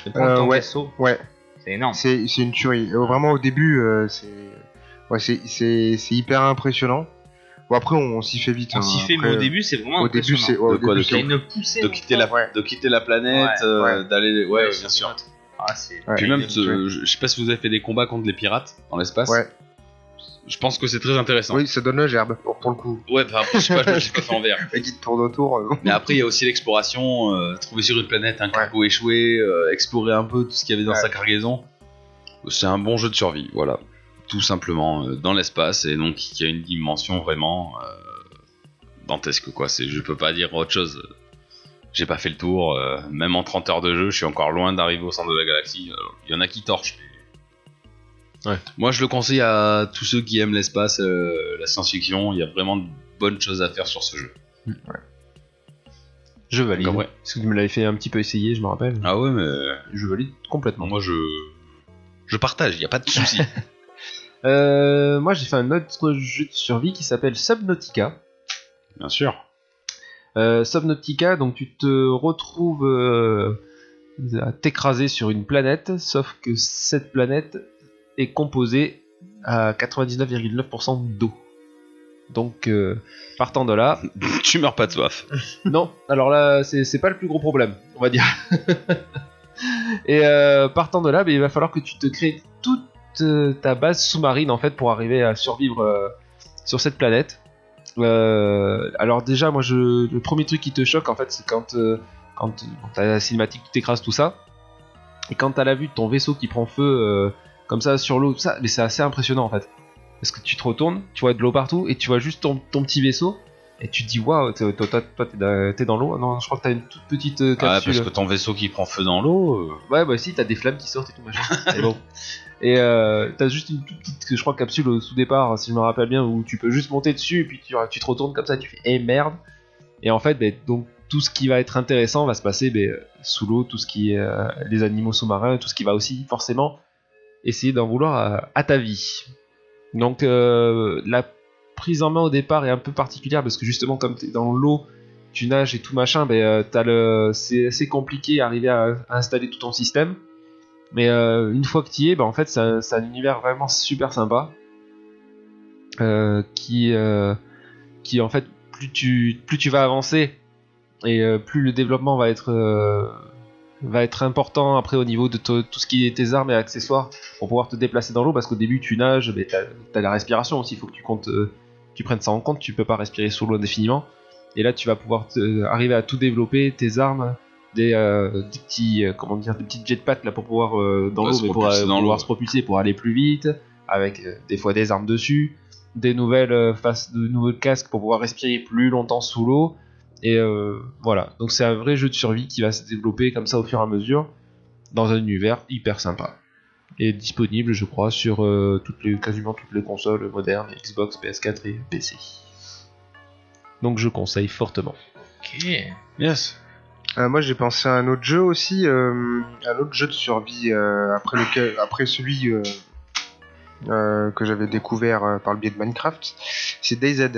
[SPEAKER 5] De prendre
[SPEAKER 6] Euh,
[SPEAKER 5] ton
[SPEAKER 6] ouais.
[SPEAKER 5] vaisseau,
[SPEAKER 6] Ouais,
[SPEAKER 5] c'est énorme.
[SPEAKER 6] c'est c'est une tuerie. Euh, Vraiment au début, euh, c'est ouais, c'est- c'est c'est hyper impressionnant. Bon, après, on, on s'y fait vite.
[SPEAKER 5] On
[SPEAKER 6] hein.
[SPEAKER 5] s'y fait,
[SPEAKER 6] Après,
[SPEAKER 5] mais au début, c'est vraiment
[SPEAKER 6] au début, c'est. ouais,
[SPEAKER 4] De
[SPEAKER 6] au
[SPEAKER 4] quoi,
[SPEAKER 6] début,
[SPEAKER 4] de
[SPEAKER 6] c'est-
[SPEAKER 5] T'as une poussée.
[SPEAKER 4] De
[SPEAKER 5] mon
[SPEAKER 4] quitter la,
[SPEAKER 6] Ouais.
[SPEAKER 4] de quitter la planète,
[SPEAKER 5] Ouais,
[SPEAKER 4] euh,
[SPEAKER 6] ouais.
[SPEAKER 4] d'aller. Ouais,
[SPEAKER 5] Ouais,
[SPEAKER 4] bien sûr.
[SPEAKER 5] pote. Ah, c'est...
[SPEAKER 6] Ouais.
[SPEAKER 4] Puis même, euh,
[SPEAKER 6] Ouais.
[SPEAKER 4] ce- je je sais pas si vous avez fait des combats contre les pirates dans l'espace.
[SPEAKER 6] Ouais.
[SPEAKER 5] Ah,
[SPEAKER 4] Je pense que c'est très intéressant.
[SPEAKER 6] Oui, ça donne le gerbe pour, pour le coup.
[SPEAKER 4] Ouais, bah, après, je sais pas, je me suis pas fait en VR.
[SPEAKER 6] Et guide pour autour. euh,
[SPEAKER 4] Mais après, il y a aussi l'exploration, euh, trouver sur une planète un cargo échoué, euh, explorer un peu tout ce qu'il y avait dans
[SPEAKER 6] Ouais.
[SPEAKER 4] sa cargaison. C'est un bon jeu de survie, voilà. Tout simplement euh, dans l'espace, et donc qui a une dimension vraiment euh, dantesque, quoi. C'est- Je peux pas dire autre chose. J'ai pas fait le tour, euh, même en 30 heures de jeu, je suis encore loin d'arriver au centre de la galaxie. Euh, Il y en a qui torchent. mais-
[SPEAKER 7] Ouais.
[SPEAKER 4] Moi, je le conseille à tous ceux qui aiment l'espace, euh, la science-fiction. Il y a vraiment de bonnes choses à faire sur ce jeu.
[SPEAKER 7] Je valide.
[SPEAKER 4] D'accord, ouais.
[SPEAKER 7] Parce que tu me l'avais fait un petit peu essayer, je me rappelle.
[SPEAKER 4] Ah ouais, mais
[SPEAKER 7] Je valide
[SPEAKER 4] Bon,
[SPEAKER 7] complètement.
[SPEAKER 4] moi, je, je partage, il n'y a pas de souci.
[SPEAKER 7] Euh, moi, j'ai fait un autre jeu de survie qui s'appelle Subnautica.
[SPEAKER 4] Bien sûr.
[SPEAKER 7] Euh, Subnautica, donc tu te retrouves euh, à t'écraser sur une planète, sauf que cette planète est composée à 99,9% d'eau. Donc, euh, partant de là,
[SPEAKER 4] tu meurs pas de soif. Ah
[SPEAKER 7] non, alors là, c'est c'est pas le plus gros problème, on va dire. Et euh, partant de là, ben, il va falloir que tu te crées toute euh, ta base sous-marine en fait pour arriver à survivre euh, sur cette planète. Euh, alors déjà, moi, je, le premier truc qui te choque en fait, c'est quand euh, quand euh, bon, t'as la cinématique, tu t'écrases tout ça, et quand t'as la vue de ton vaisseau qui prend feu euh, comme ça sur l'eau, tout ça, mais c'est assez impressionnant en fait. Parce que tu te retournes, tu vois de l'eau partout, et tu vois juste ton, ton petit vaisseau, et tu te dis waouh, t'es- toi toi- toi, t'es dans, t'es dans l'eau. Non, je crois que t'as une toute petite euh,
[SPEAKER 4] Ah,
[SPEAKER 7] capsule.
[SPEAKER 4] parce que ton vaisseau qui prend feu dans l'eau. euh,
[SPEAKER 7] Ouais, bah si, t'as des flammes qui sortent et tout machin. C'est bon. Et euh, t'as juste une toute petite, je crois, capsule au sous-départ, si je me rappelle bien, où tu peux juste monter dessus et puis tu, tu te retournes comme ça, tu fais eh merde. Et en fait, ben, donc tout ce qui va être intéressant va se passer ben, euh, sous l'eau, tout ce qui est euh, les animaux sous-marins, tout ce qui va aussi forcément essayer d'en vouloir à, à ta vie. Donc euh, la prise en main au départ est un peu particulière parce que justement, comme t'es dans l'eau, tu nages et tout machin, ben, euh, t'as le... c'est assez compliqué d'arriver à, à installer tout ton système. Mais euh, une fois que tu y es, ben, en fait, c'est un, c'est un univers vraiment super sympa. Euh, qui, euh, qui, en fait, plus tu, plus tu vas avancer et euh, plus le développement va être, euh, va être important après au niveau de to- tout ce qui est tes armes et accessoires pour pouvoir te déplacer dans l'eau. Parce qu'au début, tu nages, mais t'as as la respiration aussi, il faut que tu, comptes, euh, tu prennes ça en compte. Tu peux pas respirer sous l'eau indéfiniment. Et là, tu vas pouvoir te- arriver à tout développer, tes armes, des, euh, des petits, euh, comment dire, des petites jetpacks là pour pouvoir euh, dans
[SPEAKER 4] Ouais,
[SPEAKER 7] l'eau,
[SPEAKER 4] se
[SPEAKER 7] mais pour,
[SPEAKER 4] propulser
[SPEAKER 7] euh,
[SPEAKER 4] dans l'eau,
[SPEAKER 7] pouvoir
[SPEAKER 4] ouais.
[SPEAKER 7] se propulser, pour aller plus vite, avec euh, des fois des armes dessus, des nouvelles euh, faces, de nouveaux casques pour pouvoir respirer plus longtemps sous l'eau. Et euh, voilà, donc c'est un vrai jeu de survie qui va se développer comme ça au fur et à mesure dans un univers hyper sympa. Et disponible, je crois, sur euh, toutes les, quasiment toutes les consoles modernes, Xbox, PS4 et PC. Donc je conseille fortement.
[SPEAKER 5] Ok.
[SPEAKER 4] Yes.
[SPEAKER 6] Euh, moi, j'ai pensé à un autre jeu aussi, euh, un autre jeu de survie euh, après lequel, après celui euh, euh, que j'avais découvert euh, par le biais de Minecraft, c'est DayZ.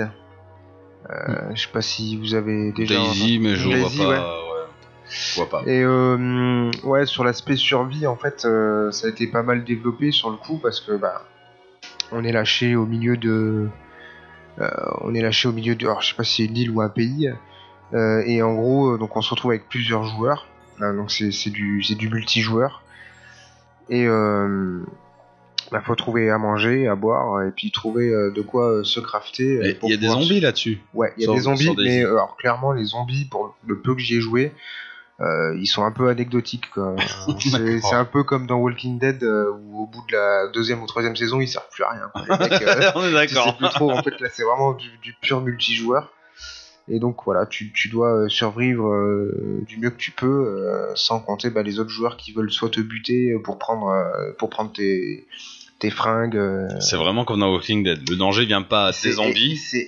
[SPEAKER 6] Euh, Je sais pas si vous avez déjà.
[SPEAKER 4] Hmm. Daisy, mais je vois
[SPEAKER 6] Daisy,
[SPEAKER 4] pas. ouais. Je vois pas.
[SPEAKER 6] Et euh, ouais, sur l'aspect survie, en fait, euh, ça a été pas mal développé sur le coup parce que bah, on est lâché au milieu de, euh, on est lâché au milieu de, alors je sais pas si c'est une île ou un pays, Euh, et en gros, euh, donc on se retrouve avec plusieurs joueurs, Euh, donc c'est c'est du, c'est du multijoueur, et euh, bah, faut trouver à manger, à boire, et puis trouver euh, de quoi euh, se crafter. euh,
[SPEAKER 4] Et
[SPEAKER 6] pour
[SPEAKER 4] Il y a des
[SPEAKER 6] pouvoir se-
[SPEAKER 4] zombies là-dessus.
[SPEAKER 6] Ouais, il y a
[SPEAKER 4] Sans-
[SPEAKER 6] des zombies,
[SPEAKER 4] sans des-
[SPEAKER 6] mais euh, alors clairement les zombies, pour le peu que j'y ai joué, euh, ils sont un peu anecdotiques. quoi. Euh, c'est
[SPEAKER 4] D'accord.
[SPEAKER 6] c'est un peu comme dans Walking Dead euh, où au bout de la deuxième ou troisième saison ils servent plus à rien. quoi. Les mecs, euh,
[SPEAKER 4] On est
[SPEAKER 6] tu sais
[SPEAKER 4] d'accord.
[SPEAKER 6] plus trop. En fait là c'est vraiment du, du pur multijoueur. Et donc voilà, tu, tu dois euh, survivre euh, du mieux que tu peux, euh, sans compter bah, les autres joueurs qui veulent soit te buter pour prendre euh, pour prendre tes tes fringues. euh,
[SPEAKER 4] C'est vraiment comme dans Walking Dead. Le danger vient pas
[SPEAKER 6] c'est-
[SPEAKER 4] des zombies,
[SPEAKER 6] c'est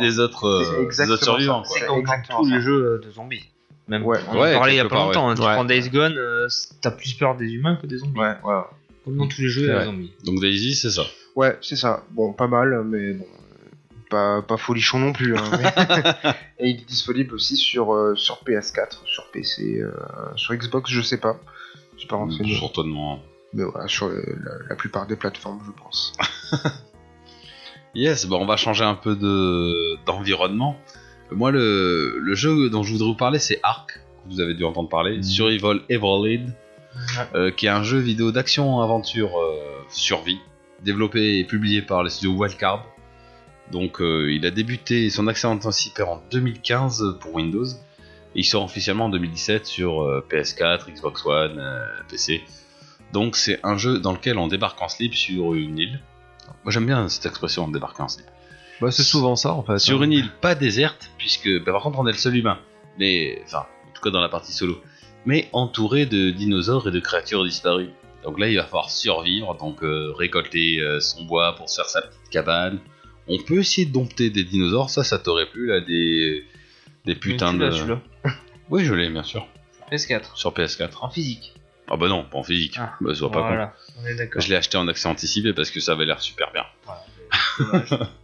[SPEAKER 4] mais des autres,
[SPEAKER 6] c'est
[SPEAKER 4] euh, des
[SPEAKER 6] exactement
[SPEAKER 4] autres
[SPEAKER 6] ça.
[SPEAKER 4] survivants. quoi.
[SPEAKER 6] C'est
[SPEAKER 5] C'est comme dans
[SPEAKER 6] exactement
[SPEAKER 5] tous
[SPEAKER 6] ça.
[SPEAKER 5] les jeux euh, de zombies. Même
[SPEAKER 6] Ouais,
[SPEAKER 5] on en
[SPEAKER 4] ouais,
[SPEAKER 5] parlait il y a
[SPEAKER 4] quelque
[SPEAKER 5] pas
[SPEAKER 4] part,
[SPEAKER 5] longtemps. hein.
[SPEAKER 6] Ouais.
[SPEAKER 5] Tu prends Days Gone, euh, t'as plus peur des humains que des zombies.
[SPEAKER 6] Ouais, voilà.
[SPEAKER 5] Comme dans tous les jeux,
[SPEAKER 6] C'est
[SPEAKER 5] il y a
[SPEAKER 6] vrai.
[SPEAKER 5] des zombies.
[SPEAKER 4] Donc Daisy, c'est ça.
[SPEAKER 6] Ouais, c'est ça. Bon, pas mal, mais bon, euh, pas, pas folichon non plus. hein, mais- Et il est disponible aussi sur, euh, sur PS4, sur PC, euh, sur Xbox, je sais pas. Je suis pas renseigné.
[SPEAKER 4] Certainement.
[SPEAKER 6] Mais voilà, sur euh, la, la plupart des plateformes, je pense.
[SPEAKER 4] Yes, bah on va changer un peu de d'environnement. Moi, le, le jeu dont je voudrais vous parler, c'est Ark, que vous avez dû entendre parler, Survival Evolved, euh, qui est un jeu vidéo d'action-aventure euh, survie, développé et publié par les studios Wildcard. Donc, euh, il a débuté son accès anticipaire en 2015 pour Windows, et il sort officiellement en 2017 sur euh, PS4, Xbox One, euh, PC. Donc, c'est un jeu dans lequel on débarque en slip sur une île. Moi j'aime bien cette expression de débarquer en slip.
[SPEAKER 7] Bah, c'est souvent ça en fait.
[SPEAKER 4] Sur une île pas déserte, puisque bah, par contre on est le seul humain, mais enfin, en tout cas dans la partie solo, mais entouré de dinosaures et de créatures disparues. Donc là il va falloir survivre, donc euh, récolter euh, son bois pour se faire sa petite cabane. On peut essayer de dompter des dinosaures, ça ça t'aurait plu là, des, des
[SPEAKER 5] Mais
[SPEAKER 4] putains
[SPEAKER 5] tu
[SPEAKER 4] de.
[SPEAKER 5] l'as, celui-là.
[SPEAKER 4] Oui, je l'ai bien sûr,
[SPEAKER 5] PS4.
[SPEAKER 4] sur PS4.
[SPEAKER 5] En physique.
[SPEAKER 4] Ah bah non, pas en physique,
[SPEAKER 5] Ah,
[SPEAKER 4] bah, sois pas con.
[SPEAKER 5] voilà. On est d'accord.
[SPEAKER 4] Je l'ai acheté en accès anticipé parce que ça avait l'air super bien.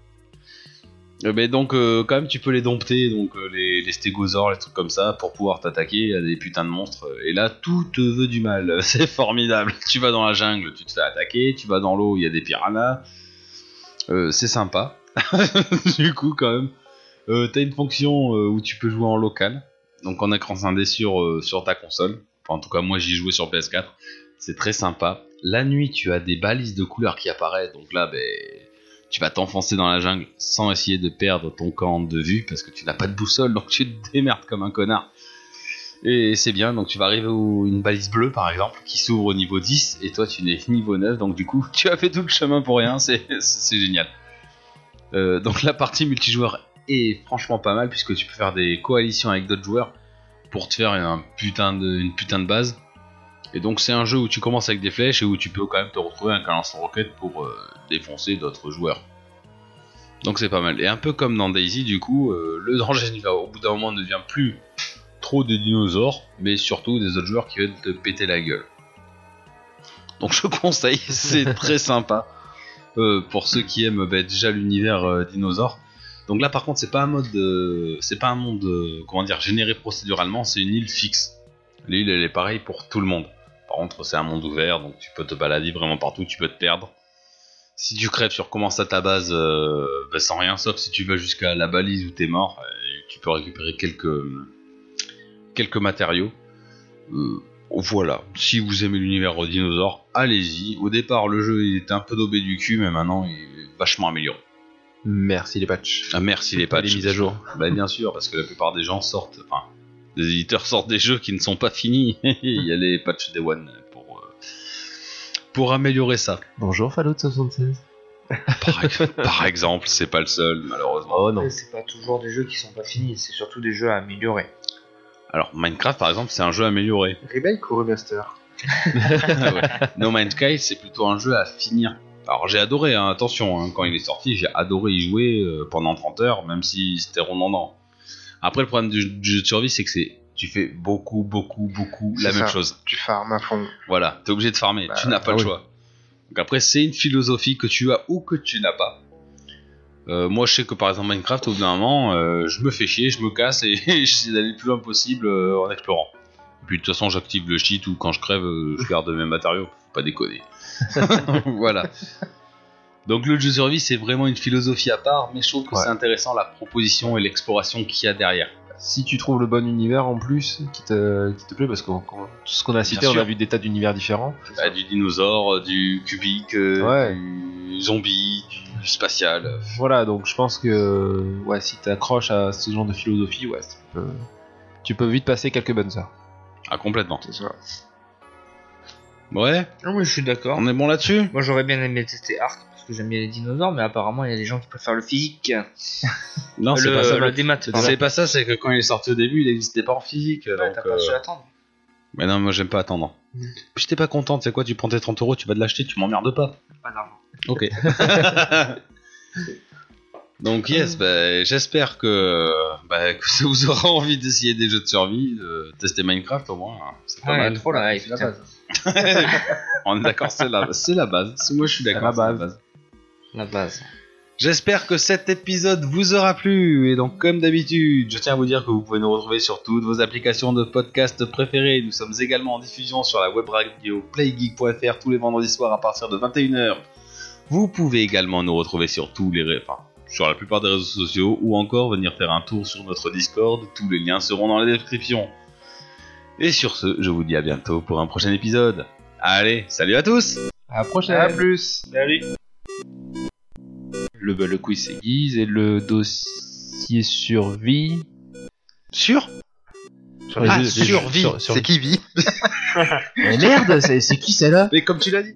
[SPEAKER 4] Euh, Mais donc, euh, quand même, tu peux les dompter, donc euh, les, les stégosaures, les trucs comme ça, pour pouvoir t'attaquer à des putains de monstres. Et là, tout te veut du mal. C'est formidable. Tu vas dans la jungle, tu te fais attaquer. Tu vas dans l'eau, il y a des piranhas. Euh, c'est sympa. du coup, quand même. Euh, T'as une fonction euh, où tu peux jouer en local, donc en écran scindé sur, euh, sur ta console. Enfin, en tout cas, moi, j'y jouais sur PS4. C'est très sympa. La nuit, tu as des balises de couleurs qui apparaissent. Donc là, ben, tu vas t'enfoncer dans la jungle sans essayer de perdre ton camp de vue parce que tu n'as pas de boussole. Donc tu te démerdes comme un connard. Et c'est bien. Donc tu vas arriver où une balise bleue, par exemple, qui s'ouvre au niveau 10. Et toi, tu n'es niveau 9. Donc du coup, tu as fait tout le chemin pour rien. C'est c'est génial. Euh, donc la partie multijoueur est franchement pas mal puisque tu peux faire des coalitions avec d'autres joueurs pour te faire un putain de- une putain de base. Et donc c'est un jeu où tu commences avec des flèches et où tu peux quand même te retrouver avec un lance roquette pour euh, défoncer d'autres joueurs. Donc c'est pas mal. Et un peu comme dans Daisy, du coup, euh, le danger du- au bout d'un moment ne devient plus trop des dinosaures, mais surtout des autres joueurs qui veulent te péter la gueule. Donc je conseille, c'est très sympa euh, pour ceux qui aiment bah, déjà l'univers euh, dinosaure. Donc là par contre c'est pas un mode, euh, c'est pas un monde euh, comment dire généré procéduralement, c'est une île fixe. L'île elle est pareille pour tout le monde. Par contre, c'est un monde ouvert, donc tu peux te balader vraiment partout, tu peux te perdre. Si tu crèves, tu recommences à ta base euh, bah, sans rien, sauf si tu vas jusqu'à la balise où t'es mort, et tu peux récupérer quelques, quelques matériaux. Euh, voilà, si vous aimez l'univers aux dinosaures, allez-y. Au départ, le jeu il était un peu daubé du cul, mais maintenant il est vachement amélioré.
[SPEAKER 7] Merci les patchs.
[SPEAKER 4] Ah, merci les
[SPEAKER 7] Pas
[SPEAKER 4] patchs.
[SPEAKER 7] les mises à jour.
[SPEAKER 4] Bah, bien sûr, parce que la plupart des gens sortent, enfin, des éditeurs sortent des jeux qui ne sont pas finis. Il y a les patchs Day One pour, euh, pour améliorer ça.
[SPEAKER 7] Bonjour Fallout 76.
[SPEAKER 4] Par, ex- par exemple, c'est pas le seul, malheureusement.
[SPEAKER 7] Oh non.
[SPEAKER 5] Après, C'est pas toujours des jeux qui sont pas finis, c'est surtout des jeux à améliorer.
[SPEAKER 4] Alors, Minecraft, par exemple, c'est un jeu amélioré. Ah
[SPEAKER 6] Remake ou remaster
[SPEAKER 4] Ouais. No Man's Sky, c'est plutôt un jeu à finir. Alors, j'ai adoré, hein, attention, hein, quand il est sorti, j'ai adoré y jouer euh, pendant 30 heures, même si c'était redondant. Après, le problème du, du jeu de survie, c'est que c'est. Tu fais beaucoup, beaucoup, beaucoup la
[SPEAKER 6] C'est
[SPEAKER 4] même
[SPEAKER 6] ça.
[SPEAKER 4] chose.
[SPEAKER 6] Tu farmes à fond.
[SPEAKER 4] Voilà, t'es obligé de farmer,
[SPEAKER 6] Bah,
[SPEAKER 4] tu n'as pas
[SPEAKER 7] ah
[SPEAKER 4] le
[SPEAKER 7] oui.
[SPEAKER 4] choix. Donc après, c'est une philosophie que tu as ou que tu n'as pas. Euh, moi, je sais que par exemple, Minecraft, au bout d'un moment, euh, je me fais chier, je me casse et j'essaie d'aller le plus loin possible euh, en explorant. Puis de toute façon, j'active le cheat ou quand je crève, euh, je garde mes matériaux. Faut pas déconner. voilà. Donc le jeu service c'est vraiment une philosophie à part, mais je trouve que c'est intéressant la proposition et l'exploration qu'il y a derrière.
[SPEAKER 7] Si tu trouves le bon univers en plus qui te, qui te plaît, parce que tout ce qu'on a cité, on
[SPEAKER 4] sûr.
[SPEAKER 7] a vu des tas d'univers différents.
[SPEAKER 4] Bah, du dinosaure, euh, du cubique, euh,
[SPEAKER 7] Ouais.
[SPEAKER 4] du zombie, du spatial. euh,
[SPEAKER 7] Voilà, donc je pense que ouais, si t'accroches à ce genre de philosophie, ouais, tu peux, tu peux vite passer quelques bonnes heures.
[SPEAKER 4] Ah, complètement.
[SPEAKER 6] C'est ça.
[SPEAKER 4] Ouais,
[SPEAKER 5] Non, mais je suis d'accord.
[SPEAKER 4] on est bon là-dessus
[SPEAKER 5] Moi, j'aurais bien aimé tester Arc parce que j'aime bien les dinosaures, mais apparemment, il y a des gens qui préfèrent le physique. Euh,
[SPEAKER 4] Non,
[SPEAKER 5] le,
[SPEAKER 4] c'est pas ça.
[SPEAKER 5] le démat. pardon.
[SPEAKER 4] C'est pas ça, c'est que quand il est sorti au début, il n'existait pas en physique.
[SPEAKER 5] Ouais,
[SPEAKER 4] donc,
[SPEAKER 5] t'as
[SPEAKER 4] euh,
[SPEAKER 5] pas su attendre.
[SPEAKER 4] Mais non, moi j'aime pas attendre. Puis t'es pas contente, c'est quoi Tu prends tes 30 euros, tu vas de l'acheter, tu m'emmerdes pas.
[SPEAKER 5] Pas d'argent.
[SPEAKER 4] Ok. Donc yes, bah, j'espère que, bah, que ça vous aura envie d'essayer des jeux de survie, de tester Minecraft au moins. hein. C'est pas mal.
[SPEAKER 5] trop là, c'est la base.
[SPEAKER 4] On est d'accord, c'est la, c'est la base. Moi je suis d'accord. c'est la base.
[SPEAKER 5] La base.
[SPEAKER 4] J'espère que cet épisode vous aura plu. Et donc, comme d'habitude, je tiens à vous dire que vous pouvez nous retrouver sur toutes vos applications de podcast préférées. Nous sommes également en diffusion sur la web radio playgeek.fr tous les vendredis soirs à partir de 21h. Vous pouvez également nous retrouver sur tous les ré- enfin, sur la plupart des réseaux sociaux ou encore venir faire un tour sur notre Discord. Tous les liens seront dans la description. Et sur ce, je vous dis à bientôt pour un prochain épisode. Allez, salut à tous
[SPEAKER 7] À la prochaine.
[SPEAKER 6] À plus.
[SPEAKER 5] Salut.
[SPEAKER 7] Le, bah, le quiz s'aiguise et le dossier survie.
[SPEAKER 4] Sur
[SPEAKER 7] Sur
[SPEAKER 4] Ah, survie
[SPEAKER 6] C'est qui vit
[SPEAKER 7] Mais merde, c'est c'est qui celle-là
[SPEAKER 4] Mais comme tu l'as dit